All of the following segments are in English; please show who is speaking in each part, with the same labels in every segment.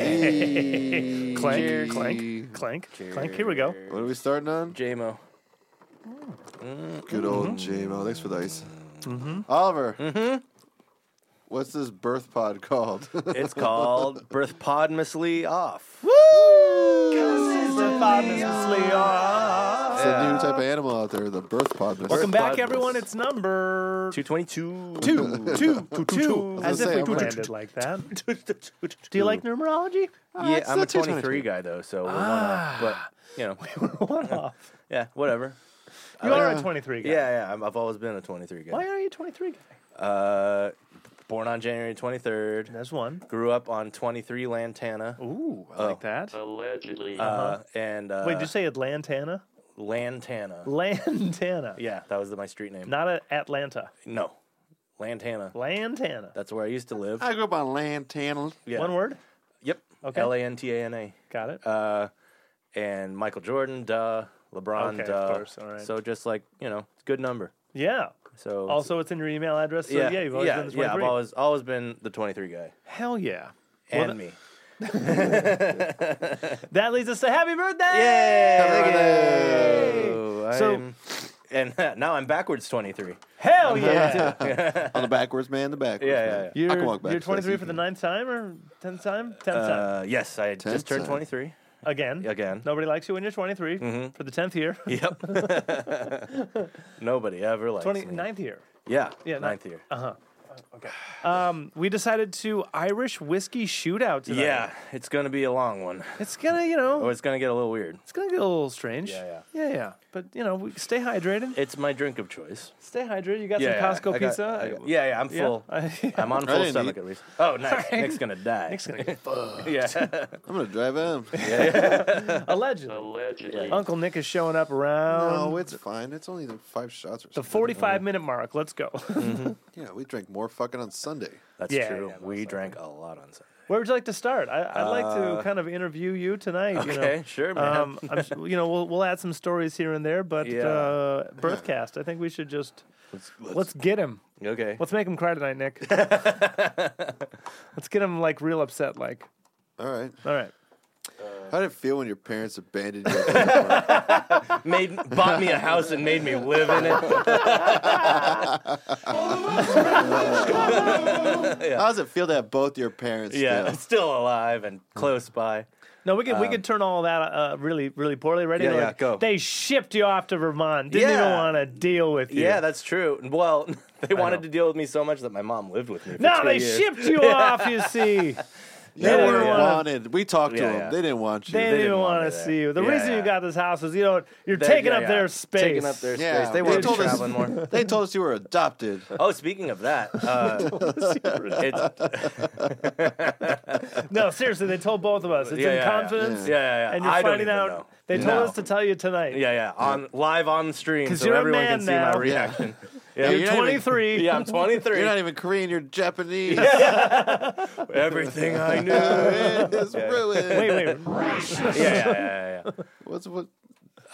Speaker 1: Hey.
Speaker 2: Clank,
Speaker 1: Cheers.
Speaker 2: clank, clank, clank. Here we go.
Speaker 1: What are we starting on?
Speaker 3: JMO.
Speaker 1: Good
Speaker 2: Mm-hmm.
Speaker 1: old JMO. Thanks for the ice. Oliver. What's this birth pod called?
Speaker 3: It's called Birth Podmously Off.
Speaker 1: It's a new type of animal out there, the birth pod.
Speaker 3: Birth
Speaker 2: Welcome back,
Speaker 3: podmas.
Speaker 2: everyone. It's number
Speaker 3: 222.
Speaker 2: two, two, two, two.
Speaker 1: was
Speaker 2: As
Speaker 1: gonna
Speaker 2: if we
Speaker 1: say, I'm
Speaker 2: planned it like that. Do you like numerology?
Speaker 3: yeah, I'm a
Speaker 1: that's
Speaker 3: 23
Speaker 1: 222.
Speaker 3: guy, though, so we're one
Speaker 2: Ah.
Speaker 3: off. But, you know,
Speaker 2: One off.
Speaker 3: yeah, whatever.
Speaker 2: You are a 23 guy.
Speaker 3: Yeah, yeah, I'm, I've always been a 23
Speaker 2: Why
Speaker 3: guy.
Speaker 2: are you a 23 guy?
Speaker 3: Uh, born on January 23rd.
Speaker 2: There's one.
Speaker 3: Grew up on 23 Lantana.
Speaker 2: Ooh, I like that.
Speaker 4: Oh. Allegedly.
Speaker 3: Uh, and uh,
Speaker 2: Wait, did you say Atlantana?
Speaker 3: Lantana?
Speaker 2: Lantana.
Speaker 3: Yeah, that was my street name.
Speaker 2: Not a Atlanta.
Speaker 3: no, Lantana.
Speaker 2: Lantana.
Speaker 3: That's where I used to live.
Speaker 1: I grew up on Lantana.
Speaker 3: Yeah.
Speaker 2: Ah, One word?
Speaker 3: Yep.
Speaker 2: Okay.
Speaker 3: L A N T A N A.
Speaker 2: Got it.
Speaker 3: Uh, and Michael Jordan, duh. LeBron,
Speaker 2: Okay, of
Speaker 3: duh.
Speaker 2: course, all right.
Speaker 3: So just like you know, it's a good number.
Speaker 2: yeah.
Speaker 3: So
Speaker 2: Also, it's in your email address. So, yeah, you've always
Speaker 3: yeah,
Speaker 2: been the
Speaker 3: yeah.
Speaker 2: 23.
Speaker 3: I've always always been the 23 guy
Speaker 2: Hell yeah.
Speaker 3: and
Speaker 2: th-
Speaker 3: me.
Speaker 2: That leads us to happy birthday.
Speaker 3: Yay!
Speaker 2: So-
Speaker 3: So and now I'm backwards 23.
Speaker 2: Hell yeah.
Speaker 1: On the backwards man, the backwards
Speaker 3: Yeah, yeah,
Speaker 1: man.
Speaker 3: yeah.
Speaker 1: I
Speaker 2: You're,
Speaker 1: can walk back.
Speaker 2: you're 23 for the ninth time or 10th time? 10th time.
Speaker 3: Uh, yes, I just turned
Speaker 1: time.
Speaker 3: 23
Speaker 2: Again.
Speaker 3: again. Mm-hmm.
Speaker 2: Nobody likes you when you're 23 for the 10th year.
Speaker 3: Yep. Nobody ever likes
Speaker 2: Twenty
Speaker 3: me.
Speaker 2: ninth year.
Speaker 3: Yeah,
Speaker 2: Yeah, Oh, no-
Speaker 3: ninth year.
Speaker 2: Um, We decided to Irish whiskey shootout tonight.
Speaker 3: yeah, it's gonna be a long one.
Speaker 2: It's gonna, you know,
Speaker 3: Oh, it's gonna get a little weird.
Speaker 2: it's gonna get a little strange.
Speaker 3: Yeah,
Speaker 2: yeah. Yeah, yeah. But, you know, we stay hydrated.
Speaker 3: It's my drink of choice.
Speaker 2: Stay hydrated. You got some Costco
Speaker 3: I got-
Speaker 2: pizza.
Speaker 3: I got- yeah, yeah, I'm full. I'm on full
Speaker 1: didn't
Speaker 3: stomach
Speaker 1: eat.
Speaker 3: at least. Oh, nice. Nick's gonna die.
Speaker 2: Nick's gonna get
Speaker 3: yeah.
Speaker 1: I'm going to drive in.
Speaker 2: allegedly.
Speaker 4: Allegedly.
Speaker 2: Uncle Nick is showing up around
Speaker 1: no, it's fine. It's only the five shots or
Speaker 2: Um, the
Speaker 1: something.
Speaker 2: 45 minute mark. Let's go.
Speaker 1: Yeah, we drank more fucking on Sunday.
Speaker 3: That's
Speaker 2: Yeah,
Speaker 3: true.
Speaker 2: yeah, most
Speaker 3: we drank a lot on Sunday.
Speaker 2: Where would you like to start? I, I'd like to kind of interview you tonight. you know.
Speaker 3: Uh, Okay, sure, man.
Speaker 2: Um, I'm, s- you know, we'll we'll add some stories here and there, but
Speaker 3: Yeah.
Speaker 2: uh, Birthcast. I think we should just let's, get him.
Speaker 3: okay.
Speaker 2: Let's make him cry tonight, Nick. let's get him like real upset. Like,
Speaker 1: All right.
Speaker 2: all right,
Speaker 3: Uh,
Speaker 1: How did it feel when your parents abandoned you? at the airport?
Speaker 3: made bought me a house and made me live in it.
Speaker 1: How does it feel to have both your parents?
Speaker 3: Yeah,
Speaker 1: still?
Speaker 3: still alive and close by.
Speaker 2: no, we could we could turn all that uh, really really poorly. Ready?
Speaker 3: Um, Yeah, yeah,
Speaker 2: Like,
Speaker 3: go.
Speaker 2: They shipped you off to Vermont. Didn't even
Speaker 3: Yeah.
Speaker 2: want to deal with you.
Speaker 3: Yeah, that's true. Well, they wanted to deal with me so much that my mom lived with me. For
Speaker 2: no,
Speaker 3: two
Speaker 2: they
Speaker 3: years.
Speaker 2: shipped you off. You see.
Speaker 1: They
Speaker 2: Yeah,
Speaker 1: weren't
Speaker 2: yeah.
Speaker 1: wanted. We talked to
Speaker 3: Yeah,
Speaker 1: them.
Speaker 3: yeah.
Speaker 1: They didn't want you.
Speaker 2: They, didn't even
Speaker 3: didn't want
Speaker 2: want
Speaker 3: me
Speaker 2: to
Speaker 3: there.
Speaker 2: see you. The
Speaker 3: Yeah,
Speaker 2: reason you
Speaker 3: yeah.
Speaker 2: got this house is you know you're
Speaker 3: They-
Speaker 2: taking
Speaker 3: yeah,
Speaker 2: up
Speaker 3: yeah.
Speaker 2: their space.
Speaker 3: Taking up their
Speaker 1: Yeah,
Speaker 3: space. They
Speaker 1: they
Speaker 3: weren't
Speaker 1: told us-
Speaker 3: traveling more.
Speaker 1: they told us you were adopted.
Speaker 3: Oh, speaking of that, uh, it's,
Speaker 2: no, seriously, they told both of us. It's
Speaker 3: Yeah,
Speaker 2: in
Speaker 3: yeah, yeah.
Speaker 2: confidence.
Speaker 3: yeah, yeah, yeah.
Speaker 2: And you're
Speaker 3: I don't
Speaker 2: finding
Speaker 3: even
Speaker 2: out.
Speaker 3: know.
Speaker 2: They told
Speaker 3: No.
Speaker 2: us to tell you tonight.
Speaker 3: Yeah, yeah, on live on the stream,
Speaker 2: 'Cause
Speaker 3: so
Speaker 2: you're a
Speaker 3: everyone can
Speaker 2: man
Speaker 3: see
Speaker 2: now.
Speaker 3: my reaction. Yeah,
Speaker 1: You're
Speaker 2: You're
Speaker 1: not even-
Speaker 2: 23.
Speaker 3: yeah, I'm 23.
Speaker 1: You're not even Korean. You're Japanese.
Speaker 3: Everything I knew. yeah,
Speaker 1: It's ruined.
Speaker 2: Wait, wait.
Speaker 3: yeah, yeah, yeah, yeah.
Speaker 1: What's what?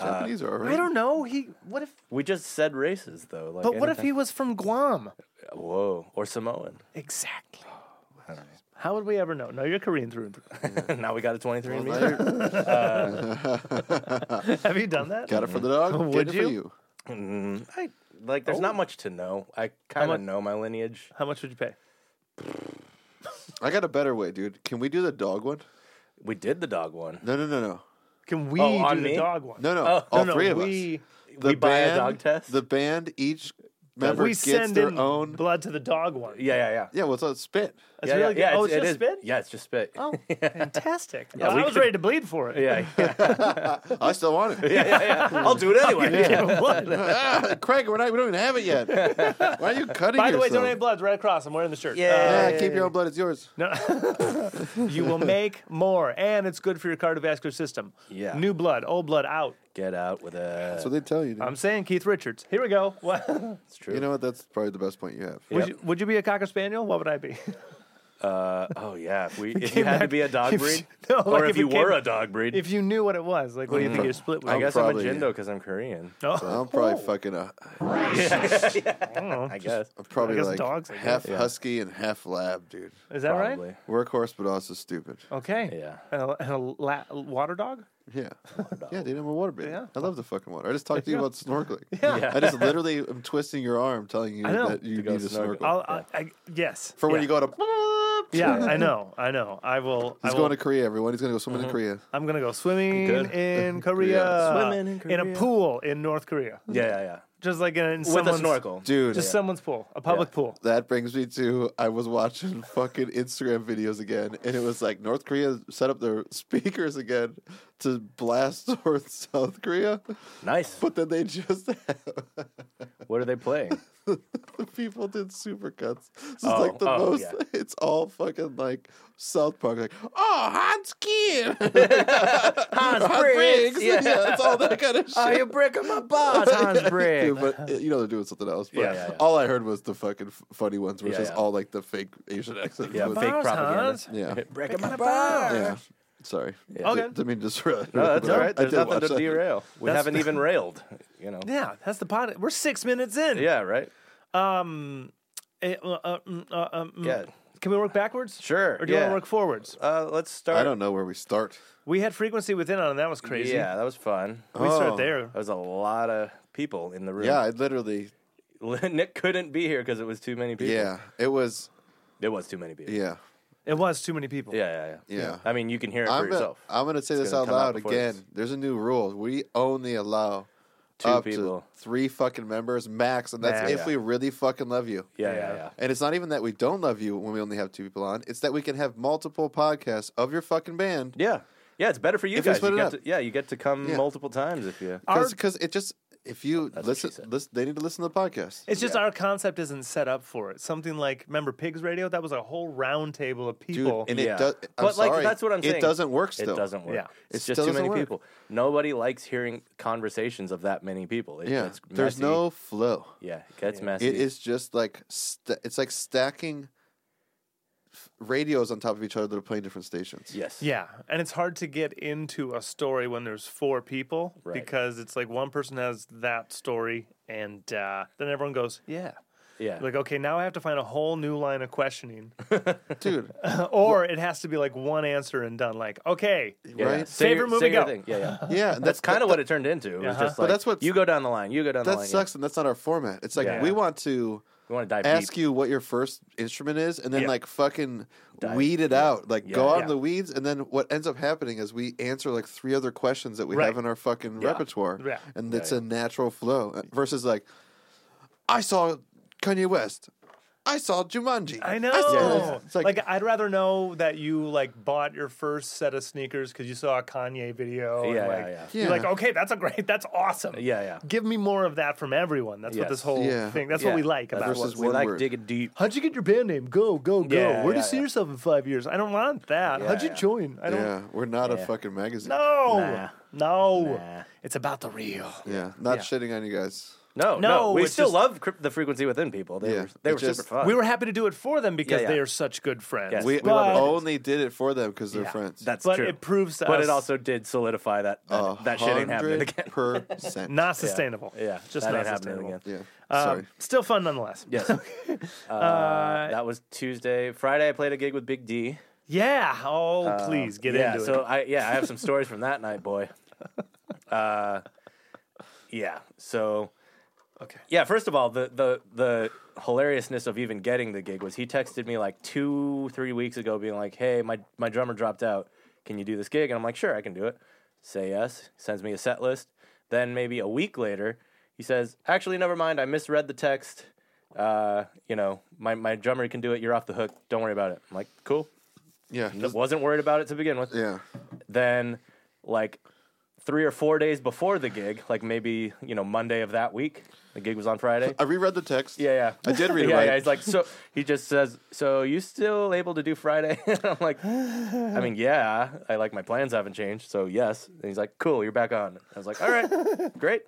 Speaker 3: Uh,
Speaker 1: Japanese are already.
Speaker 2: I don't know. He. What if?
Speaker 3: We just said races though. Like
Speaker 2: But what if
Speaker 3: anything.
Speaker 2: he was from Guam?
Speaker 3: Whoa, or Samoan.
Speaker 2: Exactly. How would we ever know? No, you're Korean through and through.
Speaker 3: now we got a 23 and me.
Speaker 1: Got
Speaker 2: Have you done that?
Speaker 1: it for the dog.
Speaker 2: Would
Speaker 1: get it
Speaker 2: you?
Speaker 1: For you?
Speaker 3: I like. There's not much to know. I kind
Speaker 2: much-
Speaker 3: of know my lineage.
Speaker 2: How much would you pay?
Speaker 1: I got a better way, dude. Can we do the dog one?
Speaker 3: We did the dog one.
Speaker 1: No, no, no, no,
Speaker 2: Can we
Speaker 3: Oh, on
Speaker 2: do the
Speaker 3: me?
Speaker 2: dog one?
Speaker 1: no, no.
Speaker 3: Oh,
Speaker 1: All
Speaker 2: no,
Speaker 1: three of
Speaker 2: we,
Speaker 1: us. The
Speaker 3: we buy a dog test?
Speaker 1: The band each member
Speaker 2: We
Speaker 1: gets
Speaker 2: send
Speaker 1: their
Speaker 2: in
Speaker 1: own.
Speaker 2: blood to the dog one.
Speaker 3: Yeah, yeah, yeah.
Speaker 1: yeah, well, it's a spit.
Speaker 2: That's
Speaker 3: yeah, yeah,
Speaker 2: really good.
Speaker 3: yeah,
Speaker 2: oh,
Speaker 3: it's,
Speaker 2: it's just
Speaker 3: it is-
Speaker 2: spit.
Speaker 3: Yeah, it's just spit.
Speaker 2: Oh, fantastic!
Speaker 3: Yeah,
Speaker 2: Well,
Speaker 3: we
Speaker 2: I was
Speaker 3: could-
Speaker 2: ready to bleed for it.
Speaker 3: Yeah, yeah,
Speaker 1: I still want it.
Speaker 3: yeah, yeah. I'll do it
Speaker 2: Oh,
Speaker 3: anyway.
Speaker 2: What?
Speaker 1: Craig, we're not. We don't even have it yet. Why are you cutting?
Speaker 2: By the way,
Speaker 1: yourself?
Speaker 2: donate blood's right across. I'm wearing the shirt. Uh,
Speaker 3: Yeah.
Speaker 1: Yeah, keep your own blood. It's yours.
Speaker 2: You will make more, and it's good for your cardiovascular system.
Speaker 3: Yeah.
Speaker 2: New blood, old blood out.
Speaker 3: Get out with a.
Speaker 1: So they tell you. Dude.
Speaker 2: I'm saying Keith Richards. Here we go. What?
Speaker 3: It's true.
Speaker 1: You know what? That's probably the best point you have.
Speaker 2: Would, you, would you be a cocker spaniel? What would I be?
Speaker 3: Uh, oh yeah, if, we, if you
Speaker 2: came
Speaker 3: had to
Speaker 2: back-
Speaker 3: be a dog
Speaker 2: if
Speaker 3: breed,
Speaker 2: you- no,
Speaker 3: or
Speaker 2: like,
Speaker 3: if,
Speaker 2: if it
Speaker 3: you were
Speaker 2: came-
Speaker 3: a dog breed,
Speaker 2: If you knew what it was, like, what do you think you're split with?
Speaker 3: Mm. I
Speaker 1: I'm
Speaker 3: guess
Speaker 1: probably-
Speaker 3: I'm a Jindo because I'm Korean.
Speaker 2: Oh,
Speaker 1: I'm probably fucking a,
Speaker 2: I don't know.
Speaker 3: I guess.
Speaker 1: I'm probably
Speaker 2: I guess
Speaker 1: like
Speaker 2: dogs, I guess.
Speaker 1: half husky and half lab, dude.
Speaker 2: Is that
Speaker 3: Probably.
Speaker 2: right?
Speaker 1: Workhorse, but also stupid.
Speaker 2: Okay.
Speaker 3: Yeah.
Speaker 2: And a, and a la- water dog?
Speaker 1: Yeah, yeah, dude. I'm a water baby.
Speaker 2: Yeah.
Speaker 1: I love the fucking water. I just talked to you about snorkeling.
Speaker 2: Yeah.
Speaker 1: I just literally am twisting your arm, telling you
Speaker 2: I know.
Speaker 1: that you
Speaker 3: To go
Speaker 1: need to
Speaker 3: snorkel.
Speaker 1: snorkel
Speaker 2: I'll, I, I, yes.
Speaker 1: for when
Speaker 2: yeah.
Speaker 1: you go to.
Speaker 2: Yeah, I know. I know. I will.
Speaker 1: He's
Speaker 2: I will Mm-hmm.
Speaker 1: going to Korea. Everyone, he's going to go swimming in Korea.
Speaker 2: I'm going to go swimming
Speaker 3: Good.
Speaker 2: in Korea.
Speaker 3: Swimming in
Speaker 2: In a
Speaker 3: Korea.
Speaker 2: pool in North Korea.
Speaker 3: Yeah, yeah, yeah.
Speaker 2: Just like in, in
Speaker 3: With a
Speaker 2: someone's-
Speaker 3: snorkel,
Speaker 1: Dude,
Speaker 2: Just someone's pool, a public
Speaker 3: Yeah.
Speaker 2: pool.
Speaker 1: that brings me to I was watching fucking Instagram videos again, and it was like North Korea set up their speakers again to blast North South Korea,
Speaker 3: Nice.
Speaker 1: but then they just have,
Speaker 3: What are they playing?
Speaker 1: the people did supercuts. It's
Speaker 3: Oh,
Speaker 1: like the
Speaker 3: oh,
Speaker 1: most.
Speaker 3: yeah.
Speaker 1: It's all fucking like South Park, like oh Hans Kim,
Speaker 3: Hans
Speaker 1: Briggs, yeah. it's all that kind of shit.
Speaker 3: Are you breaking my balls, Oh, Hans Briggs?
Speaker 1: Dude, but uh, you know they're doing something else. But
Speaker 3: Yeah, yeah, yeah.
Speaker 1: all I heard was the fucking f- funny ones, which
Speaker 3: Yeah,
Speaker 1: is
Speaker 3: yeah.
Speaker 1: all like the fake Asian accent.
Speaker 3: Yeah,
Speaker 1: with-
Speaker 3: fake
Speaker 2: Bars,
Speaker 3: propaganda.
Speaker 2: Hans.
Speaker 1: yeah.
Speaker 3: Breaking my
Speaker 1: Yeah. Sorry.
Speaker 2: Okay.
Speaker 1: Did, didn't mean to disrupt.
Speaker 3: No, Oh, that's all right.
Speaker 1: I
Speaker 3: There's
Speaker 1: did
Speaker 3: nothing
Speaker 1: watch
Speaker 3: to
Speaker 1: that.
Speaker 3: derail. We
Speaker 2: That's-
Speaker 3: haven't even railed. You know.
Speaker 2: Yeah, that's the pod. We're six minutes in.
Speaker 3: Yeah. Right.
Speaker 2: Um, eh, uh, uh, mm, uh, um,
Speaker 1: Hmm.
Speaker 2: mm.
Speaker 3: Yeah.
Speaker 2: Can we work backwards?
Speaker 3: Sure,
Speaker 2: Or do you want
Speaker 3: yeah.
Speaker 2: to work forwards?
Speaker 3: Uh, let's start.
Speaker 1: I don't know where we start.
Speaker 2: We had frequency within on, and that was crazy.
Speaker 3: Yeah, that was fun.
Speaker 2: We
Speaker 1: Oh.
Speaker 2: start there.
Speaker 3: That was a lot of people in the room.
Speaker 1: Yeah, I literally.
Speaker 3: Nick couldn't be here because it was too many people.
Speaker 1: Yeah, it was.
Speaker 3: It was too many people. Yeah,
Speaker 1: Yeah,
Speaker 2: It was too many people.
Speaker 3: yeah, yeah.
Speaker 1: yeah.
Speaker 3: I mean, you can hear it
Speaker 1: I'm
Speaker 3: for
Speaker 1: gonna,
Speaker 3: yourself.
Speaker 1: I'm gonna say this
Speaker 3: gonna
Speaker 1: out
Speaker 3: come out
Speaker 1: loud
Speaker 3: before
Speaker 1: again.
Speaker 3: this.
Speaker 1: There's a new rule. We only allow
Speaker 3: Two
Speaker 1: up
Speaker 3: people.
Speaker 1: to three fucking members max, and that's
Speaker 2: Max.
Speaker 1: if
Speaker 3: Yeah.
Speaker 1: we really fucking love you.
Speaker 3: yeah, yeah, yeah.
Speaker 1: And it's not even that we don't love you when we only have two people on. It's that we can have multiple podcasts of your fucking band
Speaker 3: Yeah. Yeah, it's better for you
Speaker 1: If you
Speaker 3: guys.
Speaker 1: split it
Speaker 3: get
Speaker 1: up.
Speaker 3: to, yeah, you get to come
Speaker 1: Yeah.
Speaker 3: multiple times if you.
Speaker 2: Our-
Speaker 1: because it just if you
Speaker 3: what
Speaker 1: listen,
Speaker 3: she said.
Speaker 1: listen, they need to listen to the podcast.
Speaker 2: It's just our concept isn't set up for it. Something like remember Pigs Radio? That was a whole round table of
Speaker 1: Dude,
Speaker 2: people.
Speaker 1: and
Speaker 3: Yeah.
Speaker 1: it does. I'm
Speaker 3: But, like,
Speaker 1: sorry,
Speaker 3: that's what I'm
Speaker 1: It
Speaker 3: saying.
Speaker 1: doesn't work still.
Speaker 3: It doesn't work.
Speaker 2: Yeah.
Speaker 3: It's
Speaker 1: It
Speaker 3: just too
Speaker 1: doesn't
Speaker 3: many
Speaker 1: work.
Speaker 3: people. Nobody likes hearing conversations of that many people. It
Speaker 1: Yeah,
Speaker 3: gets
Speaker 1: there's
Speaker 3: messy.
Speaker 1: no flow.
Speaker 3: Yeah, it gets messy.
Speaker 1: It is just like st- it's like stacking f- radios on top of each other that are playing different stations.
Speaker 3: Yes.
Speaker 2: Yeah, and it's hard to get into a story when there's four people
Speaker 3: Right.
Speaker 2: because it's like one person has that story, and uh, then everyone goes, "Yeah."
Speaker 3: Yeah.
Speaker 2: Like, okay, now I have to find a whole new line of questioning,
Speaker 1: dude,
Speaker 2: or it has to be like one answer and done. Like, okay,
Speaker 3: yeah.
Speaker 1: right?
Speaker 3: Say your-
Speaker 2: Favorite movie,
Speaker 3: say your
Speaker 2: go.
Speaker 3: thing. Yeah, yeah.
Speaker 1: yeah, and
Speaker 3: That's
Speaker 1: that's
Speaker 3: kind
Speaker 1: that-
Speaker 3: of what it turned into. It was
Speaker 2: Uh-huh.
Speaker 3: just
Speaker 1: But
Speaker 3: like
Speaker 1: that's what-
Speaker 3: you go down the line, you go down the
Speaker 1: That
Speaker 3: line.
Speaker 1: sucks, and that's not our format. It's like
Speaker 2: Yeah.
Speaker 1: we want to
Speaker 3: Yeah. We want to dive
Speaker 1: ask
Speaker 3: deep.
Speaker 1: you what your first instrument is, and then
Speaker 2: Yeah.
Speaker 1: like fucking weed it out, like go
Speaker 3: Yeah.
Speaker 1: out
Speaker 2: Yeah.
Speaker 1: in the weeds, and then what ends up happening is we answer like three other questions that we
Speaker 2: Right.
Speaker 1: have in our fucking repertoire,
Speaker 2: Yeah.
Speaker 1: and it's a natural flow uh, versus like I saw Kanye West, I saw Jumanji,
Speaker 2: I know.
Speaker 1: saw this."
Speaker 2: It's like, I'd rather know that you like bought your first set of sneakers because you saw a Kanye video. and,
Speaker 3: Yeah,
Speaker 2: like,
Speaker 3: yeah, yeah.
Speaker 2: You're
Speaker 1: Yeah.
Speaker 2: like, okay, that's a great, that's awesome.
Speaker 3: Yeah, yeah.
Speaker 2: Give me more of that from everyone. That's what
Speaker 3: Yes.
Speaker 2: this whole
Speaker 1: Yeah.
Speaker 2: thing. That's
Speaker 3: Yeah.
Speaker 2: what we like
Speaker 3: That's
Speaker 2: about
Speaker 1: Versus
Speaker 2: it.
Speaker 3: what we
Speaker 1: one
Speaker 3: like
Speaker 1: word.
Speaker 3: digging deep.
Speaker 2: How'd you get your band name? Go, go, go.
Speaker 3: Yeah,
Speaker 2: Where do you
Speaker 3: yeah,
Speaker 2: see
Speaker 3: yeah.
Speaker 2: yourself in five years? I don't want that. How'd you
Speaker 3: Yeah.
Speaker 2: join? I don't.
Speaker 1: yeah, we're not
Speaker 3: Yeah.
Speaker 1: a fucking magazine.
Speaker 2: No,
Speaker 3: Nah.
Speaker 2: no.
Speaker 3: Nah.
Speaker 2: It's about the real.
Speaker 1: Yeah, not
Speaker 2: Yeah.
Speaker 1: shitting on you guys.
Speaker 3: No, no,
Speaker 2: No,
Speaker 3: we
Speaker 2: it's
Speaker 3: still
Speaker 2: just-
Speaker 3: love crypt- the frequency within people. They
Speaker 1: Yeah,
Speaker 3: were, they
Speaker 1: it
Speaker 3: were
Speaker 1: just-
Speaker 3: super fun.
Speaker 2: We were happy to do it for them because
Speaker 3: Uh, yeah.
Speaker 2: they are such good friends.
Speaker 3: Yes.
Speaker 1: We,
Speaker 3: We love
Speaker 2: But-
Speaker 3: it.
Speaker 1: only did it for them because they're
Speaker 2: Yeah,
Speaker 1: friends.
Speaker 3: That's
Speaker 2: but
Speaker 3: true.
Speaker 2: it proves to
Speaker 3: but
Speaker 2: us-
Speaker 3: it also did solidify that that, that shit ain't happening again.
Speaker 1: Percent.
Speaker 2: not sustainable.
Speaker 3: Yeah,
Speaker 2: just
Speaker 3: that
Speaker 2: not
Speaker 3: ain't happening
Speaker 2: sustainable.
Speaker 3: again.
Speaker 1: Yeah.
Speaker 2: Um,
Speaker 1: Sorry.
Speaker 2: Still fun nonetheless.
Speaker 3: Yes. uh, that was Tuesday. Friday, I played a gig with Big D.
Speaker 2: Yeah. Oh, please get
Speaker 3: Uh, yeah,
Speaker 2: into
Speaker 3: so
Speaker 2: it.
Speaker 3: I yeah, I have some stories from that night, boy. Uh, yeah. So
Speaker 2: Okay.
Speaker 3: yeah, first of all, the the the hilariousness of even getting the gig was he texted me like two three weeks ago, being like, "Hey, my my drummer dropped out. Can you do this gig?" And I'm like, "Sure, I can do it." Say yes. Sends me a set list. Then maybe a week later, he says, "Actually, never mind. I misread the text. Uh, you know, my my drummer can do it. You're off the hook. Don't worry about it." I'm like, "Cool."
Speaker 1: Yeah. just-
Speaker 3: Wasn't worried about it to begin with
Speaker 1: yeah.
Speaker 3: then like three or four days before the gig, like maybe you know Monday of that week. The gig was on Friday.
Speaker 1: I reread the text.
Speaker 3: Yeah, yeah.
Speaker 1: I did read it
Speaker 3: yeah,
Speaker 1: right.
Speaker 3: yeah. He's like, so he just says, so you still able to do Friday? And I'm like, I mean, yeah. I like my plans haven't changed, so yes. And he's like, cool, you're back on. I was like, all right, great.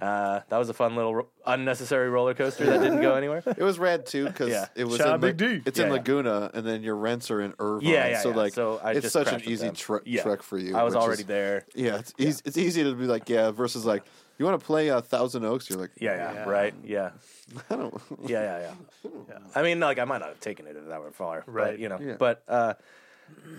Speaker 3: Uh, that was a fun little ro- unnecessary roller coaster that didn't go anywhere.
Speaker 1: It was rad too because
Speaker 3: Yeah.
Speaker 1: it was
Speaker 2: Sean
Speaker 1: in La-
Speaker 2: Big D.
Speaker 1: it's
Speaker 3: Yeah,
Speaker 1: in
Speaker 3: yeah.
Speaker 1: Laguna, and then your rents are in Irvine.
Speaker 3: Yeah, yeah,
Speaker 1: so
Speaker 3: yeah.
Speaker 1: like,
Speaker 3: So I
Speaker 1: it's
Speaker 3: just
Speaker 1: such an
Speaker 3: crashed with
Speaker 1: easy
Speaker 3: them.
Speaker 1: tre-
Speaker 3: Yeah.
Speaker 1: trek for you.
Speaker 3: I was
Speaker 1: which is-
Speaker 3: already there.
Speaker 1: Yeah, it's easy. It's easy to be like, yeah, versus like, you want to play uh, Thousand Oaks? You're like,
Speaker 3: Yeah, yeah,
Speaker 2: Yeah.
Speaker 3: right. Yeah,
Speaker 1: I don't.
Speaker 3: yeah, yeah, yeah. I mean, like I might not have taken it if that were far, But,
Speaker 2: Hmm. Right.
Speaker 3: you know,
Speaker 1: Yeah.
Speaker 3: but uh,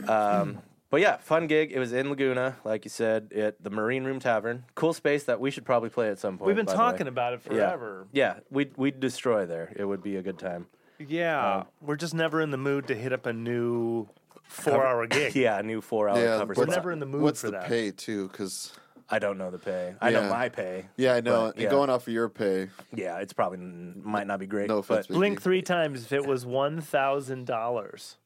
Speaker 3: um, but yeah, fun gig. It was in Laguna, like you said, at the Marine Room Tavern. Cool space that we should probably play at some point.
Speaker 2: We've
Speaker 3: Oh,
Speaker 2: been
Speaker 3: by the way.
Speaker 2: talking about it
Speaker 3: Yeah.
Speaker 2: forever.
Speaker 3: Yeah, we'd we'd destroy there. It would be a good time.
Speaker 2: Yeah.
Speaker 3: Uh,
Speaker 2: We're just never in the mood to hit up a new four hour gig.
Speaker 3: Yeah, a new four hour
Speaker 1: Yeah,
Speaker 3: cover
Speaker 1: but-
Speaker 3: spot.
Speaker 2: We're never in the mood
Speaker 1: What's
Speaker 2: for
Speaker 1: the
Speaker 2: that.
Speaker 1: pay too? Because
Speaker 3: I don't know the pay. I know
Speaker 1: Yeah.
Speaker 3: my pay.
Speaker 1: yeah, I know.
Speaker 3: But, yeah.
Speaker 1: Going off of your pay,
Speaker 3: Yeah, it's probably n- might not be great.
Speaker 1: No offense,
Speaker 3: but
Speaker 1: Big
Speaker 2: Blink
Speaker 1: D.
Speaker 2: three times if it was one thousand dollars.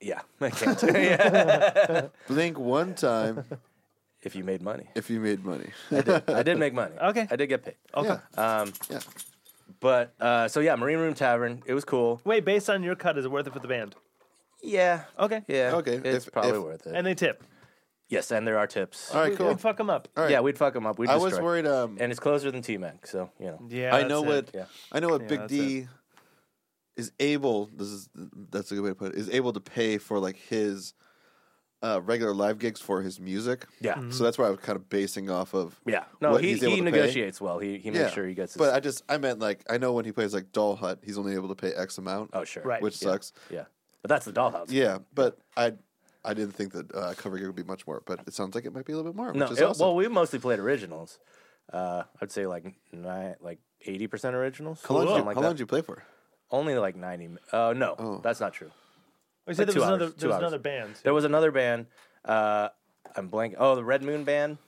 Speaker 3: yeah, I can't. yeah.
Speaker 1: blink one time
Speaker 3: If you made money,
Speaker 1: if you made money.
Speaker 3: I did make money.
Speaker 2: Okay.
Speaker 3: I did get paid.
Speaker 2: Okay.
Speaker 1: Yeah,
Speaker 3: Um,
Speaker 1: yeah.
Speaker 3: but uh, so yeah, Marine Room Tavern. It was cool.
Speaker 2: Wait, based on your cut, is it worth it for the band?
Speaker 3: Yeah.
Speaker 2: Okay.
Speaker 3: Yeah.
Speaker 1: Okay,
Speaker 3: It's
Speaker 1: if-
Speaker 3: probably
Speaker 1: if-
Speaker 3: worth it.
Speaker 2: And they tip.
Speaker 3: yes, and there are tips.
Speaker 1: All right,
Speaker 2: We-
Speaker 1: cool.
Speaker 2: We'd fuck them up.
Speaker 1: right.
Speaker 3: Yeah, we'd fuck them up. We'd
Speaker 1: I was
Speaker 3: destroy.
Speaker 1: worried. Um,
Speaker 3: And it's closer than T Mac, so you know.
Speaker 2: Yeah.
Speaker 1: I know
Speaker 2: that's
Speaker 1: what
Speaker 2: it.
Speaker 3: Yeah.
Speaker 1: I know what Big
Speaker 2: that's
Speaker 1: D is able. This is that's a good way to put it. Is able to pay for like his uh, regular live gigs for his music.
Speaker 3: Yeah.
Speaker 1: So that's where I was kind of basing off of.
Speaker 3: Yeah. No,
Speaker 1: What
Speaker 3: he,
Speaker 1: he's able
Speaker 3: he
Speaker 1: to pay.
Speaker 3: negotiates well. He he makes
Speaker 1: Yeah.
Speaker 3: sure he gets his
Speaker 1: But I just I meant like I know when he plays like Doll Hut, he's only able to pay X amount.
Speaker 3: Oh sure.
Speaker 2: Right.
Speaker 1: which sucks.
Speaker 3: Yeah. But that's the dollhouse.
Speaker 1: Yeah, but I I didn't think that uh, cover gig would be much more. But it sounds like it might be a little bit more.
Speaker 3: No,
Speaker 1: which is
Speaker 3: it-
Speaker 1: awesome.
Speaker 3: well, we mostly played originals. Uh, I'd say like nine, like eighty percent originals.
Speaker 1: how long, did you,
Speaker 3: Something like
Speaker 1: how
Speaker 3: that.
Speaker 1: long did you play for?
Speaker 3: Only like ninety. mi- Uh, no,
Speaker 1: Oh.
Speaker 3: that's not true.
Speaker 2: We said
Speaker 3: Like
Speaker 2: there was
Speaker 3: two
Speaker 2: another
Speaker 3: hours, two
Speaker 2: there was
Speaker 3: hours.
Speaker 2: another band.
Speaker 3: There was another band. Uh, I'm blank. Oh, the Red Moon Band.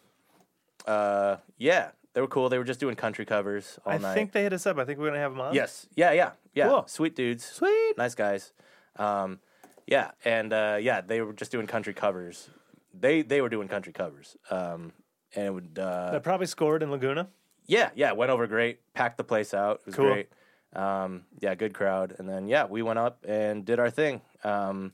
Speaker 3: Uh, yeah, they were cool. They were just doing country covers all
Speaker 2: I
Speaker 3: night.
Speaker 2: think they hit us up. I think we're gonna have them on.
Speaker 3: yes. Yeah. Yeah. Yeah.
Speaker 2: Oh. Cool.
Speaker 3: Sweet dudes.
Speaker 2: Sweet.
Speaker 3: Nice guys. Um, yeah, and uh, yeah, they were just doing country covers. They they were doing country covers. Um, and it would uh,
Speaker 2: That probably scored in Laguna.
Speaker 3: yeah, yeah, it went over great. Packed the place out. It was
Speaker 2: Cool.
Speaker 3: great. Um, yeah, good crowd. And then yeah, we went up and did our thing. Um,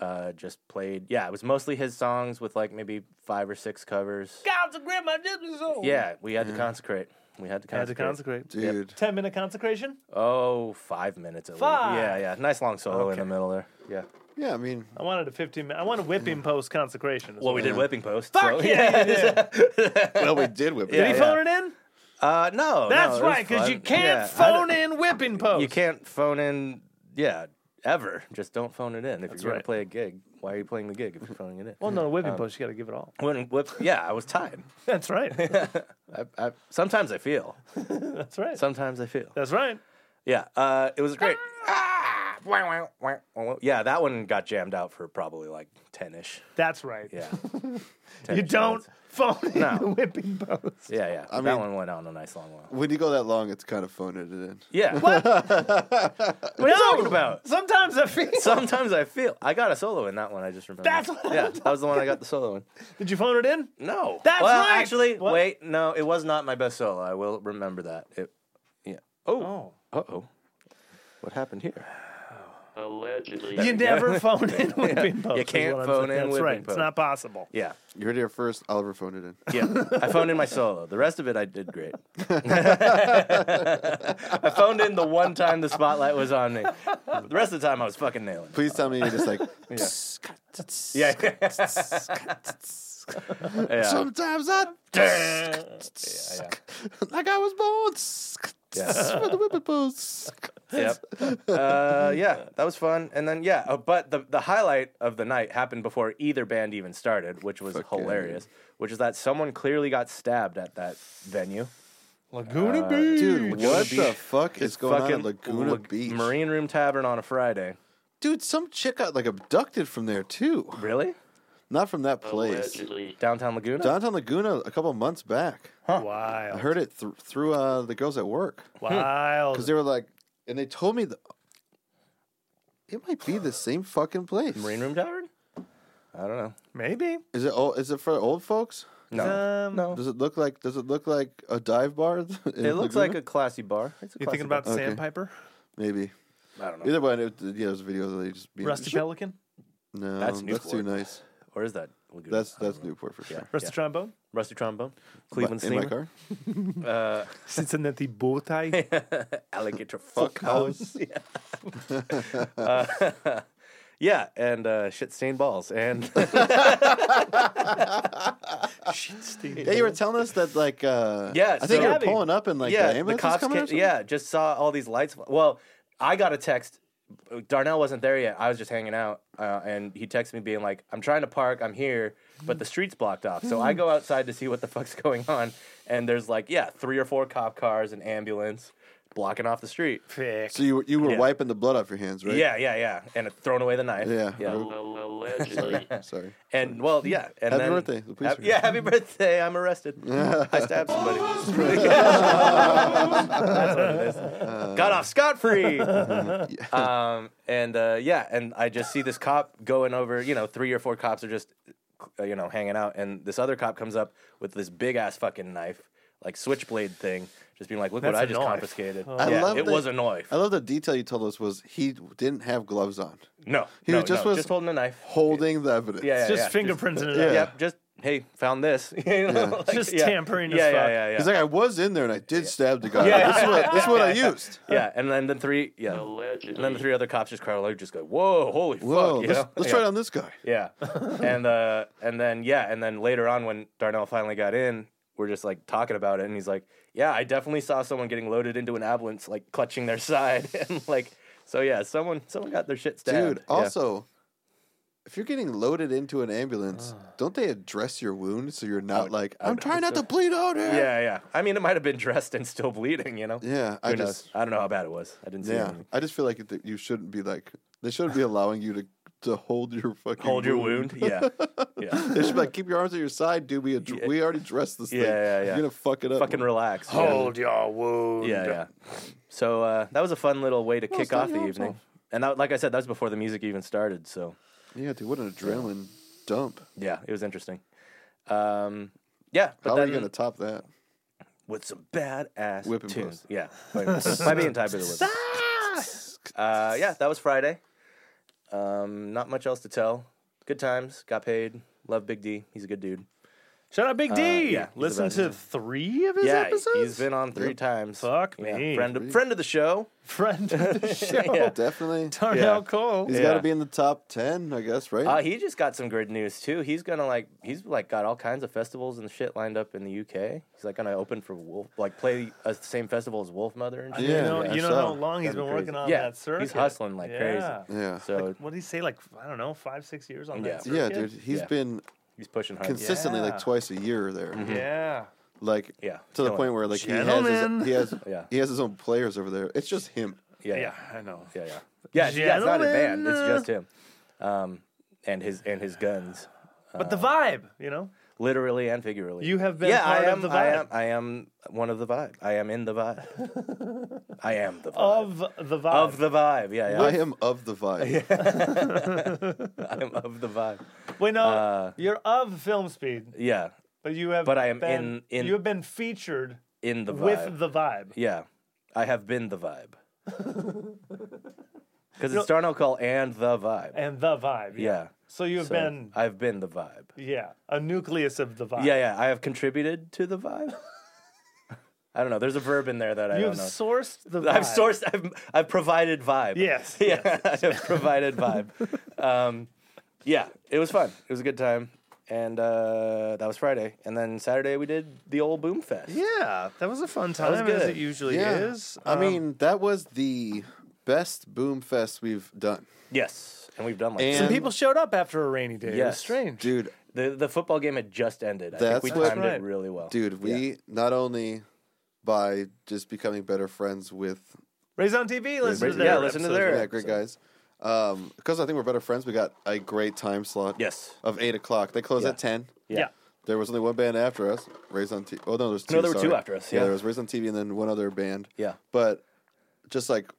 Speaker 3: uh, just played. Yeah, it was mostly his songs with like maybe five or six covers.
Speaker 2: Consecrate my dipping soul.
Speaker 3: Yeah, we had to consecrate. We had to
Speaker 2: Mm-hmm. Had to
Speaker 3: consecrate.
Speaker 2: consecrate.
Speaker 1: Dude,
Speaker 2: Ten minute consecration.
Speaker 3: Oh, five minutes at
Speaker 2: Five.
Speaker 3: least. Yeah, yeah. Nice long solo in
Speaker 2: Okay.
Speaker 3: the middle there. Yeah.
Speaker 1: yeah, I mean,
Speaker 2: I wanted a fifteen. minute. I want a whipping post consecration. is
Speaker 3: Well,
Speaker 2: what
Speaker 3: we
Speaker 2: I-
Speaker 3: did whipping post.
Speaker 2: Fuck
Speaker 3: so-
Speaker 2: yeah! yeah, yeah.
Speaker 1: well, we did whip.
Speaker 2: Did
Speaker 1: it.
Speaker 2: he
Speaker 3: yeah.
Speaker 2: phone it in?
Speaker 3: Uh, no. no, it
Speaker 2: That's
Speaker 3: was
Speaker 2: right, because
Speaker 3: fun.
Speaker 2: you can't
Speaker 3: Yeah, I
Speaker 2: phone
Speaker 3: don't-
Speaker 2: in whipping post.
Speaker 3: You can't phone in. Yeah, ever. Just don't phone it in. If you're going
Speaker 2: right.
Speaker 3: to play a gig, why are you playing the gig if you're phoning it in?
Speaker 2: Well, no, whipping post. You got to give it all.
Speaker 3: When, what, yeah, I was tied.
Speaker 2: That's right.
Speaker 3: I, I, sometimes I feel.
Speaker 2: That's right.
Speaker 3: Sometimes I feel.
Speaker 2: That's right.
Speaker 3: Yeah, uh, it was great. Ah, wah, wah, wah, wah, wah. yeah, that one got jammed out for probably like ten ish.
Speaker 2: That's right.
Speaker 3: Yeah,
Speaker 2: You
Speaker 3: 10-ish
Speaker 2: don't
Speaker 3: minutes.
Speaker 2: phone in
Speaker 3: No.
Speaker 2: the whipping post.
Speaker 3: Yeah, yeah.
Speaker 1: I
Speaker 3: that
Speaker 1: mean-
Speaker 3: one went on a nice long while.
Speaker 1: When you go that long, it's kind of phoning it in.
Speaker 3: Yeah. What? what are you talking about?
Speaker 2: Sometimes I feel.
Speaker 3: Sometimes I feel I got a solo in that one. I just remember.
Speaker 2: That's what I'm
Speaker 3: yeah. That was the one I got the solo in.
Speaker 2: Did you phone it in?
Speaker 3: No,
Speaker 2: That's
Speaker 3: well,
Speaker 2: right!
Speaker 3: Actually,
Speaker 2: What?
Speaker 3: wait. No, it was not my best solo. I will remember that. It. Yeah. Oh. Uh oh. What happened here?
Speaker 4: Allegedly.
Speaker 2: You never phone in whipping post.
Speaker 3: You
Speaker 2: is
Speaker 3: can't
Speaker 2: what I'm
Speaker 3: phone
Speaker 2: saying.
Speaker 3: in
Speaker 2: That's
Speaker 3: whipping
Speaker 2: right.
Speaker 3: post.
Speaker 2: It's not possible.
Speaker 3: Yeah.
Speaker 1: You heard it here first. Oliver phoned it in.
Speaker 3: Yeah, I phoned in my solo. The rest of it, I did great. I phoned in the one time the spotlight was on me. The rest of the time, I was fucking nailing. it.
Speaker 1: Please tell me you're just like.
Speaker 3: Yeah, yeah,
Speaker 1: Sometimes I
Speaker 3: yeah.
Speaker 1: like I was born
Speaker 3: Yeah.
Speaker 1: for the whipping post.
Speaker 3: Yep. Uh, yeah, that was fun. And then yeah, uh, but the the highlight of the night happened before either band even started, which was
Speaker 1: Fucking-
Speaker 3: hilarious. Which is that someone clearly got stabbed at that venue.
Speaker 2: Laguna Beach.
Speaker 1: Dude, what the fuck is going on
Speaker 3: Fucking
Speaker 1: at Laguna
Speaker 3: Lag-
Speaker 1: Beach?
Speaker 3: Marine Room Tavern on a Friday.
Speaker 1: Dude, some chick got like abducted from there too.
Speaker 3: Really?
Speaker 1: Not from that
Speaker 3: Oh,
Speaker 1: place.
Speaker 4: Allegedly.
Speaker 3: Downtown Laguna.
Speaker 1: Downtown Laguna a couple months back. I
Speaker 2: Wild.
Speaker 1: heard it thr through uh, the girls at work
Speaker 3: Oh,
Speaker 2: Wild.
Speaker 1: because they were like, and they told me that it might be the same fucking place.
Speaker 3: Marine Room Tavern. I don't know.
Speaker 2: Maybe.
Speaker 1: Is it? Oh, is it for old folks?
Speaker 3: No.
Speaker 2: Um,
Speaker 3: no.
Speaker 1: Does it look like? Does it look like a dive bar? It
Speaker 3: It looks like a classy bar. It's a
Speaker 2: You
Speaker 3: classy
Speaker 2: thinking about
Speaker 3: bar.
Speaker 1: Okay.
Speaker 2: Sandpiper?
Speaker 1: maybe.
Speaker 3: I don't know.
Speaker 1: Either way, it, yeah, there's videos of they just being
Speaker 2: Rusty Pelican?
Speaker 1: No,
Speaker 3: That's
Speaker 1: that's, too
Speaker 3: Newport.
Speaker 1: nice.
Speaker 3: Or is that? Laguna.
Speaker 1: That's that's Newport for sure.
Speaker 2: Rusty trombone.
Speaker 3: Rusty trombone,
Speaker 1: My-
Speaker 3: Cleveland
Speaker 1: in my
Speaker 3: steamer,
Speaker 1: car.
Speaker 2: Cincinnati bow tie.
Speaker 3: alligator fuck house. Yeah. Uh, yeah, and uh, shit stained balls, and
Speaker 2: Shit, Steve.
Speaker 1: Yeah, you were telling us that like uh
Speaker 3: Yeah,
Speaker 1: I think
Speaker 3: so-
Speaker 1: you were pulling up and like
Speaker 3: yeah,
Speaker 1: the ambulance was
Speaker 3: cops
Speaker 1: coming. or
Speaker 3: came,
Speaker 1: something?
Speaker 3: yeah, just saw all these lights. fl- Well, I got a text. Darnell wasn't there yet. I was just hanging out, uh, and he texted me being like, "I'm trying to park. I'm here, but the street's blocked off." So I go outside to see what the fuck's going on, and there's like, yeah, three or four cop cars and ambulance blocking off the street.
Speaker 2: Pick.
Speaker 1: So you were- you were
Speaker 3: Yeah.
Speaker 1: wiping the blood off your hands, right?
Speaker 3: Yeah, yeah, yeah, and throwing away the knife.
Speaker 1: Yeah.
Speaker 3: yeah.
Speaker 4: Allegedly.
Speaker 1: Sorry.
Speaker 3: And well, yeah. And
Speaker 1: Happy
Speaker 3: then,
Speaker 1: birthday. The police
Speaker 3: Hap-
Speaker 1: are
Speaker 3: yeah,
Speaker 1: here.
Speaker 3: happy birthday. I'm arrested. I stabbed somebody. That's what it is.
Speaker 1: Uh,
Speaker 3: Got off scot free. um, and uh, yeah, and I just see this cop going over. You know, three or four cops are just, uh, you know, hanging out, and this other cop comes up with this big ass fucking knife, like switchblade thing, just being like, "Look
Speaker 2: That's
Speaker 3: what I
Speaker 2: a
Speaker 3: just
Speaker 2: knife.
Speaker 3: confiscated."
Speaker 1: I
Speaker 3: yeah,
Speaker 1: love
Speaker 3: it
Speaker 1: that-
Speaker 3: was a knife.
Speaker 1: I love the detail you told us was he didn't have gloves on,
Speaker 3: No,
Speaker 1: He
Speaker 3: no,
Speaker 1: just
Speaker 3: no,
Speaker 1: was
Speaker 3: just holding a knife.
Speaker 1: holding the evidence.
Speaker 3: Yeah, yeah,
Speaker 2: just
Speaker 3: yeah,
Speaker 2: fingerprints in it.
Speaker 1: yeah.
Speaker 2: out.
Speaker 3: Yep, just hey, found this. You know, like,
Speaker 2: Just tampering as
Speaker 3: Yeah,
Speaker 2: fuck.
Speaker 3: yeah, yeah, yeah.
Speaker 1: He's like, I was in there and I did stab the guy.
Speaker 3: Yeah.
Speaker 1: This is what this is what I used.
Speaker 3: yeah, and then the three, yeah, and then the three other cops just crowd like, just go, whoa, holy
Speaker 1: Whoa,
Speaker 3: fuck, you
Speaker 1: let's,
Speaker 3: know?
Speaker 1: let's
Speaker 3: yeah.
Speaker 1: try it on this guy.
Speaker 3: Yeah, and uh, and then yeah, and then later on when Darnell finally got in, we're just like talking about it, and he's like, yeah, I definitely saw someone getting loaded into an ambulance, like clutching their side, and like, so yeah, someone someone got their shit stabbed.
Speaker 1: Dude,
Speaker 3: Yeah.
Speaker 1: also, if you're getting loaded into an ambulance,
Speaker 3: Ah.
Speaker 1: don't they address your wound so you're
Speaker 3: Oh,
Speaker 1: not like, I'm trying not to bleed out here?
Speaker 3: Yeah, yeah. I mean, it might have been dressed and still bleeding, you know.
Speaker 1: Yeah, I
Speaker 3: Who knows?
Speaker 1: just,
Speaker 3: I don't know how bad it was. I didn't see
Speaker 1: yeah.
Speaker 3: anything.
Speaker 1: I just feel like it- that you shouldn't be like, they shouldn't be allowing you to, to hold your fucking
Speaker 3: Hold your wound. Yeah, yeah.
Speaker 1: They should be like, keep your arms at your side, dude. We, ad-
Speaker 3: Yeah.
Speaker 1: we already dressed this thing.
Speaker 3: Yeah, yeah, yeah.
Speaker 1: You're going to fuck it up.
Speaker 3: Fucking relax. Yeah.
Speaker 2: Hold your wound.
Speaker 3: Yeah, yeah. So uh, that was a fun little way to kick
Speaker 1: not
Speaker 3: off the
Speaker 1: your
Speaker 3: evening.
Speaker 1: fault.
Speaker 3: And that, like I said, that was before the music even started. So
Speaker 1: yeah, dude, what an adrenaline dump.
Speaker 3: yeah, it was interesting. Um, yeah, but
Speaker 1: How are
Speaker 3: then
Speaker 1: you going to top that?
Speaker 3: with some badass
Speaker 1: Whipping
Speaker 3: tunes.
Speaker 1: post.
Speaker 3: Yeah, might be in time for the whip. Uh, yeah, that was Friday. Um, not much else to tell. Good times. Got paid. Love Big D. He's a good dude.
Speaker 2: Shout out Big D.
Speaker 3: yeah, he's the
Speaker 2: Listen
Speaker 3: best.
Speaker 2: to three of his
Speaker 3: yeah,
Speaker 2: episodes.
Speaker 3: he's been on three times.
Speaker 2: Fuck
Speaker 3: yeah,
Speaker 2: me.
Speaker 3: friend of, friend of the show.
Speaker 2: friend of the show.
Speaker 3: Yeah.
Speaker 1: Oh, Definitely.
Speaker 2: Darnell
Speaker 3: Yeah.
Speaker 2: Cole.
Speaker 1: He's
Speaker 3: Yeah.
Speaker 1: got to be in the top 10, I guess, right?
Speaker 3: Uh, he just got some good news too. He's gonna like he's like got all kinds of festivals and shit lined up in the UK. He's like gonna open for Wolf, like play at the same festival as Wolf Mother and shit.
Speaker 2: You
Speaker 1: Yeah,
Speaker 2: know,
Speaker 1: yeah,
Speaker 2: you
Speaker 1: I
Speaker 2: know
Speaker 1: saw
Speaker 2: how
Speaker 1: it.
Speaker 2: long he's
Speaker 3: That'd
Speaker 2: been
Speaker 3: be
Speaker 2: working
Speaker 3: crazy.
Speaker 2: on
Speaker 3: Yeah,
Speaker 2: that
Speaker 3: he's
Speaker 2: circuit.
Speaker 3: hustling like crazy.
Speaker 1: yeah.
Speaker 3: So
Speaker 2: What did he say? Like I don't know, five, six years on
Speaker 3: Yeah.
Speaker 2: that.
Speaker 1: yeah,
Speaker 2: circuit?
Speaker 1: dude. He's
Speaker 3: Yeah.
Speaker 1: been
Speaker 3: he's pushing hard. Yeah, Mm-hmm.
Speaker 1: consistently
Speaker 2: Yeah.
Speaker 1: like twice a year there.
Speaker 3: Hmm.
Speaker 2: Yeah.
Speaker 1: Like
Speaker 3: Yeah.
Speaker 1: to the
Speaker 3: Killing
Speaker 1: point
Speaker 3: it.
Speaker 1: where like he has, his, he has
Speaker 3: Yeah.
Speaker 1: he has his own players over there. It's just him.
Speaker 3: yeah,
Speaker 2: Yeah.
Speaker 3: yeah,
Speaker 2: I know.
Speaker 3: yeah, yeah. Yeah, it's- yeah, it's not a band. It's
Speaker 2: Gentlemen.
Speaker 3: just him, um, and his and his guns,
Speaker 2: But the vibe, you know.
Speaker 3: literally and figuratively.
Speaker 2: You have been
Speaker 3: Yeah,
Speaker 2: part
Speaker 3: I
Speaker 2: of
Speaker 3: am.
Speaker 2: the
Speaker 3: I
Speaker 2: vibe.
Speaker 3: am. I am one of the vibe. I am in the vibe. I am the vibe.
Speaker 2: Of the vibe.
Speaker 3: Of the vibe. Yeah, yeah.
Speaker 1: I am of the vibe.
Speaker 3: I am of the vibe.
Speaker 2: Wait, no, you're of film speed,
Speaker 3: Yeah.
Speaker 2: but you have.
Speaker 3: uh, But I am
Speaker 2: been,
Speaker 3: in- in-
Speaker 2: You have been featured
Speaker 3: in the vibe.
Speaker 2: with the vibe.
Speaker 3: yeah, I have been the vibe. Because it's Darnell Call and the vibe.
Speaker 2: and the vibe.
Speaker 3: Yeah.
Speaker 2: So you have
Speaker 3: So
Speaker 2: been,
Speaker 3: I've been the vibe.
Speaker 2: yeah, a nucleus of the vibe.
Speaker 3: Yeah, yeah. I have contributed to the vibe. I don't know. There's a verb in there that I
Speaker 2: You
Speaker 3: don't
Speaker 2: have
Speaker 3: know.
Speaker 2: sourced the vibe.
Speaker 3: I've sourced. I've, I've provided vibe.
Speaker 2: Yes.
Speaker 3: Yeah. I have provided vibe. Um, yeah. It was fun. It was a good time. And uh, that was Friday. And then Saturday we did the old Boom Fest.
Speaker 2: Yeah, that was a fun time,
Speaker 3: was
Speaker 2: as
Speaker 3: good.
Speaker 2: it usually
Speaker 1: Yeah.
Speaker 2: is.
Speaker 1: I
Speaker 2: Um,
Speaker 1: mean, that was the best boom fest we've done.
Speaker 3: Yes. And we've done like
Speaker 1: And-
Speaker 2: some people showed up after a rainy day. It was
Speaker 3: Yes.
Speaker 2: strange.
Speaker 1: Dude,
Speaker 3: The the football game had just ended. I
Speaker 1: That's
Speaker 3: think we
Speaker 1: what-
Speaker 3: timed
Speaker 2: Right.
Speaker 3: it really well.
Speaker 1: dude, we not only by just becoming better friends with
Speaker 2: Raise on TV. Listen to
Speaker 1: Raise-
Speaker 2: their
Speaker 3: yeah, listen to
Speaker 2: episode.
Speaker 3: their- Sure.
Speaker 1: yeah, great guys. Um, because I think we're better friends, we got a great time slot.
Speaker 3: Yes.
Speaker 1: Of eight o'clock. They close
Speaker 3: Yeah.
Speaker 1: at ten.
Speaker 2: Yeah.
Speaker 1: There was only one band after us, Raised on TV. Oh no, there's two.
Speaker 3: No, there were
Speaker 1: sorry.
Speaker 3: two after us, yeah.
Speaker 1: there was Raised on TV and then one other band.
Speaker 3: Yeah.
Speaker 1: but just like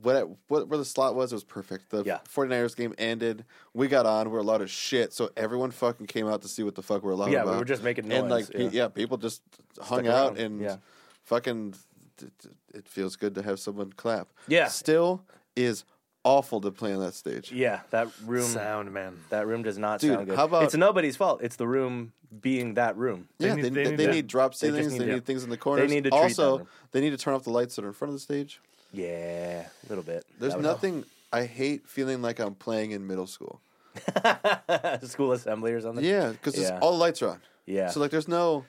Speaker 1: what what where the slot was, it was perfect. The
Speaker 3: Yeah.
Speaker 1: 49ers game ended. We got on. We are allowed to shit, so everyone fucking came out to see what the fuck we're allowed.
Speaker 3: Yeah, we
Speaker 1: about.
Speaker 3: were just making
Speaker 1: And like,
Speaker 3: noise,
Speaker 1: pe-
Speaker 3: yeah.
Speaker 1: yeah. people just hung
Speaker 3: Stuck
Speaker 1: out
Speaker 3: around,
Speaker 1: and
Speaker 3: yeah.
Speaker 1: fucking. It, it feels good to have someone clap.
Speaker 3: Yeah.
Speaker 1: still is awful to play on that stage.
Speaker 3: Yeah, that room.
Speaker 2: Sound man.
Speaker 3: That room does not
Speaker 1: Dude,
Speaker 3: sound good.
Speaker 1: how about-
Speaker 3: it's nobody's fault. It's the room being that room.
Speaker 1: Yeah,
Speaker 2: need-
Speaker 1: they,
Speaker 2: they
Speaker 1: they,
Speaker 2: need
Speaker 1: they
Speaker 2: to-
Speaker 1: need drop
Speaker 3: they just
Speaker 1: ceilings. They need,
Speaker 3: need to-
Speaker 1: things in the corners.
Speaker 3: need to treat
Speaker 1: also,
Speaker 3: them.
Speaker 1: they need to turn off the lights that are in front of the stage.
Speaker 3: Yeah, a little bit.
Speaker 1: There's
Speaker 3: That would
Speaker 1: nothing. I hate feeling like I'm playing in middle school.
Speaker 3: help. school assembly or something.
Speaker 1: Yeah, because
Speaker 3: Yeah.
Speaker 1: all the lights are on.
Speaker 3: yeah,
Speaker 1: So like, there's no.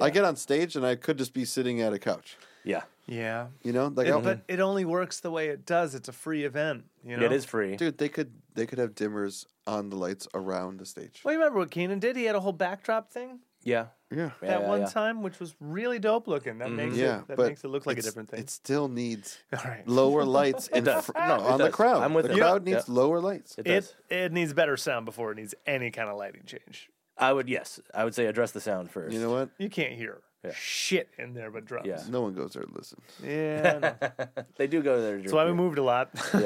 Speaker 1: I get on stage and I could just be sitting at a couch.
Speaker 3: yeah.
Speaker 2: Yeah.
Speaker 1: You know, like,
Speaker 2: It-
Speaker 1: I-
Speaker 3: Mm-hmm.
Speaker 2: but it only works the way it does. It's a free event. You know?
Speaker 3: It is free.
Speaker 1: dude, they could they could have dimmers on the lights around the stage.
Speaker 2: Well, you remember what Keenan did? He had a whole backdrop thing
Speaker 3: Yeah,
Speaker 1: Yeah,
Speaker 3: yeah,
Speaker 2: that
Speaker 3: yeah,
Speaker 2: one
Speaker 3: yeah. Mm-hmm.
Speaker 2: time, which was really dope looking. That makes
Speaker 1: yeah,
Speaker 2: it that
Speaker 1: but
Speaker 2: makes it look like a
Speaker 1: it's-
Speaker 2: different thing.
Speaker 1: It still needs
Speaker 2: All right.
Speaker 1: lower lights in
Speaker 3: does.
Speaker 1: fr- no,
Speaker 3: It
Speaker 1: on the
Speaker 3: does.
Speaker 1: crowd.
Speaker 3: I'm with
Speaker 1: the
Speaker 3: you.
Speaker 1: crowd
Speaker 3: Yeah.
Speaker 1: needs lower lights.
Speaker 3: It does.
Speaker 2: It it needs better sound before it needs any kind of lighting change.
Speaker 3: I would yes, I would say address the sound first.
Speaker 1: You know what?
Speaker 2: You can't hear shit in there but drums.
Speaker 3: Yeah.
Speaker 1: No one goes there to listen.
Speaker 2: Yeah, I know.
Speaker 3: they do go there. To
Speaker 2: That's why we
Speaker 3: drink
Speaker 2: moved a lot.
Speaker 3: beer.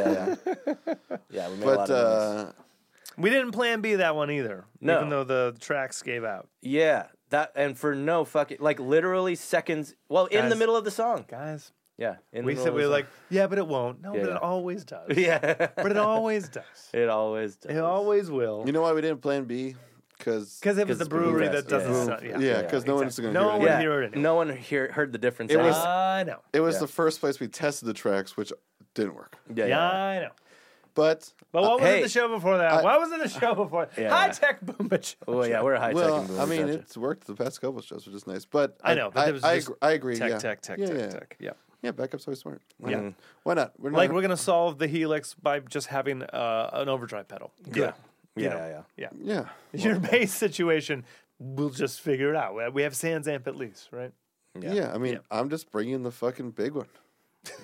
Speaker 3: Yeah, yeah. yeah, we made a lot
Speaker 1: But
Speaker 3: of noise.
Speaker 1: uh,
Speaker 2: we didn't plan B that one either.
Speaker 3: No.
Speaker 2: Even though the tracks gave out.
Speaker 3: Yeah, that and for no fucking like literally seconds. Well, in the
Speaker 2: Guys.
Speaker 3: middle of the song.
Speaker 2: Guys,
Speaker 3: Yeah, in the
Speaker 2: we
Speaker 3: middle
Speaker 2: said
Speaker 3: of
Speaker 2: we
Speaker 3: the
Speaker 2: were like, yeah, but it won't. No,
Speaker 3: Yeah,
Speaker 2: but
Speaker 3: yeah.
Speaker 2: it always does.
Speaker 3: song. yeah,
Speaker 2: But it always does.
Speaker 3: it always does.
Speaker 2: It always will.
Speaker 1: you know why we didn't plan B? Because
Speaker 2: Because it was
Speaker 3: 'Cause
Speaker 2: the
Speaker 3: it's Brew
Speaker 2: brewery
Speaker 3: Fest,
Speaker 2: that doesn't
Speaker 3: yeah.
Speaker 2: sound. Yeah.
Speaker 1: yeah, because no one's
Speaker 2: exactly.
Speaker 1: going to.
Speaker 2: No one would
Speaker 3: yeah.
Speaker 2: hear it anyway.
Speaker 3: No one here heard the difference.
Speaker 1: It
Speaker 3: at
Speaker 1: was-
Speaker 3: all.
Speaker 2: I know.
Speaker 1: It was
Speaker 3: Yeah.
Speaker 1: the first place we tested the tracks, which didn't work.
Speaker 3: yeah,
Speaker 2: Yeah,
Speaker 3: yeah.
Speaker 2: I know.
Speaker 1: But
Speaker 2: But what was
Speaker 3: hey,
Speaker 2: in the show before that?
Speaker 1: I-
Speaker 2: what was in the show before?
Speaker 3: Yeah.
Speaker 2: High tech boom bitch.
Speaker 3: Well, yeah, we're high tech. and
Speaker 1: well,
Speaker 3: boom,
Speaker 1: I mean,
Speaker 3: gotcha.
Speaker 1: it's worked the past couple shows, which is nice. But
Speaker 2: I know, but
Speaker 1: I,
Speaker 2: there was
Speaker 1: I,
Speaker 2: just
Speaker 1: agr- I agree.
Speaker 2: Tech,
Speaker 1: yeah.
Speaker 2: tech, tech,
Speaker 1: yeah,
Speaker 2: tech,
Speaker 1: yeah.
Speaker 2: tech. Yeah.
Speaker 1: Yeah, backup's always smart. Why
Speaker 2: Yeah.
Speaker 1: not? Why not? We're not
Speaker 2: Like we're gonna solve the helix by just having uh, an overdrive pedal. Yeah.
Speaker 3: yeah,
Speaker 2: know.
Speaker 3: yeah, yeah.
Speaker 2: Yeah.
Speaker 1: yeah.
Speaker 2: Your bass situation, we'll just figure it out. We- We have Sans Amp at least, right?
Speaker 1: yeah,
Speaker 3: Yeah.
Speaker 1: I mean, I'm just bringing the fucking big one.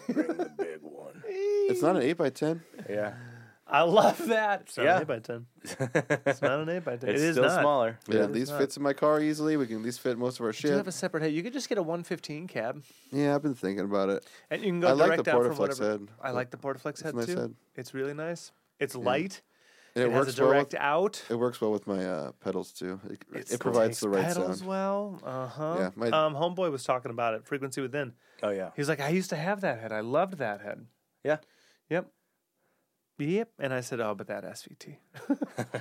Speaker 3: Big one.
Speaker 1: It's not an eight by ten.
Speaker 3: Yeah,
Speaker 2: I love that. It's not
Speaker 3: Yeah.
Speaker 2: an eight by ten. It's not an eight by ten.
Speaker 3: it's
Speaker 2: it is
Speaker 3: still
Speaker 2: not.
Speaker 3: smaller.
Speaker 1: It at least fits in my car easily. We can at least fit most of our
Speaker 2: Do you
Speaker 1: shit.
Speaker 2: have a separate head? You could just get a 115 cab,
Speaker 1: yeah, I've been thinking about it.
Speaker 2: and you can go
Speaker 1: I like
Speaker 2: direct
Speaker 1: the
Speaker 2: out from
Speaker 1: Portaflex
Speaker 2: whatever.
Speaker 1: head.
Speaker 2: I like the Portaflex head
Speaker 1: nice
Speaker 2: too.
Speaker 1: head.
Speaker 2: It's really nice. It's light.
Speaker 1: And
Speaker 2: It,
Speaker 1: it,
Speaker 2: has
Speaker 1: works
Speaker 2: a
Speaker 1: well.
Speaker 2: direct
Speaker 1: With,
Speaker 2: out.
Speaker 1: it works well with my uh, pedals too. It, it
Speaker 2: It's-
Speaker 1: provides
Speaker 2: takes
Speaker 1: the right
Speaker 2: pedals
Speaker 1: sound.
Speaker 2: well. Uh huh.
Speaker 1: Yeah, my-
Speaker 2: um, homeboy was talking about it. Frequency within.
Speaker 3: Oh yeah,
Speaker 2: He's like, I used to have that head. I loved that head.
Speaker 3: yeah.
Speaker 2: Yep. Yep. And I said, Oh, but that SVT.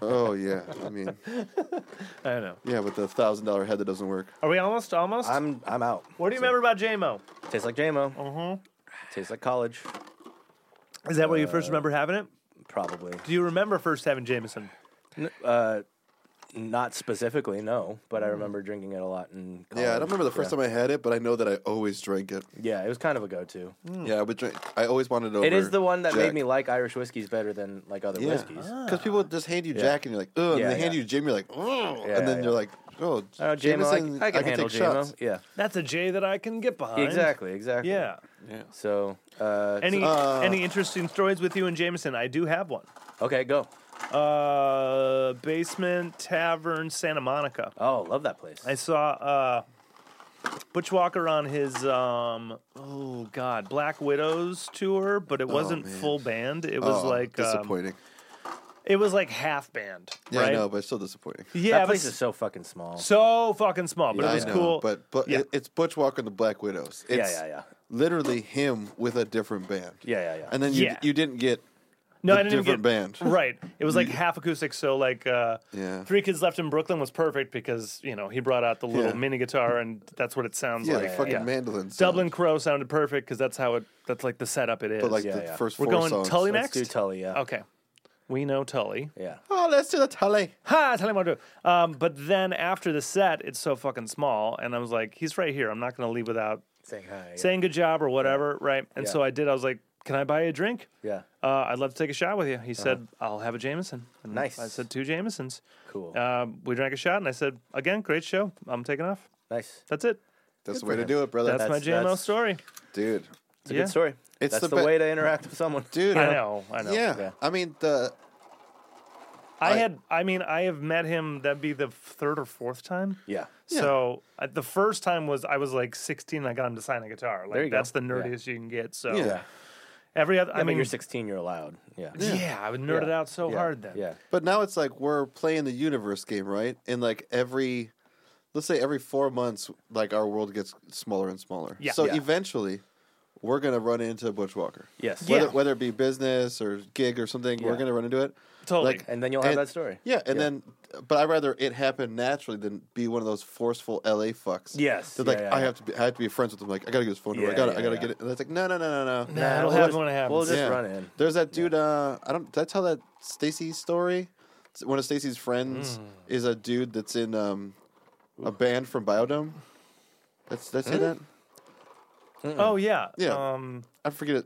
Speaker 1: Oh yeah, I mean,
Speaker 2: I know.
Speaker 1: yeah, with the thousand dollar head that doesn't work.
Speaker 2: Are we almost? Almost?
Speaker 3: I'm I'm out.
Speaker 2: what do you remember about JMO?
Speaker 3: Tastes like JMO.
Speaker 2: Mm-hmm.
Speaker 3: Tastes like college,
Speaker 2: Is that where you
Speaker 1: Uh,
Speaker 2: first remember having it?
Speaker 3: probably.
Speaker 2: Do you remember first having Jameson?
Speaker 3: Uh, not specifically, no, but I
Speaker 2: Mm.
Speaker 3: remember drinking it a lot in college.
Speaker 1: Yeah, I don't remember the first
Speaker 3: yeah.
Speaker 1: time I had it, but I know that I always drank it.
Speaker 3: Yeah, it was kind of a go-to.
Speaker 1: Yeah, I would drink. I always wanted it over.
Speaker 3: It is the one that
Speaker 1: Jack.
Speaker 3: made me like Irish whiskeys better than like other
Speaker 1: Yeah, Ah.
Speaker 3: whiskeys.
Speaker 1: because people just hand you Jack and you're like, oh,
Speaker 3: Yeah,
Speaker 1: and they hand
Speaker 3: yeah.
Speaker 1: you Jim, you're like, oh,
Speaker 3: Yeah,
Speaker 1: and then
Speaker 3: yeah.
Speaker 1: you're like,
Speaker 3: I
Speaker 1: oh,
Speaker 3: don't know, JMO, I,
Speaker 1: Jameson,
Speaker 3: can- I can handle
Speaker 1: take
Speaker 3: JMO.
Speaker 1: shots.
Speaker 3: Yeah,
Speaker 2: That's a J that I can get behind.
Speaker 3: exactly, exactly.
Speaker 2: Yeah.
Speaker 3: So, uh,
Speaker 2: Any
Speaker 1: Uh,
Speaker 2: any interesting stories with you and Jameson? I do have one.
Speaker 3: okay, go.
Speaker 2: Uh, basement tavern, Santa Monica.
Speaker 3: Oh, love that place.
Speaker 2: I saw uh, Butch Walker on his um, oh god Black Widows tour, but it wasn't
Speaker 1: Oh, man.
Speaker 2: full band. It was
Speaker 1: Oh,
Speaker 2: like um,
Speaker 1: disappointing.
Speaker 2: it was like half band.
Speaker 1: yeah,
Speaker 2: right?
Speaker 1: I know, but it's still disappointing.
Speaker 2: Yeah,
Speaker 3: that
Speaker 2: but
Speaker 3: place is so fucking small.
Speaker 2: so fucking small, but
Speaker 1: Yeah,
Speaker 2: it was
Speaker 1: I know,
Speaker 2: cool.
Speaker 1: But, but
Speaker 2: Yeah.
Speaker 1: it- it's Butch Walker and the Black Widows. It's
Speaker 3: yeah, yeah, yeah,
Speaker 1: Literally him with a different band.
Speaker 3: yeah, yeah, yeah.
Speaker 1: And then you
Speaker 2: Yeah.
Speaker 1: you didn't get
Speaker 2: no,
Speaker 1: the
Speaker 2: I didn't even
Speaker 1: different
Speaker 2: get,
Speaker 1: band.
Speaker 2: Right, it was like half acoustic. So like, uh,
Speaker 1: Yeah.
Speaker 2: Three Kids Left in Brooklyn was perfect because you know he brought out the little
Speaker 1: Yeah.
Speaker 2: mini guitar and that's what it sounds
Speaker 1: Yeah,
Speaker 2: like.
Speaker 1: the fucking
Speaker 2: Yeah.
Speaker 1: mandolins.
Speaker 2: Dublin Crow sounded perfect because that's how it. That's like the setup it is.
Speaker 1: But like
Speaker 3: Yeah,
Speaker 1: the
Speaker 3: yeah.
Speaker 1: first
Speaker 2: We're
Speaker 1: four
Speaker 2: going
Speaker 1: songs.
Speaker 2: Tully
Speaker 3: Let's
Speaker 2: next.
Speaker 3: do Tully. Yeah,
Speaker 2: Okay. We know Tully.
Speaker 3: yeah.
Speaker 1: Oh, let's do the Tully.
Speaker 2: Ha! Tully Mondo. Um, but then after the set, it's so fucking small. And I was like, he's right here. I'm not going to leave without
Speaker 3: Saying hi. Yeah.
Speaker 2: saying good job or whatever. Right. And
Speaker 3: Yeah.
Speaker 2: so I did. I was like, can I buy you a drink?
Speaker 3: yeah.
Speaker 2: Uh, I'd love to take a shot with you.
Speaker 1: Uh-huh.
Speaker 2: He said, I'll have a Jameson. And
Speaker 3: Nice.
Speaker 2: I said, two Jamesons.
Speaker 3: Cool.
Speaker 2: Um, we drank a shot and I said, again, great show. I'm taking off.
Speaker 3: nice.
Speaker 2: That's it.
Speaker 1: That's the way to do it, brother.
Speaker 2: That's, my
Speaker 3: That's-
Speaker 2: JMO
Speaker 3: that's-
Speaker 2: story.
Speaker 1: Dude.
Speaker 3: It's a
Speaker 2: Yeah.
Speaker 3: good story.
Speaker 1: It's
Speaker 3: That's
Speaker 1: the
Speaker 3: the,
Speaker 1: be-
Speaker 3: way to interact with someone.
Speaker 1: Dude.
Speaker 2: I know. I know.
Speaker 1: Yeah.
Speaker 3: Yeah.
Speaker 1: I mean, the
Speaker 2: I,
Speaker 1: I-
Speaker 2: had, I mean, I have met him. That'd be the third or fourth time.
Speaker 3: Yeah.
Speaker 2: So uh, the first time was I was like 16. and I got him to sign a guitar. Like
Speaker 3: There you go.
Speaker 2: that's the
Speaker 3: Yeah.
Speaker 2: nerdiest you can get.
Speaker 3: Oh,
Speaker 2: So
Speaker 1: Yeah.
Speaker 2: every other, I
Speaker 3: I mean,
Speaker 2: mean,
Speaker 3: you're 16. You're allowed. Yeah.
Speaker 2: yeah. I was nerded
Speaker 3: Yeah.
Speaker 2: out so
Speaker 3: Yeah.
Speaker 2: hard then.
Speaker 3: Yeah.
Speaker 1: But now it's like we're playing the universe game, right? And like every, let's say every four months, like our world gets smaller and smaller.
Speaker 2: Yeah.
Speaker 1: So
Speaker 3: Yeah.
Speaker 1: eventually, we're gonna run into Bushwalker.
Speaker 3: Yes.
Speaker 2: Yeah.
Speaker 1: Whether, whether it be business or gig or something, we're
Speaker 3: Yeah.
Speaker 1: gonna run into it.
Speaker 2: Totally.
Speaker 1: Like,
Speaker 3: And then you'll have
Speaker 1: And-
Speaker 3: that story.
Speaker 1: Yeah, and
Speaker 3: Yeah.
Speaker 1: then, but I'd rather it happen naturally than be one of those forceful LA fucks.
Speaker 3: Yes.
Speaker 1: They're like,
Speaker 3: Yeah, yeah,
Speaker 1: I
Speaker 3: yeah.
Speaker 1: have to, be, I have to be friends with him. Like, I gotta get his phone number.
Speaker 3: Yeah,
Speaker 1: I gotta,
Speaker 3: yeah,
Speaker 1: I gotta
Speaker 3: yeah.
Speaker 1: get it. And it's like, no, no, no, no, no.
Speaker 2: Nah, it'll
Speaker 3: we'll
Speaker 2: happen
Speaker 3: just-
Speaker 2: when it happens.
Speaker 3: We'll just
Speaker 1: Yeah.
Speaker 3: run in.
Speaker 1: There's that dude. Uh, I don't. Did I tell that Stacy story? It's One of Stacy's friends
Speaker 3: Mm.
Speaker 1: is a dude that's in um, a band from Biodome. That's that's
Speaker 3: Hmm?
Speaker 1: say that.
Speaker 2: Oh yeah.
Speaker 1: Yeah.
Speaker 2: Um,
Speaker 1: I forget it.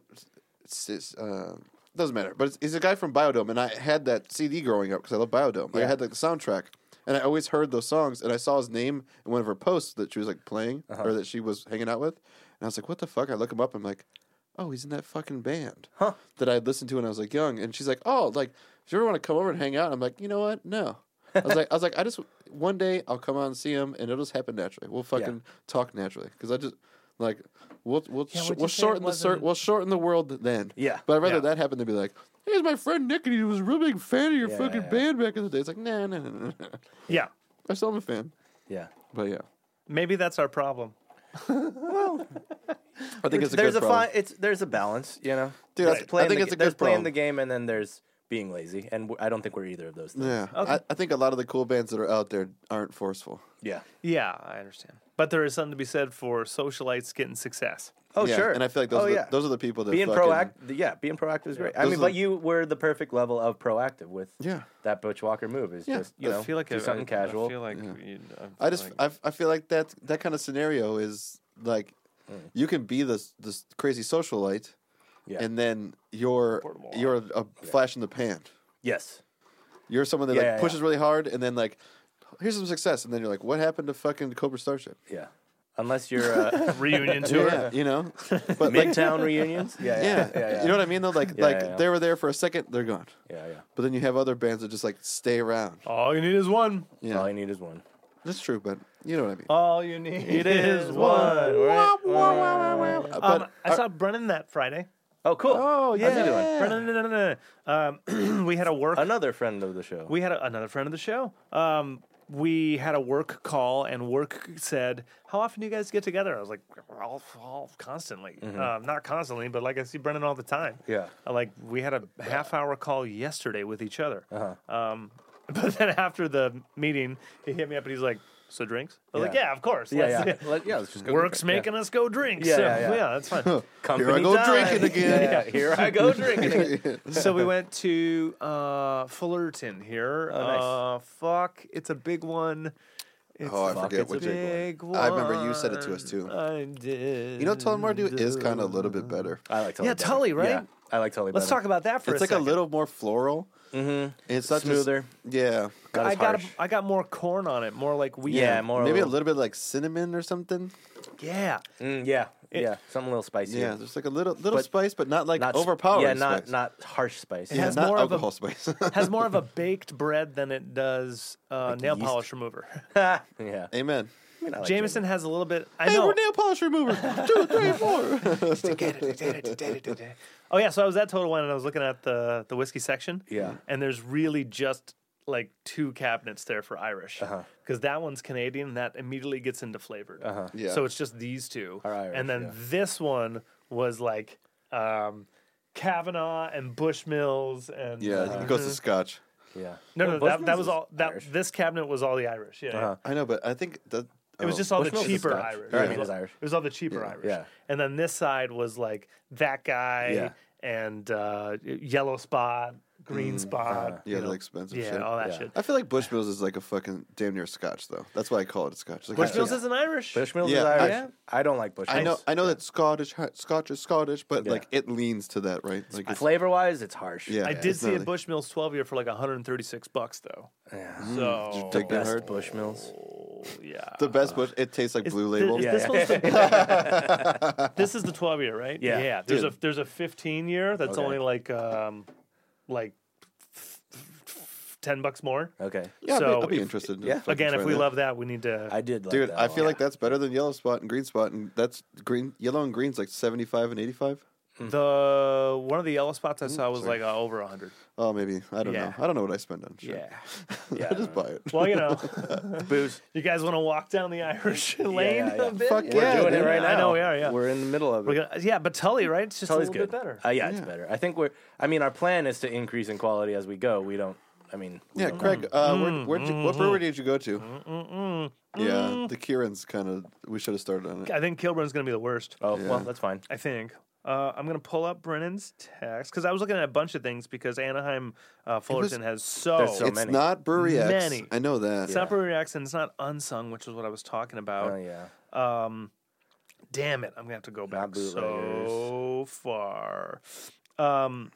Speaker 1: It's, it's, uh, doesn't matter. But it's, it's a guy from Biodome, and I had that CD growing up because I love Biodome. Like, I
Speaker 3: Yeah.
Speaker 1: had like, the soundtrack, and I always heard those songs. And I saw his name in one of her posts that she was like playing
Speaker 3: Uh-huh.
Speaker 1: or that she was hanging out with, and I was like, "What the fuck?" I look him up. I'm like, "Oh, he's in that fucking band
Speaker 3: Huh.
Speaker 1: that I had listened to when I was like young." And she's like, "Oh, like if you ever want to come over and hang out," I'm like, "You know what? No." I was like, I was like, I just one day I'll come out and see him, and it'll just happen naturally. We'll fucking talk naturally because I just like we'll we'll
Speaker 3: Yeah,
Speaker 1: sh-
Speaker 3: what'd you
Speaker 1: we'll
Speaker 3: say it
Speaker 1: shorten the cir-
Speaker 3: wasn't-
Speaker 1: we'll shorten the world then.
Speaker 3: Yeah.
Speaker 1: But I'd rather
Speaker 2: Yeah.
Speaker 1: that happen than be like, here's my friend Nick, and he was a real big fan of your
Speaker 3: Yeah,
Speaker 1: fucking
Speaker 3: yeah.
Speaker 1: band back in the day. It's like, nah, nah, nah, nah, nah.
Speaker 2: yeah.
Speaker 1: I still am a fan.
Speaker 3: Yeah.
Speaker 1: But yeah.
Speaker 2: Maybe that's our problem.
Speaker 1: I think it's a
Speaker 3: there's
Speaker 1: good
Speaker 3: a
Speaker 1: problem.
Speaker 3: fine. It's there's a balance, you know.
Speaker 1: Dude,
Speaker 3: There's
Speaker 1: I- I
Speaker 3: playing
Speaker 1: think
Speaker 3: the,
Speaker 1: it's a
Speaker 3: there's
Speaker 1: good
Speaker 3: playing
Speaker 1: problem.
Speaker 3: the game, and then there's being lazy, and w- I don't think we're either of those things.
Speaker 1: Yeah. I, I think a lot of the cool bands that are out there aren't forceful.
Speaker 3: Yeah.
Speaker 2: Yeah, I understand. But there is something to be said for socialites getting success.
Speaker 3: Oh
Speaker 1: Yeah,
Speaker 3: sure.
Speaker 1: And I feel like those,
Speaker 3: oh,
Speaker 1: are, the,
Speaker 3: yeah.
Speaker 1: those are the people that
Speaker 3: being
Speaker 1: fucking-
Speaker 3: proactive. Yeah, being proactive is great. I
Speaker 1: Those
Speaker 3: mean,
Speaker 1: are
Speaker 3: but
Speaker 1: the-
Speaker 3: you were the perfect level of proactive with
Speaker 1: Yeah.
Speaker 3: that Butch Walker move. Is
Speaker 1: Yeah.
Speaker 3: just you know
Speaker 2: I feel like
Speaker 3: do
Speaker 2: I,
Speaker 3: something
Speaker 2: I-
Speaker 3: casual.
Speaker 2: I feel like you,
Speaker 1: I just
Speaker 2: like-
Speaker 1: I, I feel like that that kind of scenario is like you can be this this crazy socialite,
Speaker 3: Yeah.
Speaker 1: and then you're
Speaker 2: Portable.
Speaker 1: you're a flash in the pan.
Speaker 3: yes.
Speaker 1: You're someone that
Speaker 3: Yeah,
Speaker 1: like
Speaker 3: yeah,
Speaker 1: pushes
Speaker 3: yeah.
Speaker 1: really hard, and then like here's some success, and then you're like, what happened to fucking Cobra Starship?
Speaker 3: Yeah. Unless you're uh,
Speaker 2: reunion tour.
Speaker 1: Yeah, you know, but like
Speaker 3: midtown reunions. Yeah.
Speaker 1: yeah,
Speaker 3: Yeah. Yeah. Yeah.
Speaker 1: you know what I mean though. Like
Speaker 3: Yeah,
Speaker 1: like
Speaker 3: yeah, yeah.
Speaker 1: they were there for a second, they're gone.
Speaker 3: yeah, yeah.
Speaker 1: But then you have other bands that just like stay around.
Speaker 3: Oh,
Speaker 2: All you need is one.
Speaker 1: Yeah,
Speaker 3: All you need is one.
Speaker 1: that's true, but you know what I
Speaker 3: Uh,
Speaker 1: mean.
Speaker 2: All you need is one.
Speaker 1: Wah, wah, wah, wah, wah.
Speaker 2: Um,
Speaker 1: But
Speaker 2: I saw Brennan that Friday.
Speaker 3: Oh, cool.
Speaker 1: oh yeah,
Speaker 2: Brennan, no, no, no, no. Um, we had a work.
Speaker 3: Another friend of the show.
Speaker 2: We had a, another friend of the show. Um, we had a work call, and work said, "How often do you guys get together?" I was like, "All, all constantly. Um, not constantly, but like I see Brennan all the time.
Speaker 3: Mm-hmm. Yeah.
Speaker 2: Uh, Like we had a half hour call yesterday with each other.
Speaker 3: Uh-huh.
Speaker 2: Um, but then after the meeting, he hit me up and he's like, "So drinks?" I was like,
Speaker 3: Yeah.
Speaker 2: "Yeah, of course.
Speaker 3: yeah,
Speaker 2: Let's-
Speaker 3: yeah. Let, yeah let's just go
Speaker 2: Work's making us go drinks.
Speaker 3: Yeah,
Speaker 2: so,
Speaker 3: yeah, yeah.
Speaker 2: that's fine.
Speaker 3: Company
Speaker 1: Here I go
Speaker 3: time.
Speaker 1: drinking again.
Speaker 3: Yeah, here I go drinking again.
Speaker 2: so we went to uh, Fullerton here.
Speaker 3: Oh, nice.
Speaker 2: uh, fuck, it's a big one. It's
Speaker 1: Oh, I
Speaker 2: a
Speaker 1: forget
Speaker 2: it's a
Speaker 1: which
Speaker 2: big one.
Speaker 1: I remember you said it to us, too.
Speaker 2: I did.
Speaker 1: You know, Telemardu is kind of a little bit better.
Speaker 3: I like Tully.
Speaker 2: Yeah,
Speaker 3: better.
Speaker 2: Tully, right?
Speaker 3: Yeah, I like Tully.
Speaker 2: Let's
Speaker 3: better.
Speaker 2: talk about that for
Speaker 1: It's
Speaker 2: a
Speaker 1: like a
Speaker 2: second.
Speaker 1: little more floral. Mm-hmm. It's not just-
Speaker 3: Smoother.
Speaker 1: yeah,
Speaker 3: Not as
Speaker 2: I got a,
Speaker 3: harsh.
Speaker 2: I got more corn on it, more like wheat.
Speaker 3: Yeah, more.
Speaker 1: maybe a
Speaker 3: little.
Speaker 1: little bit like cinnamon or something.
Speaker 2: yeah.
Speaker 3: Mm, yeah, yeah. Something a little spicy.
Speaker 1: Yeah, there's like a little little
Speaker 3: But
Speaker 1: spice, but not like
Speaker 3: Not s-
Speaker 1: overpowering.
Speaker 3: Yeah, not
Speaker 1: spice.
Speaker 3: not harsh spice.
Speaker 1: Yeah,
Speaker 2: has
Speaker 1: not
Speaker 2: more of a-
Speaker 1: alcohol spice.
Speaker 2: Has more of a baked bread than it does uh, nail
Speaker 3: yeast.
Speaker 2: polish remover.
Speaker 3: yeah. yeah.
Speaker 1: Amen.
Speaker 3: I like
Speaker 2: Jameson has a little bit. I
Speaker 1: Hey,
Speaker 2: know.
Speaker 1: we're nail polish removers. Two, three, four.
Speaker 2: Oh yeah, so I was at Total Wine and I was looking at the the whiskey section.
Speaker 3: Yeah.
Speaker 2: and there's really just like two cabinets there for Irish
Speaker 3: Uh-huh.
Speaker 2: because that one's Canadian and that immediately gets into flavored. Uh-huh.
Speaker 1: Yeah.
Speaker 2: So it's just these two,
Speaker 3: Are Irish,
Speaker 2: and then
Speaker 3: yeah.
Speaker 2: this one was like um, Kavanaugh and Bushmills and uh,
Speaker 1: yeah, it goes to scotch.
Speaker 3: Yeah.
Speaker 2: no, no,
Speaker 3: Well,
Speaker 2: that,
Speaker 3: Bushmills
Speaker 2: that was
Speaker 3: is
Speaker 2: all that
Speaker 3: Irish.
Speaker 2: this cabinet was all the Irish. Yeah, yeah.
Speaker 3: Uh-huh.
Speaker 1: I know, but I think that
Speaker 2: It was
Speaker 1: oh,
Speaker 2: just all
Speaker 3: Bushmills
Speaker 2: the
Speaker 3: is
Speaker 2: cheaper
Speaker 3: Scotch.
Speaker 2: Irish.
Speaker 3: Or, I
Speaker 2: It
Speaker 3: mean, it's
Speaker 2: was all-
Speaker 3: Irish.
Speaker 2: It was all the cheaper Irish.
Speaker 3: Yeah.
Speaker 2: And then this side was like that guy
Speaker 3: Yeah.
Speaker 2: and uh, yellow spot, green spot.
Speaker 1: yeah,
Speaker 2: you
Speaker 1: the
Speaker 2: know,
Speaker 1: expensive
Speaker 2: yeah,
Speaker 1: shit.
Speaker 2: all that
Speaker 3: Yeah.
Speaker 2: shit.
Speaker 1: I feel like Bushmills is like a fucking damn near scotch though. That's why I call it a scotch. Like,
Speaker 2: Bushmills
Speaker 3: yeah.
Speaker 2: isn't Irish.
Speaker 3: Bushmills
Speaker 1: Yeah,
Speaker 3: is
Speaker 1: I-
Speaker 3: Irish.
Speaker 1: Yeah.
Speaker 3: I don't like Bushmills.
Speaker 1: I know, I know that Scottish Scotch is Scottish, but
Speaker 3: Yeah.
Speaker 1: like it leans to that, right? Like, it's-
Speaker 3: Flavor wise, it's harsh.
Speaker 1: yeah,
Speaker 2: I did
Speaker 1: it's
Speaker 2: see a
Speaker 1: not like-
Speaker 2: Bushmills 12 year for like 136 bucks though.
Speaker 3: Yeah.
Speaker 2: So
Speaker 1: you dig that
Speaker 3: Best
Speaker 1: hard?
Speaker 3: Bushmills.
Speaker 2: Oh, yeah.
Speaker 1: The best bush. It tastes like
Speaker 2: Is
Speaker 1: Blue
Speaker 2: thi-
Speaker 1: Label.
Speaker 2: is
Speaker 1: Yeah.
Speaker 2: this,
Speaker 3: Yeah.
Speaker 2: one's the- this is the 12 year, right?
Speaker 3: Yeah.
Speaker 2: Yeah. There's
Speaker 1: Dude.
Speaker 2: a there's a 15 year that's
Speaker 3: Okay.
Speaker 2: only like um like 10 bucks more.
Speaker 3: Okay.
Speaker 1: I'd be-
Speaker 2: So
Speaker 1: I'd be,
Speaker 2: if-
Speaker 1: interested. in
Speaker 3: yeah.
Speaker 1: fucking
Speaker 2: Again, if
Speaker 1: trying
Speaker 2: we
Speaker 1: that.
Speaker 2: love that, we need to.
Speaker 3: I did. Like
Speaker 1: dude,
Speaker 3: that a
Speaker 1: I feel
Speaker 3: lot.
Speaker 1: like that's better than Yellow Spot and Green Spot, and that's green, yellow and green's like seventy-five and eighty-five.
Speaker 2: The one of the yellow spots I saw was like uh, over hundred.
Speaker 1: Oh, maybe I don't
Speaker 2: Yeah.
Speaker 1: know. I don't know what I spend on shit.
Speaker 2: Yeah.
Speaker 1: I just buy it.
Speaker 2: Well, you know,
Speaker 3: Booze.
Speaker 2: you guys want to walk down the Irish lane
Speaker 3: yeah, yeah.
Speaker 2: a bit?
Speaker 1: Fuck
Speaker 2: Yeah.
Speaker 1: We're yeah,
Speaker 3: doing it
Speaker 1: dude.
Speaker 3: right now.
Speaker 2: I know we are. Yeah.
Speaker 3: We're in the middle of it.
Speaker 2: We're gonna, yeah, but Tully, right? It's just
Speaker 3: Tully's
Speaker 2: a little
Speaker 3: good.
Speaker 2: bit better.
Speaker 3: Uh, yeah, it's
Speaker 1: Yeah.
Speaker 3: better. I think we're. I mean, our plan is to increase in quality as we go. We don't. I mean, we
Speaker 1: Yeah,
Speaker 2: Mm-hmm.
Speaker 3: don't
Speaker 1: Craig. Uh,
Speaker 2: Mm,
Speaker 1: where, where'd you, what brewery did you go to? Yeah, the Kieran's kind of. We should have started on it.
Speaker 2: I think Kilburn's going to be the worst.
Speaker 3: know. Oh well,
Speaker 1: Yeah.
Speaker 3: that's fine.
Speaker 2: I think. Uh, I'm going to pull up Brennan's text because I was looking at a bunch of things because Anaheim uh, Fullerton has so,
Speaker 3: There's so
Speaker 1: it's
Speaker 3: many.
Speaker 1: not Brewery X. I
Speaker 2: Many.
Speaker 1: know that.
Speaker 2: It's not Brewery X and it's not Unsung, which is what I was talking about.
Speaker 3: Oh yeah.
Speaker 2: Um, damn it, I'm gonna have to go back so
Speaker 3: bootleggers.
Speaker 2: far. Um,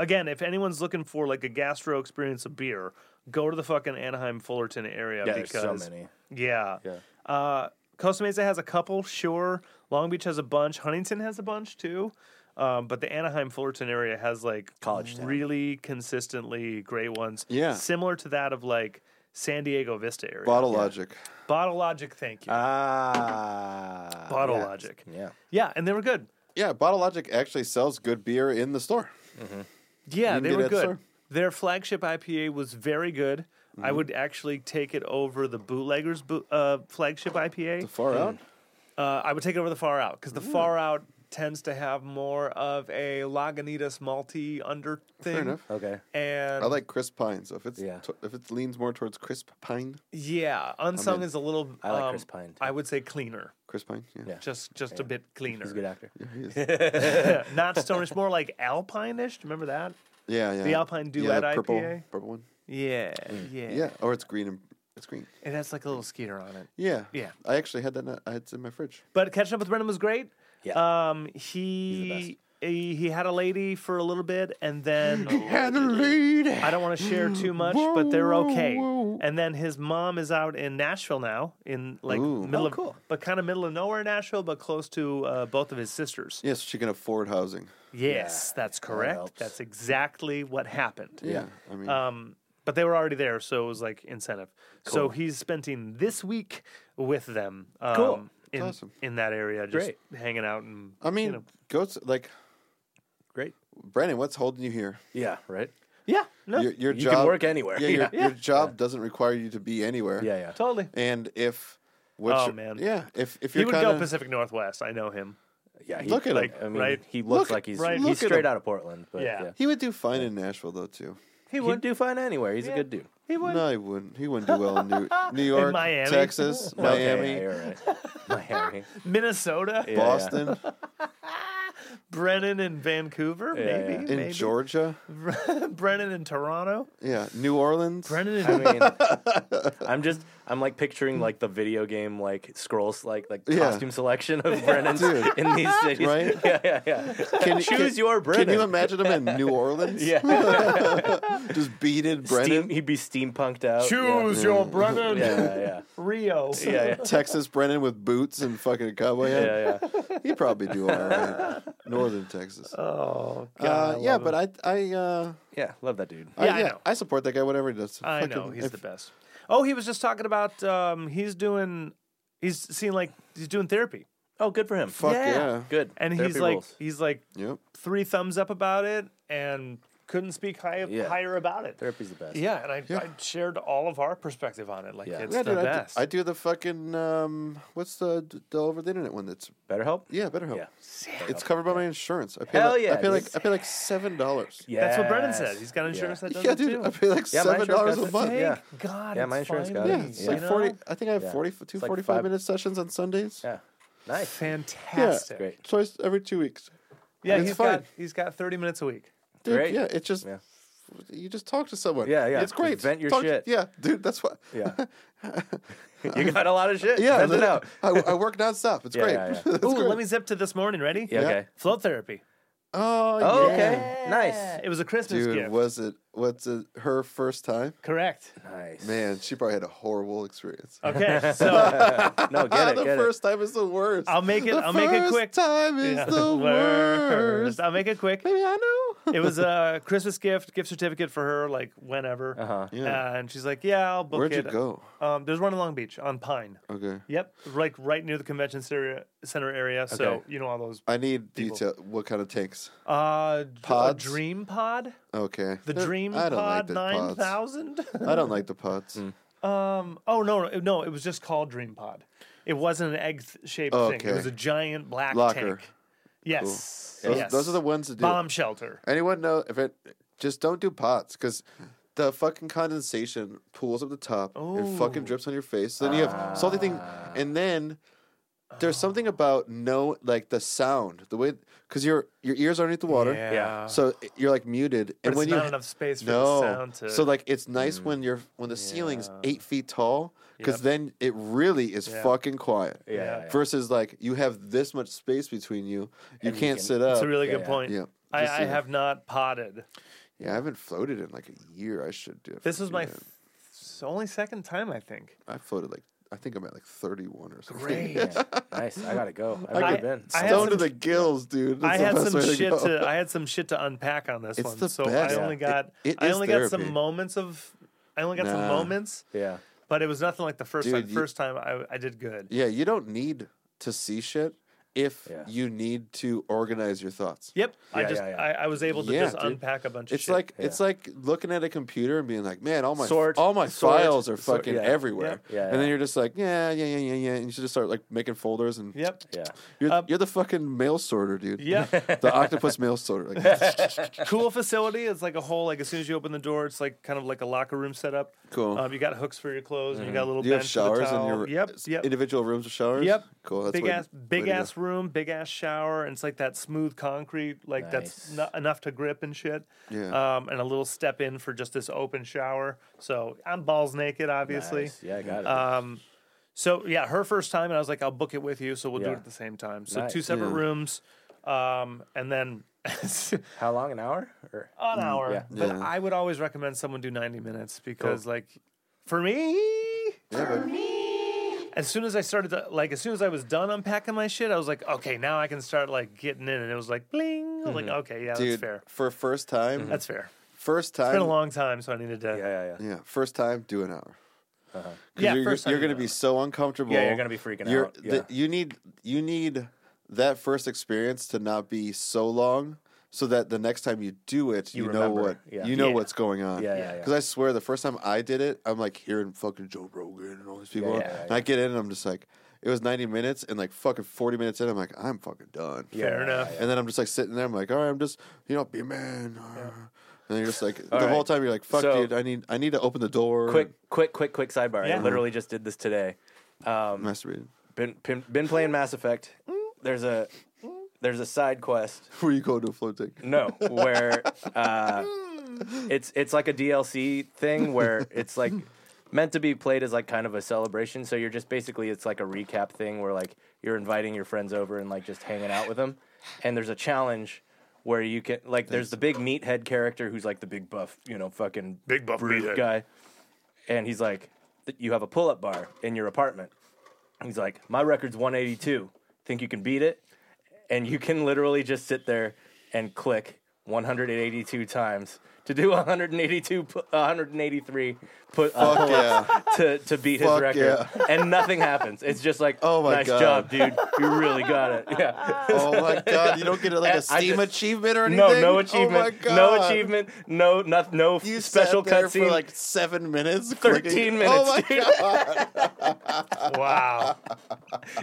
Speaker 2: again, if anyone's looking for like a gastro experience of beer, go to the fucking Anaheim Fullerton area
Speaker 3: Yeah, there's
Speaker 2: because
Speaker 3: so many.
Speaker 2: yeah,
Speaker 3: Yeah.
Speaker 2: Uh, Costa Mesa has a couple, sure. Long Beach has a bunch. Huntington has a bunch too. Um, but the Anaheim Fullerton area has like
Speaker 3: College Town.
Speaker 2: really consistently great ones.
Speaker 1: Yeah.
Speaker 2: similar to that of like San Diego Vista area.
Speaker 1: Bottle Logic.
Speaker 2: Bottle Logic, thank you.
Speaker 3: Ah.
Speaker 2: Bottle
Speaker 3: uh, yeah.
Speaker 2: Logic.
Speaker 3: Yeah.
Speaker 2: Yeah, and they were good.
Speaker 1: Yeah, Bottle Logic actually sells good beer in the store.
Speaker 2: Yeah,
Speaker 1: You can
Speaker 2: they
Speaker 1: get it
Speaker 2: were
Speaker 1: at the
Speaker 2: good.
Speaker 1: store.
Speaker 2: Their flagship IPA was very good. I
Speaker 3: Mm-hmm.
Speaker 2: would actually take it over the Bootleggers boot, uh, flagship IPA.
Speaker 1: Far out.
Speaker 2: Uh, I would take it over the Far Out because the
Speaker 1: Mm.
Speaker 2: Far Out tends to have more of a Lagunitas malty under thing.
Speaker 1: enough.
Speaker 3: Okay.
Speaker 2: And
Speaker 1: I like crisp pine. So if it's
Speaker 3: Yeah.
Speaker 1: to- if it leans more towards crisp pine,
Speaker 2: yeah, Unsung
Speaker 1: in.
Speaker 2: is a little.
Speaker 3: I like
Speaker 2: um,
Speaker 3: Chris Pine, too.
Speaker 2: I would say cleaner,
Speaker 1: crisp pine. Yeah.
Speaker 3: Yeah.
Speaker 2: just just a bit cleaner.
Speaker 3: He's a good actor.
Speaker 2: Not Stonish, more like Alpine-ish. Remember that?
Speaker 1: Yeah. yeah.
Speaker 2: The Alpine Duet
Speaker 1: the purple,
Speaker 2: IPA?
Speaker 1: Purple one.
Speaker 2: Yeah, yeah,
Speaker 1: Mm. Yeah. Or it's green and it's green.
Speaker 2: It has like a little skeeter on it.
Speaker 1: Yeah.
Speaker 2: Yeah.
Speaker 1: I actually had that. In, I had it in my fridge.
Speaker 2: But catching up with Brendan was great.
Speaker 3: Yeah.
Speaker 2: Um,
Speaker 3: He's the
Speaker 2: he, he he had a lady for a little bit, and then I don't want to share too much, but they're okay. And then his mom is out in Nashville now, in like
Speaker 1: Ooh.
Speaker 2: middle
Speaker 1: Oh,
Speaker 2: of, but kind of middle of nowhere Nashville, but close to uh, both of his sisters.
Speaker 1: Yes, she can afford housing.
Speaker 2: Yes, that's correct.
Speaker 3: helps.
Speaker 2: That's exactly what happened.
Speaker 1: Yeah. I mean,
Speaker 2: Um, but they were already there, so it was like incentive. So
Speaker 3: Cool.
Speaker 2: he's spending this week with them. Um,
Speaker 3: Cool.
Speaker 2: In,
Speaker 1: awesome.
Speaker 2: in that area, just
Speaker 3: Great.
Speaker 2: hanging out and
Speaker 1: I mean,
Speaker 2: you know.
Speaker 1: go to, like
Speaker 3: Great.
Speaker 1: Brandon. What's holding you here?
Speaker 3: Yeah. Right.
Speaker 2: yeah, no,
Speaker 1: Your, your
Speaker 3: You
Speaker 1: job.
Speaker 3: can work anywhere.
Speaker 1: Yeah, your,
Speaker 3: yeah.
Speaker 1: your job doesn't require you to be anywhere.
Speaker 3: Yeah. yeah.
Speaker 2: totally.
Speaker 1: And if what's
Speaker 2: Oh,
Speaker 1: your-
Speaker 2: man.
Speaker 1: yeah, if if
Speaker 2: He
Speaker 1: you're
Speaker 2: would
Speaker 1: kind
Speaker 2: go
Speaker 1: of
Speaker 2: Pacific Northwest. I know him.
Speaker 3: Yeah, he,
Speaker 1: Look at
Speaker 3: like,
Speaker 1: him.
Speaker 3: I mean,
Speaker 2: Right.
Speaker 3: he looks
Speaker 1: Look-
Speaker 3: like he's
Speaker 2: right.
Speaker 3: he's
Speaker 1: Look at
Speaker 3: straight
Speaker 1: him.
Speaker 3: out of Portland, but
Speaker 2: Yeah.
Speaker 3: yeah,
Speaker 1: he would do fine in Nashville though too.
Speaker 2: He
Speaker 3: he'd
Speaker 2: would.
Speaker 3: do fine anywhere. He's
Speaker 2: Yeah.
Speaker 3: a good dude.
Speaker 2: He would.
Speaker 1: No, he wouldn't. He wouldn't do well in New New York,
Speaker 2: Miami.
Speaker 1: Texas,
Speaker 3: Okay,
Speaker 1: Miami,
Speaker 3: yeah, you're right. Miami,
Speaker 2: Minnesota,
Speaker 3: Yeah,
Speaker 1: Boston,
Speaker 2: Brennan in Vancouver,
Speaker 3: Yeah,
Speaker 2: maybe.
Speaker 3: yeah.
Speaker 1: in
Speaker 2: maybe.
Speaker 1: Georgia,
Speaker 2: Brennan in Toronto.
Speaker 1: yeah, New Orleans.
Speaker 2: Brennan in
Speaker 3: I mean, I'm just I'm like picturing like the video game like scrolls like like
Speaker 1: Yeah.
Speaker 3: costume selection of Brennan's
Speaker 1: Dude.
Speaker 3: in these cities.
Speaker 1: Right?
Speaker 3: Yeah, yeah, yeah.
Speaker 1: Can you-
Speaker 3: Choose
Speaker 1: can-
Speaker 3: your Brennan.
Speaker 1: Can you imagine him in New Orleans?
Speaker 3: Yeah,
Speaker 1: just beaded
Speaker 3: Steam,
Speaker 1: Brennan,
Speaker 3: he'd be steampunked out.
Speaker 2: choose your Brennan.
Speaker 3: Yeah, yeah, yeah,
Speaker 2: Rio.
Speaker 3: yeah, yeah,
Speaker 1: Texas Brennan with boots and fucking a cowboy hat.
Speaker 3: yeah, yeah.
Speaker 1: He'd probably do all right. Northern Texas.
Speaker 2: Oh God.
Speaker 1: uh,
Speaker 2: I
Speaker 1: yeah,
Speaker 2: love
Speaker 1: but
Speaker 2: him.
Speaker 1: I, I, uh,
Speaker 3: yeah. Love that dude.
Speaker 1: I-
Speaker 2: Yeah, I
Speaker 1: yeah,
Speaker 2: know.
Speaker 1: I support that guy. Whatever he does,
Speaker 2: I know
Speaker 1: Fucking-
Speaker 2: he's
Speaker 1: if-
Speaker 2: the best. Oh, he was just talking about um, he's doing he's seeing like he's doing therapy.
Speaker 3: Oh, good for him.
Speaker 1: Fuck
Speaker 2: Yeah.
Speaker 1: yeah.
Speaker 3: Good.
Speaker 2: And
Speaker 3: Therapy
Speaker 2: he's like
Speaker 3: rules.
Speaker 2: he's like
Speaker 1: Yep.
Speaker 2: three thumbs up about it and couldn't speak high,
Speaker 3: Yeah.
Speaker 2: higher about it.
Speaker 3: therapy's the best.
Speaker 2: Yeah, and I, I shared all of our perspective on it. Like
Speaker 3: Yeah.
Speaker 2: it's
Speaker 1: Yeah,
Speaker 2: the
Speaker 1: dude, I do,
Speaker 2: best.
Speaker 1: I do the fucking um, what's the d- the over the internet one? That's
Speaker 3: Better help.
Speaker 1: yeah, BetterHelp.
Speaker 3: Yeah.
Speaker 1: It's covered by my insurance. I pay
Speaker 3: Hell
Speaker 1: like,
Speaker 3: yeah,
Speaker 1: I pay
Speaker 3: dude.
Speaker 1: like I pay like seven dollars.
Speaker 3: Yeah.
Speaker 2: That's what Brennan said. He's got insurance that does
Speaker 1: Yeah,
Speaker 2: it
Speaker 1: dude, I
Speaker 2: too.
Speaker 1: pay like
Speaker 3: Yeah, my
Speaker 1: seven dollars a
Speaker 3: insurance
Speaker 1: month.
Speaker 3: got
Speaker 2: Thank
Speaker 3: it. Yeah.
Speaker 2: God.
Speaker 3: Yeah,
Speaker 2: it's
Speaker 3: my insurance got
Speaker 2: finally,
Speaker 3: it.
Speaker 1: Yeah, it's
Speaker 3: Yeah.
Speaker 1: like
Speaker 2: you know?
Speaker 1: forty. I think I have
Speaker 3: Yeah.
Speaker 1: 40, two
Speaker 3: It's like
Speaker 1: 45
Speaker 3: five-
Speaker 1: minute sessions on Sundays.
Speaker 3: Yeah. Nice.
Speaker 2: Fantastic.
Speaker 1: Yeah.
Speaker 3: Great.
Speaker 1: Twice every two weeks.
Speaker 2: Yeah,
Speaker 1: It's
Speaker 2: he's
Speaker 1: fine.
Speaker 2: got he's got thirty minutes a week.
Speaker 1: Dude,
Speaker 3: Great.
Speaker 1: yeah, it's just
Speaker 3: Yeah.
Speaker 1: you just talk to someone.
Speaker 3: Yeah, yeah.
Speaker 1: It's great.
Speaker 3: Vent your
Speaker 1: Talk to-
Speaker 3: shit.
Speaker 1: yeah, dude, that's what.
Speaker 3: Yeah. you got a lot of shit.
Speaker 1: Yeah,
Speaker 3: Send it
Speaker 1: li-
Speaker 3: out.
Speaker 1: I, I work nonstop. It's
Speaker 3: Yeah,
Speaker 1: great.
Speaker 3: yeah, yeah.
Speaker 1: It's
Speaker 2: Ooh,
Speaker 1: great.
Speaker 2: let me zip to this morning. Ready?
Speaker 3: Yeah, okay.
Speaker 2: Float therapy.
Speaker 1: Oh,
Speaker 3: Oh,
Speaker 1: yeah.
Speaker 3: okay. Nice.
Speaker 2: It was a Christmas
Speaker 1: Dude,
Speaker 2: gift.
Speaker 1: was it what's it her first time?
Speaker 2: Correct.
Speaker 3: Nice.
Speaker 1: Man, she probably had a horrible experience. Ah,
Speaker 2: Okay, so
Speaker 3: No, get it.
Speaker 1: the
Speaker 3: Get
Speaker 1: first time is the worst.
Speaker 2: I'll make it.
Speaker 1: The
Speaker 2: I'll make it
Speaker 1: first
Speaker 2: quick.
Speaker 1: Time is the worst.
Speaker 2: I'll make it quick.
Speaker 1: Maybe I know.
Speaker 2: it was a Christmas gift, gift certificate for her, like whenever. Uh,
Speaker 3: Uh-huh.
Speaker 1: Yeah.
Speaker 2: and she's like, "Yeah, I'll book
Speaker 1: Where'd you
Speaker 2: it."
Speaker 1: go?
Speaker 2: Um, there's one in Long Beach on Pine.
Speaker 1: Okay.
Speaker 2: Yep, like right near the convention center center area. So
Speaker 3: Okay.
Speaker 2: you know all those.
Speaker 1: I need
Speaker 2: People.
Speaker 1: detail. What kind of tanks?
Speaker 2: Uh, d- a
Speaker 1: Pods?
Speaker 2: Dream Pod,
Speaker 1: Okay.
Speaker 2: the
Speaker 1: They're-
Speaker 2: Dream
Speaker 1: I don't like
Speaker 2: Pod
Speaker 1: the
Speaker 2: nine
Speaker 1: pods.
Speaker 2: thousand.
Speaker 1: I don't like the pods.
Speaker 3: Hmm.
Speaker 2: um, oh no, no, no, it was just called Dream Pod. It wasn't an egg th- shaped thing.
Speaker 1: Okay.
Speaker 2: It was a giant black
Speaker 1: Locker.
Speaker 2: tank. Yes.
Speaker 1: Those,
Speaker 2: yes.
Speaker 1: those are the ones to do.
Speaker 2: bomb shelter.
Speaker 1: Anyone know if it? Just don't do pots because the fucking condensation pools up the top and fucking
Speaker 2: Oh. Ah.
Speaker 1: drips on your face. then you have salty thing, and then there's something about no like the sound, the way because your your ears are underneath the water,
Speaker 3: Yeah.
Speaker 1: so you're like muted,
Speaker 2: But
Speaker 1: and
Speaker 2: it's
Speaker 1: when
Speaker 2: not
Speaker 1: you
Speaker 2: enough space for
Speaker 1: no,
Speaker 2: the sound to. Mm.
Speaker 1: so like it's nice when you're when the ceiling's eight feet tall because
Speaker 2: Yep.
Speaker 1: then it really is
Speaker 2: Yeah.
Speaker 1: fucking quiet.
Speaker 3: Yeah, yeah, yeah.
Speaker 1: Versus like you have this much space between you,
Speaker 3: you
Speaker 1: you can't
Speaker 3: can-
Speaker 1: sit up.
Speaker 2: That's a really
Speaker 3: Yeah,
Speaker 2: good
Speaker 3: yeah.
Speaker 2: point.
Speaker 1: yeah,
Speaker 2: I,
Speaker 1: Just,
Speaker 2: I
Speaker 1: yeah.
Speaker 2: have not potted.
Speaker 1: Yeah, I haven't floated in like a year. I should do.
Speaker 2: This was my
Speaker 1: Yeah.
Speaker 2: f- s- only second time, I think.
Speaker 1: I floated like I think I'm at like 31 or something.
Speaker 2: Great.
Speaker 3: Yeah. nice. I gotta go. I've
Speaker 2: I-
Speaker 3: never been.
Speaker 2: I had
Speaker 1: Down to
Speaker 2: some-
Speaker 1: the gills, dude. That's
Speaker 2: I
Speaker 1: the
Speaker 2: had
Speaker 1: best
Speaker 2: some
Speaker 1: way to
Speaker 2: shit
Speaker 1: go.
Speaker 2: to. I had some shit to unpack on this
Speaker 1: It's
Speaker 2: one.
Speaker 1: the
Speaker 2: so
Speaker 1: best.
Speaker 2: I only
Speaker 1: It-
Speaker 2: got.
Speaker 1: it
Speaker 2: I
Speaker 1: is
Speaker 2: only got
Speaker 1: therapy.
Speaker 2: some moments of. I only got some
Speaker 1: Nah.
Speaker 2: moments,
Speaker 3: yeah.
Speaker 2: but it was nothing like the first
Speaker 1: Dude,
Speaker 2: time.
Speaker 1: you-
Speaker 2: First time I, I did good.
Speaker 1: Yeah, you don't need to see shit if
Speaker 3: Yeah.
Speaker 1: you need to organize your thoughts.
Speaker 2: Yep, I
Speaker 3: Yeah,
Speaker 2: just
Speaker 3: yeah, yeah.
Speaker 2: I, I was able to
Speaker 1: Yeah,
Speaker 2: just
Speaker 1: dude.
Speaker 2: unpack a bunch of.
Speaker 1: It's
Speaker 2: shit.
Speaker 1: like it's like looking at a computer and being like, man, all my
Speaker 3: Sort,
Speaker 1: all my
Speaker 3: sort,
Speaker 1: files are
Speaker 3: sort,
Speaker 1: fucking
Speaker 3: yeah.
Speaker 1: everywhere.
Speaker 3: Yeah, yeah.
Speaker 1: and then you're just like, yeah, yeah, yeah, yeah, yeah. And you should just start like making folders and
Speaker 2: Yep.
Speaker 3: Yeah.
Speaker 1: You're,
Speaker 2: Um,
Speaker 1: you're the fucking mail sorter, dude.
Speaker 2: Yep.
Speaker 1: the octopus mail sorter. Like,
Speaker 2: cool facility. It's like a whole like as soon as you open the door, it's like kind of like a locker room setup.
Speaker 1: Cool.
Speaker 2: Um, you got hooks for your clothes, and you got a little
Speaker 1: do you have
Speaker 2: bench with a
Speaker 1: showers in
Speaker 2: towel.
Speaker 1: your
Speaker 2: Yep. Yep.
Speaker 1: individual rooms with showers?
Speaker 2: Yep.
Speaker 1: Cool. That's
Speaker 2: big
Speaker 1: way-
Speaker 2: ass,
Speaker 1: way
Speaker 2: big
Speaker 1: to go.
Speaker 2: ass room, big ass shower, and it's like that smooth concrete, like that's
Speaker 3: Nice.
Speaker 2: n- enough to grip and shit.
Speaker 1: Yeah.
Speaker 2: Um, and a little step in for just this open shower. So I'm balls naked, obviously.
Speaker 3: Nice. Yeah, I got it.
Speaker 2: Um, so yeah, her first time, and I was like, I'll book it with you, so we'll do
Speaker 3: Yeah.
Speaker 2: it at the same time. So
Speaker 3: Nice.
Speaker 2: two separate
Speaker 1: Yeah.
Speaker 2: rooms, um, and then.
Speaker 3: How long? An hour? Or
Speaker 2: an hour.
Speaker 3: Mm, yeah.
Speaker 2: But
Speaker 1: Yeah.
Speaker 2: I would always recommend someone do 90 minutes because, like, for me, for me, as soon as I started, to, like, as soon as I was done unpacking my shit, I was like, okay, now I can start like getting in, and it was like, bling, I was
Speaker 3: Mm-hmm.
Speaker 2: like, okay, yeah,
Speaker 1: Dude,
Speaker 2: that's fair.
Speaker 3: Mm.
Speaker 1: for first time,
Speaker 2: That's fair.
Speaker 1: first
Speaker 2: It's been
Speaker 1: time,
Speaker 2: a long time, so I needed to.
Speaker 3: yeah, yeah, yeah.
Speaker 1: yeah, first time, do an hour. 'Cause
Speaker 2: Yeah,
Speaker 1: you're,
Speaker 2: first time
Speaker 1: you're
Speaker 2: do
Speaker 1: gonna
Speaker 2: an
Speaker 1: be
Speaker 2: hour.
Speaker 1: so uncomfortable.
Speaker 3: Uh-huh. Yeah, you're gonna be freaking
Speaker 1: You're-
Speaker 3: out.
Speaker 1: the-
Speaker 3: Yeah.
Speaker 1: you need you need that first experience to not be so long, so that the next time you do it, you, know
Speaker 3: remember.
Speaker 1: what
Speaker 3: Yeah.
Speaker 1: you know
Speaker 2: Yeah.
Speaker 1: what's going on.
Speaker 3: Yeah, yeah, yeah.
Speaker 1: Because I swear, the first time I did it, I'm like hearing fucking Joe Rogan and all these people,
Speaker 3: Yeah, yeah, yeah,
Speaker 1: and I get in and I'm just like, it was 90 minutes, and like fucking 40 minutes in, I'm like, I'm fucking done.
Speaker 3: Yeah,
Speaker 2: Fair
Speaker 3: yeah,
Speaker 2: enough.
Speaker 3: yeah.
Speaker 1: And then I'm just like sitting there. I'm like, all right, I'm just, you know, be a man. And then you're just like, the
Speaker 3: right.
Speaker 1: whole time you're like, fuck,
Speaker 3: So-
Speaker 1: dude, I need, I need to open the door.
Speaker 3: Quick, quick, quick, quick sidebar.
Speaker 2: Yeah.
Speaker 3: I literally just did this today. um,
Speaker 1: and masturbate.
Speaker 3: Been, been been playing Mass Effect. There's a there's a side quest
Speaker 1: Before you go to a float tank.
Speaker 3: No, where uh, it's it's like a DLC thing where it's like meant to be played as like kind of a celebration. So you're just basically it's like a recap thing where like you're inviting your friends over and like just hanging out with them. And there's a challenge where you can like there's the big meathead character who's like the big buff, you know, fucking
Speaker 2: Big buff
Speaker 3: brute
Speaker 2: meathead.
Speaker 3: guy, and he's like, th- you have a pull-up bar in your apartment. He's like, my record's 182. Think you can beat it? and you can literally just sit there and click 182 times to do 182 pu- 183 put
Speaker 1: Fuck Oh, yeah.
Speaker 3: to, to beat his
Speaker 1: Fuck
Speaker 3: record and nothing happens it's just like
Speaker 1: Oh my
Speaker 3: nice
Speaker 1: God.
Speaker 3: job dude you really got it yeah
Speaker 1: Oh my god, you don't get like a
Speaker 3: I
Speaker 1: Steam
Speaker 3: just-
Speaker 1: achievement or anything.
Speaker 3: no no
Speaker 1: Oh my
Speaker 3: achievement
Speaker 1: god.
Speaker 3: no achievement no not, no
Speaker 1: You
Speaker 3: special
Speaker 1: special there for
Speaker 3: cutscene
Speaker 1: like seven minutes.
Speaker 3: 13 minutes,
Speaker 1: Oh my god.
Speaker 2: Wow.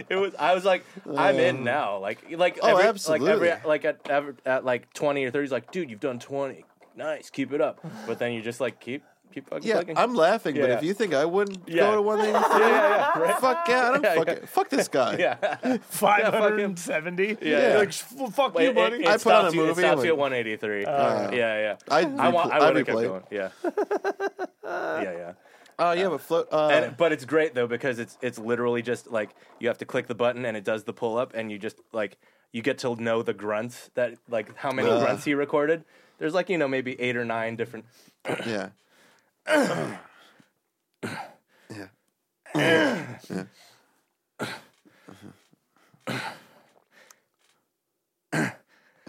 Speaker 3: it was i was like i'm in now like like
Speaker 1: Oh,
Speaker 3: every,
Speaker 1: absolutely.
Speaker 3: like every like at, ever- at like 20 or 30 he's like dude you've done 20 nice keep it up but then you just like keep keep fucking
Speaker 1: Yeah,
Speaker 3: clicking.
Speaker 1: I'm laughing, but
Speaker 3: Yeah.
Speaker 1: if you think I wouldn't
Speaker 3: Yeah.
Speaker 1: go to one thing,
Speaker 3: yeah yeah yeah right?
Speaker 1: fuck yeah, I don't
Speaker 3: Yeah,
Speaker 1: fuck
Speaker 3: yeah.
Speaker 1: it. Fuck this guy.
Speaker 3: yeah.
Speaker 2: 570?
Speaker 3: Yeah.
Speaker 2: You're Like, "F- fuck you,
Speaker 3: It, it,
Speaker 2: buddy.
Speaker 3: it
Speaker 1: I put
Speaker 3: stops
Speaker 1: on a
Speaker 3: you,
Speaker 1: movie,
Speaker 3: It stops
Speaker 1: I'm
Speaker 3: you at
Speaker 1: like-
Speaker 3: 183.
Speaker 1: Uh,
Speaker 3: yeah, yeah.
Speaker 1: I'd
Speaker 3: I want.
Speaker 1: repl-
Speaker 3: I
Speaker 1: I'd
Speaker 3: would have kept
Speaker 1: replay it.
Speaker 3: going. Yeah. yeah, yeah.
Speaker 1: Oh yeah, but float. Uh,
Speaker 3: And, but it's great though because it's it's literally just like you have to click the button and it does the pull up and you just like you get to know the grunts that like how many
Speaker 1: Uh.
Speaker 3: grunts he recorded. There's like you know maybe eight or nine different.
Speaker 1: yeah. Yeah.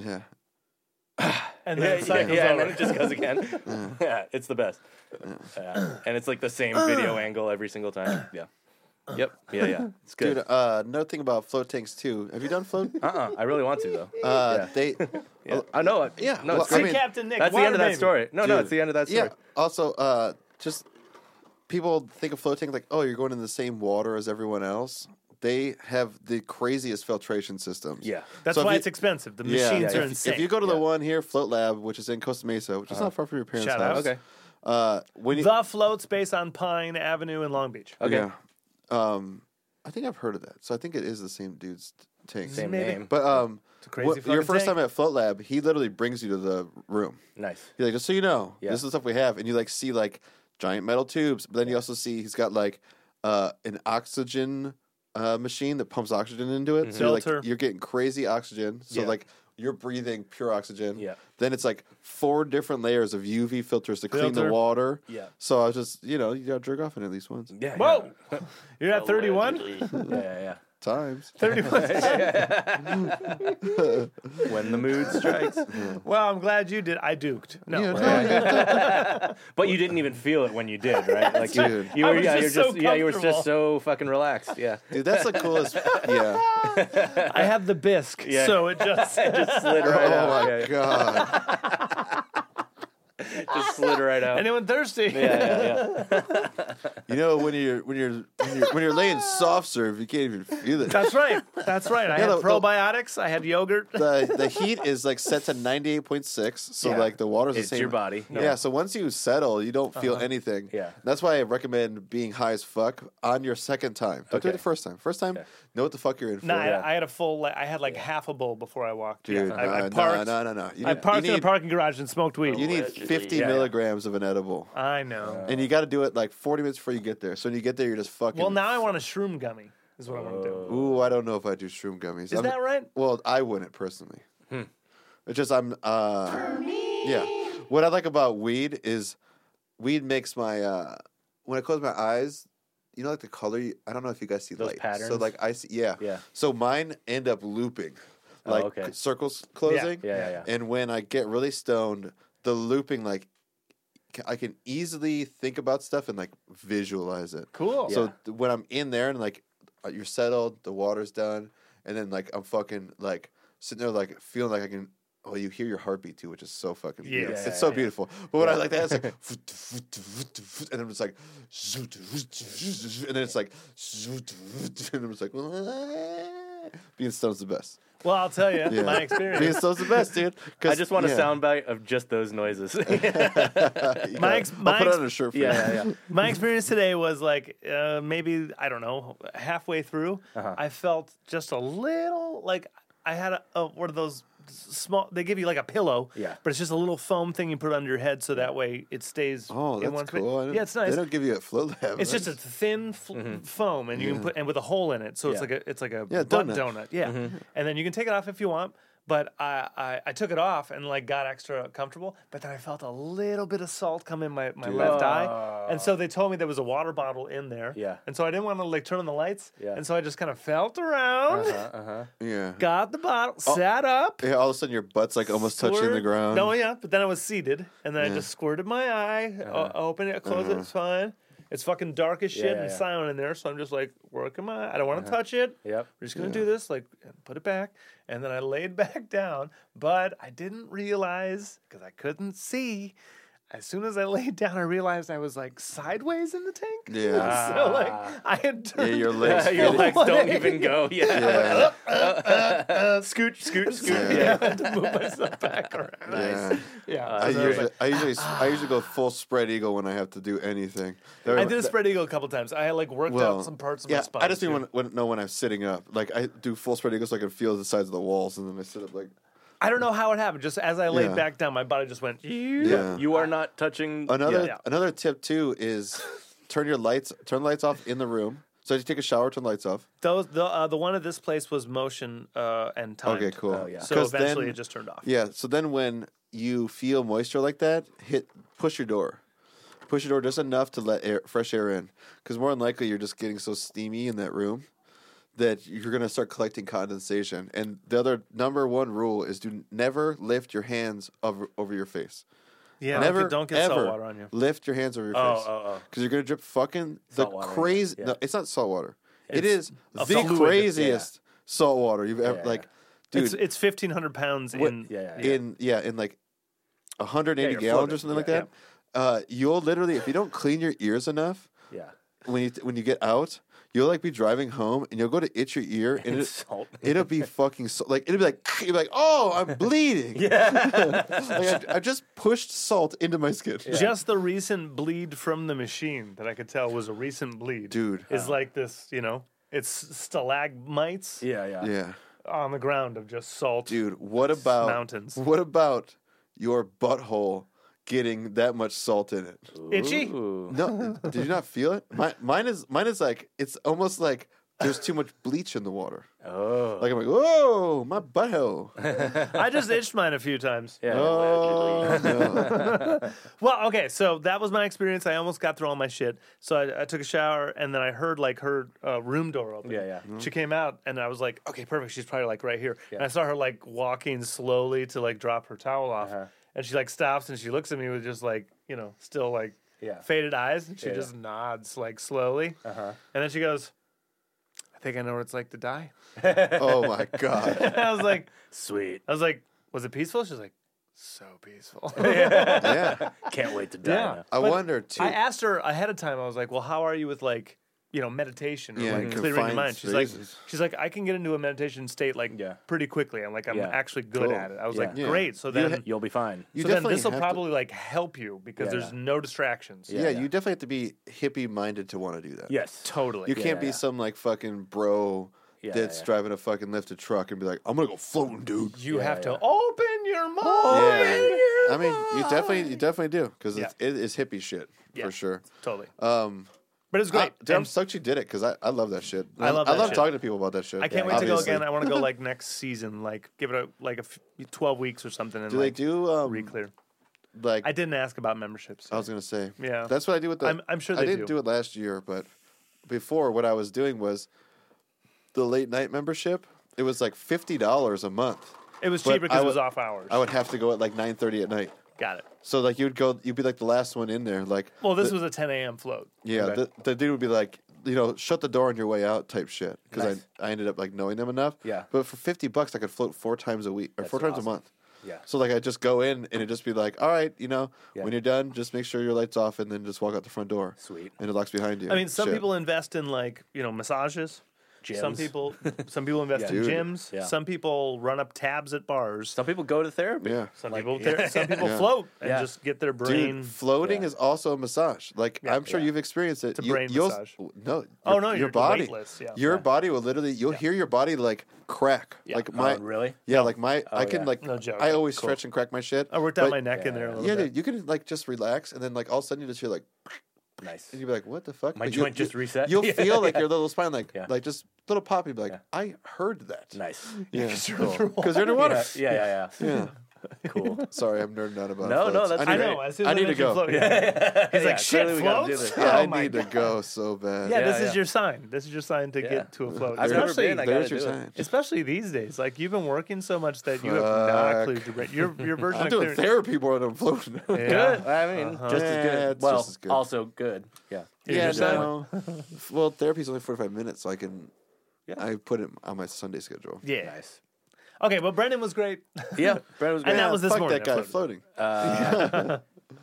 Speaker 1: Yeah.
Speaker 2: and
Speaker 3: Yeah,
Speaker 2: then it
Speaker 3: yeah,
Speaker 2: cycles
Speaker 3: yeah, and
Speaker 2: over.
Speaker 3: then it just goes again. yeah, it's the best. Yeah. And it's like the same video angle every single time. Yeah. Yep. Yeah, yeah. It's good.
Speaker 1: Dude, uh, another thing about float tanks too. Have you done float?
Speaker 3: uh-uh. I really want to though.
Speaker 1: Uh,
Speaker 3: Yeah.
Speaker 1: They,
Speaker 3: Yeah. I know it.
Speaker 1: yeah,
Speaker 3: No,
Speaker 1: well,
Speaker 3: it's
Speaker 1: I
Speaker 3: great.
Speaker 1: mean-
Speaker 2: Captain Nick.
Speaker 3: that's the
Speaker 2: Water
Speaker 3: end of
Speaker 2: Baby.
Speaker 3: that story. No, Oh, no,
Speaker 1: Dude.
Speaker 3: it's the end of that story.
Speaker 1: yeah. Also, uh, just people think of float tanks like, oh, you're going in the same water as everyone else. They have the craziest filtration systems.
Speaker 3: Yeah.
Speaker 2: That's
Speaker 1: So if
Speaker 2: why
Speaker 1: you-
Speaker 2: it's expensive. The
Speaker 1: Yeah.
Speaker 2: machines
Speaker 1: if,
Speaker 2: are insane.
Speaker 1: If you go to the
Speaker 3: Yeah. Uh-huh.
Speaker 1: one here, Float Lab, which is in Costa Mesa, which is not far from your parents'
Speaker 2: Shout out.
Speaker 1: house.
Speaker 3: Okay.
Speaker 1: Uh, when you,
Speaker 2: the float space on Pine Avenue in Long Beach.
Speaker 3: Okay.
Speaker 1: Yeah. Um, I think I've heard of that. So I think it is the same dude's t- tank.
Speaker 3: Same
Speaker 2: Maybe.
Speaker 3: name.
Speaker 1: But um,
Speaker 2: a crazy
Speaker 1: what- your
Speaker 2: fucking
Speaker 1: first
Speaker 2: tank.
Speaker 1: time at Float Lab, he literally brings you to the room.
Speaker 3: nice.
Speaker 1: He's like, just so you know,
Speaker 3: Yeah.
Speaker 1: this is the stuff we have, and you like see like giant metal tubes, but then you also see he's got like uh, an oxygen uh, machine that pumps oxygen into it. So you're, like
Speaker 2: Filter.
Speaker 1: you're getting crazy oxygen. So
Speaker 3: Yeah.
Speaker 1: like you're breathing pure oxygen.
Speaker 3: Yeah.
Speaker 1: Then it's like four different layers of UV filters to clean the
Speaker 2: Filter.
Speaker 1: water.
Speaker 3: Yeah.
Speaker 1: So I was just you know you gotta jerk off in at least once
Speaker 3: Yeah.
Speaker 2: Whoa! You're at 31?
Speaker 4: Allegedly.
Speaker 3: Yeah, yeah,
Speaker 1: times.
Speaker 2: 31.
Speaker 3: yeah. When the mood strikes.
Speaker 2: Well, I'm glad you did. I duked. No.
Speaker 1: Yeah, no,
Speaker 3: But you didn't even feel it when you did, right? Like you,
Speaker 1: Dude.
Speaker 3: you
Speaker 2: I
Speaker 3: were,
Speaker 2: was
Speaker 3: yeah, you're
Speaker 2: just
Speaker 3: just,
Speaker 2: so
Speaker 3: yeah, you were
Speaker 2: comfortable.
Speaker 3: just so fucking relaxed. Yeah,
Speaker 1: Dude, that's the coolest. yeah.
Speaker 2: I have the bisque,
Speaker 3: Yeah.
Speaker 2: so it just.
Speaker 3: it just slid right
Speaker 1: Oh
Speaker 3: out.
Speaker 1: my
Speaker 3: Yeah, yeah.
Speaker 1: god.
Speaker 3: just slid right out.
Speaker 2: Anyone thirsty?
Speaker 3: yeah, yeah, yeah.
Speaker 1: You know when you're when you're when you're, when you're laying soft serve, you can't even feel it.
Speaker 2: That's right. That's right. I
Speaker 1: Yeah,
Speaker 2: had
Speaker 1: the- the-
Speaker 2: probiotics. I had yogurt.
Speaker 1: the the heat is like set to 98.6 so
Speaker 3: Yeah.
Speaker 1: like the water's
Speaker 3: It's
Speaker 1: the same
Speaker 3: your body.
Speaker 1: yeah. so once you settle you don't
Speaker 2: Uh-huh.
Speaker 1: feel anything
Speaker 3: Yeah.
Speaker 1: that's why i recommend being high as fuck on your second time don't do it
Speaker 3: Okay.
Speaker 1: the first time first time know what the fuck you're in for
Speaker 2: No, I,
Speaker 3: Yeah.
Speaker 2: I had a full. like, I had like half a bowl before I walked.
Speaker 1: dude
Speaker 2: I, I
Speaker 1: no,
Speaker 2: parked.
Speaker 1: no no no you
Speaker 2: I parked
Speaker 1: you
Speaker 2: in a
Speaker 1: need,
Speaker 2: parking garage and smoked weed.
Speaker 1: you need
Speaker 4: Allegedly.
Speaker 1: 50
Speaker 3: Yeah, yeah.
Speaker 1: milligrams of an edible
Speaker 2: I know.
Speaker 1: and you got to do it like 40 minutes before you get there so when you get there you're just fucking
Speaker 2: well, now I want a shroom gummy. Is what I want to do.
Speaker 1: ooh i don't know if i do shroom gummies
Speaker 2: Is that right?
Speaker 1: Well, I wouldn't personally.
Speaker 3: Hmm.
Speaker 1: It's just I'm. Uh, For me. Yeah. What I like about weed is weed makes my uh, when I close my eyes, you know, like the color. You, I don't know if you guys see
Speaker 3: Those
Speaker 1: light. So
Speaker 3: patterns?
Speaker 1: like I see, yeah.
Speaker 3: Yeah.
Speaker 1: So mine end up looping,
Speaker 3: Oh,
Speaker 1: like
Speaker 3: okay.
Speaker 1: circles closing.
Speaker 3: Yeah, yeah, yeah.
Speaker 1: And when I get really stoned, the looping like. ca- I can easily think about stuff and like visualize it.
Speaker 2: Cool.
Speaker 1: So th- when I'm in there and like uh, you're settled, the water's done, and then like I'm fucking like sitting there like feeling like I can. Oh, you hear your heartbeat too, which is so fucking
Speaker 2: Yeah.
Speaker 1: beautiful.
Speaker 3: Yeah,
Speaker 1: it's so
Speaker 3: yeah.
Speaker 1: beautiful. But when I like that, it's like, and I'm just like, and then it's like, and I'm just like, being stoned's the best.
Speaker 2: Well, I'll tell you
Speaker 1: Yeah.
Speaker 2: my
Speaker 1: Being
Speaker 2: experience.
Speaker 1: stoned's the best, dude. 'Cause-
Speaker 3: I just want a
Speaker 1: yeah.
Speaker 3: soundbite of just those noises. yeah,
Speaker 1: You
Speaker 2: My
Speaker 1: got it.
Speaker 2: ex-
Speaker 1: I'll
Speaker 2: my
Speaker 1: put
Speaker 2: ex-
Speaker 1: on a shirt for you.
Speaker 3: yeah, yeah.
Speaker 2: my experience today was like uh, maybe I don't know halfway through,
Speaker 1: Uh-huh.
Speaker 2: I felt just a little like I had a, a one of those small. They give you like a pillow,
Speaker 3: Yeah.
Speaker 2: but it's just a little foam thing you put under your head, so that way it stays.
Speaker 1: Oh,
Speaker 2: in one
Speaker 1: that's
Speaker 2: space.
Speaker 1: cool. I didn't-
Speaker 2: Yeah, it's nice.
Speaker 1: They don't give you a flow lab.
Speaker 2: It's just a thin f- foam, and you can put and with a hole in it, so it's
Speaker 3: Yeah.
Speaker 2: like a it's like a
Speaker 1: Yeah,
Speaker 2: butt
Speaker 1: donut.
Speaker 2: donut. Yeah, and then you can take it off if you want. But I, I I took it off and like got extra comfortable. But then I felt a little bit of salt come in my, my left eye, and so they told me there was a water bottle in there.
Speaker 3: Yeah.
Speaker 2: and so I didn't want to like turn on the lights.
Speaker 3: Yeah. Uh-huh.
Speaker 2: and so I just kind of felt around,
Speaker 1: yeah.
Speaker 2: got the bottle, sat up.
Speaker 1: Yeah, all of a sudden your butt's like almost touching the
Speaker 2: squirt-
Speaker 1: ground.
Speaker 2: No, yeah, but then I was seated, and then I just squirted my eye,
Speaker 1: Uh-huh.
Speaker 2: o- open it, close it. It's fine. It's fucking dark as shit
Speaker 3: Yeah, yeah,
Speaker 2: and
Speaker 3: yeah.
Speaker 2: silent in there, so I'm just like working my. I don't
Speaker 1: Uh-huh.
Speaker 2: want to touch it.
Speaker 3: Yep.
Speaker 2: We're just gonna do this, like and put it back, and then I laid back down. But I didn't realize because I couldn't see. As soon as I laid down, I realized I was like sideways in the tank.
Speaker 1: Yeah.
Speaker 3: Ah.
Speaker 2: So like I had
Speaker 1: Yeah,
Speaker 2: turned.
Speaker 1: your legs.
Speaker 3: Your
Speaker 1: get-
Speaker 3: legs don't even go. Yeah.
Speaker 2: Oh,
Speaker 1: yeah.
Speaker 3: Scoot, scoot, scoot.
Speaker 1: Yeah.
Speaker 3: Yeah.
Speaker 2: I had to move myself back around.
Speaker 1: yeah.
Speaker 2: Yeah. so
Speaker 1: I
Speaker 2: I was
Speaker 1: usually, I usually, I usually go full spread eagle when I have to do anything. That
Speaker 2: I
Speaker 1: remi-
Speaker 2: did a
Speaker 1: that-
Speaker 2: spread eagle a couple times. I like worked
Speaker 1: well,
Speaker 2: out some parts of
Speaker 1: yeah,
Speaker 2: my spine.
Speaker 1: I just mean
Speaker 2: too.
Speaker 1: when, when, no, when I'm sitting up, like I do full spread eagle so I can feel the sides of the walls, and then I sit up like,
Speaker 2: I don't know how it happened. Just as I laid
Speaker 1: Yeah.
Speaker 2: back down, my body just went.
Speaker 1: yeah.
Speaker 3: You are not touching.
Speaker 1: Another
Speaker 2: Yeah.
Speaker 1: another tip too is turn your lights, turn lights off in the room. So if you take a shower, turn lights off.
Speaker 2: Those the uh, the one at this place was motion uh, and time.
Speaker 1: Okay, cool.
Speaker 3: yeah.
Speaker 2: So
Speaker 1: 'Cause
Speaker 2: eventually
Speaker 1: then-
Speaker 2: it just turned off.
Speaker 1: Yeah. So then when you feel moisture like that, hit push your door. Push your door just enough to let air, fresh air in, because more than likely you're just getting so steamy in that room that you're going to start collecting condensation. And the other number one rule is do never lift your hands over, over your face.
Speaker 2: Yeah,
Speaker 1: never,
Speaker 2: don't get, don't get
Speaker 1: ever
Speaker 2: salt water on you.
Speaker 1: lift your hands over your
Speaker 2: Oh,
Speaker 1: face.
Speaker 2: oh,
Speaker 1: Because you're going to drip fucking the
Speaker 3: Salt water,
Speaker 1: crazy.
Speaker 3: yeah.
Speaker 1: No, it's not salt water. It
Speaker 2: It's
Speaker 1: is
Speaker 2: a
Speaker 1: the
Speaker 2: fluid, yeah.
Speaker 1: craziest salt water you've ever
Speaker 3: Yeah,
Speaker 1: like,
Speaker 2: oh.
Speaker 1: dude.
Speaker 2: It's it's fifteen hundred pounds
Speaker 1: What-
Speaker 2: in.
Speaker 3: Yeah, yeah, yeah.
Speaker 1: in yeah, in like 180
Speaker 3: you're
Speaker 1: gallons
Speaker 3: floating.
Speaker 1: or something like
Speaker 3: Yeah,
Speaker 1: that. Uh, you'll literally, if you don't clean your ears enough,
Speaker 3: yeah.
Speaker 1: when you when you get out, you'll like be driving home and you'll go to itch your ear and
Speaker 3: It's
Speaker 1: it,
Speaker 3: salt.
Speaker 1: it'll be fucking so, like it'll be like you'll be like oh I'm bleeding.
Speaker 3: yeah.
Speaker 1: Like, I, I just pushed salt into my skin.
Speaker 2: Just the recent bleed from the machine that I could tell was a recent bleed.
Speaker 1: Dude.
Speaker 2: is like this. You know, it's stalagmites
Speaker 3: yeah, yeah,
Speaker 1: Yeah,
Speaker 2: on the ground of just salt.
Speaker 1: dude. What about
Speaker 2: mountains.
Speaker 1: What about your butthole getting that much salt in it?
Speaker 2: Itchy.
Speaker 3: Ooh.
Speaker 1: No, did you not feel it? My, mine is mine is like it's almost like there's too much bleach in the water.
Speaker 3: Oh.
Speaker 1: Like I'm like whoa my butthole.
Speaker 2: I just itched mine a few times.
Speaker 3: yeah.
Speaker 1: Oh, no.
Speaker 2: Well, okay, so that was my experience. I almost got through all my shit. So I, I took a shower, and then I heard like her uh, room door open.
Speaker 3: Yeah, yeah.
Speaker 2: She came out, and I was like, okay, perfect. She's probably like right here. And I saw her like walking slowly to like drop her towel off,
Speaker 3: Uh-huh.
Speaker 2: and she like stops and she looks at me with just like you know still like
Speaker 3: Yeah.
Speaker 2: faded eyes, and she
Speaker 3: Yeah, yeah.
Speaker 2: just nods like slowly, uh-huh. and then she goes, I think I know what it's like to die.
Speaker 1: oh my god.
Speaker 2: And I was like,
Speaker 3: Sweet.
Speaker 2: I was like, was it peaceful? She's like, so peaceful.
Speaker 1: Yeah,
Speaker 3: Can't wait to die.
Speaker 2: Yeah.
Speaker 3: now.
Speaker 1: I
Speaker 2: But
Speaker 1: wonder too.
Speaker 2: I asked her ahead of time. I was like, "Well, how are you with like, you know, meditation or
Speaker 1: Yeah,
Speaker 2: like
Speaker 1: Mhm.
Speaker 2: clearing your
Speaker 1: confined
Speaker 2: mind?" She's like,
Speaker 1: spaces.
Speaker 2: "She's like, I can get into a meditation state like
Speaker 3: Yeah.
Speaker 2: pretty quickly. I'm like, I'm
Speaker 3: Yeah.
Speaker 2: actually good
Speaker 1: Cool.
Speaker 2: at it." I was
Speaker 3: Yeah.
Speaker 2: like,
Speaker 1: Yeah.
Speaker 2: "Great." So
Speaker 1: You
Speaker 2: then,
Speaker 1: ha-
Speaker 3: You'll be fine.
Speaker 1: You
Speaker 2: so then
Speaker 1: definitely
Speaker 2: this will
Speaker 1: have to-
Speaker 2: probably like help you because
Speaker 3: Yeah,
Speaker 2: there's
Speaker 3: yeah.
Speaker 2: no distractions.
Speaker 1: yeah,
Speaker 3: Yeah,
Speaker 1: you
Speaker 3: yeah.
Speaker 1: definitely have to be hippie minded to want to do that.
Speaker 3: Yes.
Speaker 2: Totally.
Speaker 1: you
Speaker 3: Yeah,
Speaker 1: can't
Speaker 3: yeah,
Speaker 1: be
Speaker 3: yeah.
Speaker 1: some like fucking bro
Speaker 3: Yeah,
Speaker 1: that's
Speaker 3: yeah.
Speaker 1: driving a fucking lifted truck and be like, I'm gonna go floating, dude.
Speaker 2: You
Speaker 3: Yeah,
Speaker 2: have to
Speaker 3: yeah.
Speaker 2: open your mind.
Speaker 3: Oh
Speaker 1: I mean, you definitely, you definitely do because it is hippie shit
Speaker 2: Yeah.
Speaker 1: for sure.
Speaker 2: Totally.
Speaker 1: Um,
Speaker 2: But it's
Speaker 1: I,
Speaker 2: great.
Speaker 1: dude, I'm
Speaker 2: And
Speaker 1: stoked you did it because I, I love that shit.
Speaker 2: I love
Speaker 1: I
Speaker 2: that
Speaker 1: love
Speaker 2: shit.
Speaker 1: talking to people about that shit.
Speaker 2: I can't
Speaker 3: Yeah,
Speaker 2: wait to go
Speaker 1: obviously.
Speaker 2: again. I want to go like next season. Like give it a like a f- 12 weeks or something. And
Speaker 1: Do
Speaker 2: like,
Speaker 1: they do um,
Speaker 2: Reclear.
Speaker 1: like?
Speaker 2: I
Speaker 1: I,
Speaker 2: didn't ask about memberships.
Speaker 1: was gonna say,
Speaker 2: Yeah.
Speaker 1: that's what I do with the.
Speaker 2: I'm- I'm sure
Speaker 1: I
Speaker 2: they
Speaker 1: didn't
Speaker 2: do.
Speaker 1: do it last year, but before what I was doing was the late night membership. It was like fifty dollars a month.
Speaker 2: It was
Speaker 1: But
Speaker 2: cheaper because
Speaker 1: I
Speaker 2: it was
Speaker 1: would-
Speaker 2: off hours.
Speaker 1: I would have to go at like nine thirty at night.
Speaker 2: Got it.
Speaker 1: So like you'd go, you'd be like the last one in there. Like,
Speaker 2: Well, this
Speaker 1: the-
Speaker 2: was a 10 a.m. float.
Speaker 1: Yeah,
Speaker 3: Okay.
Speaker 1: the, the dude would be like, you know, shut the door on your way out type shit. Because
Speaker 3: Nice.
Speaker 1: I, I ended up like knowing them enough.
Speaker 3: Yeah.
Speaker 1: But for 50 bucks, I could float four times a week or four times
Speaker 3: awesome.
Speaker 1: a month.
Speaker 3: Yeah.
Speaker 1: So like I'd just go in and it'd just be like, all right, you know,
Speaker 3: Yeah.
Speaker 1: when you're done, just make sure your light's off and then just walk out the front door.
Speaker 3: Sweet.
Speaker 1: And it locks behind you.
Speaker 2: I mean, some
Speaker 1: Shit.
Speaker 2: people invest in like you know massages. Some
Speaker 3: Gyms.
Speaker 2: people, some people invest in
Speaker 1: Dude.
Speaker 2: gyms.
Speaker 3: Yeah.
Speaker 2: Some people run up tabs at bars. Some,
Speaker 3: Some people go to therapy.
Speaker 1: Yeah.
Speaker 2: people, some people
Speaker 1: Yeah.
Speaker 2: float and
Speaker 3: Yeah.
Speaker 2: just get their brain.
Speaker 1: Dude, floating
Speaker 3: Yeah.
Speaker 1: is also a massage. Like I'm sure
Speaker 3: yeah.
Speaker 1: you've experienced it. It's
Speaker 2: a brain massage.
Speaker 1: No,
Speaker 2: Oh,
Speaker 1: your-
Speaker 2: no,
Speaker 1: your
Speaker 2: you're
Speaker 1: body,
Speaker 2: weightless, yeah.
Speaker 1: your body will literally. You'll hear your body like crack. Like my
Speaker 3: Oh, really?
Speaker 1: Yeah, like my I can
Speaker 3: Oh, yeah.
Speaker 1: like
Speaker 2: No joke.
Speaker 1: I always
Speaker 2: Cool.
Speaker 1: stretch and crack my shit.
Speaker 2: I worked out
Speaker 1: but-
Speaker 2: my neck in there a
Speaker 3: yeah.
Speaker 2: little
Speaker 1: Yeah,
Speaker 2: bit.
Speaker 1: dude, you can like just relax and then like all of a sudden you just hear like
Speaker 3: Nice.
Speaker 1: and you'd be like, what the fuck?
Speaker 3: My
Speaker 1: But
Speaker 3: joint just reset.
Speaker 1: You'll
Speaker 3: Yeah,
Speaker 1: feel like your little spine like
Speaker 3: Yeah.
Speaker 1: like just little pop. You'd be like, I heard that.
Speaker 3: Nice.
Speaker 1: Yeah,
Speaker 2: Because you're
Speaker 1: cool.
Speaker 2: underwater.
Speaker 1: 'Cause you're underwater.
Speaker 3: Yeah, yeah, yeah. yeah.
Speaker 1: Yeah.
Speaker 3: Cool.
Speaker 1: Sorry, I'm nerding out about.
Speaker 3: No, no,
Speaker 1: floats.
Speaker 3: that's
Speaker 1: I need,
Speaker 2: I
Speaker 3: great.
Speaker 2: know. As soon as
Speaker 1: I
Speaker 2: I,
Speaker 1: need to
Speaker 2: mentioned
Speaker 1: go.
Speaker 2: Float,
Speaker 3: He's
Speaker 2: like, "Shit, floats?"
Speaker 1: Yeah,
Speaker 2: Oh
Speaker 1: I
Speaker 2: my
Speaker 1: need to go so bad.
Speaker 2: Yeah,
Speaker 3: Yeah,
Speaker 2: this
Speaker 3: yeah.
Speaker 2: is your sign. This is your sign to
Speaker 3: Yeah.
Speaker 2: get to a float.
Speaker 3: I've never
Speaker 2: Especially-
Speaker 3: been. I gotta
Speaker 1: there's
Speaker 3: do
Speaker 1: your
Speaker 3: it.
Speaker 1: sign.
Speaker 2: Especially these days, like you've been working so much that you have not
Speaker 1: Fuck.
Speaker 2: cleared your brain. Your, your version
Speaker 1: I'm
Speaker 2: of
Speaker 1: doing
Speaker 2: clearing-
Speaker 1: therapy more than I'm floating.
Speaker 2: Yeah.
Speaker 3: Good. I mean, Uh-huh. just as good.
Speaker 1: Yeah, it's
Speaker 3: well,
Speaker 1: just as good.
Speaker 3: also good. Yeah.
Speaker 1: Yeah,
Speaker 2: Here's your sign.
Speaker 1: no. well, therapy's only 45 minutes, so I can.
Speaker 3: Yeah.
Speaker 1: I put it on my Sunday schedule.
Speaker 2: Yeah.
Speaker 3: Nice.
Speaker 2: Okay, well, Brendan was great.
Speaker 3: Yeah. Brad was
Speaker 2: And
Speaker 3: great.
Speaker 2: that was Uh, this
Speaker 1: fuck
Speaker 2: morning,
Speaker 1: that
Speaker 2: I
Speaker 1: guy
Speaker 2: floated.
Speaker 1: floating.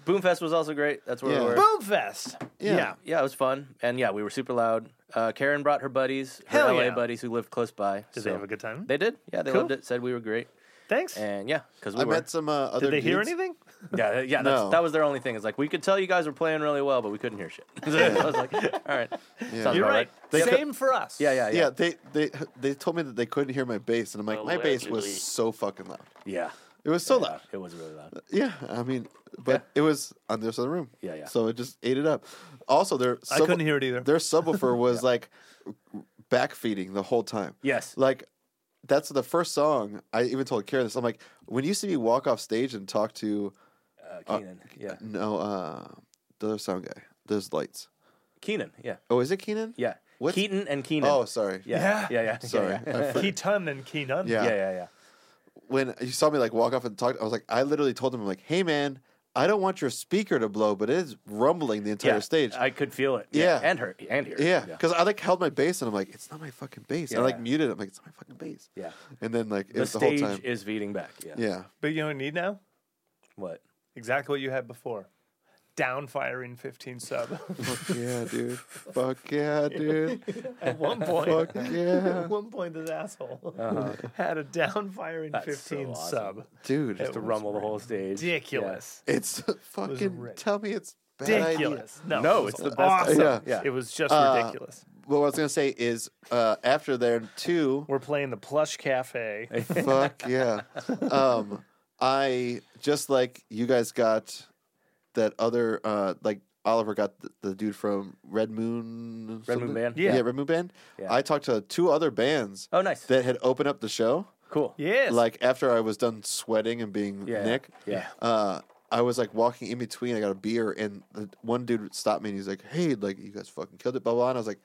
Speaker 3: Boomfest was also great. That's where
Speaker 1: Yeah.
Speaker 3: we were.
Speaker 2: Boomfest.
Speaker 1: Yeah.
Speaker 3: Yeah, it was fun. And yeah, we were super loud. Uh, Karen brought her buddies, her
Speaker 2: Hell
Speaker 3: LA
Speaker 2: yeah.
Speaker 3: buddies who lived close by.
Speaker 2: Did
Speaker 3: so-
Speaker 2: they have a good time?
Speaker 3: They did. Yeah, they
Speaker 2: Cool.
Speaker 3: loved it. Said we were great.
Speaker 2: Thanks.
Speaker 3: And yeah, because we
Speaker 1: I
Speaker 3: were.
Speaker 1: met some uh, other.
Speaker 2: Did they hear
Speaker 1: dudes.
Speaker 2: anything?
Speaker 3: Yeah, yeah.
Speaker 1: No.
Speaker 3: That's, that was their only thing. It's like we could tell you guys were playing really well, but we couldn't hear shit. So I was like, all right, sounds
Speaker 2: You're
Speaker 3: about
Speaker 2: right. Same for us.
Speaker 3: Yeah, yeah,
Speaker 1: Yeah.
Speaker 3: yeah,
Speaker 1: they they they told me that they couldn't hear my bass, and I'm like, my bass
Speaker 4: Allegedly.
Speaker 1: was so fucking loud.
Speaker 3: yeah.
Speaker 1: It was so
Speaker 3: Uh,
Speaker 1: loud.
Speaker 3: it was really loud.
Speaker 1: Yeah, I mean, but it was on the other side of the room.
Speaker 3: Yeah, yeah.
Speaker 1: So it just ate it up. Also, their
Speaker 2: I couldn't hear it either.
Speaker 1: Their subwoofer was like backfeeding the whole time.
Speaker 3: Yes.
Speaker 1: like that's the first song I even told Karen this. I'm like, when you see me walk off stage and talk to
Speaker 3: Uh, Keenan. yeah.
Speaker 1: no uh the other sound guy, there's lights.
Speaker 3: Keenan. Yeah.
Speaker 1: Oh, is it Keenan?
Speaker 3: Yeah.
Speaker 1: What's-
Speaker 3: Keaton and Keenan.
Speaker 1: Oh, sorry. Yeah.
Speaker 3: yeah,
Speaker 2: Yeah.
Speaker 3: yeah, yeah.
Speaker 1: Sorry.
Speaker 3: yeah,
Speaker 1: I for-
Speaker 2: Keaton and Keenan.
Speaker 1: Yeah.
Speaker 3: yeah, yeah, yeah.
Speaker 1: When you saw me like walk off and talk, I was like, I literally told him, I'm like, hey man, I don't want your speaker to blow, but it is rumbling the entire
Speaker 3: Yeah,
Speaker 1: stage.
Speaker 3: I could feel it.
Speaker 1: Yeah.
Speaker 3: and her and here.
Speaker 1: yeah, because I like held my bass and I'm like, it's not my fucking bass. And I like
Speaker 3: Yeah.
Speaker 1: muted. it. I'm like, it's not my fucking bass.
Speaker 3: yeah.
Speaker 1: And then like it
Speaker 3: The
Speaker 1: was the
Speaker 3: stage
Speaker 1: whole time.
Speaker 3: is beating back. Yeah.
Speaker 1: yeah,
Speaker 2: But you know what you need now?
Speaker 3: What?
Speaker 2: Exactly what you had before. Down firing 15 sub.
Speaker 1: fuck yeah, dude. Fuck yeah, dude.
Speaker 2: At one point.
Speaker 1: Fuck yeah,
Speaker 2: At one point, this asshole
Speaker 3: Uh-huh.
Speaker 2: had a down firing
Speaker 3: That's
Speaker 2: 15
Speaker 3: so awesome.
Speaker 2: sub.
Speaker 1: dude.
Speaker 3: Just to
Speaker 2: was
Speaker 3: rumble the whole stage.
Speaker 2: Ridiculous.
Speaker 1: It's fucking.
Speaker 2: ripped.
Speaker 1: Tell me it's bad idea.
Speaker 2: Ridiculous. No,
Speaker 3: No,
Speaker 2: it was
Speaker 3: it's the best
Speaker 2: Awesome.
Speaker 1: idea.
Speaker 3: Yeah.
Speaker 2: It was just
Speaker 1: Uh,
Speaker 2: ridiculous.
Speaker 1: Well, what I was gonna say is uh, after there too.
Speaker 2: We're playing the plush cafe.
Speaker 1: fuck yeah. Um, I just like you guys got that other uh, like Oliver got the, the dude from Red Moon.
Speaker 3: Red Moon
Speaker 1: something?
Speaker 3: Band?
Speaker 1: Yeah.
Speaker 2: Yeah.
Speaker 1: Red Moon Band.
Speaker 3: Yeah.
Speaker 1: I talked to two other bands
Speaker 3: Oh, nice.
Speaker 1: that had opened up the show.
Speaker 3: cool.
Speaker 2: Yes.
Speaker 1: Like after I was done sweating and being
Speaker 3: Yeah.
Speaker 1: Nick.
Speaker 3: Yeah.
Speaker 1: Uh, I was like walking in between. I got a beer, and the, one dude stopped me and he's like, "Hey, like you guys fucking killed it, blah blah." blah. And I was like,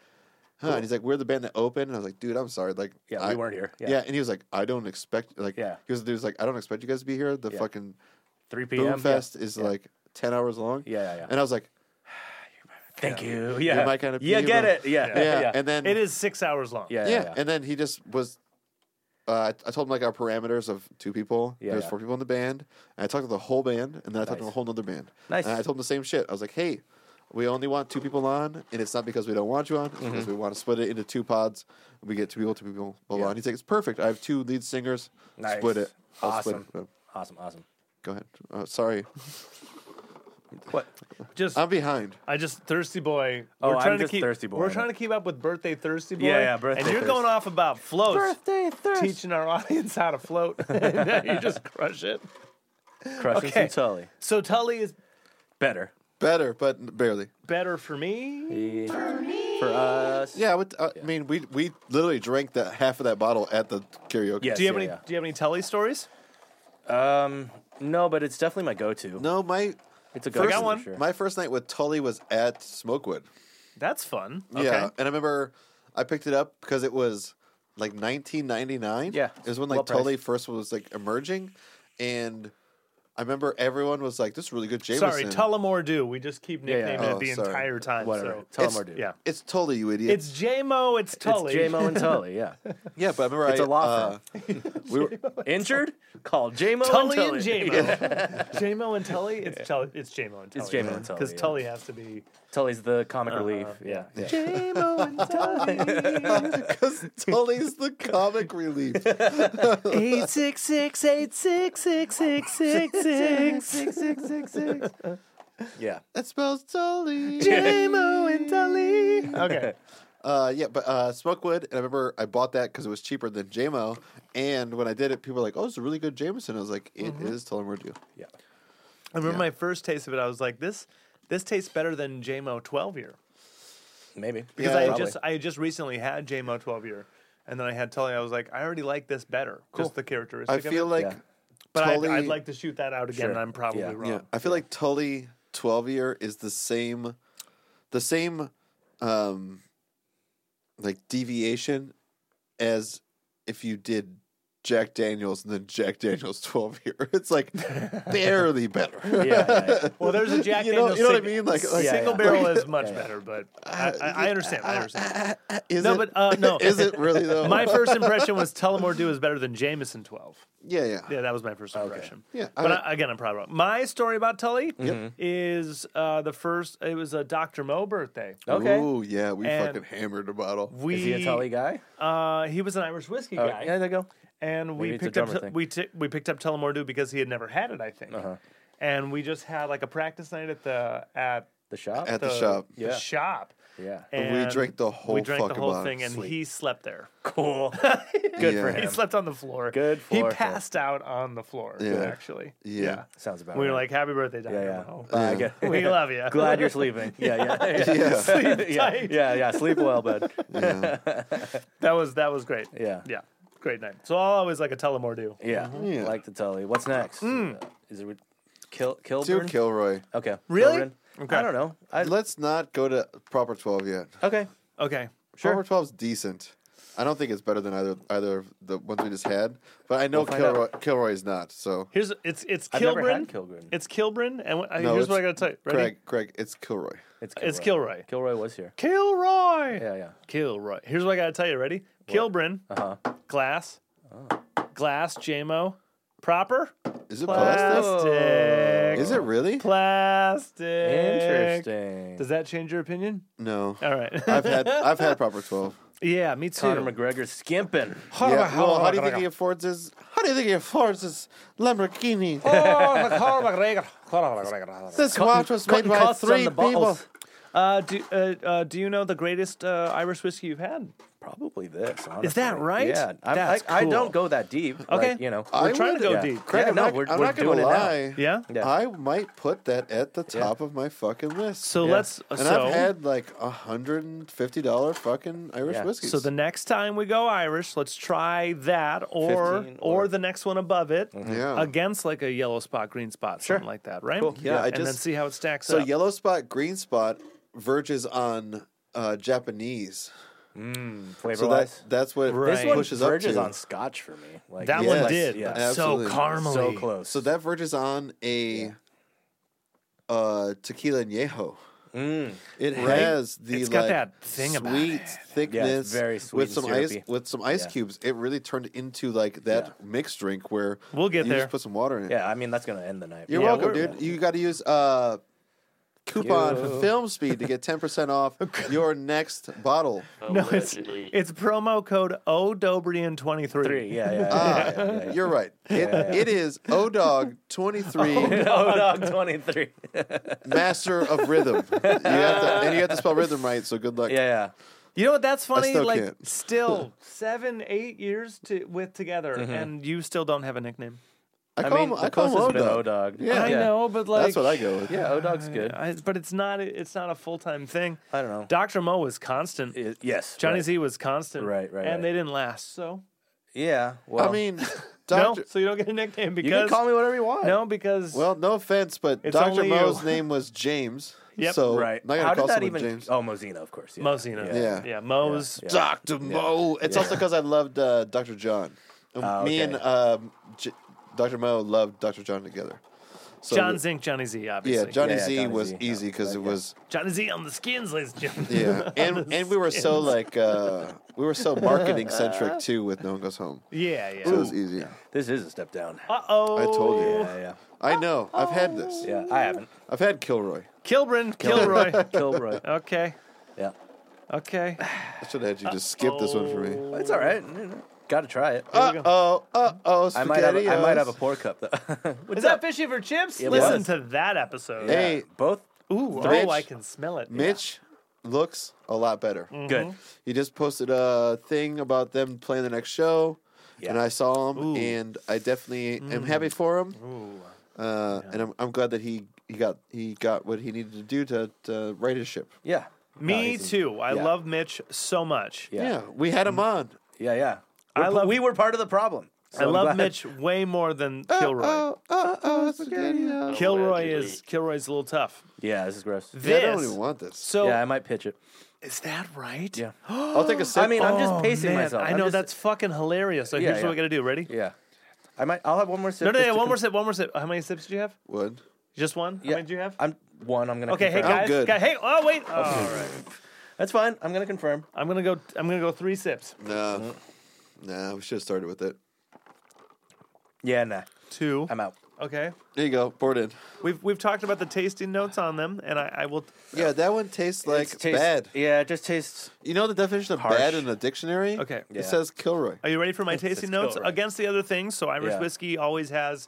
Speaker 1: "Huh?" And he's like, "We're the band that opened." And I was like, "Dude, I'm sorry." Like,
Speaker 3: Yeah,
Speaker 1: I,
Speaker 3: we weren't here.
Speaker 1: yeah.
Speaker 3: Yeah.
Speaker 1: and he was like, I don't expect like
Speaker 3: Yeah.
Speaker 1: he was there's like I don't expect you guys to be here. The
Speaker 3: Yeah.
Speaker 1: fucking
Speaker 3: 3 p.m. yeah.
Speaker 1: boom fest is like ten hours long.
Speaker 3: Yeah, yeah, yeah.
Speaker 1: And I was like,
Speaker 3: Thank you. Yeah.
Speaker 1: my kind of
Speaker 3: yeah,
Speaker 1: people.
Speaker 3: get it. Yeah.
Speaker 1: yeah.
Speaker 2: Yeah.
Speaker 3: Yeah.
Speaker 1: And then
Speaker 2: it is six hours long.
Speaker 3: Yeah.
Speaker 1: yeah,
Speaker 3: Yeah. yeah.
Speaker 1: and then he just was. Uh, I, I told him like our parameters of two people.
Speaker 3: Yeah,
Speaker 1: There's
Speaker 3: yeah.
Speaker 1: four people in the band, and I talked to the whole band, and then I talked to a
Speaker 3: Nice.
Speaker 1: whole nother band.
Speaker 3: Nice.
Speaker 1: And I told him the same shit. I was like, hey. We only want two people on, and it's not because we don't want you on. It's
Speaker 3: Mm-hmm.
Speaker 1: because we want to split it into two pods. We get two people, two people, blah, blah.
Speaker 3: Yeah.
Speaker 1: And he's like, it's perfect. I have two lead singers.
Speaker 3: Nice.
Speaker 1: Split it. I'll split
Speaker 3: Awesome.
Speaker 1: it.
Speaker 3: Awesome. Awesome.
Speaker 1: Go ahead. Uh, sorry,
Speaker 3: What?
Speaker 2: Just
Speaker 1: I'm behind.
Speaker 2: I just thirsty boy.
Speaker 3: Oh,
Speaker 2: we're
Speaker 3: I'm
Speaker 2: trying to
Speaker 3: just
Speaker 2: keep
Speaker 3: thirsty boy.
Speaker 2: We're trying to keep up with birthday thirsty boy.
Speaker 3: Yeah, yeah, birthday
Speaker 2: And you're
Speaker 3: thirsty.
Speaker 2: going off about floats,
Speaker 3: thirst.
Speaker 2: teaching our audience how to float. you just crush it.
Speaker 3: Crushing
Speaker 2: Okay.
Speaker 3: some Tully.
Speaker 2: So Tully is
Speaker 3: Better.
Speaker 1: Better, but barely.
Speaker 2: better for me.
Speaker 3: For me. For us.
Speaker 1: Yeah, I, would, uh, I mean, we we literally drank that half of that bottle at the karaoke.
Speaker 3: Yes,
Speaker 2: Do you have
Speaker 3: yeah,
Speaker 2: any? Do you have any Tully stories?
Speaker 3: yeah. Um, no, but it's definitely my go-to.
Speaker 1: No, my
Speaker 3: It's a
Speaker 1: first,
Speaker 3: go-to.
Speaker 2: got one.
Speaker 3: for Sure.
Speaker 1: my first night with Tully was at Smokewood.
Speaker 2: That's fun.
Speaker 1: Yeah,
Speaker 2: Okay.
Speaker 1: and I remember I picked it up because it was like 1999.
Speaker 3: Yeah,
Speaker 1: it was when like
Speaker 3: well priced.
Speaker 1: Tully first was like emerging, and I remember everyone was like, "This is really good." Jameson.
Speaker 2: Sorry, Tullamore or do. We just keep
Speaker 3: Yeah, yeah.
Speaker 2: nicknaming
Speaker 1: Oh,
Speaker 2: it the
Speaker 1: sorry.
Speaker 2: entire time.
Speaker 3: Whatever.
Speaker 2: So.
Speaker 3: Tell them
Speaker 1: It's-
Speaker 3: or do.
Speaker 2: Yeah.
Speaker 1: It's Tully, you idiot.
Speaker 2: It's JMO. It's Tully.
Speaker 3: It's JMO and Tully. Yeah.
Speaker 1: yeah, but I remember
Speaker 3: It's
Speaker 1: I,
Speaker 3: a law
Speaker 1: uh, we were,
Speaker 3: Injured? Call JMO and
Speaker 2: Tully
Speaker 3: Tully.
Speaker 2: and JMO. JMO and Tully. It's Tully. It's JMO and Tully.
Speaker 3: It's JMO and Tully.
Speaker 2: Because
Speaker 3: yeah.
Speaker 2: Tully has to be.
Speaker 3: Tully's the comic relief. Yeah. yeah.
Speaker 2: JMO and Tully.
Speaker 1: Because Tully's the comic relief.
Speaker 2: Eight six six eight six six six six six six six six six.
Speaker 3: Yeah.
Speaker 1: That spells Tully.
Speaker 2: JMO and Tully. Okay.
Speaker 1: Uh, yeah, but uh, Smokewood, and I remember I bought that because it was cheaper than JMO. And when I did it, people were like, "Oh, it's a really good Jameson." I was like, "It is
Speaker 2: Mm-hmm.
Speaker 1: Tully Murdew."
Speaker 3: Yeah.
Speaker 2: I remember
Speaker 1: Yeah.
Speaker 2: my first taste of it. I was like, this this tastes better than JMO 12 year
Speaker 3: Maybe.
Speaker 2: because
Speaker 1: Yeah,
Speaker 2: I had
Speaker 1: probably.
Speaker 2: just I had just recently had JMO 12 year, and then I had Tully. I was like, I already like this better. Just the characteristic.
Speaker 1: I feel
Speaker 2: of it.
Speaker 1: like,
Speaker 3: Yeah.
Speaker 2: but
Speaker 1: Tully-
Speaker 2: I'd, I'd like to shoot that out again.
Speaker 3: Sure.
Speaker 2: and I'm probably
Speaker 3: Yeah.
Speaker 2: wrong.
Speaker 1: yeah, I feel like Tully twelve year is the same, the same, um, like deviation as if you did Jack Daniels and then Jack Daniels twelve year. It's like barely better.
Speaker 3: Yeah. yeah, yeah.
Speaker 2: Well, there's a Jack
Speaker 1: You know-
Speaker 2: Daniel's.
Speaker 1: you know what I
Speaker 2: sing-
Speaker 1: mean? Like- like-
Speaker 3: Yeah,
Speaker 2: single
Speaker 3: yeah.
Speaker 2: barrel
Speaker 1: Like-
Speaker 2: is much better, but I, I, I understand. I understand.
Speaker 1: Is
Speaker 2: No,
Speaker 1: it-
Speaker 2: but, uh, no.
Speaker 1: is it really though?
Speaker 2: My first impression was Tullamore Dew is better than Jameson 12.
Speaker 1: yeah, yeah,
Speaker 2: Yeah, that was my first impression.
Speaker 1: Yeah,
Speaker 2: but
Speaker 1: I-
Speaker 2: I, again, I'm probably wrong. My story about Tully
Speaker 3: Mm-hmm.
Speaker 2: is uh, the first. It was a Dr. Mo birthday.
Speaker 3: Okay.
Speaker 1: Ooh, yeah, we
Speaker 2: And-
Speaker 1: fucking hammered a bottle.
Speaker 2: We
Speaker 3: Oh. Is he a Tully guy?
Speaker 2: Uh, he was an Irish whiskey
Speaker 3: Oh,
Speaker 2: guy,
Speaker 3: yeah, there you go.
Speaker 2: and we
Speaker 3: Maybe it's a
Speaker 2: picked up
Speaker 3: drummer
Speaker 2: t-
Speaker 3: thing. Uh-huh.
Speaker 2: we t- we picked up Tullamore Dew because he had never had it, I think. And we just had like a practice night at the at
Speaker 3: The shop?
Speaker 1: At the shop.
Speaker 2: the
Speaker 3: Yeah.
Speaker 2: shop.
Speaker 3: yeah.
Speaker 1: we
Speaker 2: And
Speaker 1: drank the whole
Speaker 2: we drank the
Speaker 1: fucking
Speaker 2: whole
Speaker 1: bottle.
Speaker 2: thing, and
Speaker 3: Sweet.
Speaker 2: he slept there.
Speaker 3: Cool. Good for
Speaker 1: Yeah.
Speaker 2: He
Speaker 3: him.
Speaker 2: slept on the floor.
Speaker 3: Good
Speaker 2: He
Speaker 3: for him.
Speaker 2: passed out on the floor.
Speaker 1: Yeah.
Speaker 2: Actually.
Speaker 1: Yeah.
Speaker 3: Sounds about
Speaker 2: We
Speaker 3: right.
Speaker 2: were like, "Happy birthday, Dr.
Speaker 3: yeah, yeah.
Speaker 2: Mo."
Speaker 3: Bye,
Speaker 1: Yeah.
Speaker 3: good.
Speaker 2: We love you.
Speaker 3: Glad you're sleeping. Yeah, yeah.
Speaker 1: Yeah.
Speaker 3: yeah,
Speaker 2: tight.
Speaker 3: yeah, yeah. Sleep well, bud.
Speaker 1: Yeah.
Speaker 2: That was that was great.
Speaker 3: Yeah.
Speaker 2: Yeah. Great night. So I'll always like a Tullamore Dew.
Speaker 3: Yeah.
Speaker 1: Mm-hmm. Yeah.
Speaker 3: Like the Tully. What's next?
Speaker 2: Hmm.
Speaker 3: Uh, is it with Kil
Speaker 1: Dude,
Speaker 3: Kilburn?
Speaker 1: Kilroy.
Speaker 3: okay.
Speaker 2: Really?
Speaker 3: Kilburn.
Speaker 2: Okay.
Speaker 3: I don't know. I,
Speaker 1: Let's not go to proper 12 yet.
Speaker 3: okay.
Speaker 2: Okay.
Speaker 3: Sure.
Speaker 1: Palmer 12 is decent. I don't think it's better than either either of the ones we just had, but I know
Speaker 3: We'll find
Speaker 1: Kilroy, Kilroy is not. So
Speaker 2: Here's it's it's
Speaker 3: I've never
Speaker 2: Kilbrin.
Speaker 3: had Kilgren.
Speaker 2: It's Kilbrin, and wh- I-
Speaker 1: No,
Speaker 2: here's
Speaker 1: it's
Speaker 2: what I gotta tell you. Ready?
Speaker 1: Craig, Craig, it's Kilroy.
Speaker 2: It's Kilroy.
Speaker 3: Kilroy was here.
Speaker 2: Kilroy.
Speaker 3: Yeah, yeah.
Speaker 2: Kilroy. Here's what I gotta tell you. Ready? Kilbrin. Uh huh. Glass. Glass. JMO. Proper.
Speaker 1: Is it plastic?
Speaker 2: Plastic.
Speaker 1: Is it really?
Speaker 2: Plastic.
Speaker 3: Interesting.
Speaker 2: Does that change your opinion?
Speaker 1: No.
Speaker 2: All right.
Speaker 1: I've had I've had proper 12.
Speaker 2: yeah, me too.
Speaker 3: Conor McGregor's skimping.
Speaker 1: Yeah, well, how do you think he affords his? How do you think he affords his Lamborghini?
Speaker 3: Oh,
Speaker 1: This watch was made
Speaker 3: cutting
Speaker 1: by
Speaker 3: costs on
Speaker 1: three
Speaker 3: the
Speaker 1: people.
Speaker 3: bottles.
Speaker 2: Uh, do uh, uh, do you know the greatest uh, Irish whiskey you've had?
Speaker 3: Probably this. Honestly.
Speaker 2: that right?
Speaker 3: Yeah. I,
Speaker 2: That's
Speaker 3: I, I
Speaker 2: cool.
Speaker 3: don't go that deep.
Speaker 2: Okay.
Speaker 3: Like, you know.
Speaker 2: We're
Speaker 1: I
Speaker 2: trying to
Speaker 1: would-
Speaker 2: go
Speaker 3: yeah.
Speaker 2: deep.
Speaker 1: Craig,
Speaker 3: Yeah,
Speaker 1: I'm
Speaker 3: no,
Speaker 1: not,
Speaker 3: we're-
Speaker 1: I'm
Speaker 3: we're
Speaker 1: not gonna
Speaker 3: doing it now.
Speaker 1: lie.
Speaker 2: Yeah.
Speaker 3: Yeah.
Speaker 1: I might put that at the top of my fucking list.
Speaker 2: So
Speaker 3: Yeah.
Speaker 2: let's.
Speaker 1: and
Speaker 2: so,
Speaker 1: I've had like a hundred and fifty dollar fucking Irish
Speaker 3: Yeah.
Speaker 1: whiskeys.
Speaker 2: so the next time we go Irish, let's try that or
Speaker 3: 15
Speaker 2: or,
Speaker 3: or- Mm-hmm.
Speaker 2: the next one above it
Speaker 1: Yeah.
Speaker 2: against like a yellow spot, green spot, something like that, right?
Speaker 1: Yeah, I
Speaker 2: and then
Speaker 1: just-
Speaker 2: see how it stacks
Speaker 1: so
Speaker 2: up.
Speaker 1: yellow spot, green spot verges on uh, Japanese.
Speaker 3: Flavor
Speaker 1: So that
Speaker 3: wise.
Speaker 1: that's what
Speaker 2: Right.
Speaker 1: this
Speaker 3: This one
Speaker 1: pushes up
Speaker 3: verges
Speaker 1: to.
Speaker 3: on Scotch for me. Like
Speaker 2: that
Speaker 3: it's
Speaker 1: Yes.
Speaker 2: one
Speaker 3: like-
Speaker 2: did.
Speaker 3: Yeah.
Speaker 1: Ab- Absolutely.
Speaker 2: So caramely.
Speaker 3: So close.
Speaker 1: So that verges on a uh, tequila añejo.
Speaker 3: Mm.
Speaker 1: It has the
Speaker 2: It's got
Speaker 1: like,
Speaker 2: that thing
Speaker 1: sweet
Speaker 2: about it.
Speaker 1: thickness,
Speaker 3: very sweet
Speaker 1: with
Speaker 3: and
Speaker 1: some ice
Speaker 3: syrupy.
Speaker 1: with some ice
Speaker 3: Yeah.
Speaker 1: cubes. It really turned into like that mixed drink where
Speaker 2: We'll get
Speaker 1: you
Speaker 2: there.
Speaker 1: Just put some water in it.
Speaker 3: Yeah, I mean that's gonna end the night.
Speaker 1: You're
Speaker 2: Yeah,
Speaker 1: welcome,
Speaker 2: we're-
Speaker 1: dude. You got to use uh, coupon
Speaker 3: Yo.
Speaker 1: film speed to get ten percent off your next bottle.
Speaker 2: No, it's it's promo code Odobrian twenty
Speaker 3: Three. Yeah, yeah.
Speaker 1: Ah,
Speaker 3: yeah, yeah, yeah, yeah.
Speaker 1: You're right. It,
Speaker 3: Yeah.
Speaker 1: it is O Dog twenty three,
Speaker 3: Oh, dog 23. yeah,
Speaker 1: master of rhythm. You have to, and you have to spell rhythm right. So good luck.
Speaker 3: yeah.
Speaker 2: You know what? That's funny.
Speaker 1: still
Speaker 2: like
Speaker 1: can't.
Speaker 2: still seven, eight years to with together,
Speaker 3: Mm-hmm.
Speaker 2: and you still don't have a nickname.
Speaker 1: I
Speaker 3: I
Speaker 1: call
Speaker 3: mean,
Speaker 1: him. I
Speaker 3: the
Speaker 1: call him O
Speaker 3: closest been O
Speaker 1: Dog.
Speaker 3: dog.
Speaker 1: Yeah.
Speaker 2: I know, but like
Speaker 1: That's what I go with.
Speaker 3: Yeah, O dog's good.
Speaker 2: I, but it's not. It's not a full time thing.
Speaker 3: I don't know.
Speaker 2: Doctor Mo was constant.
Speaker 3: It- yes.
Speaker 2: Johnny
Speaker 3: Uh, right.
Speaker 2: Z was constant.
Speaker 3: Right, right,
Speaker 2: And
Speaker 3: right.
Speaker 2: they didn't last. So
Speaker 3: Yeah. Well,
Speaker 1: I mean,
Speaker 2: no,
Speaker 1: Doctor.
Speaker 2: so you don't get a nickname because
Speaker 3: you can call me whatever you want.
Speaker 2: no, because
Speaker 1: Well, no offense, but
Speaker 2: It's
Speaker 1: Doctor
Speaker 2: only
Speaker 1: Mo's
Speaker 2: you.
Speaker 1: name was James.
Speaker 2: Yep.
Speaker 1: So
Speaker 3: Right.
Speaker 1: I'm not gonna
Speaker 3: How
Speaker 1: call
Speaker 3: did that
Speaker 1: someone
Speaker 3: even?
Speaker 1: James.
Speaker 3: Oh, Mozino, of course. Yeah.
Speaker 2: Mosina.
Speaker 3: Yeah.
Speaker 1: Yeah.
Speaker 2: yeah, Mo's.
Speaker 3: Yeah.
Speaker 1: Dr. Mo. It's also because I loved uh, Dr. John. Um,
Speaker 3: Ah, okay.
Speaker 1: Me and um, J- Dr. Mo loved Dr. John together. So,
Speaker 2: John Zink, Johnny Z,
Speaker 1: Yeah,
Speaker 2: obviously.
Speaker 1: Johnny
Speaker 3: Yeah, yeah,
Speaker 1: Z
Speaker 3: Johnny
Speaker 1: was
Speaker 3: Z, yeah.
Speaker 1: easy because it was
Speaker 2: Johnny Z on the skins, ladies and gentlemen.
Speaker 1: yeah, and and we were so like uh, we were so marketing centric too with No One Goes Home.
Speaker 2: Yeah, yeah.
Speaker 1: So it was easy.
Speaker 3: This is a step down.
Speaker 2: Uh oh.
Speaker 1: I told you.
Speaker 3: Yeah, yeah.
Speaker 1: I know. I've had this.
Speaker 3: Yeah, I haven't.
Speaker 1: I've had Kilroy.
Speaker 2: Kilbrin, Kilroy.
Speaker 3: Kilroy.
Speaker 2: okay,
Speaker 3: Yeah.
Speaker 2: okay.
Speaker 1: I should have had you just skip this one for
Speaker 2: Oh.
Speaker 1: me.
Speaker 3: Oh. It's all right. Got to try it.
Speaker 1: Uh oh, uh oh,
Speaker 3: I might have. A, I might have a pour cup though.
Speaker 2: Is that fishy for chips?
Speaker 3: It
Speaker 2: Listen
Speaker 3: was.
Speaker 2: to that episode.
Speaker 1: Hey.
Speaker 3: both
Speaker 2: Ooh,
Speaker 1: Mitch-
Speaker 2: oh, I can smell it.
Speaker 1: Mitch looks a lot better.
Speaker 3: good.
Speaker 1: He just posted a thing about them playing the next show, and
Speaker 3: Yeah.
Speaker 1: I saw him, and I definitely am happy for him. Uh, And I'm, I'm glad that he, he got he got what he needed to do to, to right his ship.
Speaker 3: Yeah. No,
Speaker 2: Me
Speaker 3: he's-
Speaker 2: too. I
Speaker 3: yeah.
Speaker 2: love Mitch so much.
Speaker 1: Yeah,
Speaker 3: Yeah.
Speaker 1: we had him on.
Speaker 3: Yeah, yeah.
Speaker 2: I
Speaker 3: We're-
Speaker 2: love-
Speaker 3: we were part of the problem. So
Speaker 2: I
Speaker 3: I'm
Speaker 2: love
Speaker 3: glad- Uh,
Speaker 2: Mitch way more than Kilroy.
Speaker 1: Oh, oh, oh, spaghetti. oh.
Speaker 2: Kilroy
Speaker 4: Allegedly.
Speaker 2: is Kilroy's a little tough.
Speaker 3: Yeah, this is gross.
Speaker 1: Yeah, I don't
Speaker 2: This-
Speaker 1: even want this.
Speaker 2: So
Speaker 3: Yeah, I might pitch it.
Speaker 2: is that right?
Speaker 3: Yeah.
Speaker 1: I'll take a sip.
Speaker 3: I mean, I'm just
Speaker 2: Oh,
Speaker 3: pacing
Speaker 2: man,
Speaker 3: myself.
Speaker 2: I
Speaker 3: I'm
Speaker 2: know
Speaker 3: just-
Speaker 2: that's fucking hilarious. So
Speaker 3: Yeah,
Speaker 2: here's
Speaker 3: yeah.
Speaker 2: what we gotta do. Ready?
Speaker 3: Yeah. I might. I'll have one more sip.
Speaker 2: No, no,
Speaker 3: just
Speaker 2: no.
Speaker 3: to
Speaker 2: One more
Speaker 3: con-
Speaker 2: sip. One more sip. How many sips do you have?
Speaker 1: would.
Speaker 2: Just one.
Speaker 3: Yeah.
Speaker 2: How many do you have?
Speaker 3: I'm one. I'm gonna.
Speaker 2: okay, hey
Speaker 3: confirm.
Speaker 2: guys.
Speaker 1: good.
Speaker 2: Guy- hey, oh wait. All right.
Speaker 3: That's fine. I'm gonna confirm.
Speaker 2: I'm gonna go. I'm gonna go three sips.
Speaker 1: No, no, we should have started with it.
Speaker 3: Yeah, nah.
Speaker 2: Two.
Speaker 3: I'm out.
Speaker 2: Okay.
Speaker 1: There you go, poured in.
Speaker 2: We've we've talked about the tasting notes on them, and I, I will.
Speaker 1: Yeah, that one tastes like
Speaker 3: It tastes-
Speaker 1: bad.
Speaker 3: Yeah, it just tastes.
Speaker 1: You know the definition of
Speaker 3: Harsh.
Speaker 1: bad in the dictionary?
Speaker 2: Okay.
Speaker 1: It
Speaker 3: Yeah.
Speaker 1: says Kilroy.
Speaker 2: Are you ready for my tasting notes?
Speaker 3: go, Ryan.
Speaker 2: Against the other things, so Irish
Speaker 3: Yeah.
Speaker 2: whiskey always has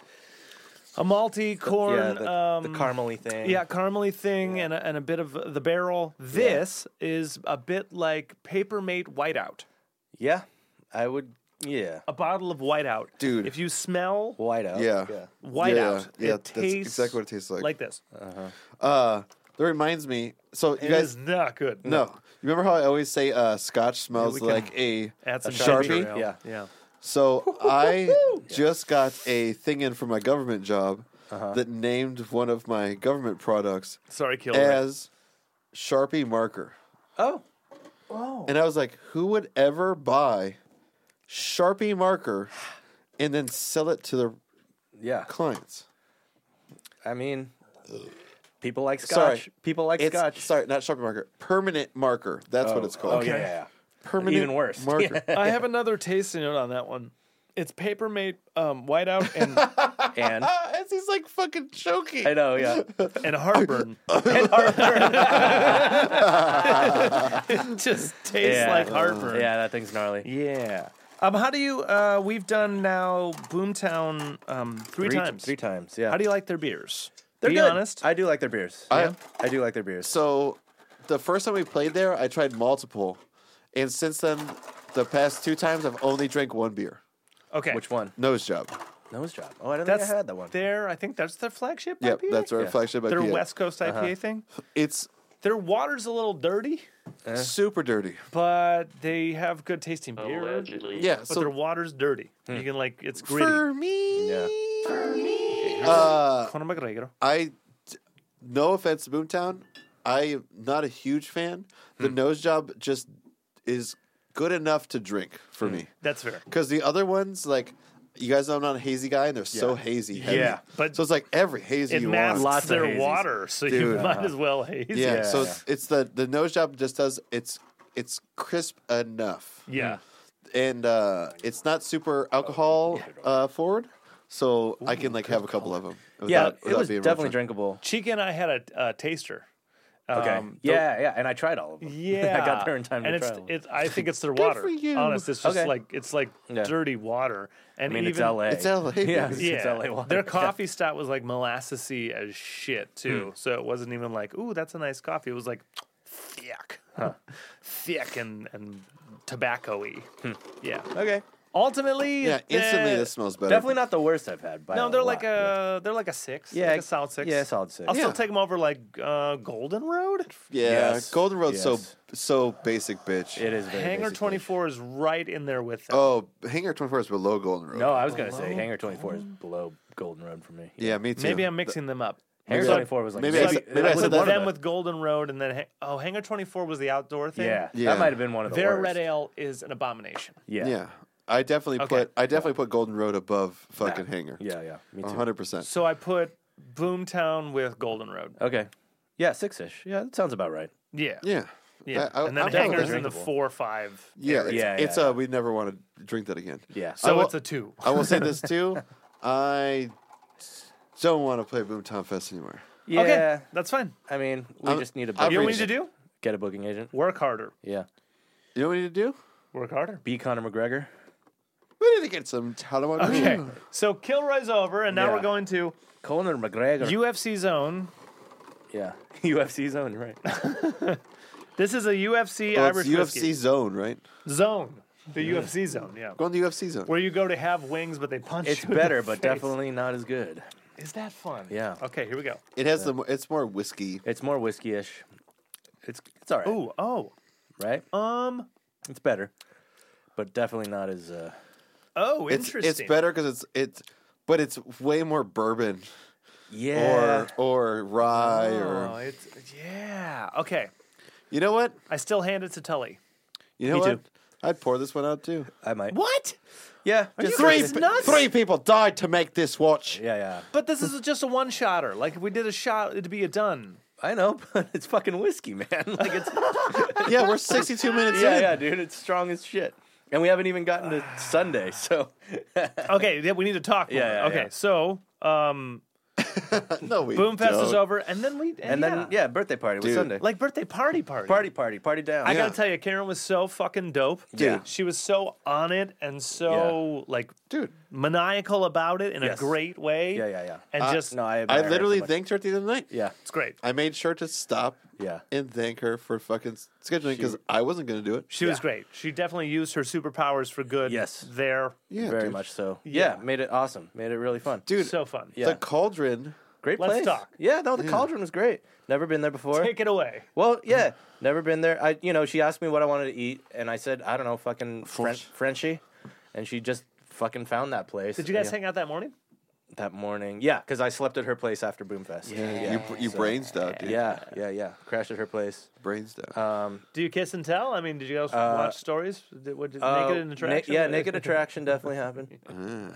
Speaker 2: a malty corn,
Speaker 3: yeah, the,
Speaker 2: um,
Speaker 3: the caramely thing.
Speaker 2: yeah, caramely thing, and a, and a bit of the barrel. This is a bit like Papermate Whiteout,
Speaker 3: Yeah. I would. Yeah.
Speaker 2: a bottle of Whiteout,
Speaker 1: Dude.
Speaker 2: If you smell
Speaker 3: White out.
Speaker 1: Yeah.
Speaker 2: Whiteout,
Speaker 1: Yeah, yeah,
Speaker 2: it
Speaker 1: that's
Speaker 2: tastes
Speaker 1: exactly what it tastes like.
Speaker 2: Like this,
Speaker 1: Uh, that reminds me. So you
Speaker 2: it
Speaker 1: guys,
Speaker 2: is not good.
Speaker 1: no, you remember how I always say uh, Scotch smells
Speaker 2: can
Speaker 1: like a.
Speaker 2: add some
Speaker 3: Sharpie?
Speaker 2: ginger ale.
Speaker 3: Yeah.
Speaker 2: yeah.
Speaker 1: So I just got a thing in for my government job
Speaker 2: Uh-huh.
Speaker 1: that named one of my government products
Speaker 2: Sorry, Kilroy.
Speaker 1: as Sharpie marker.
Speaker 3: Oh.
Speaker 2: Oh.
Speaker 1: And I was like, who would ever buy Sharpie marker and then sell it to their
Speaker 3: Yeah.
Speaker 1: clients?
Speaker 3: I mean, people like
Speaker 1: Sorry.
Speaker 3: scotch. People like
Speaker 1: It's,
Speaker 3: scotch.
Speaker 1: Sorry, not Sharpie marker. Permanent marker. That's what
Speaker 3: Oh,
Speaker 1: it's called.
Speaker 3: Oh, yeah,
Speaker 2: Okay.
Speaker 3: yeah, yeah.
Speaker 1: Permanent
Speaker 3: Even worse.
Speaker 1: marker.
Speaker 2: I have another tasting note on that one. It's paper made um, whiteout and,
Speaker 3: And
Speaker 1: As he's like fucking choking.
Speaker 3: I know, yeah.
Speaker 2: and heartburn.
Speaker 3: And heartburn.
Speaker 2: it just tastes
Speaker 3: Yeah.
Speaker 2: like heartburn.
Speaker 3: yeah, that thing's gnarly.
Speaker 2: Yeah. Um, how do you? Uh, we've done now Boomtown um, three, times.
Speaker 3: Three times, yeah.
Speaker 2: How do you like their beers?
Speaker 3: They're
Speaker 2: Be
Speaker 3: good.
Speaker 2: honest.
Speaker 3: I do like their beers.
Speaker 1: I-
Speaker 3: yeah. I do like their beers.
Speaker 1: So the first time we played there, I tried multiple. And since then, the past two times, I've only drank one beer.
Speaker 2: okay.
Speaker 3: Which one?
Speaker 1: Nose job.
Speaker 3: Nose job. Oh, I don't
Speaker 2: That's
Speaker 3: think I had that one.
Speaker 2: Their, I think that's their flagship.
Speaker 1: Yep,
Speaker 2: IPA?
Speaker 1: that's our
Speaker 3: Yeah.
Speaker 1: flagship
Speaker 2: Their
Speaker 1: IPA.
Speaker 2: West Coast IPA thing.
Speaker 1: It's
Speaker 2: Their water's a little dirty,
Speaker 1: super dirty.
Speaker 2: but they have good tasting beer.
Speaker 4: Allegedly.
Speaker 1: Yeah,
Speaker 2: But
Speaker 1: so
Speaker 2: their water's dirty. You can like it's gritty.
Speaker 1: for me,
Speaker 3: Yeah.
Speaker 1: uh,
Speaker 2: Conor McGregor.
Speaker 1: I, no offense to Boomtown, I am not a huge fan.
Speaker 2: Hmm.
Speaker 1: The nose job just is good enough to drink for
Speaker 2: Hmm.
Speaker 1: me.
Speaker 2: That's fair.
Speaker 1: Because the other ones, like, you guys know I'm not a hazy guy, and they're so
Speaker 3: Yeah.
Speaker 1: hazy. Heavy.
Speaker 2: Yeah, but
Speaker 1: So it's like every hazy
Speaker 2: it
Speaker 1: you
Speaker 2: masks
Speaker 1: want.
Speaker 3: Lots of
Speaker 2: their
Speaker 3: hazies.
Speaker 2: water, so you
Speaker 1: Dude.
Speaker 2: might as well haze.
Speaker 1: Yeah,
Speaker 3: Yeah.
Speaker 1: so it's, it's the the nose job just does it's it's crisp enough,
Speaker 2: Yeah.
Speaker 1: and uh, it's not super
Speaker 2: Oh,
Speaker 1: alcohol uh, forward, so I can like have a couple of them.
Speaker 3: yeah, it was definitely drinkable.
Speaker 2: Chica and I had a, a taster.
Speaker 3: Okay.
Speaker 2: Um,
Speaker 3: yeah, yeah. And I tried all of them.
Speaker 2: Yeah,
Speaker 3: I got there in time
Speaker 2: and
Speaker 3: to
Speaker 2: it's,
Speaker 3: try them.
Speaker 2: it's. I think it's their water.
Speaker 1: for you.
Speaker 2: Honest, it's just
Speaker 3: Okay.
Speaker 2: like it's like
Speaker 3: Yeah.
Speaker 2: dirty water.
Speaker 3: I
Speaker 2: And
Speaker 3: mean,
Speaker 2: even,
Speaker 3: it's LA.
Speaker 1: It's LA.
Speaker 3: Yeah,
Speaker 2: Yeah,
Speaker 3: it's LA water.
Speaker 2: their coffee stout was like molassesy as shit
Speaker 3: Hmm.
Speaker 2: too. So it wasn't even like, ooh, that's a nice coffee. It was like thick, thick and and tobacco-y.
Speaker 3: Hmm.
Speaker 2: Yeah.
Speaker 3: Okay.
Speaker 2: Ultimately,
Speaker 1: Yeah, instantly
Speaker 2: the-
Speaker 1: this smells better.
Speaker 3: Definitely not the worst I've had. By
Speaker 2: No, they're like
Speaker 3: lot, yeah.
Speaker 2: a they're like a six.
Speaker 3: Yeah,
Speaker 2: Yeah, like a solid six.
Speaker 3: yeah, solid six.
Speaker 2: I'll still
Speaker 1: Yeah.
Speaker 2: take them over like uh, Golden Road.
Speaker 1: Yeah,
Speaker 3: Yes.
Speaker 1: Golden Road's
Speaker 3: Yes.
Speaker 1: so so basic, bitch.
Speaker 3: It is very
Speaker 2: Hanger
Speaker 3: basic.
Speaker 2: twenty four is right in there with them.
Speaker 1: Oh, Hanger Twenty Four is below Golden Road.
Speaker 3: No, I was gonna say Hanger twenty four is below Golden Road for me.
Speaker 1: yeah, me too.
Speaker 2: Maybe I'm mixing them up.
Speaker 3: Hanger
Speaker 1: Maybe I-
Speaker 3: twenty four was like
Speaker 1: maybe I
Speaker 3: maybe,
Speaker 1: said- maybe I
Speaker 2: with
Speaker 1: said
Speaker 2: them
Speaker 1: that-
Speaker 2: with Golden Road, and then Hang- oh, Hangar Twenty Four was the outdoor thing.
Speaker 3: yeah,
Speaker 1: Yeah.
Speaker 3: that might have been one of the
Speaker 2: their
Speaker 3: worst.
Speaker 2: red ale is an abomination.
Speaker 3: Yeah,
Speaker 1: Yeah,
Speaker 3: yeah,
Speaker 1: I definitely
Speaker 2: Okay.
Speaker 1: put I definitely put Golden Road above fucking Hanger.
Speaker 3: yeah. Me too.
Speaker 1: hundred percent.
Speaker 2: So I put Boomtown with Golden Road.
Speaker 3: Okay, yeah, six ish. Yeah, that sounds about right.
Speaker 2: Yeah,
Speaker 1: Yeah,
Speaker 2: yeah.
Speaker 1: I- I-
Speaker 2: and then
Speaker 1: I'm down with
Speaker 2: Hangar's
Speaker 1: that.
Speaker 2: in the
Speaker 3: Drinkable.
Speaker 2: four five.
Speaker 1: Yeah, it's,
Speaker 3: Yeah,
Speaker 1: it's
Speaker 3: yeah,
Speaker 1: uh, we never want to drink that again.
Speaker 3: Yeah, Uh,
Speaker 2: So
Speaker 1: will-
Speaker 2: it's a two.
Speaker 1: I will say this too. I don't want to play Boomtown Fest anymore.
Speaker 3: yeah.
Speaker 2: Okay, that's fine.
Speaker 3: I mean, we
Speaker 1: I'm-
Speaker 3: just need a
Speaker 1: I'm
Speaker 3: booking
Speaker 2: You know what we need
Speaker 1: reaching.
Speaker 2: to do?
Speaker 3: get a booking agent.
Speaker 2: Work harder.
Speaker 3: Yeah,
Speaker 1: You know what we need to do?
Speaker 2: Work harder.
Speaker 3: be Conor McGregor.
Speaker 1: We need to get some Talawanda.
Speaker 2: Okay, so Kilroy's over, and now
Speaker 3: Yeah.
Speaker 2: we're going to
Speaker 3: Conor McGregor.
Speaker 2: UFC Zone.
Speaker 3: yeah, UFC zone right.
Speaker 2: This is a UFC
Speaker 1: Well,
Speaker 2: Irish
Speaker 1: Oh, it's UFC
Speaker 2: whiskey.
Speaker 1: Zone, right?
Speaker 2: Zone. The UFC Zone, yeah.
Speaker 1: Go on the UFC Zone.
Speaker 2: Where you go to have wings, but they punch
Speaker 3: It's
Speaker 2: you. in the
Speaker 3: better, but
Speaker 2: face.
Speaker 3: definitely not as good.
Speaker 2: Is that fun?
Speaker 3: Yeah.
Speaker 2: Okay, here we go.
Speaker 1: It has the it's more whiskey.
Speaker 3: It's more whiskey ish. It's it's all right,
Speaker 2: Ooh, oh,
Speaker 3: right?
Speaker 2: um,
Speaker 3: It's better, but definitely not as. Uh,
Speaker 2: oh,
Speaker 1: It's
Speaker 2: interesting.
Speaker 1: it's better because it's it's but it's way more bourbon
Speaker 3: yeah,
Speaker 1: or or rye
Speaker 2: Oh,
Speaker 1: or
Speaker 2: it's yeah. Okay,
Speaker 1: you know what
Speaker 2: I still hand it to Tully.
Speaker 1: you know
Speaker 3: Me
Speaker 1: what
Speaker 3: too.
Speaker 1: I'd pour this one out too.
Speaker 3: I might.
Speaker 2: What?
Speaker 3: Yeah,
Speaker 2: you
Speaker 3: three.
Speaker 2: guys
Speaker 1: pe-
Speaker 2: nuts?
Speaker 1: three people died to make this watch.
Speaker 3: Yeah, yeah.
Speaker 2: But this is just a one shotter. Like if we did a shot, it'd be a done.
Speaker 3: I know, but it's fucking whiskey, man. Like it's
Speaker 1: Yeah, we're sixty two minutes
Speaker 3: yeah,
Speaker 1: in.
Speaker 3: yeah, dude. It's strong as shit, and we haven't even gotten to Sunday. So
Speaker 2: Okay, yeah, we need to talk. More.
Speaker 3: Yeah, yeah,
Speaker 2: okay,
Speaker 3: yeah.
Speaker 2: so um,
Speaker 1: No, we
Speaker 2: Boomfest
Speaker 1: don't.
Speaker 2: is over, and then we and,
Speaker 3: and
Speaker 2: yeah.
Speaker 3: then yeah, birthday party was
Speaker 1: Dude.
Speaker 3: Sunday.
Speaker 2: like birthday party party
Speaker 3: party, party, party down.
Speaker 2: I
Speaker 1: Yeah.
Speaker 2: gotta tell you, Karen was so fucking dope.
Speaker 1: Yeah.
Speaker 2: She was so on it and so like
Speaker 1: dude.
Speaker 2: maniacal about it in
Speaker 3: Yes.
Speaker 2: a great way.
Speaker 3: Yeah, yeah, yeah.
Speaker 2: And just
Speaker 3: Uh, no, I,
Speaker 1: I
Speaker 3: admire her
Speaker 1: literally
Speaker 3: so much.
Speaker 1: thanked her at the end of the night.
Speaker 3: Yeah,
Speaker 2: it's great.
Speaker 1: I made sure to stop
Speaker 3: yeah,
Speaker 1: and thank her for fucking scheduling because I wasn't going to do it.
Speaker 2: She was
Speaker 3: Yeah.
Speaker 2: great. She definitely used her superpowers for good.
Speaker 3: Yes.
Speaker 2: There.
Speaker 1: Yeah,
Speaker 3: very
Speaker 1: dude.
Speaker 3: much so. Yeah. made it awesome. Made it really fun.
Speaker 1: dude.
Speaker 2: So fun.
Speaker 3: Yeah.
Speaker 1: The cauldron.
Speaker 3: Great
Speaker 2: Let's
Speaker 3: place.
Speaker 2: talk.
Speaker 3: Yeah, no, the cauldron was great. Never been there before.
Speaker 2: Take it away.
Speaker 3: Well, yeah, never been there. I, you know, she asked me what I wanted to eat, and I said, I don't know, fucking Fren-
Speaker 1: French.
Speaker 3: Frenchy, and she just fucking found that place.
Speaker 2: Did you guys
Speaker 3: Yeah.
Speaker 2: hang out that morning?
Speaker 3: that morning. Yeah, because I slept at her place after Boomfest.
Speaker 1: Yeah, you you
Speaker 3: so-
Speaker 1: brains out, dude.
Speaker 3: yeah, yeah, yeah. Crashed at her place.
Speaker 1: brains out.
Speaker 3: Um,
Speaker 2: Do you kiss and tell? I mean, did you guys
Speaker 3: Uh,
Speaker 2: watch stories? Did, what, did,
Speaker 3: uh,
Speaker 2: naked in
Speaker 3: na-
Speaker 2: attraction?
Speaker 3: yeah, naked attraction definitely happened.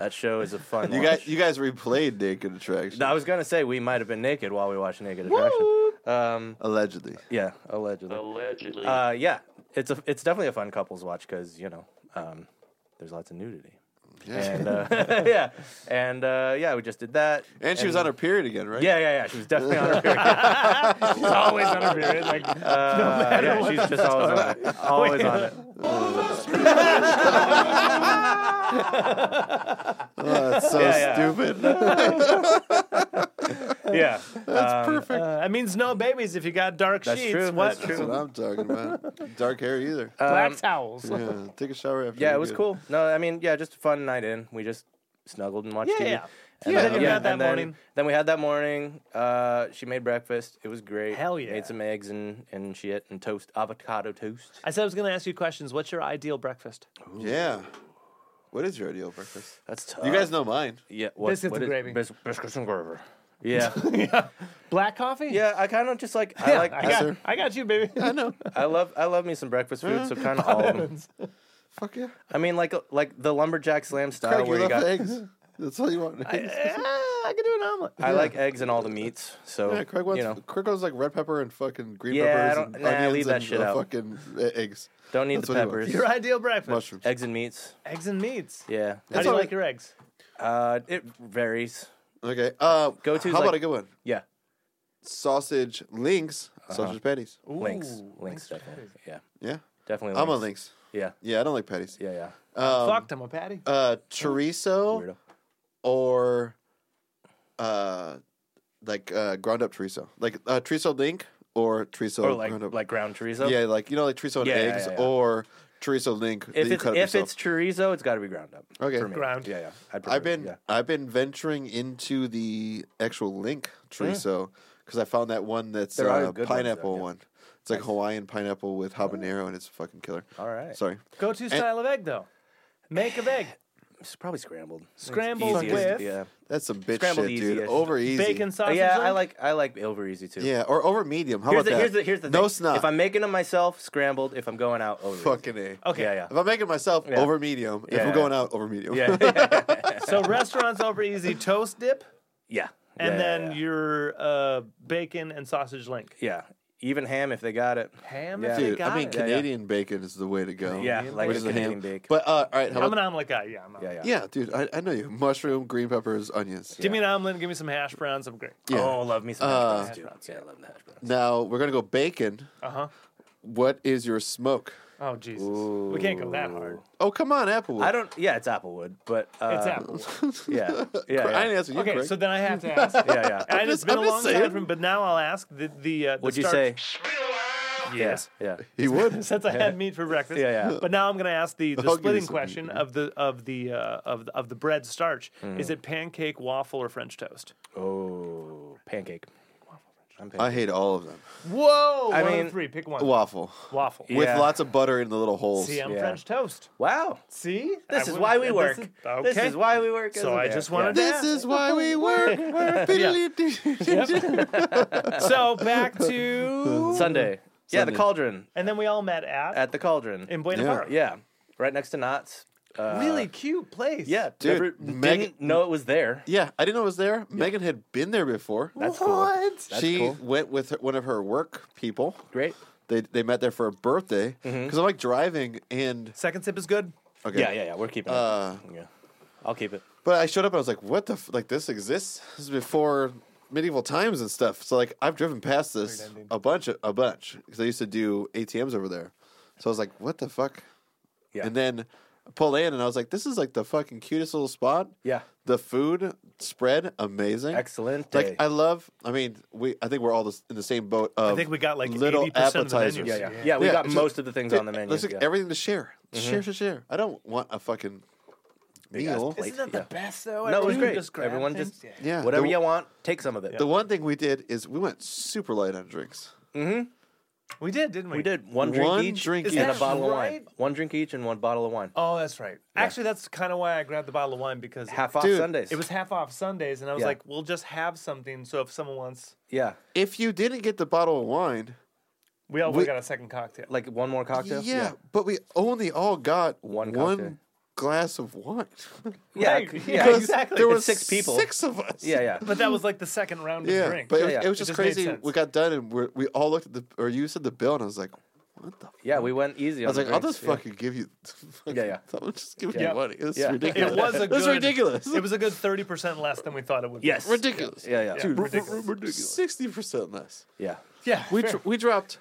Speaker 3: That show is a fun.
Speaker 1: Mm. you
Speaker 3: watch.
Speaker 1: guys you guys replayed Naked Attraction
Speaker 3: No, I was gonna say we might have been naked while we watched Naked Attraction. Um,
Speaker 1: allegedly.
Speaker 3: yeah, allegedly.
Speaker 2: Oh.
Speaker 4: Allegedly.
Speaker 3: Uh, yeah, it's a it's definitely a fun couples watch because you know um, there's lots of nudity.
Speaker 1: Yeah.
Speaker 3: And, uh, yeah, and uh, yeah, we just did that.
Speaker 1: And she was on her period again, right?
Speaker 3: Yeah, yeah, yeah. She was definitely on her period.
Speaker 2: She's always on her period. Like,
Speaker 3: Uh, yeah, she's just always on it. Always on it.
Speaker 1: Oh, that's so
Speaker 3: Yeah, Uh, yeah.
Speaker 1: stupid.
Speaker 3: Yeah,
Speaker 1: that's perfect.
Speaker 2: uh, that means no babies if you got dark
Speaker 3: That's
Speaker 2: sheets.
Speaker 3: true,
Speaker 2: What?
Speaker 3: that's
Speaker 1: That's what I'm talking about. Dark hair either.
Speaker 2: Black
Speaker 3: Um,
Speaker 2: towels.
Speaker 1: yeah, take a shower after.
Speaker 3: yeah,
Speaker 1: you
Speaker 3: it was
Speaker 1: get
Speaker 3: cool. No, I mean, yeah, just a fun night in. We just snuggled and watched
Speaker 2: Yeah,
Speaker 3: TV.
Speaker 2: yeah.
Speaker 3: And
Speaker 2: Yeah, then you had that
Speaker 3: and then,
Speaker 2: morning.
Speaker 3: Then we had that morning. Uh, she made breakfast. It was great.
Speaker 2: Hell yeah.
Speaker 3: Made some eggs and, and shit and toast, avocado toast.
Speaker 2: I said I was going to ask you questions. What's your ideal breakfast?
Speaker 1: Yeah. What is your ideal breakfast?
Speaker 3: That's tough.
Speaker 1: You guys know mine.
Speaker 3: Yeah, what,
Speaker 2: Biscuits
Speaker 3: what
Speaker 2: and
Speaker 3: is-
Speaker 2: gravy.
Speaker 3: bis- biscuits and gravy. Yeah,
Speaker 2: Black coffee?
Speaker 3: yeah. I kind of just like I
Speaker 2: Yeah,
Speaker 3: like.
Speaker 2: I,
Speaker 3: I,
Speaker 2: got, I got you, baby.
Speaker 1: I know.
Speaker 3: love I love me some breakfast food. So kind of all of them.
Speaker 1: Fuck yeah.
Speaker 3: I mean, like like the lumberjack slam style
Speaker 1: Craig, you
Speaker 3: where uh, you got.
Speaker 1: love
Speaker 3: uh,
Speaker 1: eggs. That's all you want.
Speaker 2: Eh, I can do an omelet.
Speaker 3: I like eggs and all the meats. So
Speaker 1: Yeah, Craig wants,
Speaker 3: you know,
Speaker 1: Craig wants like red pepper and fucking green
Speaker 3: Yeah, I
Speaker 1: peppers
Speaker 3: don't-
Speaker 1: and
Speaker 3: nah,
Speaker 1: onions
Speaker 3: leave that
Speaker 1: and
Speaker 3: shit
Speaker 1: uh,
Speaker 3: out.
Speaker 1: fucking e- eggs.
Speaker 3: don't need
Speaker 1: That's
Speaker 3: the
Speaker 1: what he wants.
Speaker 3: peppers.
Speaker 2: Your ideal breakfast.
Speaker 1: Mushrooms.
Speaker 3: Eggs and meats.
Speaker 2: Eggs and meats.
Speaker 3: Yeah.
Speaker 2: How do you
Speaker 1: all
Speaker 2: like
Speaker 1: right.
Speaker 2: your eggs?
Speaker 3: Uh, it varies.
Speaker 1: Okay. Uh, Go to.
Speaker 3: Go-to's
Speaker 1: How about
Speaker 3: like-
Speaker 1: a good one?
Speaker 3: Yeah.
Speaker 1: Sausage links,
Speaker 3: Uh-huh.
Speaker 1: sausage patties.
Speaker 3: Links.
Speaker 2: Ooh,
Speaker 3: Links, definitely. Yeah.
Speaker 1: Yeah.
Speaker 3: Definitely.
Speaker 1: I'm on
Speaker 3: links.
Speaker 1: links.
Speaker 3: Yeah.
Speaker 1: Yeah, I don't like patties.
Speaker 3: Yeah. Yeah.
Speaker 1: Um,
Speaker 2: Fucked, I'm a patty.
Speaker 1: Uh, chorizo
Speaker 3: Weirdo.
Speaker 1: or uh, like uh, ground up chorizo, like uh, chorizo link or chorizo
Speaker 3: Or like
Speaker 1: oh, ground up.
Speaker 3: like ground chorizo.
Speaker 1: yeah, like you know, like chorizo and
Speaker 3: Yeah, yeah,
Speaker 1: eggs
Speaker 3: yeah, yeah.
Speaker 1: or chorizo link that
Speaker 3: If
Speaker 1: you
Speaker 3: it's
Speaker 1: cut up
Speaker 3: if
Speaker 1: yourself.
Speaker 3: it's chorizo, it's got to be ground up.
Speaker 1: Okay.
Speaker 3: For me.
Speaker 2: Ground.
Speaker 3: Yeah. Yeah. I'd prefer
Speaker 1: I've been
Speaker 3: Yeah.
Speaker 1: I've been venturing into the actual link chorizo because I found that one that's
Speaker 3: Mm. There are
Speaker 1: uh,
Speaker 3: good ones, though,
Speaker 1: pineapple
Speaker 3: yeah.
Speaker 1: one. It's like Hawaiian pineapple with habanero, and it's fucking killer.
Speaker 3: All right.
Speaker 1: Sorry,
Speaker 2: Go to style of egg, though. Make of egg.
Speaker 3: It's probably scrambled. It's
Speaker 2: Scrambled
Speaker 3: easiest,
Speaker 2: with
Speaker 3: Yeah.
Speaker 1: that's some bitch
Speaker 3: Scrambled
Speaker 1: shit,
Speaker 3: easy-ish.
Speaker 1: dude. Over easy
Speaker 2: bacon
Speaker 3: Oh,
Speaker 2: sausage.
Speaker 3: yeah. I
Speaker 2: link?
Speaker 3: like I like over easy too.
Speaker 1: Yeah, or over medium. How
Speaker 3: Here's the,
Speaker 1: about that?
Speaker 3: here's the here's the thing.
Speaker 1: No snot.
Speaker 3: If I'm making them myself, scrambled. If I'm going out, over. easy.
Speaker 1: fucking a.
Speaker 2: Okay.
Speaker 3: Yeah. Yeah.
Speaker 1: If I'm making myself
Speaker 3: Yeah.
Speaker 1: over medium, if
Speaker 3: Yeah,
Speaker 1: I'm
Speaker 3: yeah.
Speaker 1: going out over medium.
Speaker 3: Yeah. yeah.
Speaker 2: So restaurants over easy toast dip,
Speaker 3: Yeah.
Speaker 2: and
Speaker 3: Yeah,
Speaker 2: then
Speaker 3: yeah.
Speaker 2: your uh, bacon and sausage link.
Speaker 3: yeah. Even ham if they got it.
Speaker 2: Ham
Speaker 3: Yeah.
Speaker 2: if you
Speaker 1: Dude,
Speaker 2: got
Speaker 1: I mean
Speaker 2: it.
Speaker 3: yeah.
Speaker 1: Canadian bacon is the way to go.
Speaker 3: Yeah, like
Speaker 1: Where's
Speaker 3: a
Speaker 1: the ham?
Speaker 3: Canadian bake.
Speaker 1: But uh, all right, how
Speaker 2: I'm an
Speaker 1: about
Speaker 2: omelet guy. Yeah, I'm an
Speaker 3: Yeah.
Speaker 2: omelet.
Speaker 3: Yeah.
Speaker 1: yeah, dude, I, I know you. Mushroom, green peppers, onions.
Speaker 2: Give me an omelet. Give me some hash browns. I'm great.
Speaker 1: Yeah.
Speaker 3: Oh, love me some
Speaker 1: Uh,
Speaker 3: hash browns, dude. Yeah, I love the hash browns.
Speaker 1: Now we're gonna go bacon.
Speaker 2: Uh
Speaker 3: Uh-huh.
Speaker 2: huh.
Speaker 1: What is your smoke?
Speaker 2: Oh Jesus, we can't go that hard.
Speaker 1: Oh come on, Applewood.
Speaker 3: I don't. Yeah, it's Applewood, but uh,
Speaker 2: It's apple.
Speaker 3: Yeah, yeah,
Speaker 1: I didn't
Speaker 3: yeah.
Speaker 1: ask you.
Speaker 2: Okay,
Speaker 1: Craig.
Speaker 2: so then I have to ask.
Speaker 3: yeah, yeah.
Speaker 2: And it's
Speaker 1: just-
Speaker 2: been
Speaker 1: I'm
Speaker 2: a
Speaker 1: just
Speaker 2: long
Speaker 1: saying.
Speaker 2: time, from, but now I'll ask the the. Uh, the
Speaker 3: Would you
Speaker 2: starch-
Speaker 3: say?
Speaker 2: Yes.
Speaker 3: Yeah,
Speaker 1: he would.
Speaker 2: Since I had meat for breakfast,
Speaker 3: Yeah, yeah.
Speaker 2: But now I'm going to ask the, the
Speaker 1: I'll give you
Speaker 2: splitting
Speaker 1: some
Speaker 2: question of the of the uh, of the, of the bread starch:
Speaker 3: Mm.
Speaker 2: Is it pancake, waffle, or French toast?
Speaker 3: Oh, pancake. I'm pancake.
Speaker 1: I hate all of them.
Speaker 2: Whoa!
Speaker 3: I
Speaker 2: one of the
Speaker 3: mean-
Speaker 2: three. Pick one.
Speaker 1: Waffle
Speaker 2: waffle.
Speaker 3: Yeah.
Speaker 1: with lots of butter in the little holes.
Speaker 2: See, I'm
Speaker 3: Yeah.
Speaker 2: French toast.
Speaker 3: wow,
Speaker 2: See,
Speaker 3: this
Speaker 2: I
Speaker 3: is
Speaker 2: wouldn't-
Speaker 3: why we
Speaker 2: this
Speaker 3: work.
Speaker 2: is-
Speaker 3: This is why we work.
Speaker 2: So
Speaker 3: isn't
Speaker 2: I
Speaker 3: it?
Speaker 2: just
Speaker 3: Yeah.
Speaker 2: wanted
Speaker 1: this
Speaker 2: Yeah.
Speaker 1: is why we work. We're
Speaker 2: So back to
Speaker 3: Sunday. Yeah, the
Speaker 1: Sunday.
Speaker 3: cauldron
Speaker 2: and then we all met at,
Speaker 3: at the cauldron.
Speaker 2: in Buena
Speaker 1: Yeah.
Speaker 2: Park.
Speaker 3: yeah, right next to Knott's. Uh,
Speaker 2: Really cute place.
Speaker 3: Yeah,
Speaker 1: Dude,
Speaker 3: never-
Speaker 1: Meg-
Speaker 3: didn't know it was there.
Speaker 1: Yeah, I didn't know it was there. Megan had been there before.
Speaker 3: That's cool.
Speaker 2: What?
Speaker 3: That's
Speaker 1: she
Speaker 3: cool.
Speaker 1: went with her, one of her work people.
Speaker 3: Great.
Speaker 1: They they met there for a birthday because I'm like driving and
Speaker 2: Second sip is good.
Speaker 1: okay.
Speaker 3: Mm-hmm. Yeah, yeah, yeah. We're keeping
Speaker 1: Uh,
Speaker 3: it. Yeah, I'll keep it.
Speaker 1: But I showed up and I was like, what the f- like this exists? This is before medieval times and stuff. So like I've driven past this a bunch of, a bunch because I used to do ATMs over there. So I was like, what the fuck?
Speaker 3: Yeah.
Speaker 1: And then I pull in and I was like, this is like the fucking cutest little spot.
Speaker 3: Yeah.
Speaker 1: The food spread amazing.
Speaker 3: Excellent.
Speaker 1: Like I love. I mean, we. I think we're all this, in the same boat. Of
Speaker 2: think we got, like,
Speaker 1: little
Speaker 2: 80% of the
Speaker 1: appetizers.
Speaker 2: menu.
Speaker 3: yeah, yeah, yeah. We
Speaker 1: Yeah,
Speaker 3: got
Speaker 1: it's
Speaker 3: most of the things on the
Speaker 1: Dude,
Speaker 3: menu.
Speaker 1: Let's look
Speaker 3: yeah. Mm-hmm.
Speaker 1: everything to share. Share, share, share. I don't want a fucking
Speaker 3: ass
Speaker 1: meal.
Speaker 3: plate. Isn't that the Yeah.
Speaker 2: best though?
Speaker 3: No, it was great. Everyone just
Speaker 1: Yeah.
Speaker 3: whatever
Speaker 1: the,
Speaker 3: you want, take some of it.
Speaker 1: The one thing we did is we went super light on drinks.
Speaker 2: We did, didn't we?
Speaker 3: We did one drink
Speaker 1: One
Speaker 3: each
Speaker 1: drink
Speaker 3: and a
Speaker 2: each.
Speaker 3: bottle of wine.
Speaker 2: Right?
Speaker 3: One drink each and one bottle of wine.
Speaker 2: Oh, that's right. Actually, that's kind of why I grabbed the bottle of wine because
Speaker 3: Half off
Speaker 1: Dude,
Speaker 3: Sundays.
Speaker 2: it was half off Sundays, and I was
Speaker 3: Yeah.
Speaker 2: like, we'll just have something. So if someone wants,
Speaker 3: yeah,
Speaker 1: If you didn't get the bottle of wine,
Speaker 2: we all
Speaker 1: We-
Speaker 2: got a second cocktail.
Speaker 3: like one more cocktail.
Speaker 1: yeah, but we only all got
Speaker 3: One
Speaker 1: one,
Speaker 3: cocktail.
Speaker 1: glass of wine.
Speaker 3: yeah,
Speaker 2: Right,
Speaker 3: c-
Speaker 2: yeah,
Speaker 3: yeah,
Speaker 1: Because
Speaker 2: exactly.
Speaker 1: There
Speaker 2: It's
Speaker 1: were
Speaker 3: six people.
Speaker 1: Six of us.
Speaker 3: yeah, yeah.
Speaker 2: But that was like the second round of
Speaker 1: Yeah,
Speaker 2: drink.
Speaker 1: but it,
Speaker 3: Yeah,
Speaker 1: was-
Speaker 3: yeah.
Speaker 1: it was
Speaker 2: It
Speaker 1: just
Speaker 2: just made
Speaker 1: crazy.
Speaker 2: sense.
Speaker 1: We got done and we're, we all looked at the, or you said the bill, and I was like, what the? F-?
Speaker 3: Yeah, we went easy. On
Speaker 1: I was
Speaker 3: the
Speaker 1: like, I'll
Speaker 3: drinks,
Speaker 1: just
Speaker 3: yeah.
Speaker 1: fucking give you. fucking-
Speaker 3: Yeah, yeah.
Speaker 1: I'll just give
Speaker 2: Yeah.
Speaker 1: you money. This
Speaker 3: Yeah.
Speaker 1: is
Speaker 3: It
Speaker 1: ridiculous.
Speaker 2: it was a good.
Speaker 1: This is ridiculous.
Speaker 2: It was a good thirty percent less than we thought it would. be.
Speaker 3: Yes.
Speaker 1: ridiculous.
Speaker 3: Yeah, yeah.
Speaker 1: Dude,
Speaker 2: Yeah, ridiculous.
Speaker 1: Sixty percent less.
Speaker 3: Yeah,
Speaker 2: Yeah.
Speaker 1: We
Speaker 2: fair.
Speaker 1: dr- we dropped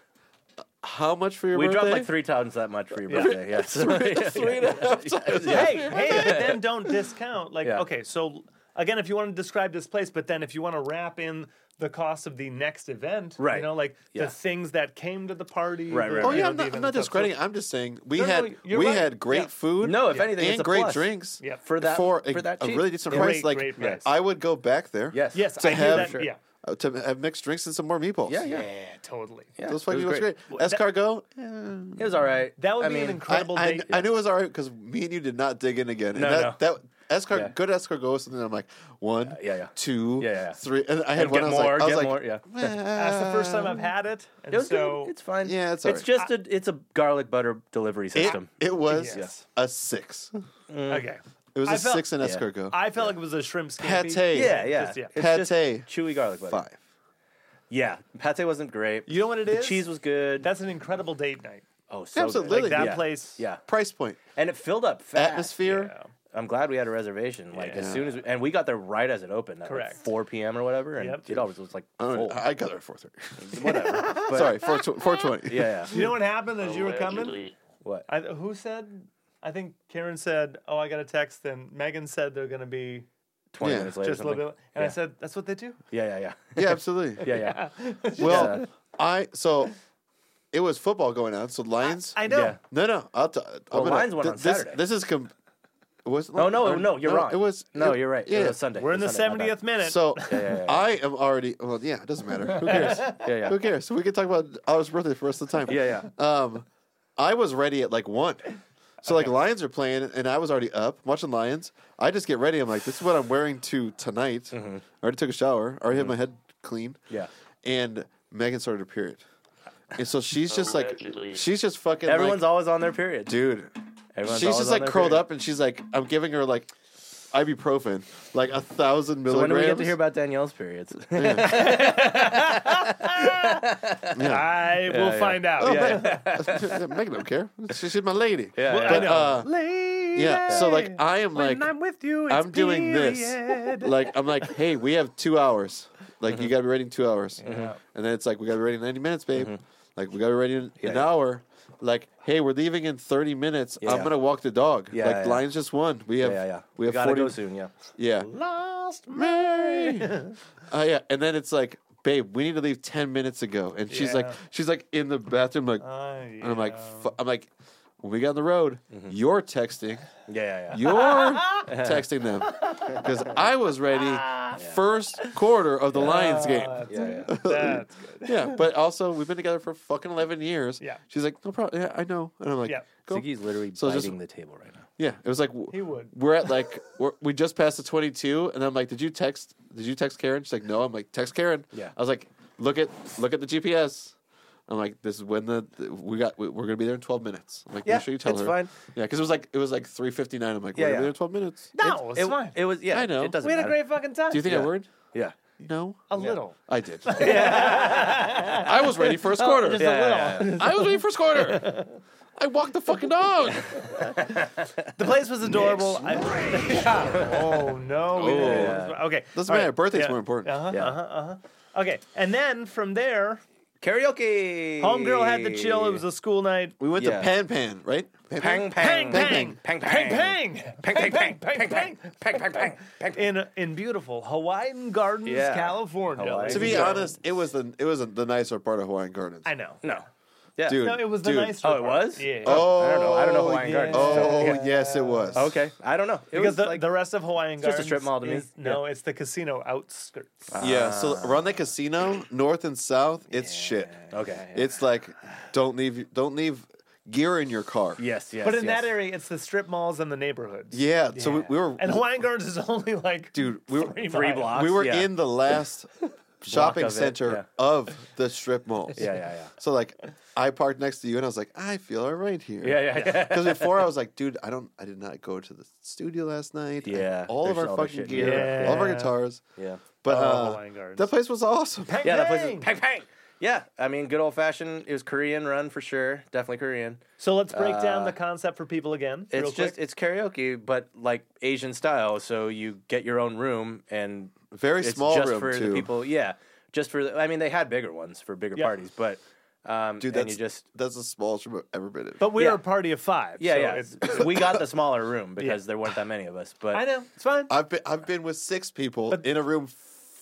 Speaker 1: uh, how much for your
Speaker 3: we
Speaker 1: birthday?
Speaker 3: dropped like three times that much for your
Speaker 2: Yeah.
Speaker 3: birthday. Yeah, so, yeah,
Speaker 1: three and a half times.
Speaker 2: hey, hey, but then don't discount. Like,
Speaker 3: Yeah.
Speaker 2: okay, so again, if you want to describe this place, but then if you want to wrap in the cost of the next event,
Speaker 3: Right.
Speaker 2: You know, like
Speaker 3: Yeah.
Speaker 2: the things that came to the party.
Speaker 3: Right,
Speaker 2: the-
Speaker 3: right,
Speaker 1: Oh
Speaker 3: right.
Speaker 2: you
Speaker 1: yeah,
Speaker 2: know,
Speaker 1: I'm
Speaker 2: the
Speaker 1: not, I'm
Speaker 2: event
Speaker 1: not
Speaker 2: itself.
Speaker 1: discrediting. I'm just saying we
Speaker 2: No, no,
Speaker 1: had
Speaker 2: you're
Speaker 1: we
Speaker 2: right.
Speaker 1: had great
Speaker 2: Yeah.
Speaker 1: food.
Speaker 3: No, if anything, it's
Speaker 1: and
Speaker 3: a
Speaker 1: great
Speaker 3: plus.
Speaker 1: drinks.
Speaker 2: Yeah.
Speaker 3: for that
Speaker 1: for a,
Speaker 3: for that
Speaker 1: a
Speaker 3: cheap.
Speaker 1: really decent
Speaker 3: Yeah.
Speaker 1: price.
Speaker 2: Great,
Speaker 1: like
Speaker 2: great price.
Speaker 1: I would go back there.
Speaker 3: Yes.
Speaker 2: Yes,
Speaker 1: to
Speaker 2: I
Speaker 1: have-
Speaker 2: hear
Speaker 1: Sure.
Speaker 2: that. Yeah.
Speaker 1: uh, to have mixed drinks and some more meatballs.
Speaker 3: Yeah, yeah.
Speaker 2: totally.
Speaker 3: Yeah,
Speaker 1: Those
Speaker 3: it
Speaker 1: fucking was great.
Speaker 2: Well, that-
Speaker 1: Escargot. eh,
Speaker 3: It was all right.
Speaker 2: That would
Speaker 3: I
Speaker 2: be
Speaker 3: mean,
Speaker 2: an incredible
Speaker 1: I, I,
Speaker 2: date.
Speaker 1: I knew it was alright because me and you did not dig in again.
Speaker 3: No,
Speaker 1: and that,
Speaker 3: no.
Speaker 1: that escar
Speaker 3: Yeah.
Speaker 1: good escargot is something I'm like one,
Speaker 3: yeah, yeah.
Speaker 1: two,
Speaker 3: Yeah, yeah.
Speaker 1: three. And I had
Speaker 3: And
Speaker 1: one.
Speaker 3: get
Speaker 1: I was
Speaker 3: more,
Speaker 1: like, I was
Speaker 3: get
Speaker 1: like,
Speaker 3: more, yeah.
Speaker 2: That's the first time I've had it,
Speaker 3: Um,
Speaker 2: and
Speaker 3: It was
Speaker 2: so
Speaker 3: good. It's fine.
Speaker 1: Yeah, it's all
Speaker 3: it's
Speaker 1: right.
Speaker 3: just a it's a garlic butter delivery
Speaker 1: It,
Speaker 3: system.
Speaker 1: it was
Speaker 2: Yes.
Speaker 1: a six.
Speaker 2: okay.
Speaker 1: It was a
Speaker 2: I felt-
Speaker 1: six in
Speaker 3: yeah.
Speaker 1: escargot.
Speaker 2: I felt like it was a shrimp scampi.
Speaker 1: Pate.
Speaker 3: yeah, yeah.
Speaker 2: Just, yeah.
Speaker 3: It's just
Speaker 1: Pate.
Speaker 3: chewy garlic butter.
Speaker 1: Five.
Speaker 3: Yeah, pate wasn't great.
Speaker 2: You know what it
Speaker 3: the
Speaker 2: is?
Speaker 3: cheese was good.
Speaker 2: That's an incredible date night.
Speaker 3: oh, so good.
Speaker 1: Absolutely.
Speaker 2: Like that
Speaker 3: Yeah.
Speaker 2: place.
Speaker 3: Yeah,
Speaker 1: Price point.
Speaker 3: and it filled up fast.
Speaker 1: Atmosphere.
Speaker 2: Yeah.
Speaker 3: I'm glad we had a reservation. Like as
Speaker 1: Yeah.
Speaker 3: soon as we, and we got there right as it opened, at
Speaker 2: Correct.
Speaker 3: Like 4 p.m. or whatever, and
Speaker 2: Yep.
Speaker 3: it always was like
Speaker 1: I,
Speaker 3: full.
Speaker 1: don't, Oh, I got there at four thirty.
Speaker 3: Whatever. But,
Speaker 1: Sorry, four four twenty.
Speaker 3: Yeah, yeah.
Speaker 2: You know what happened as you were coming?
Speaker 4: Allegedly.
Speaker 3: What?
Speaker 2: I, who said? I think Karen said, "Oh, I got a text." And Megan said they're going to be
Speaker 3: 20
Speaker 1: Yeah.
Speaker 3: minutes later.
Speaker 2: just a
Speaker 3: something.
Speaker 2: little bit. And I
Speaker 3: Yeah.
Speaker 2: said, "That's what they do."
Speaker 3: Yeah, yeah, yeah.
Speaker 1: Yeah, absolutely.
Speaker 3: Yeah, yeah.
Speaker 1: Well,
Speaker 3: Yeah.
Speaker 1: I so it was football going on. So Lions.
Speaker 2: I know.
Speaker 3: Yeah.
Speaker 1: no, no. I'll t- I'm
Speaker 3: Well,
Speaker 1: gonna-
Speaker 3: Lions went on
Speaker 1: th- this,
Speaker 3: Saturday.
Speaker 1: This is com- was it
Speaker 3: Oh no,
Speaker 1: Lions?
Speaker 3: no, you're wrong.
Speaker 1: Um, It was
Speaker 3: no,
Speaker 1: it-
Speaker 3: you're right. It
Speaker 1: Yeah.
Speaker 3: was Sunday.
Speaker 2: We're in
Speaker 3: It
Speaker 2: the
Speaker 3: was Sunday. My
Speaker 2: seventieth
Speaker 3: bad.
Speaker 2: minute.
Speaker 1: So
Speaker 3: yeah, yeah.
Speaker 1: I am already. Well, yeah, it doesn't matter. Who cares?
Speaker 3: Yeah, yeah.
Speaker 1: Who cares? We can talk about Oliver's birthday for the rest of the time.
Speaker 3: Yeah, yeah.
Speaker 1: Um, I was ready at like one. So like Lions are playing, and I was already up watching Lions. I just get ready. I'm like, this is what I'm wearing to tonight. I already took a shower. I already had my head clean.
Speaker 3: Mm-hmm. Yeah.
Speaker 1: And Megan started her period, and so she's just like,
Speaker 4: Allegedly.
Speaker 1: she's just fucking.
Speaker 3: Everyone's
Speaker 1: like,
Speaker 3: always on their period.
Speaker 1: dude.
Speaker 3: Everyone's
Speaker 1: She's
Speaker 3: always
Speaker 1: just
Speaker 3: on
Speaker 1: like
Speaker 3: their
Speaker 1: curled
Speaker 3: period.
Speaker 1: up, and she's like, I'm giving her like ibuprofen, like a thousand
Speaker 3: So when
Speaker 1: milligrams.
Speaker 3: do we get to hear about Danielle's periods?
Speaker 2: I will
Speaker 3: yeah.
Speaker 2: find out.
Speaker 1: Oh,
Speaker 3: yeah.
Speaker 1: Megan don't care. She, she's my lady.
Speaker 3: Yeah,
Speaker 2: Well,
Speaker 3: yeah.
Speaker 2: I
Speaker 1: But,
Speaker 2: know.
Speaker 1: uh,
Speaker 2: Lady,
Speaker 1: yeah. So like I am
Speaker 2: when
Speaker 1: like
Speaker 2: I'm with you. It's
Speaker 1: I'm doing this.
Speaker 2: period.
Speaker 1: like I'm like, hey, we have two hours. Like
Speaker 3: Mm-hmm.
Speaker 1: you gotta be ready in two hours. Mm-hmm. And then it's like we gotta be ready in ninety minutes, babe. Like we gotta be ready in an
Speaker 3: Mm-hmm. yeah.
Speaker 1: hour. Like, hey, we're leaving in thirty minutes.
Speaker 3: Yeah,
Speaker 1: I'm
Speaker 3: yeah.
Speaker 1: gonna walk the dog.
Speaker 3: Yeah,
Speaker 1: like
Speaker 3: yeah, yeah.
Speaker 1: Lions just won. We have
Speaker 3: yeah, yeah.
Speaker 1: we have
Speaker 3: gotta
Speaker 1: forty
Speaker 3: go soon. Yeah,
Speaker 1: Yeah.
Speaker 2: Lost my
Speaker 1: Mary. uh, yeah. And then it's like, babe, we need to leave ten minutes ago. And she's like
Speaker 2: Yeah.
Speaker 1: she's like in the bathroom like
Speaker 2: Oh,
Speaker 1: and I'm like fu- I'm like when we got on the road,
Speaker 2: Mm-hmm.
Speaker 1: you're texting.
Speaker 3: yeah, yeah. yeah.
Speaker 1: You're texting them because I was ready
Speaker 2: Ah.
Speaker 1: first quarter of the Lions game.
Speaker 3: yeah, yeah.
Speaker 2: That's good.
Speaker 1: Yeah, but also we've been together for fucking eleven years.
Speaker 2: Yeah.
Speaker 1: she's like, no problem. Yeah, I know, and I'm like,
Speaker 2: Yeah.
Speaker 1: cool.
Speaker 3: Ziggy's literally
Speaker 1: So
Speaker 3: biting
Speaker 1: just-
Speaker 3: the table right now.
Speaker 1: Yeah, it was like w-
Speaker 2: He would.
Speaker 1: We're at like we're, we just passed the twenty two, and I'm like, did you text? Did you text Karen? She's like, no. I'm like, text Karen.
Speaker 3: Yeah.
Speaker 1: I was like, look at look at the GPS. I'm like, this is when the, the- we got. We, we're gonna be there in twelve minutes. I'm like,
Speaker 3: Yeah,
Speaker 1: make sure you tell
Speaker 3: it's
Speaker 1: her.
Speaker 3: fine.
Speaker 1: Yeah, because it was like it was like three fifty nine. I'm like,
Speaker 3: Yeah,
Speaker 1: we're
Speaker 3: yeah.
Speaker 1: gonna be there in twelve minutes.
Speaker 2: No, it's
Speaker 3: it,
Speaker 2: fine.
Speaker 3: It was yeah.
Speaker 1: I know.
Speaker 3: It doesn't
Speaker 2: we had a
Speaker 3: matter.
Speaker 2: great fucking time.
Speaker 1: Do you think I
Speaker 3: Yeah.
Speaker 1: worried?
Speaker 3: Yeah.
Speaker 1: No.
Speaker 2: a little?
Speaker 1: I did. I was ready
Speaker 3: Oh,
Speaker 1: first quarter.
Speaker 2: Just
Speaker 3: Yeah,
Speaker 2: a little.
Speaker 3: yeah, yeah.
Speaker 1: I was ready first quarter. I walked the fucking dog.
Speaker 2: The place was adorable. I, Yeah. Oh no! we didn't.
Speaker 3: Yeah.
Speaker 2: Okay.
Speaker 1: Doesn't
Speaker 2: all
Speaker 1: matter. Birthday's
Speaker 2: Yeah.
Speaker 1: more important.
Speaker 2: Uh-huh,
Speaker 3: Yeah.
Speaker 2: uh-huh, uh-huh. Okay, and then from there,
Speaker 3: Karaoke.
Speaker 2: homegirl had the chill. It was a school night.
Speaker 1: We went
Speaker 3: Yeah.
Speaker 1: to Pan Pan, right? Pan
Speaker 3: pang pang
Speaker 2: Pang,
Speaker 3: pang pang
Speaker 2: Pang
Speaker 3: pang pang pang pang pang pang pang pang pang.
Speaker 2: in in beautiful Hawaiian Gardens,
Speaker 3: Yeah.
Speaker 2: California.
Speaker 3: Hawaii.
Speaker 2: ladies
Speaker 1: To be
Speaker 2: and gentlemen.
Speaker 1: honest, it was the it was the nicer part of Hawaiian Gardens.
Speaker 2: I know.
Speaker 3: No. Yeah.
Speaker 1: Dude.
Speaker 2: No, it was the
Speaker 1: dude.
Speaker 2: nicer.
Speaker 3: Oh, it
Speaker 2: part.
Speaker 3: was?
Speaker 2: Yeah.
Speaker 1: Oh,
Speaker 3: I don't know. I don't know Hawaiian Garden.
Speaker 1: Oh,
Speaker 3: So, yeah.
Speaker 1: yes, it was.
Speaker 3: Okay. I don't know. It
Speaker 2: because
Speaker 3: was
Speaker 2: the,
Speaker 3: like,
Speaker 2: the rest of Hawaiian
Speaker 3: just
Speaker 2: Gardens
Speaker 3: a strip mall to me. Ah,
Speaker 2: is- no, it's the casino outskirts.
Speaker 1: Yeah, so around the casino, north and south, it's shit.
Speaker 3: okay.
Speaker 1: It's like don't leave don't leave gear in your car.
Speaker 3: yes, yes.
Speaker 2: but in
Speaker 3: yes.
Speaker 2: that area, it's the strip malls and the neighborhoods.
Speaker 1: Yeah, so we,
Speaker 2: Yeah.
Speaker 1: we were
Speaker 2: and Hawaiian Gardens is only like
Speaker 1: dude, we were
Speaker 2: three,
Speaker 3: three
Speaker 2: miles.
Speaker 3: blocks.
Speaker 1: we were
Speaker 3: yeah.
Speaker 1: in the last shopping
Speaker 3: of it,
Speaker 1: center
Speaker 3: yeah.
Speaker 1: of the strip malls.
Speaker 3: Yeah, yeah, yeah.
Speaker 1: So like I parked next to you and I was like, I feel all right here.
Speaker 3: Yeah, yeah, yeah.
Speaker 1: Because before I was like, dude, I don't, I did not go to the studio last night. I-
Speaker 3: Yeah,
Speaker 1: all of
Speaker 3: there's
Speaker 1: our
Speaker 3: all that shit.
Speaker 1: fucking gear,
Speaker 2: Yeah.
Speaker 1: all of our guitars.
Speaker 3: Yeah.
Speaker 1: But
Speaker 2: Oh,
Speaker 1: uh,
Speaker 2: Hawaiian Gardens.
Speaker 1: that place was awesome.
Speaker 2: Pang,
Speaker 3: Yeah, that place
Speaker 2: pang!
Speaker 3: is pang pang. Yeah, I mean, good old fashioned. It was Korean run for sure. Definitely Korean.
Speaker 2: So let's break down
Speaker 3: Uh,
Speaker 2: the concept for people again.
Speaker 3: It's
Speaker 2: real
Speaker 3: just
Speaker 2: quick.
Speaker 3: it's karaoke, but like Asian style. So you get your own room and
Speaker 1: Very
Speaker 3: it's
Speaker 1: small
Speaker 3: just
Speaker 1: room,
Speaker 3: for
Speaker 1: too.
Speaker 3: the people. Yeah, just for. The, I mean, they had bigger ones for bigger
Speaker 2: Yeah.
Speaker 3: parties, but um,
Speaker 1: Dude,
Speaker 3: and
Speaker 1: that's
Speaker 3: you just
Speaker 1: that's the smallest room I've ever been in.
Speaker 2: but we're
Speaker 3: yeah.
Speaker 2: a party of five. so
Speaker 3: yeah
Speaker 2: it's-
Speaker 3: yeah. we got the smaller room because there weren't that many of us. But
Speaker 2: I know it's fine.
Speaker 1: I've been I've been with six people in a room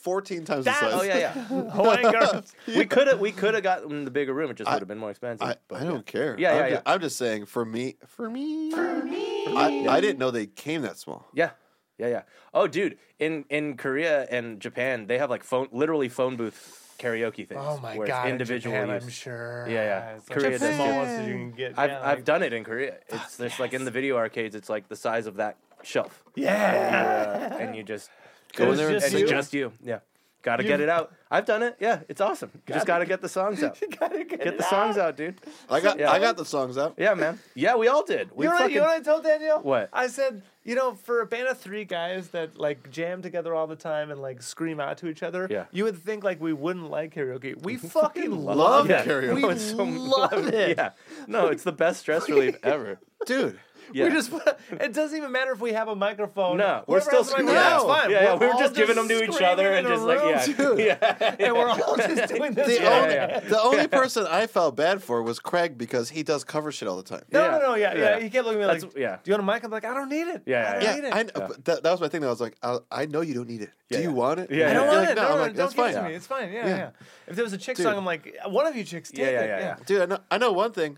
Speaker 1: fourteen times the
Speaker 2: That-
Speaker 1: size.
Speaker 3: oh yeah yeah.
Speaker 2: Hawaiian Gardens.
Speaker 3: We could have we could have gotten the bigger room. It just would have been more expensive.
Speaker 1: I,
Speaker 3: but
Speaker 1: I don't care.
Speaker 3: Yeah,
Speaker 1: I'm
Speaker 3: yeah,
Speaker 1: ju-
Speaker 3: yeah.
Speaker 1: I'm just saying, for me, for me, for me, I, I didn't know they came that small.
Speaker 3: Yeah. Yeah, yeah. Oh, dude, in in Korea and Japan, they have like phone literally phone booth karaoke things.
Speaker 2: Oh my
Speaker 3: where it's
Speaker 2: god! in
Speaker 3: individual
Speaker 2: Japan,
Speaker 3: use.
Speaker 2: I'm sure.
Speaker 3: Yeah, yeah.
Speaker 2: It's like
Speaker 3: Korea
Speaker 2: the
Speaker 3: does too.
Speaker 2: smallest you can get.
Speaker 3: I've
Speaker 2: yeah, like-
Speaker 3: I've done it in Korea. It's just like in the video arcades, it's like the size of that shelf.
Speaker 2: yeah.
Speaker 3: Uh, and you just
Speaker 1: Go
Speaker 2: It
Speaker 1: in
Speaker 2: was
Speaker 1: there and
Speaker 2: just
Speaker 3: and
Speaker 1: sing.
Speaker 2: you.
Speaker 3: it's just you. Yeah. Gotta get
Speaker 2: You-
Speaker 3: it out. I've done it. Yeah, it's awesome. You just gotta get the songs out.
Speaker 2: Gotta get,
Speaker 3: Get the songs out, dude.
Speaker 1: I got
Speaker 3: Yeah.
Speaker 1: I got the songs out.
Speaker 3: Yeah, man. Yeah, we all did. We
Speaker 2: You know, what, I- you know
Speaker 3: fucking-
Speaker 2: what I told Danielle?
Speaker 3: What?
Speaker 2: I said, you know, for a band of three guys that like jam together all the time and like scream out to each other,
Speaker 3: Yeah.
Speaker 2: you would think like we wouldn't like karaoke. We fucking love,
Speaker 1: Love
Speaker 3: Yeah.
Speaker 1: karaoke,
Speaker 2: We
Speaker 3: Oh, it's so-
Speaker 2: love it.
Speaker 3: Yeah. No, it's the best stress relief ever.
Speaker 1: dude.
Speaker 3: Yeah.
Speaker 2: We just it doesn't even matter if we have a microphone.
Speaker 3: No, we're
Speaker 2: Whoever
Speaker 3: still
Speaker 2: has a
Speaker 3: screaming.
Speaker 2: microphone,
Speaker 1: No.
Speaker 2: it's fine.
Speaker 3: Yeah, yeah, we were
Speaker 2: all
Speaker 3: just giving them to each other
Speaker 2: screaming
Speaker 3: and
Speaker 2: in a
Speaker 3: just like
Speaker 2: room,
Speaker 3: yeah,
Speaker 1: dude.
Speaker 3: yeah,
Speaker 2: and we're all just doing this.
Speaker 1: The,
Speaker 2: for
Speaker 1: only,
Speaker 2: them.
Speaker 3: yeah.
Speaker 1: the only person I felt bad for was Craig because he does cover shit all the time.
Speaker 2: No,
Speaker 3: Yeah.
Speaker 2: no, no, yeah, yeah.
Speaker 3: Yeah.
Speaker 2: He kept looking at me
Speaker 3: That's-
Speaker 2: like,
Speaker 3: yeah.
Speaker 2: "Do you want a mic?" I'm like, "I don't need it.
Speaker 3: Yeah,
Speaker 2: I don't
Speaker 3: yeah,
Speaker 1: Yeah,
Speaker 2: need it.
Speaker 1: I, but that, that was my thing. That I was like, I, I know you don't need it. Do
Speaker 3: Yeah,
Speaker 1: you
Speaker 3: yeah.
Speaker 1: want it?
Speaker 3: Yeah,
Speaker 2: I
Speaker 3: I
Speaker 2: don't
Speaker 1: You're
Speaker 2: want
Speaker 1: like,
Speaker 2: it. No,
Speaker 1: I'm
Speaker 2: no,
Speaker 1: like,
Speaker 2: don't
Speaker 1: that's
Speaker 2: give it
Speaker 1: fine.
Speaker 2: to me. It's fine. Yeah, yeah.
Speaker 1: Yeah.
Speaker 2: If there was a chick
Speaker 1: Dude.
Speaker 2: song, I'm like, one of you chicks take
Speaker 3: Yeah, yeah,
Speaker 2: it.
Speaker 3: yeah, yeah.
Speaker 1: Dude, I know, I know one thing.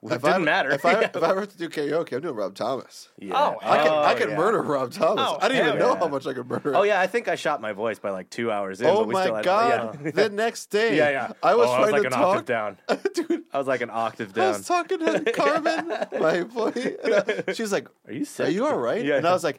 Speaker 3: It
Speaker 1: If I-
Speaker 3: didn't matter.
Speaker 1: If I, if I were to do karaoke, I'm doing Rob Thomas.
Speaker 2: Oh,
Speaker 1: I can, I
Speaker 3: Oh,
Speaker 1: can
Speaker 3: yeah.
Speaker 1: murder Rob Thomas.
Speaker 2: Oh,
Speaker 1: I didn't even
Speaker 2: hell
Speaker 1: know
Speaker 3: yeah.
Speaker 1: how much I could murder.
Speaker 3: Oh yeah, I think I shot my voice by like two hours in.
Speaker 1: Oh
Speaker 3: but we still
Speaker 1: my
Speaker 3: had,
Speaker 1: god!
Speaker 3: Yeah.
Speaker 1: The next day,
Speaker 3: yeah, yeah.
Speaker 1: I was
Speaker 3: oh, I was
Speaker 1: trying
Speaker 3: like
Speaker 1: to
Speaker 3: an
Speaker 1: talk,
Speaker 3: octave down.
Speaker 1: dude.
Speaker 3: I was like an octave
Speaker 1: I
Speaker 3: down.
Speaker 1: was talking to Carmen, my employee. And I, she's like,
Speaker 3: Are you sick?
Speaker 1: "Are you all right?"
Speaker 3: Yeah.
Speaker 1: And I was like,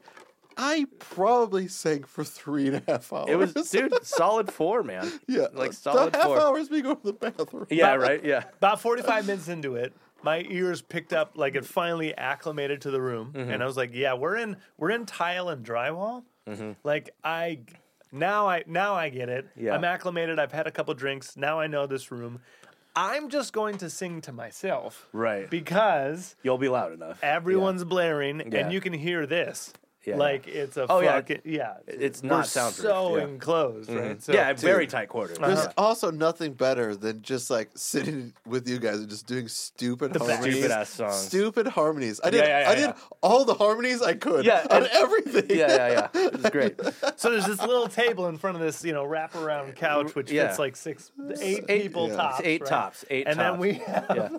Speaker 1: "I probably sang for three and a half hours."
Speaker 3: it was dude, solid four, man.
Speaker 1: yeah,
Speaker 3: like
Speaker 1: the
Speaker 3: solid
Speaker 1: half
Speaker 3: four.
Speaker 1: hours me going to the bathroom.
Speaker 3: Yeah, right. Yeah,
Speaker 2: About 45 minutes into it, my ears picked up like it finally acclimated to the room,
Speaker 3: Mm-hmm.
Speaker 2: and I was like, "Yeah, we're in we're in tile and drywall."
Speaker 3: Mm-hmm.
Speaker 2: Like I now I now I get it.
Speaker 3: Yeah.
Speaker 2: I'm acclimated. I've had a couple drinks. Now I know this room. I'm just going to sing to myself,
Speaker 3: Right.
Speaker 2: Because
Speaker 3: you'll be loud enough.
Speaker 2: everyone's blaring,
Speaker 3: Yeah.
Speaker 2: and you can hear this.
Speaker 3: Yeah.
Speaker 2: Like it's a
Speaker 3: Oh, yeah.
Speaker 2: fucking yeah.
Speaker 3: It's
Speaker 2: We're
Speaker 3: not soundproof.
Speaker 2: so
Speaker 3: yeah. Mm-hmm.
Speaker 2: enclosed, right? So,
Speaker 3: yeah, very tight quarters.
Speaker 2: Uh-huh.
Speaker 1: There's
Speaker 3: Yeah.
Speaker 1: also nothing better than just like sitting with you guys and just doing stupid
Speaker 2: best.
Speaker 1: harmonies.
Speaker 3: Stupid ass songs.
Speaker 1: Stupid harmonies. I did.
Speaker 3: Yeah, yeah,
Speaker 1: I
Speaker 3: yeah,
Speaker 1: did all the harmonies I could.
Speaker 3: Yeah,
Speaker 1: on
Speaker 3: and-
Speaker 1: everything.
Speaker 3: Yeah, yeah, yeah. It's great.
Speaker 2: So there's this little table in front of this, you know, wraparound couch, which
Speaker 3: Yeah.
Speaker 2: fits like six, eight, people
Speaker 1: yeah.
Speaker 2: tops.
Speaker 3: eight
Speaker 2: right?
Speaker 3: tops, eight
Speaker 2: And then
Speaker 3: tops.
Speaker 2: we have
Speaker 3: Yeah.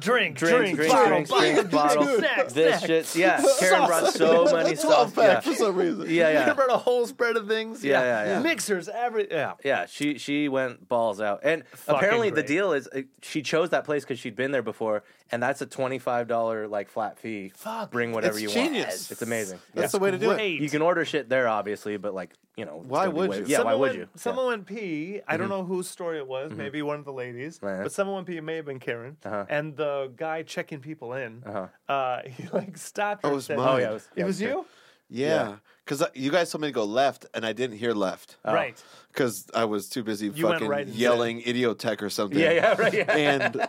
Speaker 2: drink,
Speaker 3: Drinks,
Speaker 2: drink,
Speaker 3: drinks,
Speaker 2: bottle,
Speaker 3: drinks,
Speaker 2: bottle,
Speaker 3: drinks, bottle.
Speaker 2: snack,
Speaker 3: This
Speaker 2: snack.
Speaker 3: shit. Yeah, Karen brought so many
Speaker 1: Twelve
Speaker 3: stuff.
Speaker 1: pack
Speaker 3: Yeah.
Speaker 1: for some reason.
Speaker 3: yeah,
Speaker 2: You
Speaker 3: yeah.
Speaker 2: brought a whole spread of things.
Speaker 3: Yeah, yeah, yeah.
Speaker 2: Mixers, every yeah.
Speaker 3: Yeah, she she went balls out, and apparently
Speaker 2: great.
Speaker 3: the deal is uh, she chose that place because she'd been there before, and that's a twenty five dollar like flat fee.
Speaker 2: Fuck.
Speaker 3: bring whatever
Speaker 1: It's
Speaker 3: you
Speaker 1: genius.
Speaker 3: want. It's amazing.
Speaker 1: That's
Speaker 3: Yeah.
Speaker 1: the way to do it.
Speaker 2: Great.
Speaker 3: you can order shit there, obviously, but like you know, it's
Speaker 1: Why
Speaker 3: gonna be
Speaker 1: would
Speaker 3: way-
Speaker 1: you?
Speaker 3: Yeah, why
Speaker 2: Someone
Speaker 3: would
Speaker 2: went-
Speaker 3: you?
Speaker 2: Someone went pee. I don't know whose story it was. Maybe one of the ladies,
Speaker 3: Right.
Speaker 2: but someone went pee. It may have been Karen.
Speaker 3: Uh-huh.
Speaker 2: And the guy checking people in,
Speaker 3: Uh-huh.
Speaker 2: uh, he like stopped. her
Speaker 1: Oh, it
Speaker 2: and
Speaker 1: was
Speaker 2: said-
Speaker 1: mine.
Speaker 3: Oh yeah, it was,
Speaker 2: It was
Speaker 3: yeah,
Speaker 2: you,
Speaker 1: Yeah, because you guys told me to go left, and I didn't hear left
Speaker 3: Uh. Oh.
Speaker 2: right?
Speaker 1: because I was too busy
Speaker 2: You went
Speaker 1: fucking
Speaker 2: right into
Speaker 1: yelling idiotech or something.
Speaker 3: Yeah, yeah, right. Yeah.
Speaker 1: And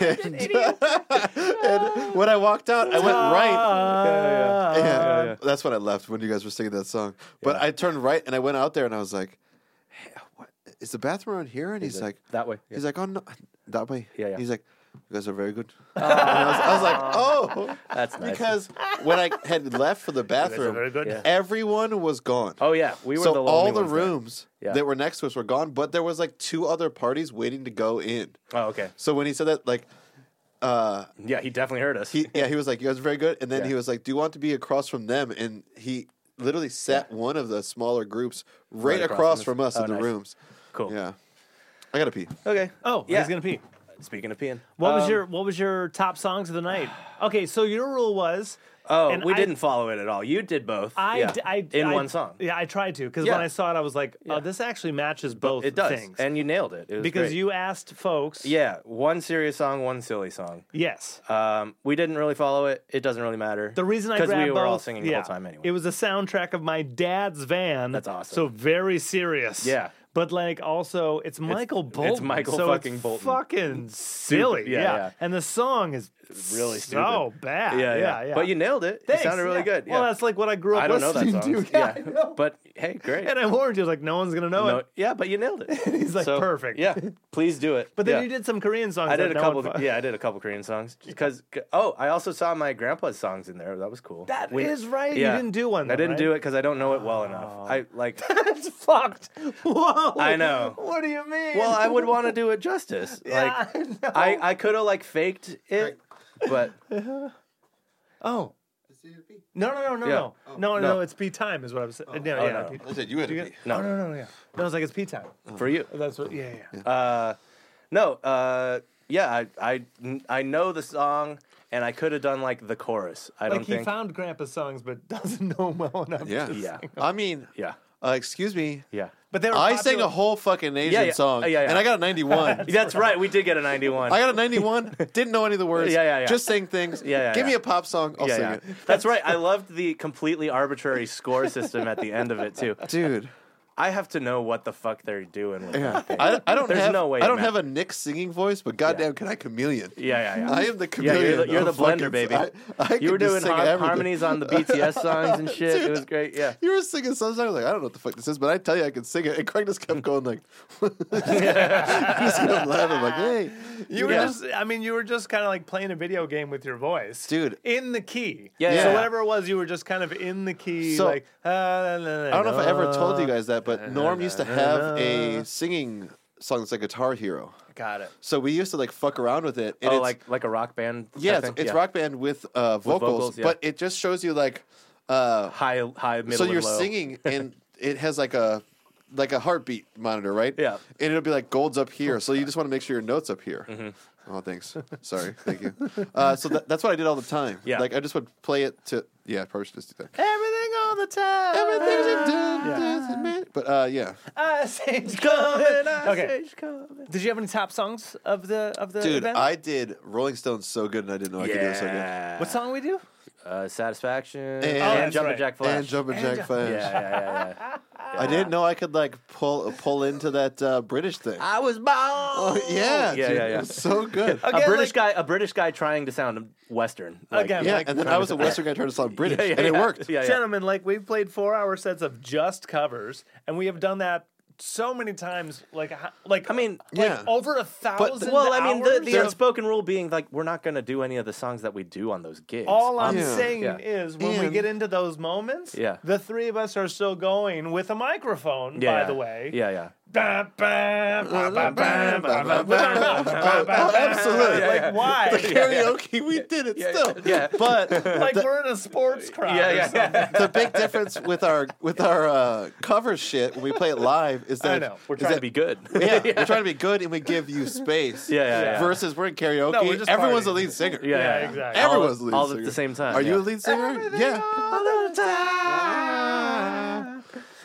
Speaker 1: and, and when I walked out, I went right.
Speaker 2: Uh,
Speaker 3: yeah,
Speaker 1: And
Speaker 3: yeah, yeah.
Speaker 1: That's when I left when you guys were singing that song. But I turned right and I went out there and I was like, hey, what, "Is the bathroom around here?" And he's
Speaker 3: it
Speaker 1: like,
Speaker 3: that way?
Speaker 1: He's like, "Oh no, that way."
Speaker 3: Yeah, yeah.
Speaker 1: He's like, "You guys are very good." And I, was, I was like, "Oh,
Speaker 3: That's nice.
Speaker 1: because when I had left for the
Speaker 2: That's a very
Speaker 1: bathroom,
Speaker 2: good.
Speaker 3: Yeah.
Speaker 1: everyone was gone."
Speaker 3: oh yeah, we were
Speaker 1: so
Speaker 3: the lonely
Speaker 1: all the
Speaker 3: ones there.
Speaker 1: rooms
Speaker 3: Yeah.
Speaker 1: that were next to us were gone, but there was like two other parties waiting to go in.
Speaker 3: Oh okay.
Speaker 1: So when he said that, like, uh,
Speaker 3: Yeah, he definitely heard us.
Speaker 1: he yeah, he was like, "You guys are very good," and then
Speaker 3: Yeah.
Speaker 1: he was like, "Do you want to be across from them?" And he literally sat one of the smaller groups right, across from us,
Speaker 3: Oh,
Speaker 1: in the
Speaker 3: nice.
Speaker 1: rooms.
Speaker 3: cool.
Speaker 1: Yeah, I gotta pee.
Speaker 3: Okay.
Speaker 2: Oh,
Speaker 3: Yeah.
Speaker 2: he's gonna pee.
Speaker 3: Speaking of peeing,
Speaker 2: What was
Speaker 3: um,
Speaker 2: your What was your top songs of the night? Okay, so your rule was
Speaker 3: Oh,
Speaker 2: and
Speaker 3: we
Speaker 2: I-
Speaker 3: didn't follow it at all. You did both.
Speaker 2: I,
Speaker 3: yeah.
Speaker 2: d- I-
Speaker 3: in
Speaker 2: I-
Speaker 3: one song.
Speaker 2: Yeah, I tried to because
Speaker 3: Yeah.
Speaker 2: when I saw it, I was like, oh, this actually matches both
Speaker 3: it does,
Speaker 2: things.
Speaker 3: and you nailed it. It was
Speaker 2: because
Speaker 3: great.
Speaker 2: you asked folks.
Speaker 3: Yeah, one serious song, one silly song.
Speaker 2: Yes.
Speaker 3: Um, we didn't really follow it. It doesn't really matter.
Speaker 2: The reason I
Speaker 3: because
Speaker 2: grabbed
Speaker 3: we were
Speaker 2: both,
Speaker 3: all singing
Speaker 2: yeah,
Speaker 3: the whole time anyway.
Speaker 2: It was the soundtrack of my dad's van. That's
Speaker 3: awesome.
Speaker 2: So very serious.
Speaker 3: Yeah.
Speaker 2: But like also, it's Michael Bolton.
Speaker 3: it's Michael
Speaker 2: so
Speaker 3: fucking
Speaker 2: it's
Speaker 3: Bolton.
Speaker 2: Fucking silly.
Speaker 3: Yeah,
Speaker 2: Yeah,
Speaker 3: yeah.
Speaker 2: And the song is
Speaker 3: really stupid.
Speaker 2: so bad.
Speaker 3: yeah, yeah,
Speaker 2: yeah,
Speaker 3: But you nailed it.
Speaker 2: Thanks,
Speaker 3: It sounded really
Speaker 2: yeah.
Speaker 3: good. Yeah.
Speaker 2: Well, that's like what I grew up.
Speaker 3: I don't know that
Speaker 2: listening
Speaker 3: song.
Speaker 2: to.
Speaker 3: yeah,
Speaker 2: I know.
Speaker 3: but hey, great.
Speaker 2: And I warned you, like no one's gonna know
Speaker 3: No,
Speaker 2: it.
Speaker 3: yeah, but you nailed it. He's
Speaker 2: like, perfect.
Speaker 3: Yeah, please do it.
Speaker 2: But then
Speaker 3: Yeah.
Speaker 2: you did some Korean songs.
Speaker 3: I
Speaker 2: that
Speaker 3: did a
Speaker 2: no
Speaker 3: couple.
Speaker 2: one fu-
Speaker 3: yeah, I did a couple Korean songs because. Oh, I also saw my grandpa's songs in there. That was cool.
Speaker 2: That
Speaker 3: That is
Speaker 2: is right. You didn't do
Speaker 3: I
Speaker 2: one, though,
Speaker 3: didn't
Speaker 2: right? Oh.
Speaker 3: do it because I don't know it well enough. I like.
Speaker 2: That's fucked. Whoa.
Speaker 3: I know.
Speaker 2: What do you mean?
Speaker 3: well, I would want to do it justice.
Speaker 2: Yeah,
Speaker 3: like,
Speaker 2: I know.
Speaker 3: I, I could have like faked it, but
Speaker 2: oh. No, no, no, no,
Speaker 3: Yeah.
Speaker 2: no. no, no,
Speaker 3: No.
Speaker 2: It's P time, is what I was saying. no,
Speaker 3: Oh,
Speaker 2: yeah.
Speaker 3: no.
Speaker 2: P-
Speaker 1: I said you had a pee.
Speaker 2: No, no, no, no, yeah. No, it's like it's P time.
Speaker 3: for you.
Speaker 2: That's what. Yeah, yeah.
Speaker 3: Uh, no, uh, yeah, I, I I know the song, and I could have done like the chorus. I
Speaker 2: like
Speaker 3: don't
Speaker 2: he
Speaker 3: think.
Speaker 2: found Grandpa's songs, but doesn't know them well enough.
Speaker 1: Yeah,
Speaker 3: yeah,
Speaker 1: I mean,
Speaker 3: yeah,
Speaker 1: uh, excuse me.
Speaker 3: yeah.
Speaker 2: But they were.
Speaker 1: I sang
Speaker 2: popular-
Speaker 1: a whole fucking Asian
Speaker 3: Yeah, yeah.
Speaker 1: song,
Speaker 3: Uh, yeah, yeah.
Speaker 1: and I got a ninety-one.
Speaker 3: That's right. We did get a ninety-one.
Speaker 1: I got a 91. Didn't know any of the words.
Speaker 3: Yeah, yeah, yeah.
Speaker 1: Just sang things.
Speaker 3: Yeah, yeah,
Speaker 1: Give me
Speaker 3: yeah.
Speaker 1: a pop song. I'll
Speaker 3: yeah,
Speaker 1: sing
Speaker 3: yeah.
Speaker 1: it.
Speaker 3: That's right. I loved the completely arbitrary score system at the end of it too.
Speaker 1: Dude.
Speaker 3: I have to know what the fuck they're doing. With
Speaker 1: Yeah.
Speaker 3: that thing.
Speaker 1: I, I don't
Speaker 3: There's
Speaker 1: have
Speaker 3: no way
Speaker 1: I
Speaker 3: it
Speaker 1: don't have
Speaker 3: matters.
Speaker 1: a Nick singing voice, but goddamn, can I chameleon?
Speaker 3: yeah, yeah, yeah.
Speaker 1: I am the
Speaker 3: Yeah,
Speaker 1: chameleon.
Speaker 3: you're the, you're the
Speaker 1: of
Speaker 3: blender,
Speaker 1: fucking-
Speaker 3: baby.
Speaker 1: I, I
Speaker 3: you
Speaker 1: can
Speaker 3: were
Speaker 1: just
Speaker 3: doing
Speaker 1: sing
Speaker 3: har-
Speaker 1: everything.
Speaker 3: harmonies on the BTS songs and shit.
Speaker 1: Dude.
Speaker 3: It was great. Yeah.
Speaker 1: You were singing some song. I was like, I don't know what the fuck this is, but I tell you, I can sing it. And Craig just kept going like, just kept laughing like, hey,
Speaker 2: You were
Speaker 3: Yeah.
Speaker 2: just. I mean, you were just kind of like playing a video game with your voice,
Speaker 1: Dude.
Speaker 2: in the key.
Speaker 3: Yeah,
Speaker 1: yeah,
Speaker 2: So
Speaker 1: yeah.
Speaker 2: whatever it was, you were just kind of in the key.
Speaker 1: So-
Speaker 2: like "Ah, I don't
Speaker 1: I don't know if I ever told you guys that, but Norm used to have a singing song that's like Guitar Hero.
Speaker 2: Got it.
Speaker 1: So we used to like fuck around with it. And
Speaker 3: Oh,
Speaker 1: it's,
Speaker 3: like like a rock band. type
Speaker 1: yeah, it's,
Speaker 3: thing?
Speaker 1: it's rock band with uh, vocals,
Speaker 3: vocals, yeah.
Speaker 1: but it just shows you like, uh,
Speaker 3: High, high, middle.
Speaker 1: so you're
Speaker 3: and low.
Speaker 1: singing and it has like a like a heartbeat monitor, right?
Speaker 3: Yeah.
Speaker 1: And it'll be like gold's up here, so you just want to make sure your notes up here. Oh, thanks. Sorry, thank you. Uh, so that, that's what I did all the time.
Speaker 3: Yeah.
Speaker 1: Like I just would play it to yeah, I probably should just do that.
Speaker 2: Everything all the time.
Speaker 1: Everything's a dun- dun- man. But uh, yeah,
Speaker 2: I say it's coming. okay. Did you have any top songs of the of the
Speaker 1: dude,
Speaker 2: event?
Speaker 1: I did Rolling Stones so good, and I didn't know Oh, I could do it so good.
Speaker 3: Yeah.
Speaker 2: what song we do?
Speaker 3: Uh, satisfaction and,
Speaker 1: Oh, that's
Speaker 3: Jumpin'
Speaker 2: right.
Speaker 3: Jack Flash.
Speaker 1: And Jumpin' Jack Flash.
Speaker 3: yeah, yeah, yeah, yeah.
Speaker 1: I didn't know I could like pull pull into that uh, British thing.
Speaker 3: I was born.
Speaker 1: Oh, yeah,
Speaker 3: yeah,
Speaker 1: dude,
Speaker 3: yeah, yeah.
Speaker 1: It was so good.
Speaker 3: A
Speaker 2: Again,
Speaker 3: British
Speaker 2: like-
Speaker 3: guy, a British guy trying to sound Western. Like,
Speaker 2: Again,
Speaker 1: Yeah,
Speaker 2: like-
Speaker 1: and then I was a Western guy trying to sound British,
Speaker 3: yeah,
Speaker 1: and it
Speaker 3: yeah.
Speaker 1: worked.
Speaker 3: Yeah, yeah.
Speaker 2: Gentlemen, like we've played four hour sets of just covers, and we have done that so many times. Like, ho- like
Speaker 3: I mean,
Speaker 2: like
Speaker 1: yeah.
Speaker 2: over a thousand.
Speaker 3: well, I mean, the,
Speaker 2: hours
Speaker 3: the
Speaker 2: of-
Speaker 3: unspoken rule being like we're not going to do any of the songs that we do on those gigs.
Speaker 2: all I'm
Speaker 3: Um,
Speaker 1: Yeah.
Speaker 2: saying
Speaker 3: Yeah.
Speaker 2: is when we
Speaker 1: And-
Speaker 2: get into those moments,
Speaker 3: Yeah.
Speaker 2: the three of us are still going with a microphone.
Speaker 3: yeah,
Speaker 2: by
Speaker 3: yeah.
Speaker 2: the way,
Speaker 3: Yeah, yeah.
Speaker 2: Ba, ba, ba, ba, ba, ba, ba, ba, ba, ba,
Speaker 1: Oh,
Speaker 2: ba,
Speaker 1: absolutely.
Speaker 2: ba. Like why?
Speaker 1: Karaoke, we did it still.
Speaker 3: Yeah.
Speaker 1: But
Speaker 2: Like we're in a sports crowd.
Speaker 3: Yeah,
Speaker 2: or
Speaker 3: yeah,
Speaker 2: something.
Speaker 3: yeah.
Speaker 1: the big difference with our with our uh, cover shit when we play it live is that
Speaker 2: know.
Speaker 3: We're
Speaker 1: is
Speaker 3: trying
Speaker 1: that-
Speaker 3: to be good.
Speaker 1: yeah, we're trying to be good and we give you space.
Speaker 3: Yeah, yeah, yeah.
Speaker 1: Versus we're in karaoke.
Speaker 2: No, we're just
Speaker 1: everyone's the
Speaker 2: partying.
Speaker 1: lead singer.
Speaker 3: Yeah, yeah, yeah.
Speaker 2: exactly.
Speaker 3: All-
Speaker 1: Everyone's the lead
Speaker 3: all
Speaker 1: singer.
Speaker 3: at the same time.
Speaker 1: Are you
Speaker 3: yeah.
Speaker 1: a lead singer?
Speaker 2: Everything
Speaker 1: yeah.
Speaker 2: all the time.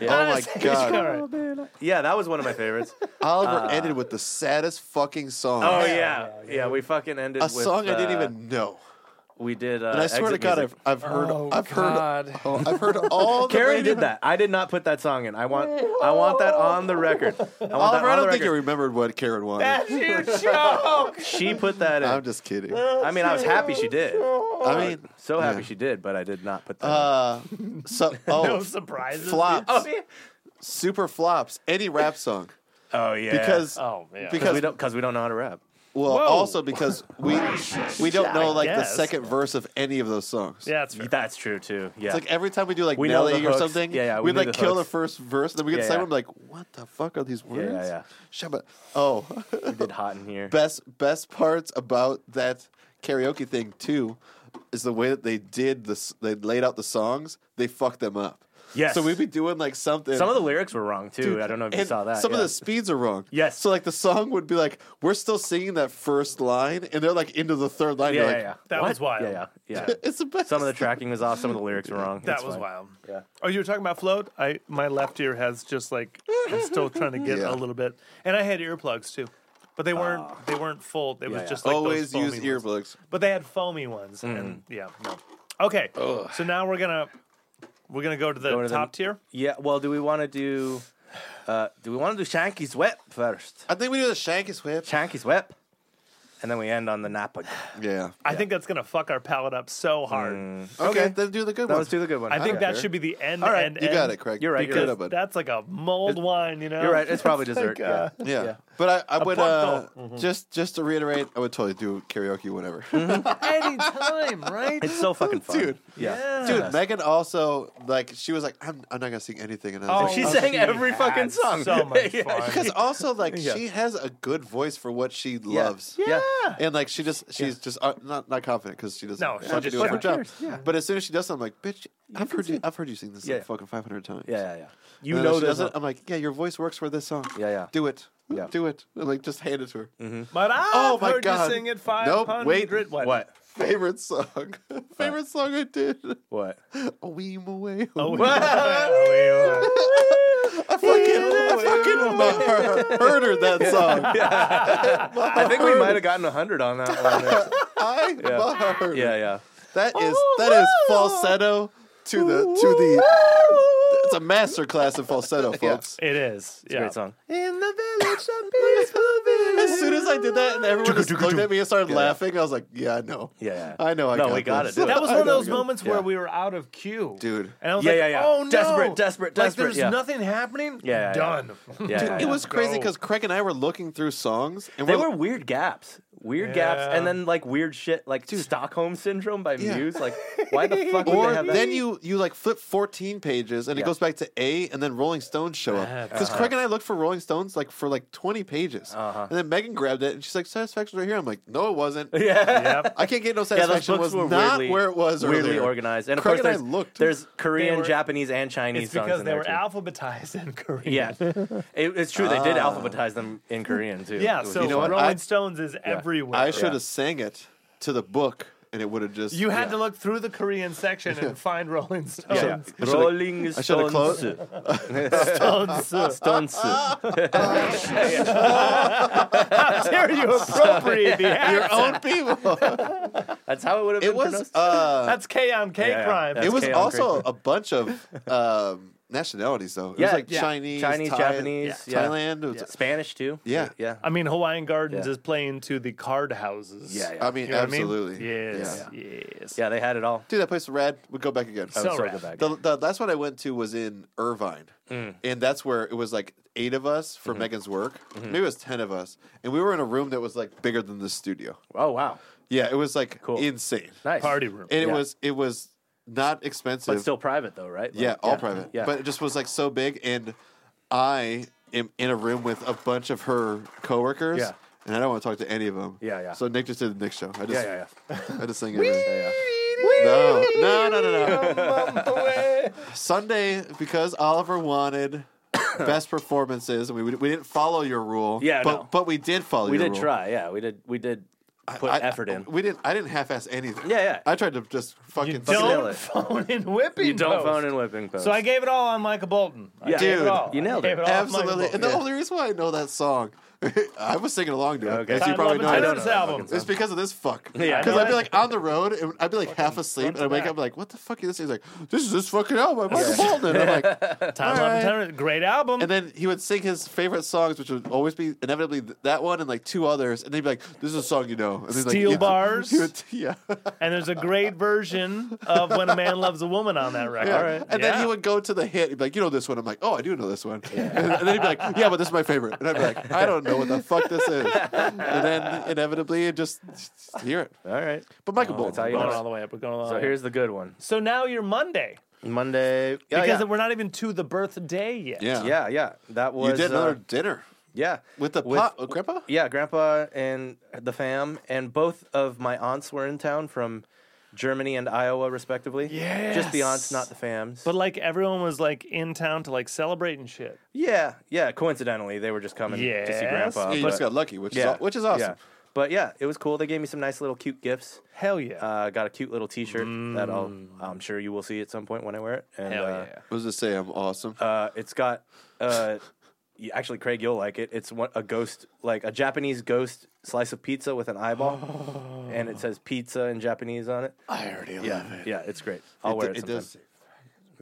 Speaker 1: Oh my
Speaker 2: Honestly,
Speaker 1: god.
Speaker 2: sure.
Speaker 3: Yeah, that was one of my favorites.
Speaker 1: Oliver ended with the saddest fucking song.
Speaker 3: Uh, Oh yeah,
Speaker 2: yeah,
Speaker 3: yeah.
Speaker 2: yeah.
Speaker 3: we fucking ended
Speaker 1: a
Speaker 3: with,
Speaker 1: song I didn't
Speaker 3: uh,
Speaker 1: even know.
Speaker 3: We did. Uh,
Speaker 1: And I swear to
Speaker 3: exit
Speaker 1: God, I've,
Speaker 3: music.
Speaker 1: I've heard,
Speaker 2: Oh,
Speaker 1: I've
Speaker 2: God.
Speaker 1: heard, oh, I've heard all. the
Speaker 3: Carrie
Speaker 1: radio-
Speaker 3: did that. I did not put that song in. I want. I want that on the record. I want that
Speaker 1: Oliver, I
Speaker 3: on the
Speaker 1: don't think you
Speaker 3: record.
Speaker 1: remembered what Karen wanted.
Speaker 2: That's your joke.
Speaker 3: She put that in.
Speaker 1: I'm just kidding.
Speaker 3: I mean, I was happy she did.
Speaker 1: I mean,
Speaker 3: So happy
Speaker 1: Yeah.
Speaker 3: she did, but I did not put that.
Speaker 1: uh, so oh,
Speaker 2: No surprises.
Speaker 1: flops,
Speaker 3: in.
Speaker 1: super flops. Any rap song
Speaker 3: Oh yeah.
Speaker 1: because
Speaker 2: Oh man.
Speaker 1: because
Speaker 3: Oh, because
Speaker 2: Oh,
Speaker 3: we don't because we don't know how to rap.
Speaker 1: Well,
Speaker 2: Whoa.
Speaker 1: also because we we don't know
Speaker 2: I
Speaker 1: like the
Speaker 2: guess.
Speaker 1: second verse of any of those songs.
Speaker 2: Yeah, that's fair.
Speaker 3: That's true too. Yeah.
Speaker 1: It's like every time we do like
Speaker 3: We know the
Speaker 1: Nelly or
Speaker 3: hooks.
Speaker 1: something,
Speaker 3: Yeah, yeah, we
Speaker 1: we,
Speaker 3: knew
Speaker 1: like
Speaker 3: the
Speaker 1: kill
Speaker 3: hooks.
Speaker 1: the first verse, then we get
Speaker 3: Yeah,
Speaker 1: to the second
Speaker 3: yeah.
Speaker 1: one, like, what the fuck are these
Speaker 3: yeah,
Speaker 1: words?
Speaker 3: yeah.
Speaker 1: Shabba. Oh,
Speaker 3: we did hot in here.
Speaker 1: best best parts about that karaoke thing too is the way that they did this. They laid out the songs. They fucked them up.
Speaker 3: Yes.
Speaker 1: So we'd be doing like something.
Speaker 3: Some of the lyrics were wrong too.
Speaker 1: Dude,
Speaker 3: I don't know if you
Speaker 1: and
Speaker 3: saw that.
Speaker 1: Some of
Speaker 3: yeah.
Speaker 1: the speeds are wrong.
Speaker 3: Yes.
Speaker 1: So like the song would be like, we're still singing that first line, and they're like into the third line.
Speaker 3: Yeah,
Speaker 1: You're
Speaker 3: yeah,
Speaker 1: like,
Speaker 3: yeah.
Speaker 2: That was wild.
Speaker 3: Yeah, yeah, yeah.
Speaker 1: It's the best.
Speaker 3: Some of the tracking was off. Some of the lyrics were wrong.
Speaker 2: That
Speaker 3: It's
Speaker 2: was
Speaker 3: fine.
Speaker 2: wild.
Speaker 3: Yeah.
Speaker 2: Oh, you were talking about float. I my left ear has just like I'm still trying to get
Speaker 1: Yeah.
Speaker 2: a little bit, and I had earplugs too, but they weren't they weren't full. It was
Speaker 3: yeah.
Speaker 2: just like those
Speaker 1: Always
Speaker 2: foamy
Speaker 1: use
Speaker 2: ones.
Speaker 1: earplugs.
Speaker 2: But they had foamy ones, and yeah, no. Okay, so now we're gonna we're gonna go to the
Speaker 3: to the-
Speaker 2: top tier.
Speaker 3: Yeah. Well, do we want to do? Uh, do we want to do Shanky's Whip first?
Speaker 1: I think we do the Shanky's Whip.
Speaker 3: Shanky's Whip, and then we end on the Napa.
Speaker 1: Yeah.
Speaker 2: I think that's gonna fuck our palate up so hard.
Speaker 1: Okay,
Speaker 3: Okay.
Speaker 1: then do the good
Speaker 3: Now
Speaker 1: one.
Speaker 3: let's do the good one.
Speaker 2: I think that
Speaker 1: care.
Speaker 2: should be the end.
Speaker 3: right,
Speaker 2: end,
Speaker 1: You
Speaker 2: end,
Speaker 1: got it, Craig.
Speaker 3: You're right,
Speaker 1: You
Speaker 3: you're
Speaker 1: got
Speaker 2: Because
Speaker 1: it, bud.
Speaker 2: that's like a mulled wine, you know.
Speaker 3: You're right. It's probably dessert. yeah.
Speaker 2: uh,
Speaker 1: Yeah.
Speaker 3: Yeah.
Speaker 1: but I, I would uh,
Speaker 2: Apunto.
Speaker 3: Mm-hmm.
Speaker 1: just just to reiterate, I would totally do karaoke whenever.
Speaker 2: Anytime, right?
Speaker 3: It's so fucking fun,
Speaker 1: Dude.
Speaker 3: Yeah.
Speaker 1: Dude, Megan also like she was like, I'm, I'm not gonna sing anything, and I was
Speaker 2: Oh,
Speaker 1: like,
Speaker 3: She
Speaker 2: she
Speaker 3: sang
Speaker 2: had
Speaker 3: every fucking song.
Speaker 2: so much
Speaker 3: Yeah,
Speaker 2: fun.
Speaker 1: because also like
Speaker 3: Yeah.
Speaker 1: she has a good voice for what she
Speaker 3: yeah.
Speaker 1: loves.
Speaker 3: Yeah.
Speaker 1: And like she just she's just uh, not not confident because she doesn't
Speaker 2: No,
Speaker 1: want
Speaker 2: she
Speaker 1: to
Speaker 2: just-
Speaker 1: do it
Speaker 2: yeah.
Speaker 1: for job.
Speaker 3: Cares, yeah.
Speaker 1: But as soon as she does, something, I'm like, bitch, I've heard you I've heard you sing this
Speaker 3: Yeah.
Speaker 1: like fucking 500 times.
Speaker 3: Yeah. Yeah. yeah. You
Speaker 1: And then
Speaker 3: know
Speaker 1: she
Speaker 3: this.
Speaker 1: does it. I'm like, yeah, your voice works for this song.
Speaker 3: Yeah, yeah.
Speaker 1: Do it.
Speaker 3: Yeah. Mm-hmm.
Speaker 1: Do it. And, like just hand it to her.
Speaker 2: But I've
Speaker 1: Oh my
Speaker 2: heard
Speaker 1: God.
Speaker 2: you sing it five
Speaker 1: Nope,
Speaker 2: hundred.
Speaker 1: wait.
Speaker 2: What?
Speaker 3: What?
Speaker 1: Favorite song.
Speaker 3: Uh.
Speaker 1: Favorite song I did.
Speaker 3: What?
Speaker 1: A weem away.
Speaker 2: Oh,
Speaker 1: I fucking, I fucking mur- murdered that song.
Speaker 3: I think we might have gotten hundred on that one.
Speaker 1: I murdered.
Speaker 3: yeah. Yeah.
Speaker 1: That is that is falsetto to the to the. It's a master class in falsetto, folks.
Speaker 2: it is. yeah.
Speaker 3: Great song.
Speaker 2: In the village of
Speaker 1: As soon as I did that, and everyone just looked at me and started laughing, I was like, "Yeah, I know.
Speaker 3: Yeah, yeah.
Speaker 1: I know. I
Speaker 3: No,
Speaker 1: got
Speaker 3: we got
Speaker 1: this.
Speaker 3: it, dude.
Speaker 2: That was
Speaker 1: I
Speaker 2: one of
Speaker 1: know I
Speaker 2: those
Speaker 1: got it.
Speaker 2: moments
Speaker 3: Yeah.
Speaker 2: where we were out of cue,
Speaker 1: dude.
Speaker 2: And I was
Speaker 3: Yeah,
Speaker 2: like,
Speaker 3: yeah, yeah.
Speaker 2: "Oh no,
Speaker 3: Desperate, desperate,
Speaker 2: Like,
Speaker 3: desperate,
Speaker 2: there's
Speaker 3: yeah.
Speaker 2: nothing happening.
Speaker 3: Yeah, yeah,
Speaker 2: done.
Speaker 3: Yeah, yeah,
Speaker 1: It
Speaker 3: yeah.
Speaker 1: was crazy
Speaker 2: Go.
Speaker 1: because Craig and I were looking through songs, and
Speaker 3: They
Speaker 1: we're,
Speaker 3: were weird gaps, weird gaps, and
Speaker 2: Yeah.
Speaker 3: then like weird shit, like Stockholm syndrome by
Speaker 1: Yeah.
Speaker 3: Muse. Like, why the fuck? would they
Speaker 1: or
Speaker 3: have that?
Speaker 1: then you you like flip 14 pages and
Speaker 3: Yeah.
Speaker 1: it goes back to A and then Rolling Stones show up because
Speaker 2: Uh-huh.
Speaker 1: Craig and I looked for Rolling Stones like for like 20 pages
Speaker 3: Uh-huh.
Speaker 1: and then Megan grabbed it and she's like Satisfaction right here I'm like no it wasn't
Speaker 3: yeah.
Speaker 2: Yep.
Speaker 1: I can't get no
Speaker 3: Yeah, those
Speaker 1: satisfaction
Speaker 3: books
Speaker 1: was
Speaker 3: were
Speaker 1: not
Speaker 3: weirdly,
Speaker 1: where it was
Speaker 3: weirdly
Speaker 1: earlier.
Speaker 3: organized, and of
Speaker 1: Craig
Speaker 3: course
Speaker 1: and I
Speaker 3: there's
Speaker 1: looked.
Speaker 3: there's Korean,
Speaker 2: They were-
Speaker 3: Japanese, and Chinese
Speaker 2: It's
Speaker 3: songs
Speaker 2: because
Speaker 3: in
Speaker 2: they
Speaker 3: there
Speaker 2: were
Speaker 3: too.
Speaker 2: alphabetized in Korean.
Speaker 3: yeah, it, it's true. They did
Speaker 1: Ah.
Speaker 3: alphabetize them in Korean too.
Speaker 2: Yeah,
Speaker 3: It was
Speaker 2: so
Speaker 1: You know what?
Speaker 2: Rolling
Speaker 1: I-
Speaker 2: Stones is everywhere.
Speaker 1: I should have sang it to the book and it would have just
Speaker 2: You had to look through the Korean section and find Rolling
Speaker 3: Yeah.
Speaker 2: Stones.
Speaker 1: I should've-
Speaker 3: Rolling
Speaker 1: I should've
Speaker 3: Stones.
Speaker 1: closed-
Speaker 2: Stones.
Speaker 3: Stones.
Speaker 2: How dare you appropriate the
Speaker 1: your
Speaker 2: act?
Speaker 1: own people.
Speaker 3: That's how it would have been
Speaker 1: it was
Speaker 3: pronounced.
Speaker 1: uh,
Speaker 2: That's K on K
Speaker 3: Yeah, yeah.
Speaker 2: crime.
Speaker 3: That's
Speaker 1: it was
Speaker 3: chaos,
Speaker 1: also a bunch of um, nationalities though. It
Speaker 3: Yeah,
Speaker 1: was like
Speaker 3: yeah.
Speaker 1: Chinese,
Speaker 3: Chinese,
Speaker 1: Thai-
Speaker 3: Japanese, yeah.
Speaker 1: Thailand. It was-
Speaker 3: Spanish too.
Speaker 1: Yeah.
Speaker 3: yeah,
Speaker 2: I mean, Hawaiian Gardens
Speaker 3: Yeah.
Speaker 2: is playing to the card houses.
Speaker 3: yeah, yeah.
Speaker 1: I mean,
Speaker 2: You know what I mean?
Speaker 1: absolutely.
Speaker 2: Yes.
Speaker 1: Yeah.
Speaker 2: Yes.
Speaker 3: yeah, they had it all.
Speaker 1: Dude, that place was rad. Would go back
Speaker 3: I
Speaker 1: again.
Speaker 3: would
Speaker 2: So
Speaker 3: still
Speaker 2: rad.
Speaker 3: go back.
Speaker 1: The, the last one I went to was in Irvine,
Speaker 3: Mm.
Speaker 1: and that's where it was like eight of us
Speaker 3: Mm-hmm.
Speaker 1: for Megan's work. Maybe it was ten of us, and we were in a room that was like bigger than the studio.
Speaker 3: Oh wow,
Speaker 1: Yeah, it was like
Speaker 3: Cool.
Speaker 1: insane,
Speaker 3: nice
Speaker 2: Party room.
Speaker 1: and it
Speaker 3: Yeah.
Speaker 1: was it was not expensive.
Speaker 3: but still private though, right?
Speaker 1: yeah,
Speaker 3: Like,
Speaker 1: all private.
Speaker 3: Yeah,
Speaker 1: but it just was like so big, and I am in a room with a bunch of her coworkers.
Speaker 3: Yeah.
Speaker 1: And I don't want to talk to any of them.
Speaker 3: Yeah, yeah.
Speaker 1: So Nick just did the Nick show. I just,
Speaker 3: yeah, yeah, yeah.
Speaker 1: I just sang everything.
Speaker 3: yeah,
Speaker 1: No, no, no, no, no. Sunday, because Oliver wanted best performances, and we, we didn't follow your rule.
Speaker 3: Yeah,
Speaker 1: but
Speaker 3: no.
Speaker 1: but we did follow.
Speaker 3: We
Speaker 1: your
Speaker 3: did
Speaker 1: rule.
Speaker 3: try. Yeah, we did. We did put
Speaker 1: I-
Speaker 3: effort in.
Speaker 1: We didn't. I didn't half-ass anything.
Speaker 3: Yeah, yeah.
Speaker 1: I tried to just fucking.
Speaker 2: You
Speaker 3: nail it.
Speaker 2: don't phone in whipping.
Speaker 3: You don't
Speaker 2: post.
Speaker 3: phone in whipping post.
Speaker 2: So I gave it all on Michael Bolton. I
Speaker 3: Yeah.
Speaker 2: gave
Speaker 1: Dude,
Speaker 2: it all.
Speaker 3: you nailed
Speaker 2: I gave
Speaker 3: it.
Speaker 2: it. all on Michael
Speaker 1: Absolutely.
Speaker 2: Bolton.
Speaker 1: And the only reason why I know that song, I was singing along to it.
Speaker 3: Okay.
Speaker 1: As
Speaker 3: Time
Speaker 1: you probably
Speaker 2: Love
Speaker 1: know,
Speaker 2: and
Speaker 1: I don't
Speaker 2: Tenderness
Speaker 1: know.
Speaker 2: album.
Speaker 1: It's because of this fuck.
Speaker 3: Yeah, I
Speaker 1: Because
Speaker 3: know.
Speaker 1: I'd be like on the road, and I'd be like half asleep, and I wake
Speaker 2: back.
Speaker 1: up like, "What the fuck is this?" He's like, "This is this fucking album, by Michael Bolton." And I'm like,
Speaker 2: Time Love and Tenderness, great album.
Speaker 1: and then he would sing his favorite songs, which would always be inevitably th- that one and like two others, and they'd be like, "This is a song you know." And he's like,
Speaker 2: Steel
Speaker 1: "Yeah."
Speaker 2: Bars.
Speaker 1: He would- yeah.
Speaker 2: and there's a great version of When a Man Loves a Woman on that record.
Speaker 1: All right. And then
Speaker 2: Yeah.
Speaker 1: he would go to the hit. He'd be like, "You know this one?" I'm like, "Oh, I do know this one." And, and then he'd be like, "Yeah, but this is my favorite." And I'd be like, "I don't know what the fuck this is. And then inevitably, you just just hear it.
Speaker 3: All right.
Speaker 1: But Michael
Speaker 3: Oh,
Speaker 1: Bolton.
Speaker 3: that's how you
Speaker 2: We're going
Speaker 3: know.
Speaker 2: all the way up. We're going all the
Speaker 3: So
Speaker 2: way
Speaker 3: here's the good one.
Speaker 2: up. So now you're Monday
Speaker 1: Oh,
Speaker 3: Monday. Yeah,
Speaker 2: because
Speaker 3: yeah.
Speaker 2: we're not even to the birthday yet.
Speaker 1: yeah.
Speaker 3: yeah, yeah. That
Speaker 1: You
Speaker 3: was
Speaker 1: did another
Speaker 3: uh,
Speaker 1: dinner
Speaker 3: yeah
Speaker 1: with the
Speaker 3: With-
Speaker 1: pot, with Grandpa?
Speaker 3: Yeah, grandpa and the fam, and both of my aunts were in town from Germany and Iowa, respectively. Yeah, just the aunts, not the fams.
Speaker 2: But like everyone was like in town to like celebrate and shit.
Speaker 3: yeah, yeah. Coincidentally, they were just coming to see
Speaker 2: Yes.
Speaker 3: grandpa.
Speaker 1: Yeah, you
Speaker 3: but-
Speaker 1: just got lucky, which
Speaker 3: yeah,
Speaker 1: is, aw- which is awesome.
Speaker 3: yeah. But yeah, it was cool. They gave me some nice little cute gifts.
Speaker 2: Hell yeah.
Speaker 3: Uh, got a cute little T-shirt that I'll, I'm sure you will see at some point when I wear it. And,
Speaker 2: Mm. Hell
Speaker 3: uh,
Speaker 2: yeah.
Speaker 1: What does it say? I'm awesome.
Speaker 3: Uh, it's got uh, y- actually Craig, you'll like it. It's one, a ghost, like a Japanese ghost slice of pizza with an eyeball, and it says pizza in Japanese on it.
Speaker 1: I already love it.
Speaker 3: Yeah, it's great. I'll wear it.
Speaker 1: it
Speaker 3: sometime.
Speaker 1: does.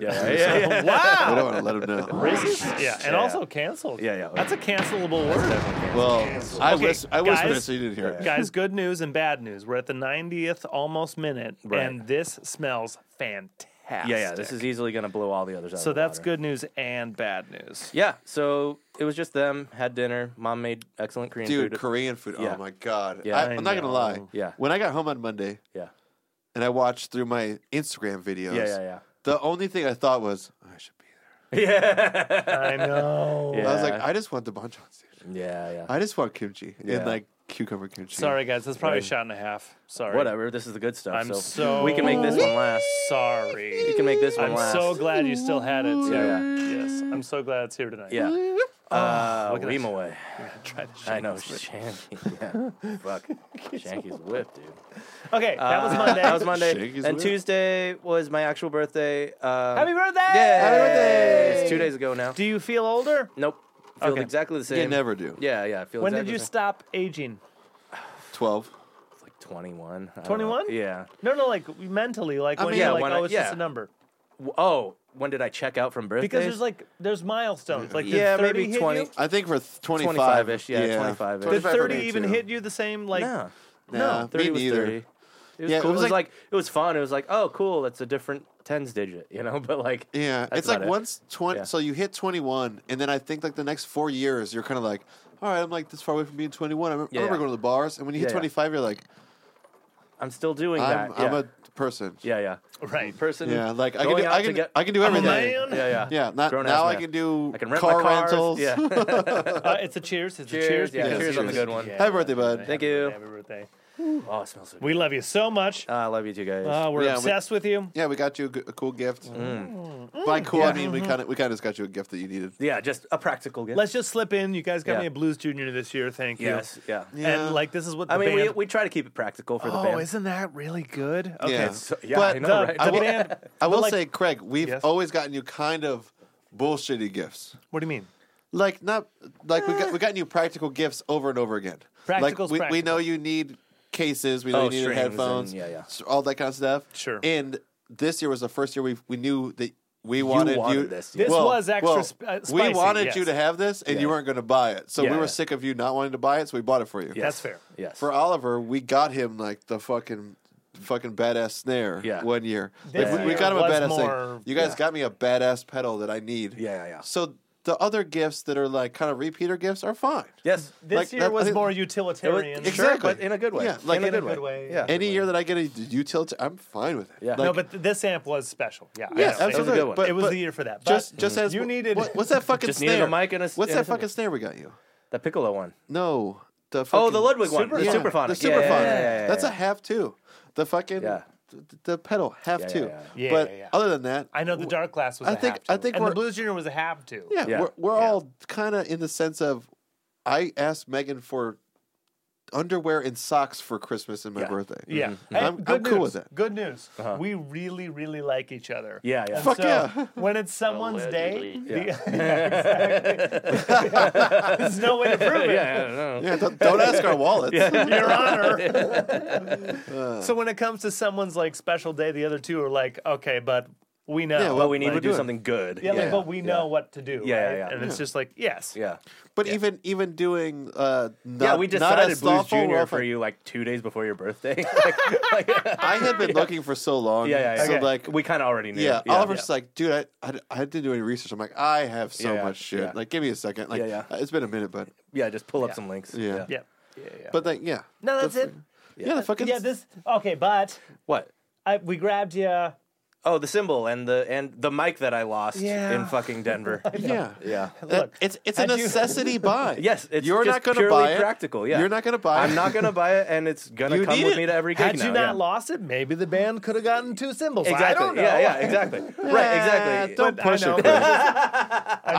Speaker 3: Yeah, yeah, yeah, yeah.
Speaker 1: We
Speaker 2: wow.
Speaker 1: don't want to let him know.
Speaker 2: Racist. Yeah, and
Speaker 3: Yeah,
Speaker 2: also canceled.
Speaker 3: Yeah, yeah.
Speaker 2: That's a cancelable word.
Speaker 3: Definitely.
Speaker 1: Well, I
Speaker 2: Okay,
Speaker 1: whispered, I whispered it
Speaker 2: guys.
Speaker 1: so you didn't hear it.
Speaker 2: Guys, good news and bad news. We're at the 90th almost minute,
Speaker 3: Right.
Speaker 2: and this smells fantastic.
Speaker 3: yeah, yeah. This is easily gonna blow all the others out.
Speaker 2: so
Speaker 3: of the
Speaker 2: that's
Speaker 3: water.
Speaker 2: good news and bad news.
Speaker 3: Yeah. So it was just them. Had dinner. Mom made excellent Korean
Speaker 1: Dude,
Speaker 3: food.
Speaker 1: Korean food.
Speaker 3: Yeah.
Speaker 1: Oh my god.
Speaker 3: Yeah.
Speaker 1: I, I'm not gonna
Speaker 2: I
Speaker 1: lie.
Speaker 2: know.
Speaker 3: Yeah.
Speaker 1: When I got home on Monday
Speaker 3: yeah.
Speaker 1: and I watched through my Instagram videos,
Speaker 3: Yeah, yeah, yeah.
Speaker 1: the only thing I thought was "Oh, I should be there.
Speaker 3: Yeah.
Speaker 2: I know.
Speaker 3: Yeah.
Speaker 1: I was like, I just want the bonchons, dude.
Speaker 3: yeah, yeah.
Speaker 1: I just want kimchi
Speaker 3: Yeah.
Speaker 1: and like cucumber kimchi.
Speaker 2: Sorry, guys. That's probably a
Speaker 3: Right.
Speaker 2: shot and a half. Sorry.
Speaker 3: Whatever. This is the good stuff.
Speaker 2: I'm
Speaker 3: so,
Speaker 2: so
Speaker 3: we can make this one last. We
Speaker 2: Sorry.
Speaker 3: can make this one
Speaker 2: I'm
Speaker 3: last.
Speaker 2: so glad you still had it. Too.
Speaker 3: Yeah.
Speaker 2: Yes. I'm so glad it's here tonight.
Speaker 3: Yeah. Uh,
Speaker 2: Oh, look at
Speaker 3: Weem
Speaker 2: that.
Speaker 3: away.
Speaker 2: Try to shake
Speaker 3: I know.
Speaker 2: this bit.
Speaker 3: Shanky. Yeah. Fuck. Shanky's whip, dude.
Speaker 2: Okay, that was
Speaker 3: Uh,
Speaker 2: Monday.
Speaker 3: That was Monday.
Speaker 1: Shanky's
Speaker 3: And
Speaker 1: whip.
Speaker 3: Tuesday was my actual birthday. Um,
Speaker 2: Happy birthday!
Speaker 3: Yeah. Happy birthday! It's two days ago now.
Speaker 2: Do you feel older?
Speaker 3: Nope. Feels
Speaker 2: Okay.
Speaker 3: exactly the same.
Speaker 1: You never do.
Speaker 3: Yeah, yeah. I feel
Speaker 2: When did
Speaker 3: exactly
Speaker 2: you
Speaker 3: the same.
Speaker 2: stop aging?
Speaker 1: Twelve.
Speaker 3: It's like 21. I don't know.
Speaker 2: 21?
Speaker 3: Yeah.
Speaker 2: No, no, like mentally, like when
Speaker 1: mean,
Speaker 2: you're
Speaker 1: yeah,
Speaker 2: like,
Speaker 3: when
Speaker 2: oh,
Speaker 3: I-
Speaker 2: it's just
Speaker 3: yeah.
Speaker 2: a number.
Speaker 3: W- Oh, when did I check out from birthdays?
Speaker 2: Because there's like there's milestones. Like did
Speaker 3: Yeah,
Speaker 2: 30
Speaker 3: maybe
Speaker 2: hit
Speaker 3: 20.
Speaker 2: You?
Speaker 1: I think for th- 25.
Speaker 3: 25-ish, yeah, 25-ish.
Speaker 2: Did
Speaker 1: 25 for
Speaker 2: 30
Speaker 1: me,
Speaker 2: even
Speaker 1: too.
Speaker 2: hit you the same? Like
Speaker 3: Nah.
Speaker 1: Nah,
Speaker 3: no,
Speaker 1: me
Speaker 3: 30 was
Speaker 1: neither.
Speaker 3: 30. It was
Speaker 1: Yeah, it
Speaker 3: cool. It
Speaker 1: was
Speaker 3: was,
Speaker 1: like-
Speaker 3: like, it was fun. It was like, oh, cool. That's a different tens digit, you know. But like,
Speaker 1: Yeah,
Speaker 3: that's
Speaker 1: it's like
Speaker 3: about it.
Speaker 1: once twenty.
Speaker 3: Yeah.
Speaker 1: So you hit twenty one, and then I think like the next four years, you're kind of like, all right, I'm like this far away from being twenty one. I remember,
Speaker 3: Yeah,
Speaker 1: I remember
Speaker 3: yeah.
Speaker 1: going to the bars, and when you hit
Speaker 3: Yeah, yeah.
Speaker 1: twenty five, you're like,
Speaker 3: I'm still doing
Speaker 1: I'm,
Speaker 3: that.
Speaker 1: I'm
Speaker 3: yeah.
Speaker 1: a person.
Speaker 3: yeah, yeah,
Speaker 2: Right.
Speaker 3: Person.
Speaker 1: Yeah, like I can,
Speaker 3: going
Speaker 1: do,
Speaker 3: out
Speaker 1: I
Speaker 3: to
Speaker 1: can,
Speaker 3: get- Oh,
Speaker 1: I can do
Speaker 2: I'm a
Speaker 1: everything.
Speaker 2: man.
Speaker 3: yeah, yeah,
Speaker 1: Yeah, not,
Speaker 3: Grown-ass
Speaker 1: now I
Speaker 3: man.
Speaker 1: can do
Speaker 3: I can rent my
Speaker 1: car
Speaker 3: cars.
Speaker 1: rentals.
Speaker 3: Yeah.
Speaker 2: Uh, it's a cheers. It's
Speaker 3: Cheers,
Speaker 2: a cheers.
Speaker 3: yeah,
Speaker 2: because-
Speaker 1: cheers on the
Speaker 3: good one.
Speaker 1: Happy birthday, bud.
Speaker 3: Thank
Speaker 2: happy
Speaker 3: you.
Speaker 2: birthday, Happy birthday.
Speaker 3: oh, it smells so good.
Speaker 2: We love you so much.
Speaker 3: Ah, I love you two guys.
Speaker 2: Uh, we're
Speaker 1: Yeah, we-
Speaker 2: obsessed with you.
Speaker 1: Yeah, we got you a, g- a cool gift.
Speaker 3: Mm.
Speaker 1: Mm. By cool, I mean we
Speaker 3: Mm-hmm.
Speaker 1: kind of we kind of just got you a gift that you needed.
Speaker 3: yeah, just a practical gift.
Speaker 2: Let's just slip in. You guys got
Speaker 3: Yeah.
Speaker 2: me a blues junior this year. Thank you.
Speaker 3: yes, yeah.
Speaker 1: Yeah.
Speaker 2: And like this is what the
Speaker 3: I mean,
Speaker 2: band.
Speaker 3: we, we try to keep it practical for the
Speaker 2: oh,
Speaker 3: band.
Speaker 2: isn't that really good? Okay.
Speaker 1: Yeah.
Speaker 2: so-
Speaker 3: So- yeah,
Speaker 1: But
Speaker 3: I know,
Speaker 2: the,
Speaker 3: right?
Speaker 2: the
Speaker 1: I will-
Speaker 2: band.
Speaker 1: I will
Speaker 2: like-
Speaker 1: say, Craig, we've
Speaker 2: Yes?
Speaker 1: always gotten you kind of bullshitty gifts.
Speaker 2: What do you mean?
Speaker 1: Like not like we got we gotten you practical gifts over and over again.
Speaker 2: Eh. Practical's
Speaker 1: like we, we
Speaker 2: practical.
Speaker 1: know you need cases, we know
Speaker 3: Oh,
Speaker 1: you need
Speaker 3: strings and-
Speaker 1: headphones,
Speaker 3: yeah, yeah.
Speaker 1: s- all that kind of stuff.
Speaker 2: Sure.
Speaker 1: And this year was the first year we we knew that we wanted you.
Speaker 3: wanted this, yeah.
Speaker 2: This was extra sp- uh,
Speaker 1: we
Speaker 2: spicy,
Speaker 1: wanted you
Speaker 2: yes.
Speaker 1: to have this, and
Speaker 3: Yeah.
Speaker 1: you weren't going to buy it. So
Speaker 3: Yeah,
Speaker 1: we were
Speaker 3: yeah.
Speaker 1: sick of you not wanting to buy it, so we bought it for you.
Speaker 3: Yes.
Speaker 2: That's fair.
Speaker 3: Yes.
Speaker 1: For Oliver, we got him like the fucking fucking badass snare
Speaker 3: Yeah.
Speaker 1: one year.
Speaker 2: This
Speaker 1: Like, we, we
Speaker 2: year
Speaker 1: got him a
Speaker 2: was
Speaker 1: badass
Speaker 2: more-
Speaker 1: thing. You guys
Speaker 3: Yeah.
Speaker 1: got me a badass pedal that I need.
Speaker 3: Yeah, yeah, yeah.
Speaker 1: So the other gifts that are like kind of repeater gifts are fine.
Speaker 3: yes.
Speaker 2: This
Speaker 1: Like,
Speaker 2: year
Speaker 1: that-
Speaker 2: was
Speaker 1: it-
Speaker 2: more
Speaker 3: It was-
Speaker 2: utilitarian.
Speaker 1: Exactly.
Speaker 3: Sure, but in a good way.
Speaker 1: Yeah, like
Speaker 3: in,
Speaker 1: in
Speaker 3: a
Speaker 1: a
Speaker 3: good
Speaker 2: good way,
Speaker 3: Yeah.
Speaker 1: Any year that I get a utility, I'm fine with it.
Speaker 3: Yeah.
Speaker 1: Like,
Speaker 2: no, but th- this amp was special. Yeah. I
Speaker 1: yeah,
Speaker 2: know. It was-
Speaker 1: absolutely.
Speaker 3: good one.
Speaker 1: But,
Speaker 2: it was
Speaker 1: but
Speaker 2: the year for that. But
Speaker 1: Just, just as
Speaker 2: you
Speaker 1: what-
Speaker 2: needed.
Speaker 1: what- what's that fucking
Speaker 3: Just
Speaker 1: snare?
Speaker 3: needed a mic and a s-
Speaker 1: What's
Speaker 3: and a
Speaker 1: that fucking
Speaker 3: thing.
Speaker 1: snare we got you?
Speaker 3: That piccolo one.
Speaker 1: No, the
Speaker 3: Oh,
Speaker 1: fucking-
Speaker 3: the Ludwig one. The
Speaker 1: Yeah,
Speaker 3: superphonic.
Speaker 1: The
Speaker 3: Yeah, yeah,
Speaker 1: superphonic.
Speaker 3: yeah, yeah, yeah,
Speaker 1: That's a
Speaker 3: yeah.
Speaker 1: half two. The fucking
Speaker 3: Yeah.
Speaker 1: th- the pedal half
Speaker 3: Yeah, yeah,
Speaker 1: two.
Speaker 3: yeah.
Speaker 2: Yeah,
Speaker 1: but
Speaker 2: yeah, yeah.
Speaker 1: other than that,
Speaker 2: I know the dark glass was.
Speaker 1: I
Speaker 2: a
Speaker 1: think-
Speaker 2: have to.
Speaker 1: I think
Speaker 2: and the
Speaker 1: we're-
Speaker 2: blues junior was a have to.
Speaker 1: Yeah,
Speaker 3: Yeah.
Speaker 1: we're, we're
Speaker 3: Yeah.
Speaker 1: all kind of in the sense of I asked Megan for underwear and socks for Christmas and my
Speaker 3: Yeah.
Speaker 1: birthday.
Speaker 2: Yeah, Mm-hmm. Hey,
Speaker 1: Mm-hmm. I'm-
Speaker 2: good
Speaker 1: I'm
Speaker 2: news.
Speaker 1: cool with it.
Speaker 2: Good news. We really, really like each other.
Speaker 3: Yeah, yeah.
Speaker 2: And
Speaker 1: Fuck
Speaker 2: so
Speaker 1: yeah.
Speaker 2: When it's someone's day,
Speaker 4: Allegedly.
Speaker 2: the, exactly. there's no way to prove it.
Speaker 3: yeah, I don't
Speaker 2: Oh.
Speaker 3: know.
Speaker 1: Yeah, don't, don't ask our wallets.
Speaker 2: Your Honor. so when it comes to someone's like special day, the other two are like, okay, but we know.
Speaker 1: Yeah, well,
Speaker 3: but we need
Speaker 2: like-
Speaker 3: to do
Speaker 1: doing-
Speaker 3: something good.
Speaker 2: Yeah, like, but we
Speaker 3: yeah.
Speaker 2: know what to do.
Speaker 3: Yeah, yeah,
Speaker 2: right?
Speaker 3: yeah.
Speaker 2: And it's just like, yes.
Speaker 3: Yeah.
Speaker 1: But even even doing uh, not,
Speaker 3: yeah, we
Speaker 1: not
Speaker 3: decided
Speaker 1: as
Speaker 3: Blues
Speaker 1: thoughtful, we're
Speaker 3: Junior
Speaker 1: off
Speaker 3: for
Speaker 1: like-
Speaker 3: you like two days before your birthday. like, like- yeah,
Speaker 1: I had been looking for so long.
Speaker 3: yeah, yeah.
Speaker 1: So
Speaker 2: Okay.
Speaker 1: like,
Speaker 3: we kind of already knew.
Speaker 1: yeah, Oliver's just like, dude, I, I I didn't do any research. I'm like, I have so
Speaker 3: Yeah,
Speaker 1: much shit.
Speaker 3: yeah.
Speaker 1: Like, give me a second. Like,
Speaker 3: Yeah, yeah.
Speaker 1: it's been a minute, but
Speaker 3: yeah, just pull up
Speaker 2: Yeah.
Speaker 3: some links.
Speaker 1: Yeah.
Speaker 2: Yeah. Yeah, yeah.
Speaker 1: but like, yeah.
Speaker 2: no, that's it.
Speaker 1: Yeah, the fucking
Speaker 2: Yeah, this okay, but
Speaker 3: What?
Speaker 2: I, we grabbed you.
Speaker 3: Oh, the symbol and the and the mic that I lost
Speaker 2: Yeah.
Speaker 3: in fucking Denver.
Speaker 1: yeah.
Speaker 3: yeah.
Speaker 1: That-
Speaker 2: Look,
Speaker 1: it's it's a
Speaker 2: had you-
Speaker 1: necessity buy.
Speaker 3: Yes, it's
Speaker 1: you're
Speaker 3: just
Speaker 1: not going to
Speaker 3: purely
Speaker 1: buy it.
Speaker 3: practical. Yeah.
Speaker 1: You're not going to buy it.
Speaker 3: I'm not gonna buy it, and it's gonna
Speaker 1: You
Speaker 3: come
Speaker 1: need
Speaker 3: with
Speaker 1: it.
Speaker 3: me to every gig
Speaker 2: Had
Speaker 3: now.
Speaker 2: you
Speaker 3: yeah.
Speaker 2: not lost it, maybe the band could have gotten two symbols. I
Speaker 3: Exactly.
Speaker 2: don't know.
Speaker 3: Yeah, yeah, exactly. right, exactly.
Speaker 1: don't
Speaker 2: But I
Speaker 1: push
Speaker 2: know.
Speaker 1: it. Chris.
Speaker 2: I know,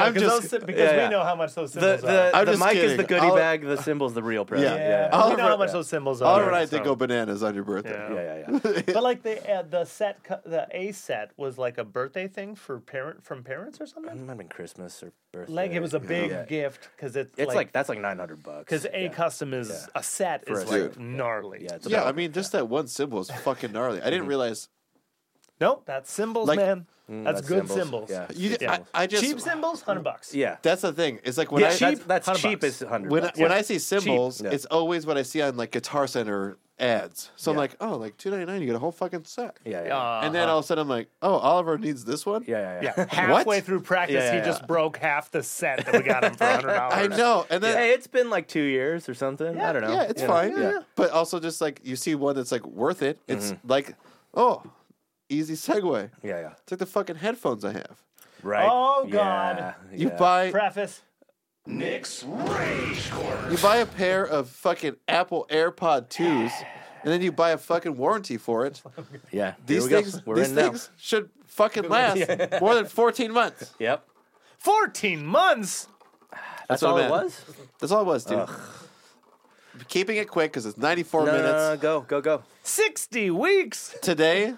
Speaker 1: I'm
Speaker 2: 'cause
Speaker 1: just-
Speaker 2: those sy- because
Speaker 3: yeah, yeah.
Speaker 2: we know how much those
Speaker 3: the
Speaker 2: symbols
Speaker 3: the,
Speaker 2: are.
Speaker 1: I'm
Speaker 3: the
Speaker 1: just
Speaker 3: mic is
Speaker 1: kidding.
Speaker 3: the goodie
Speaker 1: I'll-
Speaker 3: bag. The symbol's the real present.
Speaker 1: Yeah.
Speaker 2: yeah,
Speaker 3: yeah.
Speaker 2: but we know
Speaker 1: Oliver-
Speaker 2: how much those symbols are.
Speaker 1: Oliver and I did
Speaker 2: so-
Speaker 1: go bananas on your birthday.
Speaker 2: Yeah.
Speaker 3: yeah, yeah, yeah.
Speaker 2: But like the uh, the set co- the A set was like a birthday thing for parent from parents or
Speaker 3: It
Speaker 2: something.
Speaker 3: might have been Christmas or birthday.
Speaker 2: Like it was a big
Speaker 3: Yeah.
Speaker 2: gift because it's
Speaker 3: It's like,
Speaker 2: like
Speaker 3: that's like nine hundred bucks.
Speaker 2: because a
Speaker 3: yeah.
Speaker 2: custom is a set is
Speaker 3: a
Speaker 2: like
Speaker 1: set.
Speaker 2: gnarly.
Speaker 3: Yeah, Mm-hmm. it's
Speaker 1: Yeah,
Speaker 3: about-
Speaker 1: I mean, just that one symbol is fucking gnarly. I didn't realize.
Speaker 2: Nope, that's symbols,
Speaker 1: Like-
Speaker 2: man.
Speaker 3: Mm,
Speaker 2: That's,
Speaker 3: that's
Speaker 2: good
Speaker 3: symbols.
Speaker 2: symbols.
Speaker 3: Yeah.
Speaker 1: You,
Speaker 2: Yeah.
Speaker 1: I, I just
Speaker 2: Cheap symbols, hundred bucks.
Speaker 3: yeah.
Speaker 1: That's the thing. It's like when
Speaker 3: yeah,
Speaker 1: I
Speaker 3: cheap. That's,
Speaker 2: $100
Speaker 3: cheap
Speaker 2: bucks.
Speaker 3: as hundred.
Speaker 1: when I,
Speaker 3: bucks,
Speaker 1: when
Speaker 3: yeah.
Speaker 1: I see symbols,
Speaker 3: Yeah.
Speaker 1: it's always what I see on like Guitar Center ads. So I'm
Speaker 3: Yeah.
Speaker 1: like, oh, like two ninety nine, you get a whole fucking set.
Speaker 3: yeah, yeah,
Speaker 2: Uh,
Speaker 1: And then all of a sudden, I'm like, oh, Oliver needs this one.
Speaker 3: yeah, yeah,
Speaker 2: yeah,
Speaker 3: yeah.
Speaker 2: halfway through practice,
Speaker 3: Yeah, yeah,
Speaker 2: he
Speaker 3: yeah.
Speaker 2: just broke half the set that we got him for hundred dollars.
Speaker 1: I know. And then
Speaker 3: Hey, it's been like two years or something. I don't know.
Speaker 1: Yeah, it's
Speaker 3: You know,
Speaker 1: fine. But also just like you see one that's like worth it. It's
Speaker 3: Mm-hmm.
Speaker 1: like, oh, easy segue.
Speaker 3: yeah, yeah.
Speaker 1: It's like the fucking headphones I have.
Speaker 3: Right.
Speaker 2: Oh, God.
Speaker 3: Yeah,
Speaker 1: You
Speaker 3: yeah.
Speaker 1: buy
Speaker 2: Preface.
Speaker 4: Nick's Rage Corner.
Speaker 1: you buy a pair of fucking Apple AirPod 2s and then you buy a fucking warranty for it.
Speaker 3: Yeah.
Speaker 1: These
Speaker 3: Here we go.
Speaker 1: things
Speaker 3: We're
Speaker 1: these
Speaker 3: in now.
Speaker 1: things should fucking last more than 14 months.
Speaker 3: Yep.
Speaker 2: Fourteen months.
Speaker 3: That's
Speaker 1: what
Speaker 3: all
Speaker 1: I'm
Speaker 3: it
Speaker 1: at.
Speaker 3: was.
Speaker 1: That's all it was, dude. Keeping it quick cuz it's 94
Speaker 3: No, no,
Speaker 1: minutes.
Speaker 3: no, Uh, go, go, go.
Speaker 2: Sixty weeks.
Speaker 1: today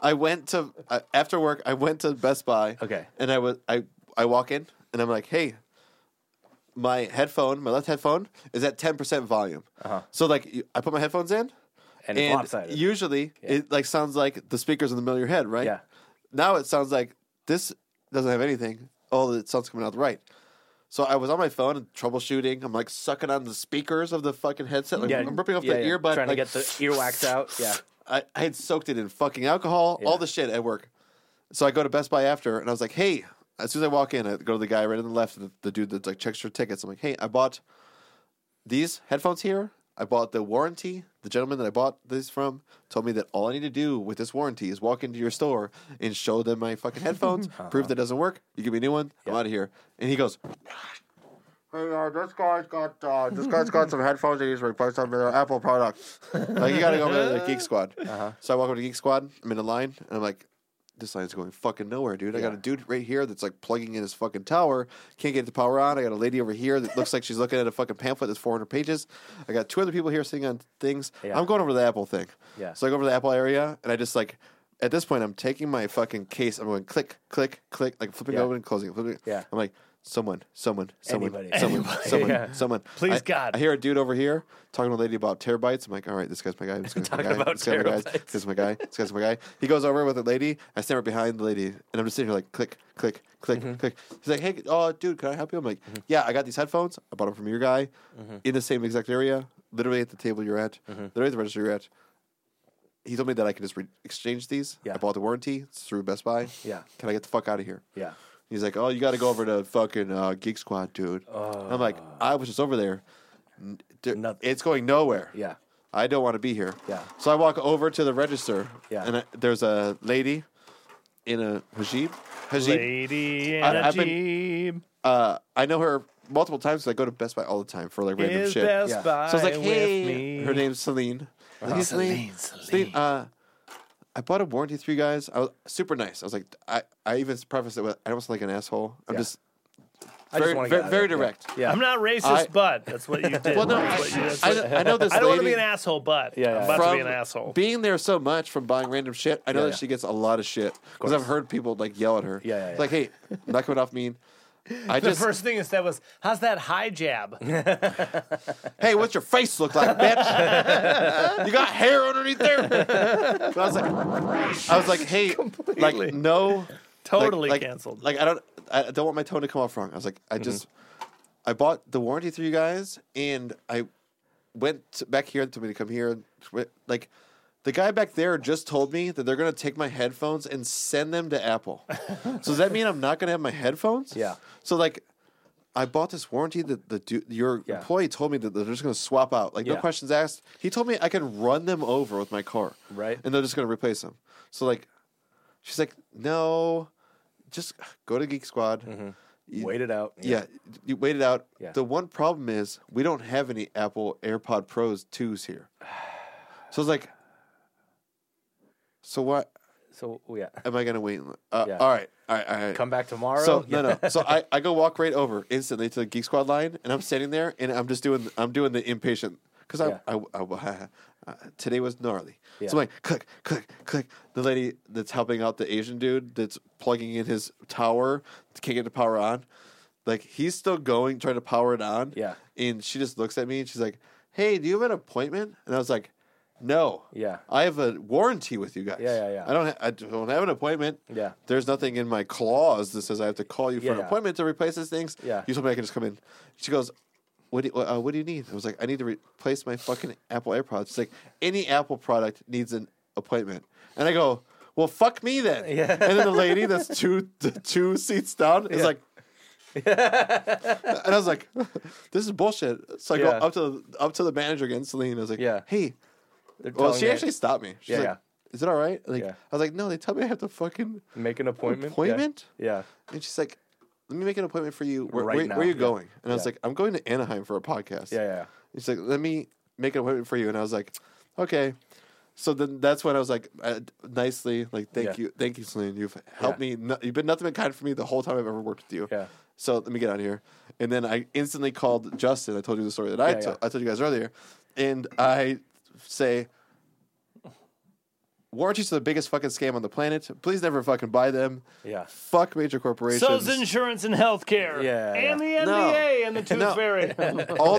Speaker 1: I went to uh, after work. I went to Best Buy.
Speaker 3: Okay.
Speaker 1: And I was I I walk in and I'm like, hey, my headphone, my left headphone is at ten percent volume. Uh-huh. So like you- I put my headphones in,
Speaker 3: And, it's
Speaker 1: and
Speaker 3: lopsided.
Speaker 1: usually it like sounds like the speakers in the middle of your head, right?
Speaker 3: Yeah.
Speaker 1: Now it sounds like this doesn't have anything. All the sounds coming out the right. So I was on my phone and troubleshooting. I'm like sucking on the speakers of the fucking headset. Like, I'm ripping off
Speaker 3: yeah,
Speaker 1: the
Speaker 3: yeah.
Speaker 1: earbud.
Speaker 3: Trying to
Speaker 1: like,
Speaker 3: get the earwax out. Yeah.
Speaker 1: I, I had soaked it in fucking alcohol, all the shit at work. So I go to Best Buy after, and I was like, hey, as soon as I walk in, I go to the guy right on the left, the, the dude that like checks your tickets. I'm like, hey, I bought these headphones here. I bought the warranty. The gentleman that I bought these from told me that all I need to do with this warranty is walk into your store and show them my fucking headphones, prove that it doesn't work. You give me a new one. I'm out of here. And he goes, Hey, uh, this guy's got uh, this guy's got some headphones that he's replaced with an Apple product. like you gotta go over to the Geek Squad.
Speaker 3: Uh-huh.
Speaker 1: So I walk over to Geek Squad. I'm in a line, and I'm like, this line's going fucking nowhere, dude. I got a dude right here that's like plugging in his fucking tower. Can't get the power on. I got a lady over here that looks like she's looking at a fucking pamphlet that's 400 pages. I got two other people here sitting on things.
Speaker 3: Yeah.
Speaker 1: I'm going over to the Apple thing.
Speaker 3: Yeah.
Speaker 1: So I go over to the Apple area, and I just like. At this point, I'm taking my fucking case. I'm going click, click, click, like flipping
Speaker 3: Yeah.
Speaker 1: it open and closing it. Flipping it.
Speaker 3: Yeah.
Speaker 1: I'm like, someone, someone, someone,
Speaker 3: Anybody.
Speaker 1: someone,
Speaker 3: Anybody.
Speaker 1: someone,
Speaker 3: Yeah.
Speaker 1: someone.
Speaker 2: Please,
Speaker 1: I-
Speaker 2: God.
Speaker 1: I hear a dude over here talking to a lady about terabytes. I'm like, all right, this guy's my guy. This guy's my
Speaker 3: Talking
Speaker 1: guy.
Speaker 3: about
Speaker 1: this guy's my guy. This
Speaker 3: terabytes.
Speaker 1: guy's my guy. This guy's my guy. He goes over with a lady. I stand right behind the lady, and I'm just sitting here like, click, click, click,
Speaker 3: Mm-hmm.
Speaker 1: click. He's like, hey, oh, dude, can I help you? I'm like, yeah, I got these headphones. I bought them from your guy
Speaker 3: Mm-hmm.
Speaker 1: in the same exact area, literally at the table you're at, literally at the register you're at. He told me that I could just re- exchange these.
Speaker 3: Yeah.
Speaker 1: I bought the warranty. It's through Best Buy.
Speaker 3: Yeah.
Speaker 1: Can I get the fuck out of here?
Speaker 3: Yeah.
Speaker 1: He's like, "Oh, you got to go over to fucking uh, Geek Squad, dude." I'm like,
Speaker 2: Ah.
Speaker 1: "I was just over there. N- d-
Speaker 3: Noth-
Speaker 1: It's going nowhere.
Speaker 3: Yeah.
Speaker 1: I don't want to be here."
Speaker 3: Yeah.
Speaker 1: So I walk over to the register.
Speaker 3: Yeah.
Speaker 1: And I, there's a lady in a hijab. Hijab.
Speaker 2: Lady in
Speaker 1: I-
Speaker 2: a
Speaker 1: I've been-
Speaker 2: Jeep
Speaker 1: Uh, I know her multiple times because I go to Best Buy all the time for like random
Speaker 2: is
Speaker 1: shit.
Speaker 2: Best
Speaker 3: Yeah.
Speaker 2: Buy
Speaker 1: so I was like,
Speaker 2: with
Speaker 1: "Hey,
Speaker 2: me. Uh-huh.
Speaker 1: her name's Celine." I was like,
Speaker 2: Celine,
Speaker 1: Celine, uh, I bought a warranty through you guys. I was super nice. I was like, I, I even prefaced it with, I don't sound like an asshole. I'm
Speaker 3: Yeah.
Speaker 1: just
Speaker 3: I just
Speaker 1: very,
Speaker 3: wanna get
Speaker 1: very,
Speaker 3: out of
Speaker 1: very
Speaker 3: there.
Speaker 1: direct.
Speaker 3: Yeah.
Speaker 2: I'm not racist,
Speaker 1: I-
Speaker 2: but that's what you did.
Speaker 1: Well, no,
Speaker 2: That's what you-
Speaker 1: I,
Speaker 2: that's what-
Speaker 1: I, I know this
Speaker 2: I don't want to be
Speaker 1: lady
Speaker 2: an asshole, but
Speaker 3: Yeah, yeah.
Speaker 2: I'm about to
Speaker 1: from
Speaker 2: be an asshole.
Speaker 1: being there so much from buying random shit. I know
Speaker 3: Yeah,
Speaker 1: that
Speaker 3: yeah.
Speaker 1: she gets a lot of shit because I've heard people like yell at her.
Speaker 3: Yeah, yeah,
Speaker 1: It's Like, hey, not coming off mean. I
Speaker 2: The
Speaker 1: just
Speaker 2: first thing he said was, "How's that high jab?"
Speaker 1: hey, what's your face look like, bitch? you got hair underneath there. So I was like, I was like, hey,
Speaker 2: Completely.
Speaker 1: like no,
Speaker 2: totally
Speaker 1: like,
Speaker 2: canceled. Mm-hmm.
Speaker 1: Like I don't, I don't want my tone to come off wrong. I was like, I just, I bought the warranty through you guys, and I went to- back here to me to come here. and swi- Like the guy back there just told me that they're gonna take my headphones and send them to Apple. so does that mean I'm not gonna have my headphones?
Speaker 3: Yeah.
Speaker 1: So like. I bought this warranty that the du- your
Speaker 3: Yeah.
Speaker 1: employee told me that they're just going to swap out, like no
Speaker 3: Yeah.
Speaker 1: questions asked. He told me I can run them over with my car,
Speaker 3: Right.
Speaker 1: And they're just going to replace them. So like, she's like, no, just go to Geek Squad. You-
Speaker 3: Wait it out.
Speaker 1: Yeah. you wait it out.
Speaker 3: Mm-hmm. Yeah.
Speaker 1: The one problem is we don't have any Apple AirPod Pros twos here. So it's like, so what
Speaker 3: So yeah,
Speaker 1: am I gonna wait? Uh,
Speaker 3: Yeah.
Speaker 1: All right, all right, all right.
Speaker 3: come back tomorrow.
Speaker 1: so
Speaker 3: yeah.
Speaker 1: no, no. So I, I go walk right over instantly to the Geek Squad line, and I'm standing there, and I'm just doing I'm doing the impatient because I,
Speaker 3: Yeah.
Speaker 1: I, I- uh, today was gnarly.
Speaker 3: Yeah.
Speaker 1: So I'm like click click click. The lady that's helping out the Asian dude that's plugging in his tower can't get the power on. Like he's still going trying to power it on.
Speaker 3: Yeah.
Speaker 1: And she just looks at me and she's like, "Hey, do you have an appointment?" And I was like, "No."
Speaker 3: Yeah.
Speaker 1: I have a warranty with you guys.
Speaker 3: Yeah, yeah, yeah.
Speaker 1: I don't. Ha- I don't have an appointment.
Speaker 3: Yeah.
Speaker 1: There's nothing in my clause that says I have to call you for
Speaker 3: Yeah,
Speaker 1: an
Speaker 3: yeah.
Speaker 1: appointment to replace these things.
Speaker 3: Yeah.
Speaker 1: You told me I can just come in. She goes, what do, you, uh, what do you need? I was like, I need to replace my fucking Apple AirPods. She's like, any Apple product needs an appointment. And I go, well, fuck me then.
Speaker 3: Yeah.
Speaker 1: And then the lady that's two two seats down is like, and I was like, this is bullshit. So I go
Speaker 3: Yeah.
Speaker 1: up to the, up to the manager again, Celine. I was like,
Speaker 3: Yeah.
Speaker 1: hey,
Speaker 3: They're
Speaker 1: well,
Speaker 3: telling
Speaker 1: she
Speaker 3: you,
Speaker 1: actually stopped me. She's
Speaker 3: Yeah,
Speaker 1: like,
Speaker 3: yeah.
Speaker 1: is it all right? Like,
Speaker 3: Yeah.
Speaker 1: I was like, no, they tell me I have to fucking
Speaker 3: make an appointment. Yeah.
Speaker 1: appointment.
Speaker 3: Yeah.
Speaker 1: And she's like, let me make an appointment for you. Where,
Speaker 3: Right
Speaker 1: where,
Speaker 3: now,
Speaker 1: where are you
Speaker 3: yeah.
Speaker 1: going? And I was
Speaker 3: Yeah.
Speaker 1: like, I'm going to Anaheim for a podcast.
Speaker 3: Yeah. Yeah.
Speaker 1: And she's like, let me make an appointment for you. And I was like, okay. So then that's when I was like, uh, nicely, like, thank
Speaker 3: Yeah.
Speaker 1: you. Thank you, Celine. You've helped me. No, you've been nothing but kind for me the whole time I've ever worked with you.
Speaker 3: Yeah.
Speaker 1: So let me get out of here. And then I instantly called Justin. I told you the story that I,
Speaker 3: Yeah,
Speaker 1: to-
Speaker 3: yeah.
Speaker 1: I told you guys earlier. And I say, warranties are the biggest fucking scam on the planet. Please never fucking buy them.
Speaker 3: Yeah.
Speaker 1: Fuck major corporations.
Speaker 2: So's insurance and healthcare,
Speaker 3: Yeah,
Speaker 2: and
Speaker 3: yeah.
Speaker 2: the
Speaker 1: No.
Speaker 2: NBA and the Tooth
Speaker 1: No.
Speaker 2: Fairy.
Speaker 1: all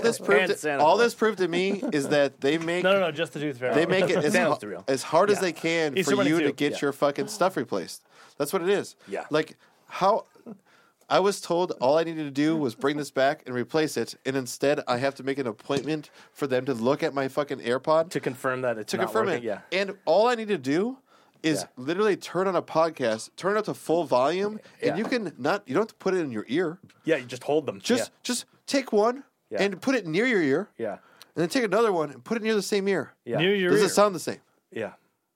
Speaker 1: this
Speaker 3: And
Speaker 1: proved
Speaker 3: Santa
Speaker 1: all
Speaker 3: Claus.
Speaker 1: this proved to me is that they make
Speaker 2: No, no, no, just the Tooth Fairy.
Speaker 1: they make it as,
Speaker 3: Santa's
Speaker 1: hu-
Speaker 3: real.
Speaker 1: as hard as they can
Speaker 2: Easter
Speaker 1: for
Speaker 2: Bunny
Speaker 1: you to
Speaker 2: too.
Speaker 1: get
Speaker 3: Yeah.
Speaker 1: your fucking stuff replaced. That's what it is.
Speaker 3: Yeah.
Speaker 1: Like how I was told all I needed to do was bring this back and replace it, and instead I have to make an appointment for them to look at my fucking AirPod
Speaker 3: To confirm that it's
Speaker 1: to
Speaker 3: not
Speaker 1: confirm
Speaker 3: working.
Speaker 1: it.
Speaker 3: Yeah.
Speaker 1: And all I need to do is
Speaker 3: Yeah.
Speaker 1: literally turn on a podcast, turn it up to full volume,
Speaker 3: Yeah.
Speaker 1: and you can not you don't have to put it in your ear.
Speaker 3: Yeah. You just hold them.
Speaker 1: Just just take one
Speaker 3: Yeah.
Speaker 1: and put it near your ear.
Speaker 3: Yeah.
Speaker 1: And then take another one and put it near the same ear.
Speaker 3: Yeah.
Speaker 2: Near
Speaker 3: Yeah.
Speaker 2: your
Speaker 1: Does
Speaker 2: ear.
Speaker 1: it sound the same?
Speaker 3: yeah.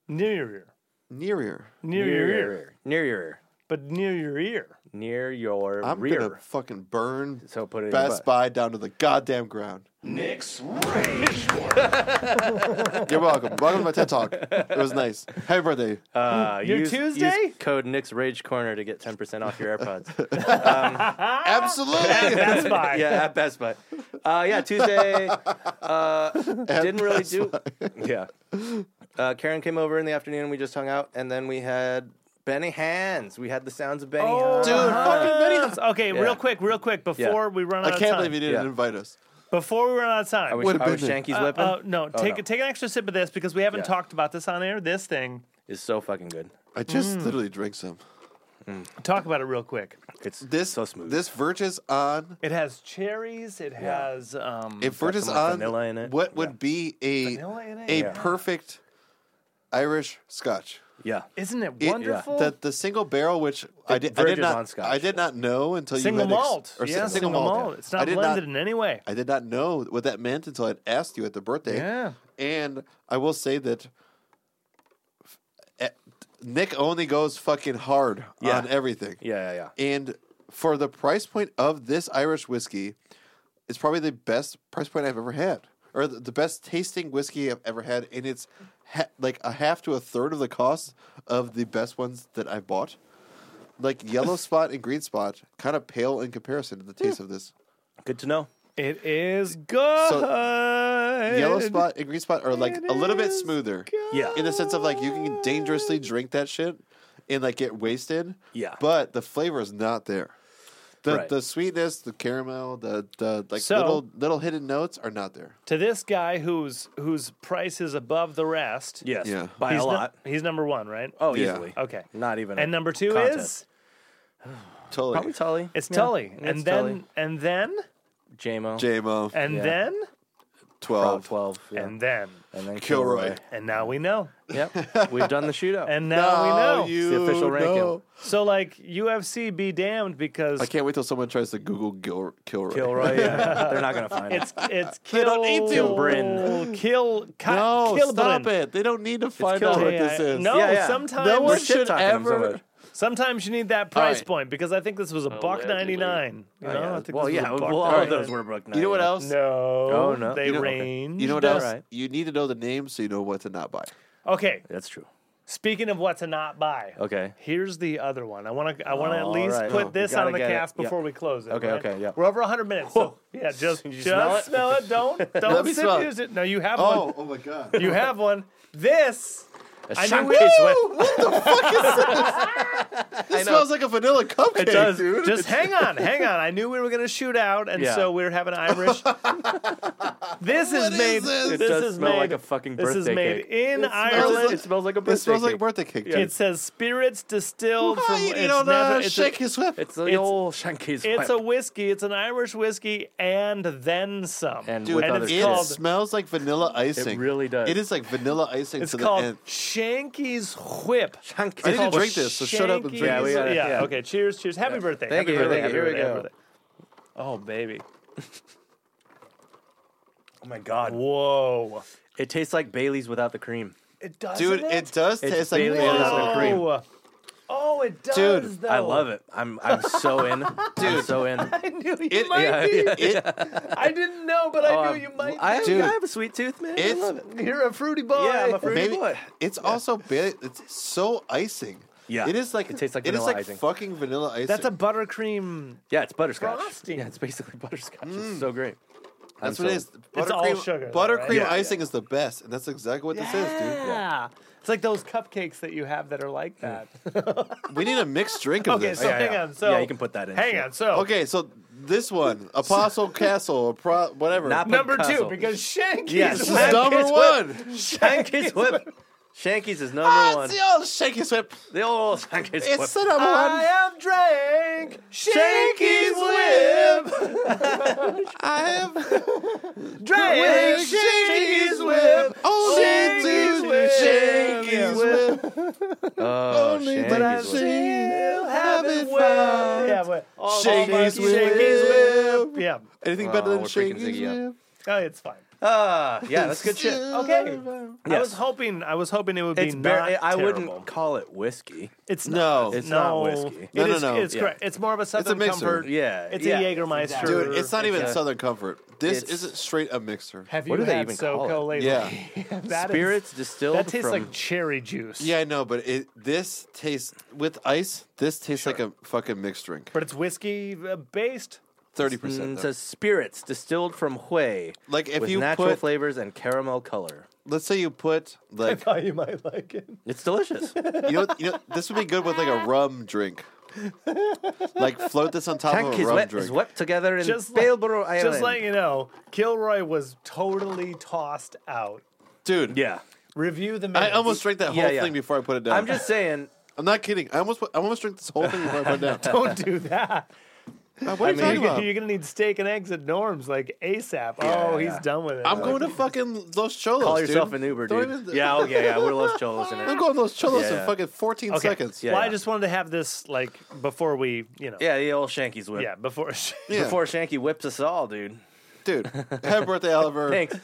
Speaker 2: near your ear.
Speaker 1: Near ear.
Speaker 2: Near, your ear.
Speaker 3: Near your ear.
Speaker 2: But near your ear.
Speaker 3: Near your
Speaker 1: I'm
Speaker 3: rear.
Speaker 1: gonna fucking burn
Speaker 3: So put it in your
Speaker 1: Best Buy down to the goddamn ground.
Speaker 4: Nick's Rage Corner.
Speaker 1: You're welcome. welcome to my TED Talk. It was nice. Happy birthday.
Speaker 2: Ah.
Speaker 3: Uh,
Speaker 2: Your
Speaker 3: use-
Speaker 2: Tuesday?
Speaker 3: Use code Nick's Rage Corner to get ten percent off your AirPods.
Speaker 1: Absolutely.
Speaker 2: That's fine.
Speaker 3: yeah, at Best Buy. Uh, yeah, Tuesday. Uh, didn't really do. Yeah. Uh, Karen came over in the afternoon. and We just hung out, and then we had Benny Hands. We had the sounds of Benny
Speaker 2: Oh.
Speaker 3: Hands.
Speaker 1: Dude, fucking video.
Speaker 2: Okay, real
Speaker 3: Yeah.
Speaker 2: quick, real quick, before we run
Speaker 1: I
Speaker 2: out of
Speaker 1: can't
Speaker 2: time.
Speaker 1: believe you didn't
Speaker 3: Yeah.
Speaker 1: invite us.
Speaker 2: Before we run out of time.
Speaker 3: I wish,
Speaker 1: Would've
Speaker 3: I
Speaker 1: been
Speaker 3: wish
Speaker 1: there.
Speaker 3: Shanky's
Speaker 2: Uh,
Speaker 3: weapon
Speaker 2: uh, no, take
Speaker 3: no.
Speaker 2: take an extra sip of this because we haven't
Speaker 3: Yeah.
Speaker 2: talked about this on air. This thing,
Speaker 3: is so fucking good.
Speaker 1: I just
Speaker 3: Mm.
Speaker 1: literally drank some.
Speaker 2: talk about it real quick.
Speaker 3: It's
Speaker 1: This
Speaker 3: so smooth.
Speaker 1: This verges on
Speaker 2: It has cherries. It has um,
Speaker 1: it verges
Speaker 3: some, like,
Speaker 1: on
Speaker 3: vanilla in it.
Speaker 1: what would be a
Speaker 2: vanilla in it.
Speaker 1: a
Speaker 2: Yeah.
Speaker 1: perfect Irish scotch.
Speaker 3: yeah,
Speaker 2: Isn't it
Speaker 1: It-
Speaker 2: wonderful?
Speaker 1: The, the single barrel, which I did, I
Speaker 3: verges
Speaker 1: did not,
Speaker 3: on Scotch,
Speaker 1: I did not know until
Speaker 2: single
Speaker 1: you had ex-
Speaker 2: malt.
Speaker 1: or
Speaker 2: yeah,
Speaker 1: single, malt. yeah.
Speaker 2: It's
Speaker 1: I
Speaker 2: not
Speaker 1: did
Speaker 2: blended
Speaker 1: Not,
Speaker 2: in any way.
Speaker 1: I did not know what that meant until I'd asked you at the birthday.
Speaker 2: Yeah.
Speaker 1: and I will say that f- eh, Nick only goes fucking hard
Speaker 3: Yeah.
Speaker 1: on everything.
Speaker 3: yeah, yeah, yeah.
Speaker 1: And for the price point of this Irish whiskey, it's probably the best price point I've ever had, or the, the best tasting whiskey I've ever had, and it's ha- like a half to a third of the cost of the best ones that I've bought. Like yellow spot and green spot, kind of pale in comparison to the taste of this.
Speaker 3: Good to know.
Speaker 2: It is good.
Speaker 1: Yellow spot and green spot are like a little bit
Speaker 2: is
Speaker 1: smoother,
Speaker 3: Yeah.
Speaker 1: in the sense of like you can dangerously drink that shit and like get wasted.
Speaker 3: Yeah.
Speaker 1: but the flavor is not there. The
Speaker 3: Right.
Speaker 1: the sweetness, the caramel, the the like
Speaker 2: So-
Speaker 1: little little hidden notes are not there.
Speaker 2: To this guy who's whose price is above the rest.
Speaker 3: Yes.
Speaker 1: Yeah.
Speaker 3: By
Speaker 2: he's
Speaker 3: a
Speaker 2: nu-
Speaker 3: lot.
Speaker 2: he's number one, right?
Speaker 3: oh,
Speaker 1: Yeah.
Speaker 3: easily.
Speaker 2: Okay.
Speaker 3: Not even. a
Speaker 2: And number two
Speaker 3: contest.
Speaker 2: is
Speaker 1: Totally.
Speaker 3: probably Tully.
Speaker 2: it's
Speaker 3: Yeah,
Speaker 2: Tully,
Speaker 3: it's
Speaker 2: and then
Speaker 3: Tully.
Speaker 2: and then
Speaker 3: JMO.
Speaker 1: JMO
Speaker 2: and
Speaker 3: Yeah.
Speaker 2: then
Speaker 3: Prob
Speaker 1: twelve.
Speaker 3: 12. Yeah.
Speaker 2: and then
Speaker 3: And then
Speaker 1: Kilroy.
Speaker 2: and now we know,
Speaker 3: yep. We've done the shootout.
Speaker 2: and now we know.
Speaker 1: You
Speaker 3: the official ranking.
Speaker 1: know.
Speaker 2: So like UFC, be damned because
Speaker 1: I can't wait till someone tries to Google Gil- Kilroy.
Speaker 3: Kilroy. Yeah. They're not going to find it.
Speaker 2: it's it's
Speaker 1: They
Speaker 2: kill
Speaker 1: don't need to.
Speaker 2: Kilbrin. kill
Speaker 1: No,
Speaker 2: Kilbrin.
Speaker 1: stop it. They don't need to find out
Speaker 3: Kilroy.
Speaker 1: what
Speaker 2: Yeah,
Speaker 1: this is.
Speaker 2: No,
Speaker 3: Yeah, yeah.
Speaker 2: sometimes
Speaker 1: No
Speaker 3: We're
Speaker 1: one should
Speaker 3: shit-talking them so
Speaker 1: ever-
Speaker 3: much.
Speaker 2: sometimes you need that price
Speaker 1: right.
Speaker 2: point because I think this was a buck ninety
Speaker 5: Allegedly.
Speaker 2: nine. You know, I think
Speaker 3: Well,
Speaker 2: this was
Speaker 3: Oh, yeah.
Speaker 2: a buck
Speaker 3: Well, all
Speaker 2: 99.
Speaker 3: of those were Brook
Speaker 1: You know what else?
Speaker 2: No,
Speaker 3: Oh, no.
Speaker 2: they
Speaker 1: You know- okay.
Speaker 2: range.
Speaker 1: You know what
Speaker 3: All
Speaker 1: else?
Speaker 3: right.
Speaker 1: You need to know the name so you know what to not buy.
Speaker 2: Okay,
Speaker 3: That's true.
Speaker 2: speaking of what to not buy.
Speaker 3: Okay.
Speaker 2: Here's the other one. I want to. I want to at
Speaker 3: All
Speaker 2: least
Speaker 3: right.
Speaker 2: put
Speaker 3: Oh,
Speaker 2: this
Speaker 3: you gotta
Speaker 2: on the
Speaker 3: get it.
Speaker 2: cast
Speaker 3: Yeah.
Speaker 2: before we close it.
Speaker 3: Okay,
Speaker 2: right?
Speaker 3: okay, yeah.
Speaker 2: We're over 100 minutes. So, yeah, just
Speaker 3: You
Speaker 2: just smell
Speaker 3: smell
Speaker 2: it.
Speaker 3: it?
Speaker 2: Don't don't
Speaker 1: Let me smell it.
Speaker 2: confuse it. No, you have
Speaker 3: Oh.
Speaker 2: one.
Speaker 1: Oh, my god.
Speaker 2: You have one. This.
Speaker 3: A
Speaker 2: I knew
Speaker 3: shot
Speaker 2: it.
Speaker 3: case went-
Speaker 1: This smells like a vanilla cupcake,
Speaker 2: It does.
Speaker 1: dude.
Speaker 2: Just hang on, hang on. I knew we were going to shoot out, and
Speaker 3: Yeah.
Speaker 2: so we are having Irish. this is
Speaker 1: What is
Speaker 2: made.
Speaker 1: this?
Speaker 3: It
Speaker 2: this
Speaker 3: does
Speaker 2: is
Speaker 3: smell
Speaker 2: made,
Speaker 3: like a fucking
Speaker 2: This
Speaker 3: birthday
Speaker 2: is made
Speaker 3: cake.
Speaker 2: in
Speaker 1: smells
Speaker 2: Ireland.
Speaker 1: like-
Speaker 3: it smells like a birthday
Speaker 1: It smells
Speaker 3: cake.
Speaker 1: like birthday cake.
Speaker 2: it says spirits distilled from.
Speaker 1: you
Speaker 2: it's
Speaker 3: uh,
Speaker 1: don't
Speaker 2: natural-
Speaker 1: know,
Speaker 2: it's a-
Speaker 1: shake his whip.
Speaker 3: It's the
Speaker 2: It's-
Speaker 3: old Shanky's
Speaker 2: It's a whiskey. It's an Irish whiskey and then some.
Speaker 3: And
Speaker 1: Dude,
Speaker 3: with
Speaker 2: and
Speaker 3: other
Speaker 1: it
Speaker 2: it's
Speaker 3: shit.
Speaker 2: called-
Speaker 1: smells like vanilla icing.
Speaker 3: really does.
Speaker 1: It is like vanilla icing
Speaker 2: it's
Speaker 1: to
Speaker 2: called
Speaker 1: the end.
Speaker 2: Shanky's Whip.
Speaker 1: I
Speaker 3: Shanky's.
Speaker 1: need to drink this, so shut up and drink
Speaker 2: Shanky's-
Speaker 3: it. Yeah, we gotta-
Speaker 2: yeah,
Speaker 3: yeah.
Speaker 2: Okay. Cheers. Cheers. Happy birthday.
Speaker 3: Thank
Speaker 2: happy
Speaker 3: you,
Speaker 2: birthday.
Speaker 3: thank you.
Speaker 2: happy
Speaker 3: Here we
Speaker 2: birthday, happy
Speaker 3: go.
Speaker 2: birthday. Oh baby.
Speaker 3: Oh my god.
Speaker 2: Whoa.
Speaker 3: It tastes like Bailey's without the cream.
Speaker 2: It does.
Speaker 1: Dude, it does
Speaker 3: It's
Speaker 1: taste like
Speaker 3: Bailey's
Speaker 1: vanilla.
Speaker 3: without the cream.
Speaker 2: Whoa. Oh, it does.
Speaker 1: Dude,
Speaker 2: though.
Speaker 3: I love it. I'm I'm so in. I'm so in.
Speaker 2: I knew you
Speaker 1: It-
Speaker 2: might
Speaker 3: yeah,
Speaker 2: be.
Speaker 3: yeah.
Speaker 1: It,
Speaker 2: I didn't know, but I
Speaker 3: Oh,
Speaker 2: knew you
Speaker 3: I'm-
Speaker 2: might.
Speaker 3: I, have,
Speaker 1: Dude.
Speaker 3: I have a sweet tooth, man. I
Speaker 1: It's-
Speaker 3: love it.
Speaker 2: be. You're a fruity boy.
Speaker 3: Yeah, I'm a fruity
Speaker 1: maybe,
Speaker 3: boy.
Speaker 1: it's also ba- it's so icing.
Speaker 3: Yeah.
Speaker 1: It is like
Speaker 3: It tastes like
Speaker 1: it is
Speaker 3: vanilla
Speaker 1: like
Speaker 3: icing.
Speaker 1: fucking vanilla icing.
Speaker 2: That's a buttercream.
Speaker 3: Yeah, it's butterscotch.
Speaker 2: Frosting.
Speaker 3: Yeah, it's basically butterscotch.
Speaker 2: Mm.
Speaker 3: It's so great.
Speaker 1: that's
Speaker 3: I'm
Speaker 1: what it is.
Speaker 3: sold.
Speaker 2: It's all
Speaker 1: Buttercream-
Speaker 2: sugar though,
Speaker 1: Buttercream
Speaker 2: right? Yeah,
Speaker 1: icing is the best, and that's exactly what this is, dude.
Speaker 2: Yeah. Ah. It's like those cupcakes that you have that are like that.
Speaker 1: We need a mixed drink of
Speaker 2: Okay,
Speaker 1: this.
Speaker 2: so-
Speaker 3: Yeah,
Speaker 2: hang
Speaker 3: yeah.
Speaker 2: on, so-
Speaker 3: yeah, you can put that in.
Speaker 2: Hang
Speaker 3: sure.
Speaker 2: on. So
Speaker 1: okay, so this one, Apostle Castle, Pro, whatever.
Speaker 3: Not
Speaker 2: number two,
Speaker 3: Picasso.
Speaker 2: because Shanky's
Speaker 3: Yes.
Speaker 1: this
Speaker 2: wet.
Speaker 1: is number one.
Speaker 3: Shanky's whip. Shanky's is number
Speaker 1: Ah,
Speaker 3: one.
Speaker 1: it's the old shake his whip.
Speaker 3: The old Shanky's whip.
Speaker 1: It's the number
Speaker 2: I
Speaker 1: one.
Speaker 2: am drank Shanky's
Speaker 1: Shanky's
Speaker 2: whip.
Speaker 1: I have
Speaker 2: Drank Shanky's whip.
Speaker 1: Only
Speaker 2: Shanky's
Speaker 1: to
Speaker 2: whip.
Speaker 1: shake his whip.
Speaker 3: Oh,
Speaker 1: Only
Speaker 3: Shanky's
Speaker 1: but I
Speaker 3: whip.
Speaker 1: still haven't found.
Speaker 2: Yeah, but
Speaker 1: Shake
Speaker 2: all
Speaker 1: his
Speaker 2: monkeys shake his
Speaker 1: whip.
Speaker 2: yeah.
Speaker 1: Anything better
Speaker 3: Oh,
Speaker 1: than
Speaker 3: we're
Speaker 1: shake
Speaker 3: freaking
Speaker 1: his
Speaker 3: Ziggy up.
Speaker 1: whip?
Speaker 2: Oh, it's fine.
Speaker 3: Ah, yeah, that's good shit.
Speaker 2: Okay. I
Speaker 3: Yes.
Speaker 2: was hoping. I was hoping it would be
Speaker 3: It's
Speaker 2: not.
Speaker 3: bar- I
Speaker 2: terrible.
Speaker 3: wouldn't call it whiskey.
Speaker 2: It's
Speaker 1: No.
Speaker 2: Not,
Speaker 3: It's
Speaker 2: no.
Speaker 3: not whiskey.
Speaker 1: No,
Speaker 2: It
Speaker 1: no,
Speaker 2: is-
Speaker 1: no.
Speaker 2: It's
Speaker 3: Yeah.
Speaker 2: correct. It's more of a southern
Speaker 1: mixer.
Speaker 2: comfort.
Speaker 3: Yeah,
Speaker 2: It's
Speaker 3: yeah.
Speaker 2: a Jägermeister.
Speaker 1: Dude, it's not even
Speaker 3: It's a-
Speaker 1: Southern Comfort. This
Speaker 3: It's-
Speaker 1: isn't straight a mixer.
Speaker 2: Have you
Speaker 3: What do they
Speaker 2: had
Speaker 3: even
Speaker 2: SoCo
Speaker 3: call it?
Speaker 2: lately?
Speaker 1: Yeah.
Speaker 2: That is-
Speaker 3: Spirits distilled
Speaker 2: that tastes
Speaker 3: from Mm,
Speaker 2: like cherry juice.
Speaker 1: Yeah, I know, but it this tastes with ice. This tastes like a fucking mixed drink.
Speaker 2: But it's whiskey uh, based.
Speaker 1: Thirty
Speaker 3: Mm,
Speaker 1: percent.
Speaker 3: it says spirits distilled from whey,
Speaker 1: Like, if
Speaker 3: with
Speaker 1: you
Speaker 3: natural
Speaker 1: put-
Speaker 3: flavors and caramel color.
Speaker 1: Let's say you put
Speaker 2: I
Speaker 1: like
Speaker 2: thought you might like it.
Speaker 3: It's delicious.
Speaker 2: Oh,
Speaker 1: you know you know this would be good with like a rum drink. Like float this on top
Speaker 3: Tank
Speaker 1: of a
Speaker 3: is
Speaker 1: rum
Speaker 3: wet,
Speaker 1: drink.
Speaker 3: is wet together in
Speaker 2: Just like,
Speaker 3: Balborough Island.
Speaker 2: just like you know, Kilroy was totally tossed out.
Speaker 1: Dude,
Speaker 3: yeah.
Speaker 2: Review the.
Speaker 1: I
Speaker 2: Minutes.
Speaker 1: almost drank that whole
Speaker 3: Yeah, yeah.
Speaker 1: thing before I put it
Speaker 2: Oh,
Speaker 1: down.
Speaker 3: I'm just saying.
Speaker 1: I'm not kidding. I almost put, I almost drank this whole thing before I put it down.
Speaker 2: don't do that.
Speaker 1: Uh, what are you
Speaker 2: You're,
Speaker 1: talking
Speaker 2: gonna-
Speaker 1: about?
Speaker 2: you're gonna need steak and eggs at Norm's like ASAP. oh,
Speaker 3: yeah.
Speaker 2: he's done with it.
Speaker 1: I'm going to fucking Los Cholos.
Speaker 3: Call yourself
Speaker 1: dude.
Speaker 3: an Uber,
Speaker 1: Don't
Speaker 3: dude.
Speaker 1: even-
Speaker 3: yeah, okay, yeah. We're Los Cholos in
Speaker 1: I'm
Speaker 3: it.
Speaker 1: going to Los Cholos
Speaker 3: Yeah.
Speaker 1: in fucking 14
Speaker 2: Okay.
Speaker 1: seconds.
Speaker 3: Yeah.
Speaker 2: well, I just wanted to have this like before we, you know, yeah,
Speaker 3: Yeah, the old Shanky's whip.
Speaker 2: before,
Speaker 1: Yeah.
Speaker 3: Before Shanky whips us all, dude.
Speaker 1: Dude, happy birthday, Oliver.
Speaker 3: Thanks.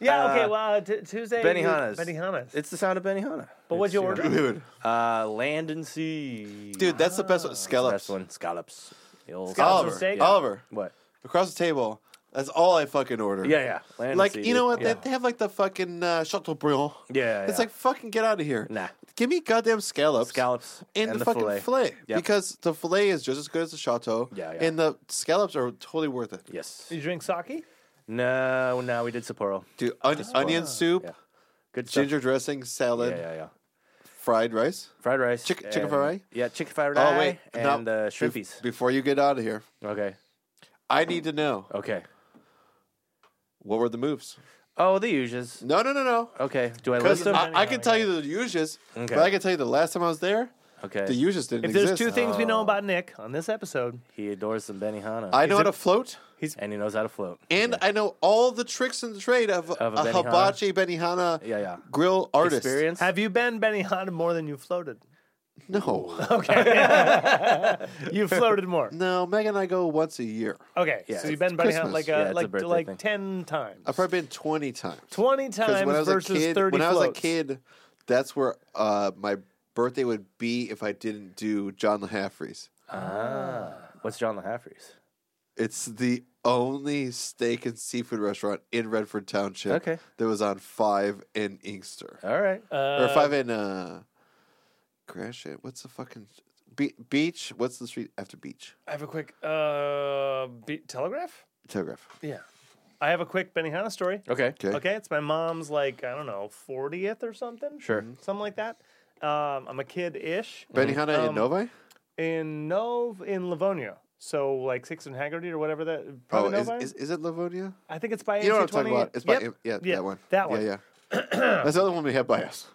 Speaker 2: yeah.
Speaker 3: Uh,
Speaker 2: okay, well, uh, t- Tuesday,
Speaker 3: Benihana's.
Speaker 2: Benihana's.
Speaker 3: It's the sound of Benihana.
Speaker 2: but what'd you
Speaker 3: It's,
Speaker 2: order?
Speaker 1: Dude,
Speaker 3: know, Uh, land and sea.
Speaker 1: dude, that's the best
Speaker 3: Ah,
Speaker 1: one. Scallops.
Speaker 3: Best one. Scallops. The old
Speaker 2: Scallops
Speaker 1: Oliver,
Speaker 2: and steak?
Speaker 1: Oliver,
Speaker 3: What?
Speaker 1: across the table. That's all I fucking order.
Speaker 3: Yeah, yeah. Land and
Speaker 1: Like
Speaker 3: sea,
Speaker 1: you know
Speaker 3: dude.
Speaker 1: what?
Speaker 3: Yeah.
Speaker 1: They, they have like the fucking uh, Chateaubriand.
Speaker 3: Yeah,
Speaker 1: It's
Speaker 3: yeah.
Speaker 1: like fucking get out of here.
Speaker 3: Nah.
Speaker 1: Give me goddamn scallops.
Speaker 3: Scallops
Speaker 1: And, the, fucking fillet,
Speaker 3: Yep.
Speaker 1: because the fillet is just as good as the chateau.
Speaker 3: Yeah, yeah.
Speaker 1: And the scallops are totally worth it.
Speaker 3: Yes.
Speaker 2: Did you drink sake?
Speaker 3: No, no, we did Sapporo.
Speaker 1: Dude, on, onion soup,
Speaker 3: Yeah. Good stuff.
Speaker 1: ginger dressing, salad,
Speaker 3: Yeah, yeah, yeah.
Speaker 1: fried rice.
Speaker 3: fried rice,
Speaker 1: Chick- chicken
Speaker 3: and-
Speaker 1: fried rice?
Speaker 3: Yeah, chicken fried rice.
Speaker 1: Oh wait,
Speaker 3: and
Speaker 1: no,
Speaker 3: uh,
Speaker 1: bef-
Speaker 3: shrimpies.
Speaker 1: Before you get out of here,
Speaker 3: Okay,
Speaker 1: I need to know
Speaker 3: okay.
Speaker 1: what were the moves.
Speaker 3: Oh, the usuals.
Speaker 1: No, no, no, no.
Speaker 3: Okay, do I list
Speaker 1: Because
Speaker 3: them?
Speaker 1: I, I can tell you the usuals,
Speaker 3: Okay.
Speaker 1: but I can tell you the last time I was there,
Speaker 3: okay,
Speaker 1: the usuals didn't
Speaker 2: If
Speaker 1: exist.
Speaker 2: there's two things we know about Nick on this episode,
Speaker 3: he adores some Benihana,
Speaker 1: I know
Speaker 2: Is
Speaker 1: how
Speaker 2: it-
Speaker 1: to float,
Speaker 3: and he knows how to float.
Speaker 1: and I know all the tricks in the trade of,
Speaker 3: Of a
Speaker 1: a,
Speaker 3: Benihana?
Speaker 1: hibachi Benihana
Speaker 3: Yeah, yeah.
Speaker 1: grill artist.
Speaker 3: Experience.
Speaker 2: have you been Benny Hanna more than you floated?
Speaker 1: No,
Speaker 2: You floated more.
Speaker 1: no. Megan and I go once a year.
Speaker 2: Okay,
Speaker 3: Yeah,
Speaker 2: so you've
Speaker 1: it's
Speaker 2: been Benny Hanna
Speaker 1: Christmas.
Speaker 2: like
Speaker 3: Yeah,
Speaker 2: uh
Speaker 3: it's a
Speaker 2: like
Speaker 3: birthday
Speaker 2: like
Speaker 3: thing.
Speaker 2: ten times,
Speaker 1: I've probably been twenty times.
Speaker 2: twenty
Speaker 1: Because
Speaker 2: times
Speaker 1: when I was
Speaker 2: versus
Speaker 1: a kid,
Speaker 2: thirty.
Speaker 1: when I was
Speaker 2: floats.
Speaker 1: a kid, that's where uh, my birthday would be if I didn't do John LaHaffrey's.
Speaker 3: ah, what's John LaHaffrey's?
Speaker 1: It's the only steak and seafood restaurant in Redford Township
Speaker 3: Okay.
Speaker 1: that was on Five and Inkster
Speaker 3: All right.
Speaker 1: or
Speaker 2: Uh,
Speaker 1: Five and uh, Crash it. What's the fucking be- beach? What's the street after beach?
Speaker 2: I have a quick uh, be- telegraph.
Speaker 1: Telegraph.
Speaker 2: Yeah, I have a quick Benny Hanna story.
Speaker 3: Okay.
Speaker 1: Okay.
Speaker 2: Okay, it's my mom's like I don't know fortieth or something. Mm-hmm.
Speaker 3: Sure.
Speaker 2: something like that. Um, I'm a kid ish
Speaker 1: Benihana in
Speaker 2: Um,
Speaker 1: Novi.
Speaker 2: in Nov in Livonia. So like Six and Haggerty or whatever that.
Speaker 1: Oh,
Speaker 2: Probably
Speaker 1: is,
Speaker 2: Novi?
Speaker 1: is, is it Livonia?
Speaker 2: I think it's by
Speaker 1: You know what I'm
Speaker 2: MC20.
Speaker 1: talking about? It's by
Speaker 2: Yep.
Speaker 1: yeah,
Speaker 2: Yeah,
Speaker 1: that one.
Speaker 2: that one.
Speaker 1: Yeah, yeah. that's the other one we had by us.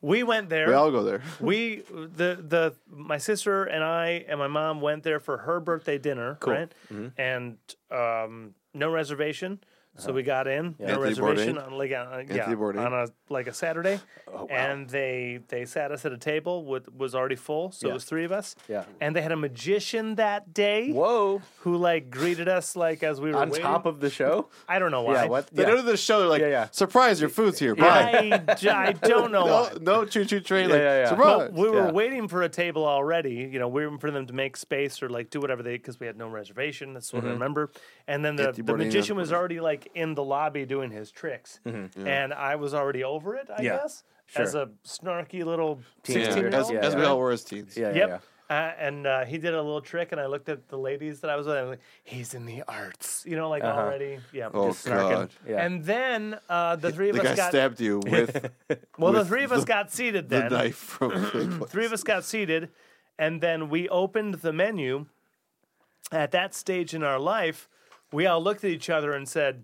Speaker 2: We went there.
Speaker 1: We all go there.
Speaker 2: we the the my sister and I and my mom went there for her birthday dinner, right?
Speaker 3: Mm-hmm.
Speaker 2: And um, no reservation,
Speaker 3: Uh-huh.
Speaker 2: so we got in no
Speaker 1: Anthony
Speaker 2: reservation
Speaker 1: Bourdain.
Speaker 2: on like on, yeah,
Speaker 1: Anthony Bourdain.
Speaker 2: on a like a Saturday,
Speaker 3: Oh,
Speaker 2: and they they sat us at a table with was already full, so
Speaker 3: Yeah.
Speaker 2: it was three of us,
Speaker 3: Yeah.
Speaker 2: and they had a magician that day
Speaker 3: Whoa.
Speaker 2: who like greeted us like as we were
Speaker 3: On
Speaker 2: waiting.
Speaker 3: top of the show.
Speaker 2: I don't know why.
Speaker 3: Yeah. What?
Speaker 1: They
Speaker 3: yeah.
Speaker 1: go to the show. They're like,
Speaker 3: Yeah, yeah.
Speaker 1: surprise, your food's here. Bye.
Speaker 2: I, I don't know why.
Speaker 1: No, no choo choo train.
Speaker 3: Yeah,
Speaker 1: like,
Speaker 3: yeah, yeah.
Speaker 1: Surprise.
Speaker 2: But we were
Speaker 3: Yeah.
Speaker 2: waiting for a table already. You know, we were waiting for them to make space or like do whatever they because we had no reservation. That's what I remember. And then the,
Speaker 1: Get
Speaker 2: the
Speaker 1: the Mm-hmm. boarding
Speaker 2: magician
Speaker 1: on.
Speaker 2: was already like in the lobby doing his tricks,
Speaker 1: Mm-hmm.
Speaker 2: and I was already over it. I
Speaker 3: Yeah.
Speaker 2: guess as
Speaker 3: Sure.
Speaker 2: a snarky little
Speaker 3: Teenager.
Speaker 2: sixteen year
Speaker 1: As,
Speaker 2: old.
Speaker 3: Yeah,
Speaker 1: as we
Speaker 3: yeah.
Speaker 1: all were as teens.
Speaker 3: Yeah. yeah,
Speaker 2: Yep.
Speaker 3: yeah.
Speaker 2: Uh, and uh, he did a little trick, and I looked at the ladies that I was with. And I was like, "He's in the arts," you know, like already, yeah,
Speaker 1: Oh,
Speaker 2: just snarking.
Speaker 1: God.
Speaker 3: Yeah.
Speaker 2: And then uh, the three of
Speaker 1: The guy
Speaker 2: us got
Speaker 1: stabbed you with
Speaker 2: well, the
Speaker 1: with
Speaker 2: three of us got seated.
Speaker 1: the
Speaker 2: Then
Speaker 1: knife from.
Speaker 2: three of us got seated, and then we opened the menu. At that stage in our life, we all looked at each other and said,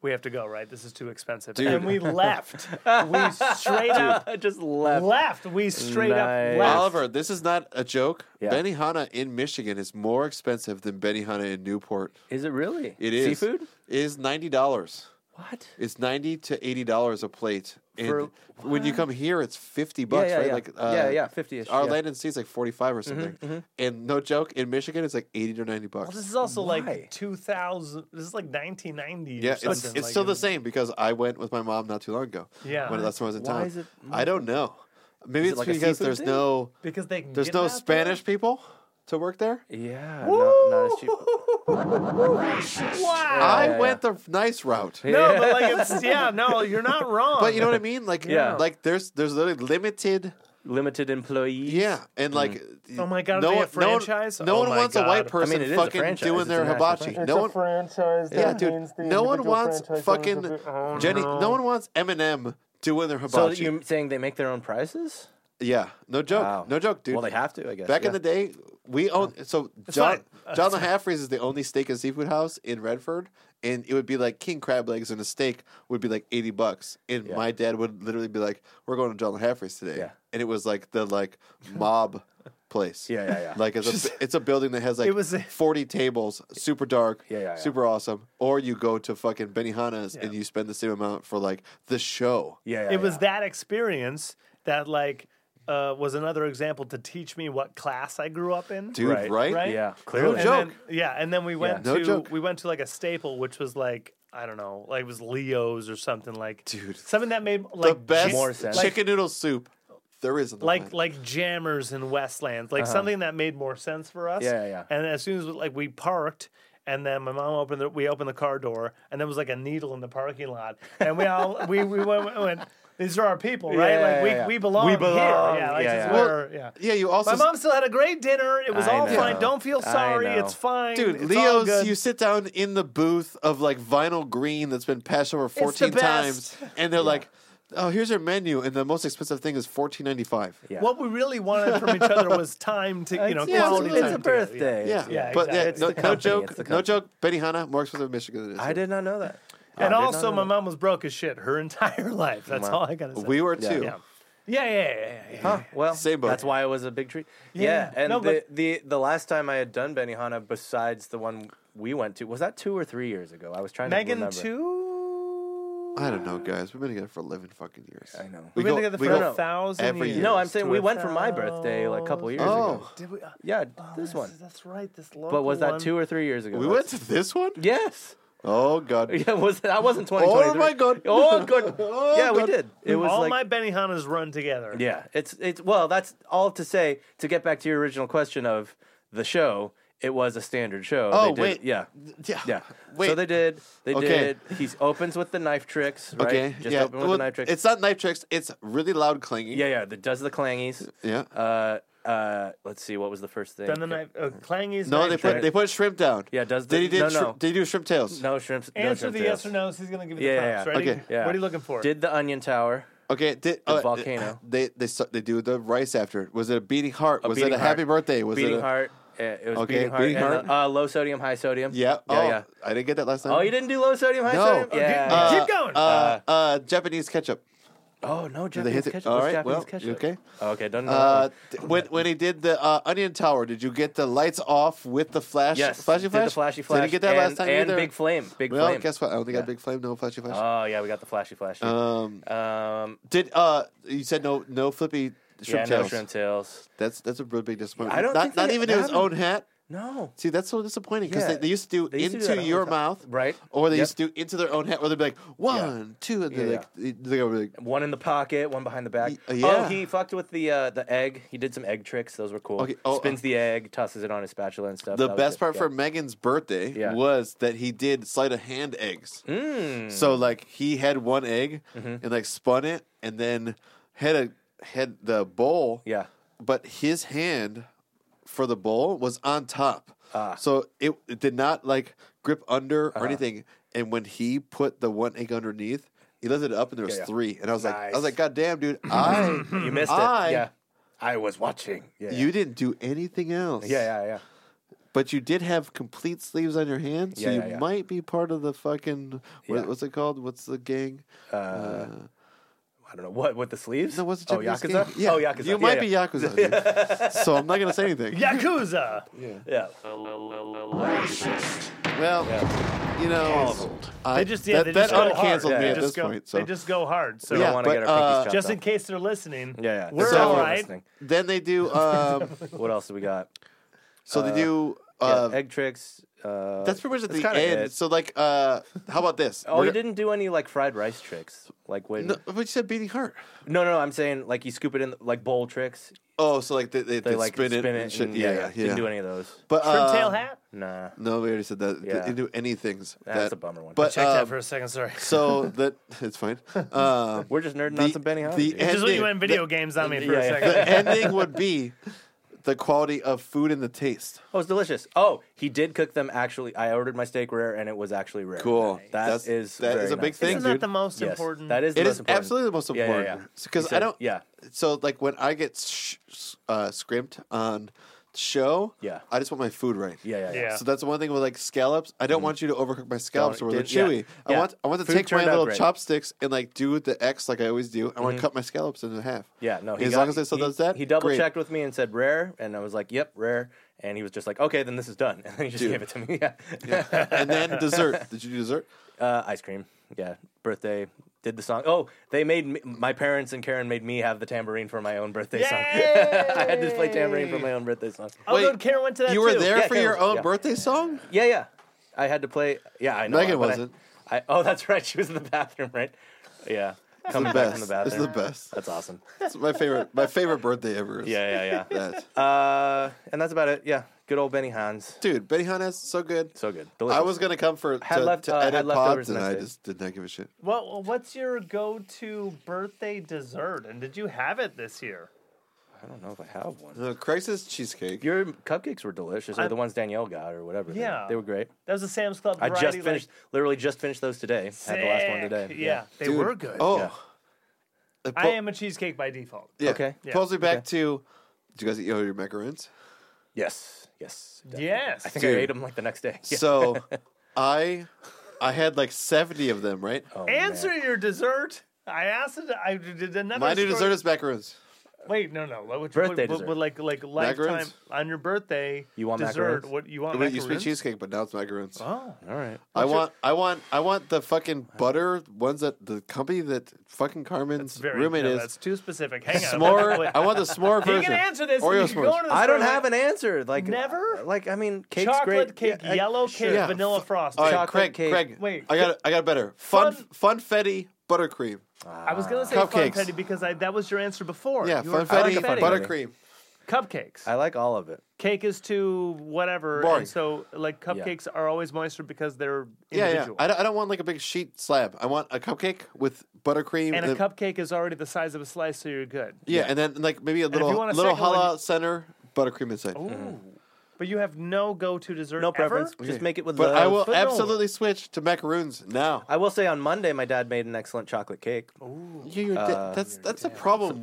Speaker 2: "We have to go, right? This is too expensive." And we left. we straight up
Speaker 3: I just left.
Speaker 2: left. We straight
Speaker 3: Nice.
Speaker 2: up left.
Speaker 1: Oliver, this is not a joke.
Speaker 3: Yeah.
Speaker 1: Benihana in Michigan is more expensive than Benihana in Newport.
Speaker 3: Is it really?
Speaker 1: It is
Speaker 3: seafood.
Speaker 1: It is ninety dollars.
Speaker 3: What?
Speaker 1: It's ninety to eighty dollars a plate. And
Speaker 3: For-
Speaker 1: when you come here, it's fifty bucks,
Speaker 3: yeah,
Speaker 1: right?
Speaker 3: yeah.
Speaker 1: Like uh,
Speaker 3: Yeah, yeah, 50-ish,
Speaker 1: Our
Speaker 3: yeah. Mm-hmm,
Speaker 1: land and sea is like forty five or something. And no joke, in Michigan, it's like eighty to ninety bucks.
Speaker 2: This is also
Speaker 3: Why?
Speaker 2: like 2000. This is like 1990. or
Speaker 1: Yeah, it's,
Speaker 2: something.
Speaker 1: it's
Speaker 2: like,
Speaker 1: still the same because I went with my mom not too long ago.
Speaker 2: Yeah.
Speaker 1: when last time I was in
Speaker 3: Why
Speaker 1: town.
Speaker 3: is it-
Speaker 1: I don't know. Maybe
Speaker 3: it
Speaker 1: it's
Speaker 3: like a
Speaker 1: because
Speaker 3: seafood
Speaker 1: there's
Speaker 3: thing?
Speaker 1: no
Speaker 2: because they can
Speaker 1: there's
Speaker 2: get
Speaker 1: no
Speaker 2: it out there.
Speaker 1: Spanish people to work there.
Speaker 3: Yeah. Not, not as cheap.
Speaker 2: Wow.
Speaker 1: I
Speaker 3: yeah,
Speaker 1: went the nice route.
Speaker 2: No, but like it's yeah. No, you're not wrong.
Speaker 1: But you know what I mean? Like,
Speaker 3: Yeah.
Speaker 1: like there's there's literally limited.
Speaker 3: Limited employees.
Speaker 1: Yeah, and
Speaker 3: Mm.
Speaker 1: like,
Speaker 2: Oh my God, are
Speaker 1: no
Speaker 2: they a
Speaker 1: one- no one-
Speaker 2: franchise?
Speaker 1: No
Speaker 2: Oh
Speaker 1: one
Speaker 2: my
Speaker 1: wants a
Speaker 2: God. I
Speaker 1: white
Speaker 2: mean,
Speaker 1: person
Speaker 3: it is a
Speaker 1: fucking
Speaker 3: franchise.
Speaker 1: doing
Speaker 3: It's
Speaker 1: their
Speaker 3: a national
Speaker 1: hibachi.
Speaker 3: franchise.
Speaker 1: No one,
Speaker 2: franchise.
Speaker 1: yeah, dude, no one wants fucking Jenny. No one wants Eminem doing their
Speaker 3: So
Speaker 1: hibachi.
Speaker 3: you're saying they make their own prices?
Speaker 1: yeah, no joke,
Speaker 3: Wow.
Speaker 1: no joke, dude.
Speaker 3: Well, they have to, I guess.
Speaker 1: Back in
Speaker 3: yeah.
Speaker 1: the day, we own so John
Speaker 2: fine. Uh,
Speaker 1: John LaHaffrey's is the only steak and seafood house in Redford, and it would be like king crab legs and a steak would be like eighty bucks, and my dad would literally be like, "We're going to John LaHaffrey's today,"
Speaker 3: Yeah.
Speaker 1: and it was like the like mob place.
Speaker 3: Yeah, yeah, yeah.
Speaker 1: Like it's a, it's a building that has like
Speaker 2: It was a-
Speaker 1: forty tables, super dark,
Speaker 3: Yeah, yeah, yeah.
Speaker 1: super awesome. Or you go to fucking Benihana's and you spend the same amount for like the show.
Speaker 3: Yeah, yeah,
Speaker 2: It was
Speaker 3: yeah.
Speaker 2: that experience that like uh, was another example to teach me what class I grew up in.
Speaker 1: dude, right?
Speaker 3: Right,
Speaker 2: right?
Speaker 3: Yeah,
Speaker 1: No
Speaker 3: clearly.
Speaker 2: And
Speaker 1: joke.
Speaker 2: then- yeah, and then we went
Speaker 1: No
Speaker 2: to
Speaker 1: joke.
Speaker 2: we went to like a staple, which was like I don't know, like it was Leo's or something like
Speaker 1: Dude.
Speaker 2: something that made
Speaker 1: the
Speaker 2: like
Speaker 1: best
Speaker 3: more sense.
Speaker 1: chicken noodle soup there is in the
Speaker 2: like
Speaker 1: planet.
Speaker 2: like jammers in Westlands, like something that made more sense for us.
Speaker 3: Uh-huh. Yeah, yeah, yeah.
Speaker 2: And as soon as like we parked, and then my mom opened the we opened the car door, and there was like a needle in the parking lot, and we all we we went, we went these are our people, right?
Speaker 3: Yeah,
Speaker 2: like
Speaker 3: yeah,
Speaker 2: we,
Speaker 3: yeah.
Speaker 2: we belong.
Speaker 3: We
Speaker 2: Here.
Speaker 3: belong.
Speaker 2: Yeah, like,
Speaker 3: Yeah,
Speaker 2: this is
Speaker 3: yeah.
Speaker 2: where- yeah.
Speaker 1: yeah, you also
Speaker 2: My mom still had a great dinner. It was
Speaker 3: I
Speaker 2: all
Speaker 3: know.
Speaker 2: fine. Don't feel
Speaker 3: I
Speaker 2: sorry.
Speaker 3: know.
Speaker 2: It's fine.
Speaker 1: Dude,
Speaker 2: It's all
Speaker 1: Leo's,
Speaker 2: good.
Speaker 1: you sit down in the booth of like vinyl green that's been passed over
Speaker 2: the
Speaker 1: 14 times,
Speaker 2: best.
Speaker 1: and they're like, oh, here's our menu, and the most expensive thing is fourteen ninety five.
Speaker 3: Yeah.
Speaker 2: What we really wanted from each other was time to, you know,
Speaker 3: It's- yeah,
Speaker 2: quality
Speaker 3: it's, it's
Speaker 2: time
Speaker 3: a
Speaker 2: together. Yeah.
Speaker 3: birthday.
Speaker 1: Yeah,
Speaker 3: It's-
Speaker 2: Yeah,
Speaker 1: but
Speaker 2: exactly.
Speaker 3: It's
Speaker 1: yeah, no,
Speaker 3: the
Speaker 1: no
Speaker 3: company, it's the
Speaker 1: joke, no
Speaker 3: company.
Speaker 1: joke. Benihana more expensive than Michigan than it is.
Speaker 3: I did not know that. I
Speaker 2: And
Speaker 3: did not
Speaker 2: also,
Speaker 3: know
Speaker 2: my
Speaker 3: that.
Speaker 2: mom was broke as shit her entire life. That's
Speaker 3: Wow.
Speaker 2: all I gotta say.
Speaker 1: We were
Speaker 3: Yeah.
Speaker 1: too.
Speaker 2: yeah, yeah, yeah, yeah. yeah, yeah.
Speaker 3: Huh, well,
Speaker 1: Same boat.
Speaker 3: that's why it was a big treat.
Speaker 2: Yeah.
Speaker 3: Yeah, and
Speaker 2: No,
Speaker 3: the,
Speaker 2: but-
Speaker 3: the the last time I had done Benihana, besides the one we went to, was that two or three years ago? I was trying to
Speaker 2: Megan
Speaker 3: remember.
Speaker 2: too.
Speaker 1: I don't know, guys. We've been together for eleven fucking years.
Speaker 3: I know.
Speaker 1: We
Speaker 2: We've been
Speaker 1: go-
Speaker 2: together
Speaker 1: we
Speaker 2: for
Speaker 1: go
Speaker 2: a thousand
Speaker 1: every
Speaker 2: years.
Speaker 1: year.
Speaker 3: No, I'm saying
Speaker 2: To
Speaker 3: we
Speaker 2: a
Speaker 3: went for my birthday like a couple years
Speaker 1: Oh.
Speaker 3: ago.
Speaker 2: Did we? uh,
Speaker 3: Yeah, this
Speaker 2: that's-
Speaker 3: one.
Speaker 2: That's right. This local
Speaker 3: But was that
Speaker 2: one.
Speaker 3: two or three years ago?
Speaker 1: We went to this one.
Speaker 3: Yes.
Speaker 1: Oh god.
Speaker 3: Yeah, was I wasn't 2023.
Speaker 1: Oh my god.
Speaker 3: Oh good. yeah, we
Speaker 1: God.
Speaker 3: did. It was
Speaker 2: all
Speaker 3: like
Speaker 2: my Benihanas run together.
Speaker 3: Yeah, it's it's well, that's all to say to get back to your original question of the show, it was a standard show.
Speaker 1: Oh,
Speaker 3: They did-
Speaker 1: wait.
Speaker 3: Yeah.
Speaker 1: Yeah.
Speaker 3: Yeah.
Speaker 1: Wait.
Speaker 3: So they did. They
Speaker 1: Okay.
Speaker 3: did. He opens with the knife tricks. Right?
Speaker 1: Okay.
Speaker 3: Just
Speaker 1: yeah.
Speaker 3: open with
Speaker 1: Well,
Speaker 3: the knife tricks.
Speaker 1: It's not knife tricks. It's really loud clanging.
Speaker 3: yeah, yeah. That does the clangies.
Speaker 1: Yeah.
Speaker 3: Uh, uh, let's see. What was the first thing?
Speaker 2: Then the knife, uh, Clangy's.
Speaker 1: no,
Speaker 2: knife
Speaker 1: they put
Speaker 2: trick.
Speaker 1: they put shrimp down.
Speaker 3: Yeah, does the-
Speaker 1: did he did
Speaker 3: no,
Speaker 1: shrimp-
Speaker 3: no.
Speaker 1: did he do shrimp tails?
Speaker 3: No shrimps. no
Speaker 2: Answer
Speaker 3: shrimp
Speaker 2: the
Speaker 3: tails.
Speaker 2: yes or no. So he's gonna give you the
Speaker 3: Yeah,
Speaker 2: props.
Speaker 3: yeah,
Speaker 2: Ready?
Speaker 1: Okay.
Speaker 3: Yeah.
Speaker 2: What are you looking for?
Speaker 3: Did the onion tower?
Speaker 1: Okay, did, uh,
Speaker 3: volcano.
Speaker 1: They they su- they do the rice after. it. Was it a beating heart? was
Speaker 3: beating
Speaker 1: it a happy
Speaker 3: heart.
Speaker 1: birthday? Was
Speaker 3: beating
Speaker 1: it a,
Speaker 3: heart. uh, It was
Speaker 1: Okay,
Speaker 3: beating heart.
Speaker 1: beating
Speaker 3: and,
Speaker 1: heart.
Speaker 3: uh, low sodium, high sodium.
Speaker 1: Yeah.
Speaker 3: Yeah.
Speaker 1: oh,
Speaker 3: yeah.
Speaker 1: I didn't get that last time.
Speaker 3: Oh, you didn't do low sodium, high
Speaker 1: No.
Speaker 3: sodium.
Speaker 1: Okay.
Speaker 3: Yeah.
Speaker 2: Uh,
Speaker 1: Uh,
Speaker 2: Keep going.
Speaker 1: Uh, uh, Japanese ketchup.
Speaker 3: oh no,
Speaker 1: Did they
Speaker 3: Japanese
Speaker 1: hit it?
Speaker 3: ketchup.
Speaker 1: All
Speaker 3: What's
Speaker 1: right.
Speaker 3: Japanese
Speaker 1: well,
Speaker 3: ketchup?
Speaker 1: you okay.
Speaker 3: Okay, doesn't know.
Speaker 1: Uh, th- when when he did the uh, onion tower, did you get the lights off with the flash?
Speaker 3: yes,
Speaker 1: Flashy flash.
Speaker 3: Did the flashy flash.
Speaker 1: Didn't get that
Speaker 3: and,
Speaker 1: last time
Speaker 3: and
Speaker 1: either.
Speaker 3: big flame, big
Speaker 1: well,
Speaker 3: flame.
Speaker 1: guess what? I don't think I had big flame. No flashy flash.
Speaker 3: Oh yeah, we got the flashy flash.
Speaker 1: um,
Speaker 3: um,
Speaker 1: did uh, you said no no flippy
Speaker 3: yeah,
Speaker 1: shrimp
Speaker 3: no
Speaker 1: tails.
Speaker 3: shrimp tails.
Speaker 1: That's that's a real big disappointment.
Speaker 3: I don't
Speaker 1: not
Speaker 3: think
Speaker 1: not
Speaker 3: they-
Speaker 1: even
Speaker 3: they
Speaker 1: in his
Speaker 3: haven't-
Speaker 1: own hat.
Speaker 3: No,
Speaker 1: See, that's so disappointing because
Speaker 3: Yeah.
Speaker 1: they, they used to do
Speaker 3: They used to do
Speaker 1: into
Speaker 3: that all
Speaker 1: your
Speaker 3: the time.
Speaker 1: mouth,
Speaker 3: Right.
Speaker 1: Or Oh, they
Speaker 3: Yep.
Speaker 1: used to do into their own hat, or they'd be like one, two, and they're
Speaker 3: Yeah,
Speaker 1: like, they would be like,
Speaker 3: one in the pocket, one behind the back.
Speaker 1: Y-
Speaker 3: Oh,
Speaker 1: yeah.
Speaker 3: he fucked with the uh, the egg. He did some egg tricks. Those were cool.
Speaker 1: Okay, oh,
Speaker 3: Spins
Speaker 1: uh,
Speaker 3: the egg, tosses it on his spatula and stuff.
Speaker 1: The
Speaker 3: That was
Speaker 1: best
Speaker 3: good.
Speaker 1: part
Speaker 3: Yeah.
Speaker 1: for Megan's birthday
Speaker 3: Yeah. Mm.
Speaker 1: was that he did sleight of hand eggs. So like he had one egg
Speaker 3: Mm-hmm.
Speaker 1: and like spun it and then had a had the bowl.
Speaker 3: Yeah.
Speaker 1: But his hand for the bowl was on top.
Speaker 3: Ah.
Speaker 1: So it, it did not like grip under
Speaker 3: Uh-huh.
Speaker 1: or anything. And when he put the one egg underneath, he lifted it up and there was
Speaker 3: yeah.
Speaker 1: three. And I was like I was
Speaker 3: Nice.
Speaker 1: like, God damn dude, I
Speaker 3: You missed
Speaker 1: Mm-hmm. I-
Speaker 3: it. Yeah. I was watching. Yeah.
Speaker 1: you didn't do anything else.
Speaker 3: yeah, yeah, yeah.
Speaker 1: But you did have complete sleeves on your hand, so
Speaker 3: Yeah,
Speaker 1: you
Speaker 3: yeah, yeah.
Speaker 1: might be part of the fucking what,
Speaker 3: Yeah.
Speaker 1: what's it called? What's the gang?
Speaker 3: I don't know what with the sleeves.
Speaker 1: No, what's the
Speaker 3: oh
Speaker 1: Japanese
Speaker 3: yakuza?
Speaker 1: gang? Yeah,
Speaker 3: Oh yakuza.
Speaker 1: You
Speaker 3: Yeah,
Speaker 1: might
Speaker 3: yeah.
Speaker 1: be yakuza. dude. so I'm not gonna say anything.
Speaker 2: Yakuza.
Speaker 3: Yeah.
Speaker 4: Racist.
Speaker 1: Well, you know, I,
Speaker 2: They just yeah.
Speaker 1: that,
Speaker 2: they
Speaker 1: that
Speaker 2: just go hard.
Speaker 1: uncanceled me
Speaker 2: They
Speaker 1: at
Speaker 2: just
Speaker 1: this
Speaker 2: go-
Speaker 1: point. So
Speaker 2: They just go hard. So
Speaker 3: don't
Speaker 1: yeah,
Speaker 3: wanna
Speaker 1: but,
Speaker 3: get our pinkies
Speaker 1: uh,
Speaker 3: chopped
Speaker 2: just in
Speaker 3: off.
Speaker 2: case they're listening.
Speaker 3: Yeah, yeah.
Speaker 2: We're
Speaker 3: So-
Speaker 2: all right.
Speaker 3: Listening.
Speaker 1: then they do. Um,
Speaker 3: What else do we got?
Speaker 1: so they do.
Speaker 3: Yeah,
Speaker 1: Uh,
Speaker 3: egg tricks. Uh,
Speaker 1: that's pretty much at
Speaker 3: that's
Speaker 1: the
Speaker 3: kinda
Speaker 1: end.
Speaker 3: it.
Speaker 1: So like, uh, how about this?
Speaker 3: Oh,
Speaker 1: We're
Speaker 3: he
Speaker 1: gonna-
Speaker 3: didn't do any like fried rice tricks. Like when?
Speaker 1: No,
Speaker 3: No,
Speaker 1: but you said beating heart.
Speaker 3: no, no I'm saying like you scoop it in like bowl tricks.
Speaker 1: Oh, so like they, they,
Speaker 3: They
Speaker 1: they
Speaker 3: like
Speaker 1: spin, it, and
Speaker 3: and,
Speaker 1: shit.
Speaker 3: yeah,
Speaker 1: yeah, yeah.
Speaker 3: Didn't do any of those.
Speaker 1: But
Speaker 2: Shrimp
Speaker 1: uh,
Speaker 3: Um,
Speaker 2: tail hat.
Speaker 3: Nah,
Speaker 1: No, we already said that.
Speaker 3: Yeah.
Speaker 1: Didn't do any things.
Speaker 3: That's
Speaker 1: that-
Speaker 3: a bummer one.
Speaker 1: But
Speaker 2: Check
Speaker 1: um,
Speaker 2: that for a second. Sorry.
Speaker 1: so that it's fine. Um,
Speaker 3: we're just nerding
Speaker 1: the-
Speaker 3: on some Benny
Speaker 2: Just
Speaker 1: the end-
Speaker 2: when you
Speaker 1: ending-
Speaker 2: went video games on me for
Speaker 3: yeah,
Speaker 2: a
Speaker 3: yeah.
Speaker 2: second.
Speaker 1: the ending would be the quality of food and the taste.
Speaker 3: Oh, it's delicious. Oh, he did cook them actually. I ordered my steak rare, and it was actually rare.
Speaker 1: Cool.
Speaker 3: That
Speaker 1: That's-
Speaker 3: is
Speaker 1: that
Speaker 3: very
Speaker 1: is a big
Speaker 3: nice.
Speaker 1: thing,
Speaker 2: Isn't
Speaker 1: dude.
Speaker 2: that the most
Speaker 3: Yes,
Speaker 2: important?
Speaker 3: That is the
Speaker 1: It
Speaker 3: most
Speaker 1: is
Speaker 3: important.
Speaker 1: absolutely the most
Speaker 3: Yeah, yeah,
Speaker 1: important
Speaker 3: yeah.
Speaker 1: because
Speaker 3: He
Speaker 1: I
Speaker 3: said-
Speaker 1: don't.
Speaker 3: Yeah.
Speaker 1: So like when I get sh- s- uh, scrimped on show,
Speaker 3: Yeah.
Speaker 1: I just want my food right.
Speaker 3: Yeah, yeah, yeah.
Speaker 2: Yeah.
Speaker 1: So that's the one thing with like scallops. I don't want you to overcook my scallops
Speaker 3: Don't-
Speaker 1: or they're
Speaker 3: did- yeah,
Speaker 1: chewy. I
Speaker 3: yeah.
Speaker 1: want I want to
Speaker 3: Food
Speaker 1: take my
Speaker 3: turned out
Speaker 1: little
Speaker 3: great. Mm-hmm.
Speaker 1: chopsticks and like do the X like I always do. I want to cut my scallops into half.
Speaker 3: Yeah, no. He
Speaker 1: as
Speaker 3: got-
Speaker 1: long as they still
Speaker 3: he-
Speaker 1: does that,
Speaker 3: he double
Speaker 1: great.
Speaker 3: checked with me and said rare, and I was like, "Yep, rare." And he was just like, "Okay, then this is done," and then he just
Speaker 1: Dude.
Speaker 3: gave it to me. Yeah,
Speaker 1: and then dessert. Did you do dessert?
Speaker 3: uh, ice cream. Yeah, birthday. Did the song? Oh, they made me, my parents and Karen made me have the tambourine for my own birthday song. I had to play tambourine for my own birthday song.
Speaker 2: Oh, no,
Speaker 1: Wait,
Speaker 2: Karen went to that
Speaker 1: you were
Speaker 2: too.
Speaker 1: there
Speaker 3: Yeah,
Speaker 1: for
Speaker 3: Karen
Speaker 1: your
Speaker 3: was-
Speaker 1: own
Speaker 3: yeah.
Speaker 1: birthday song?
Speaker 3: Yeah, yeah. I had to play. Yeah, I know.
Speaker 1: Megan
Speaker 3: but I-
Speaker 1: wasn't.
Speaker 3: I, oh, that's right. She was in the bathroom, right? Yeah, coming back from the
Speaker 1: Best. It's
Speaker 3: bathroom.
Speaker 1: the best.
Speaker 3: That's awesome.
Speaker 1: It's my favorite. My favorite birthday ever. Is
Speaker 3: Yeah, yeah, yeah.
Speaker 1: That.
Speaker 3: Uh, and that's about it. Yeah, good old Benny Hans.
Speaker 1: Dude, Benny Hannes, so good.
Speaker 3: So good. Delicious.
Speaker 1: I was gonna come for
Speaker 3: Had
Speaker 1: to,
Speaker 3: left-
Speaker 1: to
Speaker 3: uh, had
Speaker 1: edit
Speaker 3: leftovers
Speaker 1: pods, and
Speaker 3: next
Speaker 1: I
Speaker 3: day.
Speaker 1: just did not give a shit.
Speaker 2: Well, what's your go-to birthday dessert, and did you have it this year?
Speaker 3: I don't know if I have one.
Speaker 1: Uh, Crisis cheesecake.
Speaker 3: Your cupcakes were delicious,
Speaker 2: I-
Speaker 3: or the ones Danielle got, or whatever. They-
Speaker 2: Yeah.
Speaker 3: they, were great.
Speaker 2: That was a Sam's Club.
Speaker 3: I
Speaker 2: variety,
Speaker 3: just finished, literally just finished those today.
Speaker 2: Like,
Speaker 3: Had the last one
Speaker 2: sick.
Speaker 3: today.
Speaker 2: Yeah, they
Speaker 1: Dude,
Speaker 2: were good.
Speaker 1: Oh,
Speaker 3: Yeah.
Speaker 1: it
Speaker 2: I
Speaker 1: pull-
Speaker 2: am a cheesecake by default.
Speaker 1: Yeah.
Speaker 3: Okay.
Speaker 1: It Pulls me back
Speaker 3: Okay.
Speaker 1: to. Did you guys eat all your macarons?
Speaker 3: Yes. Yes. definitely.
Speaker 2: Yes.
Speaker 3: I think
Speaker 1: Dude.
Speaker 3: I ate them like the next day. Yeah.
Speaker 1: So, I, I had like seventy of them. Right.
Speaker 3: Oh, man.
Speaker 2: Answer your dessert. I asked it. I did another.
Speaker 1: My new
Speaker 2: story-
Speaker 1: dessert is macaroons.
Speaker 2: Wait, no, no. What, what,
Speaker 3: Birthday
Speaker 2: what, what,
Speaker 3: dessert.
Speaker 2: what, like like lifetime
Speaker 1: Macaroons?
Speaker 2: on your birthday.
Speaker 3: You want
Speaker 2: dessert?
Speaker 3: macaroons?
Speaker 2: What you want?
Speaker 1: It used to be
Speaker 2: macaroons?
Speaker 1: cheesecake, but now it's macaroons.
Speaker 2: Oh,
Speaker 3: All right.
Speaker 1: I want, I want, I want the fucking butter ones that the company that fucking Carmen's
Speaker 2: it's very.
Speaker 1: roommate
Speaker 2: no,
Speaker 1: is.
Speaker 2: That's too specific. Hang on.
Speaker 1: S'more.
Speaker 2: Wait.
Speaker 1: I want the s'more
Speaker 2: You
Speaker 1: version.
Speaker 2: can answer this.
Speaker 1: Oreo
Speaker 2: and you can go
Speaker 1: s'mores.
Speaker 2: into the
Speaker 3: I don't
Speaker 2: store
Speaker 3: have
Speaker 2: and-
Speaker 3: an answer. Like uh,
Speaker 2: Never?
Speaker 3: Like I mean, cake's great.
Speaker 2: Chocolate cake,
Speaker 3: Yeah, I-
Speaker 2: yellow
Speaker 3: sure.
Speaker 2: cake,
Speaker 1: Yeah.
Speaker 2: vanilla frosting.
Speaker 1: All right,
Speaker 3: Chocolate
Speaker 1: Craig.
Speaker 3: cake.
Speaker 1: Craig.
Speaker 2: Wait.
Speaker 1: I got, I got a better fun, funfetti buttercream.
Speaker 2: I was gonna say
Speaker 1: Cupcakes.
Speaker 2: funfetti because I, that was your answer before.
Speaker 1: Yeah,
Speaker 2: You were-
Speaker 1: funfetti
Speaker 3: like funfetti.
Speaker 1: buttercream.
Speaker 2: cupcakes.
Speaker 3: I like all of it.
Speaker 2: Cake is too whatever,
Speaker 1: Boring.
Speaker 2: and so like cupcakes are always moister because they're
Speaker 1: Yeah, yeah.
Speaker 2: individual.
Speaker 1: I don't, I don't want like a big sheet slab. I want a cupcake with buttercream
Speaker 2: and a
Speaker 1: then-
Speaker 2: cupcake is already the size of a slice, so you're good.
Speaker 1: Yeah, and then like maybe a
Speaker 2: if
Speaker 1: little
Speaker 2: you want a
Speaker 1: little
Speaker 2: second one-
Speaker 1: challah center buttercream inside.
Speaker 2: Ooh. But you have no go-to dessert.
Speaker 3: No
Speaker 2: ever?
Speaker 3: preference. Just
Speaker 1: Okay.
Speaker 3: make it with
Speaker 1: But
Speaker 3: love.
Speaker 1: I will
Speaker 3: But no.
Speaker 1: absolutely switch to macaroons now.
Speaker 3: I will say on Monday, my dad made an excellent chocolate cake.
Speaker 1: You- you're di-
Speaker 2: Uh,
Speaker 1: that's that's a problem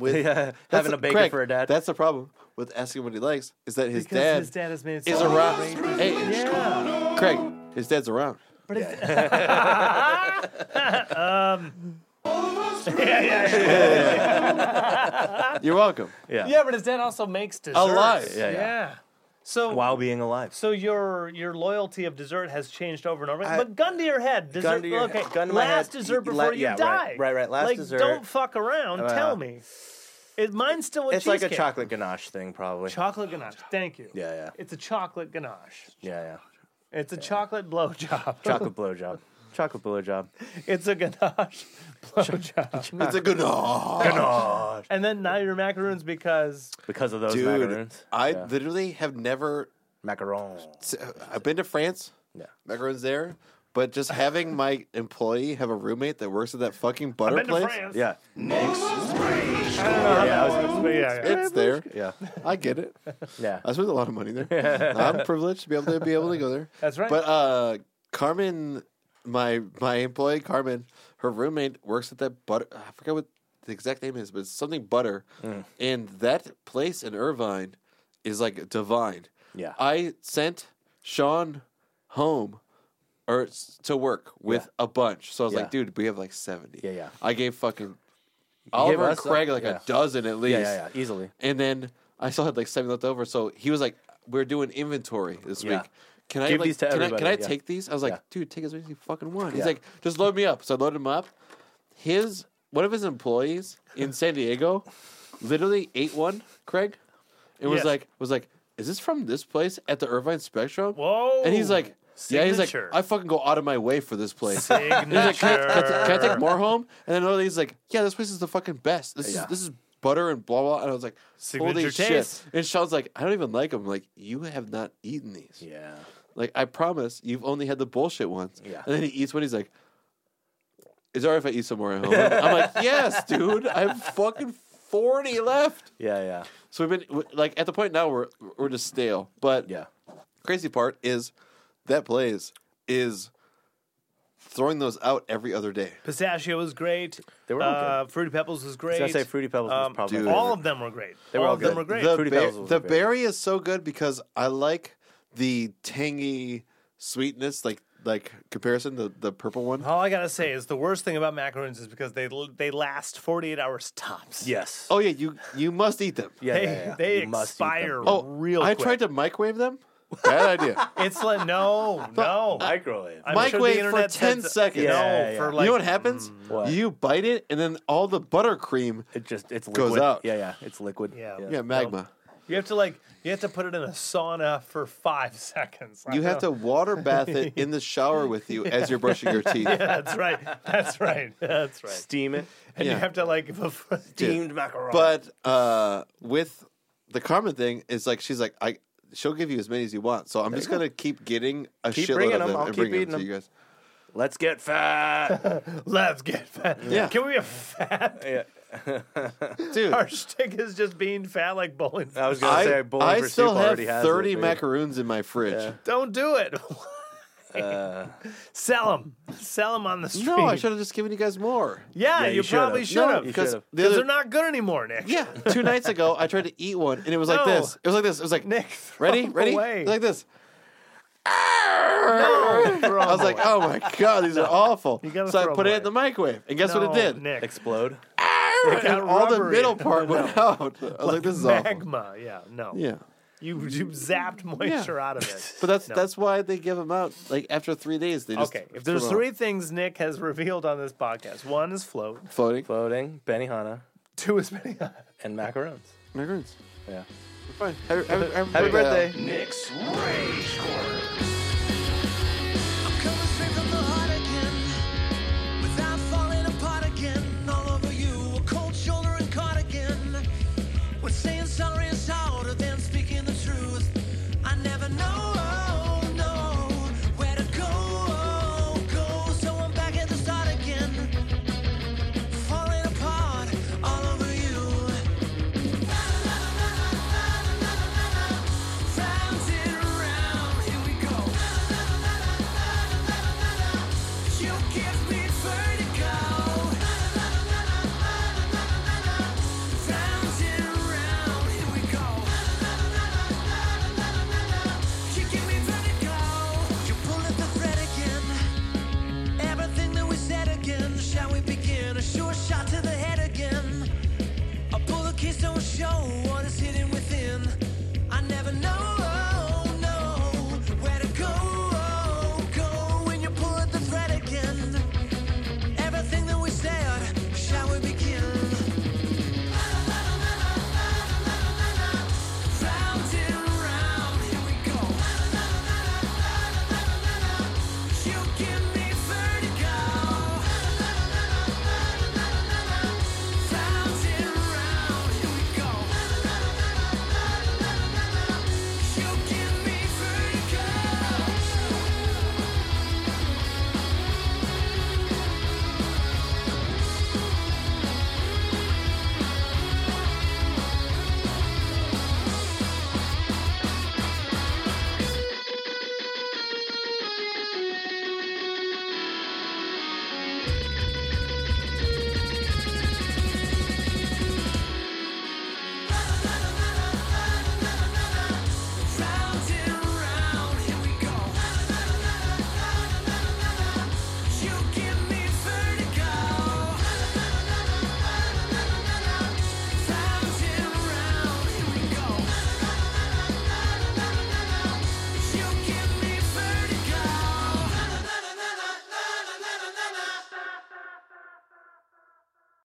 Speaker 1: with
Speaker 3: yeah,
Speaker 1: that's
Speaker 3: having
Speaker 1: the-
Speaker 3: a bacon
Speaker 1: Craig,
Speaker 3: for a dad.
Speaker 1: That's the problem with asking what he likes is that his
Speaker 2: Because
Speaker 1: dad,
Speaker 2: his dad has made it
Speaker 1: is
Speaker 2: so
Speaker 1: around.
Speaker 2: great.
Speaker 1: Hey,
Speaker 2: Yeah.
Speaker 1: Craig, his dad's around.
Speaker 2: But it's, um, yeah, yeah, yeah.
Speaker 1: You're welcome.
Speaker 3: yeah.
Speaker 2: Yeah, but his dad also makes desserts.
Speaker 1: Alive.
Speaker 3: Yeah,
Speaker 2: Yeah.
Speaker 3: yeah.
Speaker 2: So
Speaker 3: While being alive.
Speaker 2: So your your loyalty of dessert has changed over and over.
Speaker 3: I-
Speaker 2: but gun to your head, dessert.
Speaker 3: to your
Speaker 2: okay,
Speaker 3: head. Gun to my
Speaker 2: last
Speaker 3: head.
Speaker 2: dessert
Speaker 3: Y-
Speaker 2: before
Speaker 3: la-
Speaker 2: you
Speaker 3: yeah, right,
Speaker 2: die.
Speaker 3: right, right, last
Speaker 2: like,
Speaker 3: dessert.
Speaker 2: Don't fuck around. tell
Speaker 3: Well,
Speaker 2: me, it, mine's still a
Speaker 3: It's like a
Speaker 2: cheesecake.
Speaker 3: chocolate ganache thing, probably.
Speaker 2: chocolate ganache. Thank you.
Speaker 3: Yeah, yeah.
Speaker 2: It's a chocolate ganache.
Speaker 3: yeah, yeah.
Speaker 2: It's a chocolate blowjob.
Speaker 3: Chocolate blowjob. Chocolate blowjob.
Speaker 2: it's a ganache blowjob.
Speaker 1: It's a good.
Speaker 3: Ganache.
Speaker 2: and then now your macaroons because
Speaker 3: Because of those
Speaker 1: Dude,
Speaker 3: macaroons.
Speaker 1: I
Speaker 3: yeah.
Speaker 1: literally have never.
Speaker 3: macarons.
Speaker 1: I've been to France.
Speaker 3: Yeah.
Speaker 1: Macaroons there, but just having my employee have a roommate that works at that fucking butter
Speaker 2: I've been
Speaker 1: place.
Speaker 2: to France.
Speaker 3: Yeah.
Speaker 2: yeah, I was- but yeah, yeah.
Speaker 1: It's there.
Speaker 3: Yeah.
Speaker 1: I get it.
Speaker 3: Yeah.
Speaker 1: I spent a lot of money there. I'm privileged to be able to be able to go there.
Speaker 2: That's right.
Speaker 1: But uh, Carmen, my my employee Carmen, her roommate works at that butter. I forget what the exact name is, but it's something butter.
Speaker 3: Mm.
Speaker 1: And that place in Irvine is like divine.
Speaker 3: Yeah.
Speaker 1: I sent Sean home or s- to work with a bunch. So I was
Speaker 3: Yeah.
Speaker 1: like, dude, we have like seventy.
Speaker 3: Yeah, yeah.
Speaker 1: I gave fucking Oliver and
Speaker 3: us a-
Speaker 1: Craig like
Speaker 3: yeah.
Speaker 1: a dozen at least.
Speaker 3: yeah, yeah, yeah. Easily.
Speaker 1: And then I still had like seven left over. So he was like, "We're doing inventory this
Speaker 3: Yeah.
Speaker 1: week. Can I
Speaker 3: Give
Speaker 1: like,
Speaker 3: these to
Speaker 1: can I, can I
Speaker 3: everybody, yeah.
Speaker 1: take these?" I was like,
Speaker 3: Yeah.
Speaker 1: "Dude, take as many as you fucking want." He's
Speaker 3: Yeah.
Speaker 1: like, "Just load me up." So I loaded him up. His one of his employees in San Diego literally ate one. Craig, it was
Speaker 2: Yes.
Speaker 1: like was like, "Is this from this place at the Irvine Spectrum?"
Speaker 2: Whoa.
Speaker 1: And he's like. Yeah, he's like,
Speaker 2: Signature.
Speaker 1: I fucking go out of my way for this place. He's
Speaker 2: Signature.
Speaker 1: like, can I, can I ta- can I take more home? And then another lady's like, Yeah, this place is the fucking best. This
Speaker 3: Yeah.
Speaker 1: is this is butter and blah blah. And I was like, Holy
Speaker 2: Signature
Speaker 1: shit!
Speaker 2: taste.
Speaker 1: And Sean's like, I don't even like them. I'm like, you have not eaten these.
Speaker 3: Yeah.
Speaker 1: Like, I promise, you've only had the bullshit ones.
Speaker 3: Yeah.
Speaker 1: And then he eats one. He's like, Is it alright if I eat some more at home? I'm like, Yes, dude. I have fucking forty left.
Speaker 3: Yeah, yeah.
Speaker 1: So we've been like at the point now we're we're just stale. But
Speaker 3: Yeah.
Speaker 1: crazy part is that plays is throwing those out every other day.
Speaker 2: Pistachio was great.
Speaker 3: They were all
Speaker 2: uh, Fruity Pebbles was great.
Speaker 3: I was gonna say Fruity Pebbles was probably
Speaker 1: dude.
Speaker 3: my
Speaker 2: Um, all
Speaker 3: favorite.
Speaker 2: of them were great.
Speaker 3: They were
Speaker 2: all
Speaker 3: all
Speaker 2: of them
Speaker 3: good.
Speaker 2: were great.
Speaker 1: The,
Speaker 3: Fruity
Speaker 1: ba-
Speaker 3: Pebbles was
Speaker 1: the
Speaker 3: my favorite.
Speaker 1: berry is so good because I like the tangy sweetness, like like comparison the the purple one.
Speaker 2: all I gotta say is the worst thing about macaroons is because they they last 48 hours tops.
Speaker 3: Yes.
Speaker 1: Oh yeah, you you must eat them.
Speaker 3: yeah,
Speaker 2: they
Speaker 3: yeah, yeah.
Speaker 2: they
Speaker 3: You must eat them.
Speaker 2: expire
Speaker 1: Oh,
Speaker 2: real.
Speaker 1: I
Speaker 2: quick.
Speaker 1: tried to microwave them. Bad idea.
Speaker 2: It's like no, no.
Speaker 3: Microwave.
Speaker 2: I'm sure the
Speaker 1: Microwave for
Speaker 2: internet
Speaker 1: 10
Speaker 2: says-
Speaker 1: seconds.
Speaker 2: No,
Speaker 3: Yeah, yeah.
Speaker 2: for
Speaker 1: you
Speaker 2: like mm,
Speaker 1: know what happens?
Speaker 3: What?
Speaker 1: You bite it, and then all the buttercream.
Speaker 3: It just it's liquid.
Speaker 1: Goes out.
Speaker 3: Yeah, yeah. It's liquid.
Speaker 2: Yeah.
Speaker 1: Yeah, magma.
Speaker 2: you have to like you have to put it in a sauna for five seconds. I
Speaker 1: You have
Speaker 2: know.
Speaker 1: to water bath it in the shower with you as you're brushing your teeth.
Speaker 2: That's right. That's right. That's right.
Speaker 3: Steam it.
Speaker 2: And
Speaker 1: Yeah.
Speaker 2: you have to like.
Speaker 3: Steamed macaroni.
Speaker 1: But uh, with the Carmen thing, it's like she's like, I she'll give you as many as you want. So I'm just gonna keep getting a
Speaker 3: Keep
Speaker 1: shitload
Speaker 3: bringing
Speaker 1: of
Speaker 3: 'em.
Speaker 1: them
Speaker 3: I'll
Speaker 1: and
Speaker 3: keep
Speaker 1: bringing them to
Speaker 3: eating
Speaker 1: you guys.
Speaker 3: let's get fat.
Speaker 2: Let's get fat.
Speaker 1: Yeah.
Speaker 2: Can we have fat?
Speaker 3: yeah.
Speaker 1: Dude,
Speaker 2: Our shtick is just being fat like bowling.
Speaker 3: I was gonna say
Speaker 1: I,
Speaker 3: bowling
Speaker 1: I
Speaker 3: for
Speaker 1: still
Speaker 3: soup
Speaker 1: have
Speaker 3: already has it,
Speaker 1: 30
Speaker 3: dude.
Speaker 1: macaroons in my fridge.
Speaker 2: Don't do it.
Speaker 3: Uh,
Speaker 2: Sell them. Sell them on the street.
Speaker 1: No, I should have just given you guys more.
Speaker 2: Yeah,
Speaker 3: Yeah,
Speaker 2: you,
Speaker 3: you should've.
Speaker 2: probably
Speaker 3: No,
Speaker 2: should have.
Speaker 3: you
Speaker 2: because
Speaker 3: should've.
Speaker 1: the other-
Speaker 2: they're not good anymore, Nick.
Speaker 1: Yeah, two nights ago I tried to eat one and it was like
Speaker 2: No.
Speaker 1: this. It was like this. It was like
Speaker 2: Nick, throw
Speaker 1: ready,
Speaker 2: them
Speaker 1: ready,
Speaker 2: away.
Speaker 1: It was like this.
Speaker 2: No, throw
Speaker 1: I was
Speaker 2: them
Speaker 1: like,
Speaker 2: away.
Speaker 1: oh my god, these are awful.
Speaker 2: gotta
Speaker 1: So I
Speaker 2: throw
Speaker 1: put
Speaker 2: them
Speaker 1: it in
Speaker 2: away.
Speaker 1: the microwave, and guess what it
Speaker 2: No,
Speaker 1: did?
Speaker 2: Nick,
Speaker 3: explode.
Speaker 1: And
Speaker 2: got
Speaker 1: all the
Speaker 2: rubbery.
Speaker 1: middle part went out. I was like, this is awful.
Speaker 2: magma. Yeah, no.
Speaker 1: Yeah,
Speaker 2: You, you zapped moisture out of it.
Speaker 1: but that's
Speaker 2: No.
Speaker 1: that's why they give them out. Like after three days, they just
Speaker 2: Okay, if
Speaker 1: put
Speaker 2: there's
Speaker 1: them
Speaker 2: three
Speaker 1: out.
Speaker 2: things Nick has revealed on this podcast, one is float,
Speaker 1: floating
Speaker 3: Floating, Benihana,
Speaker 2: two is many.
Speaker 3: and macarons.
Speaker 1: migrants,
Speaker 3: Yeah.
Speaker 1: we're fine. Happy, happy- happy
Speaker 3: Happy
Speaker 1: birthday.
Speaker 3: birthday.
Speaker 4: Nick's Rage Corner.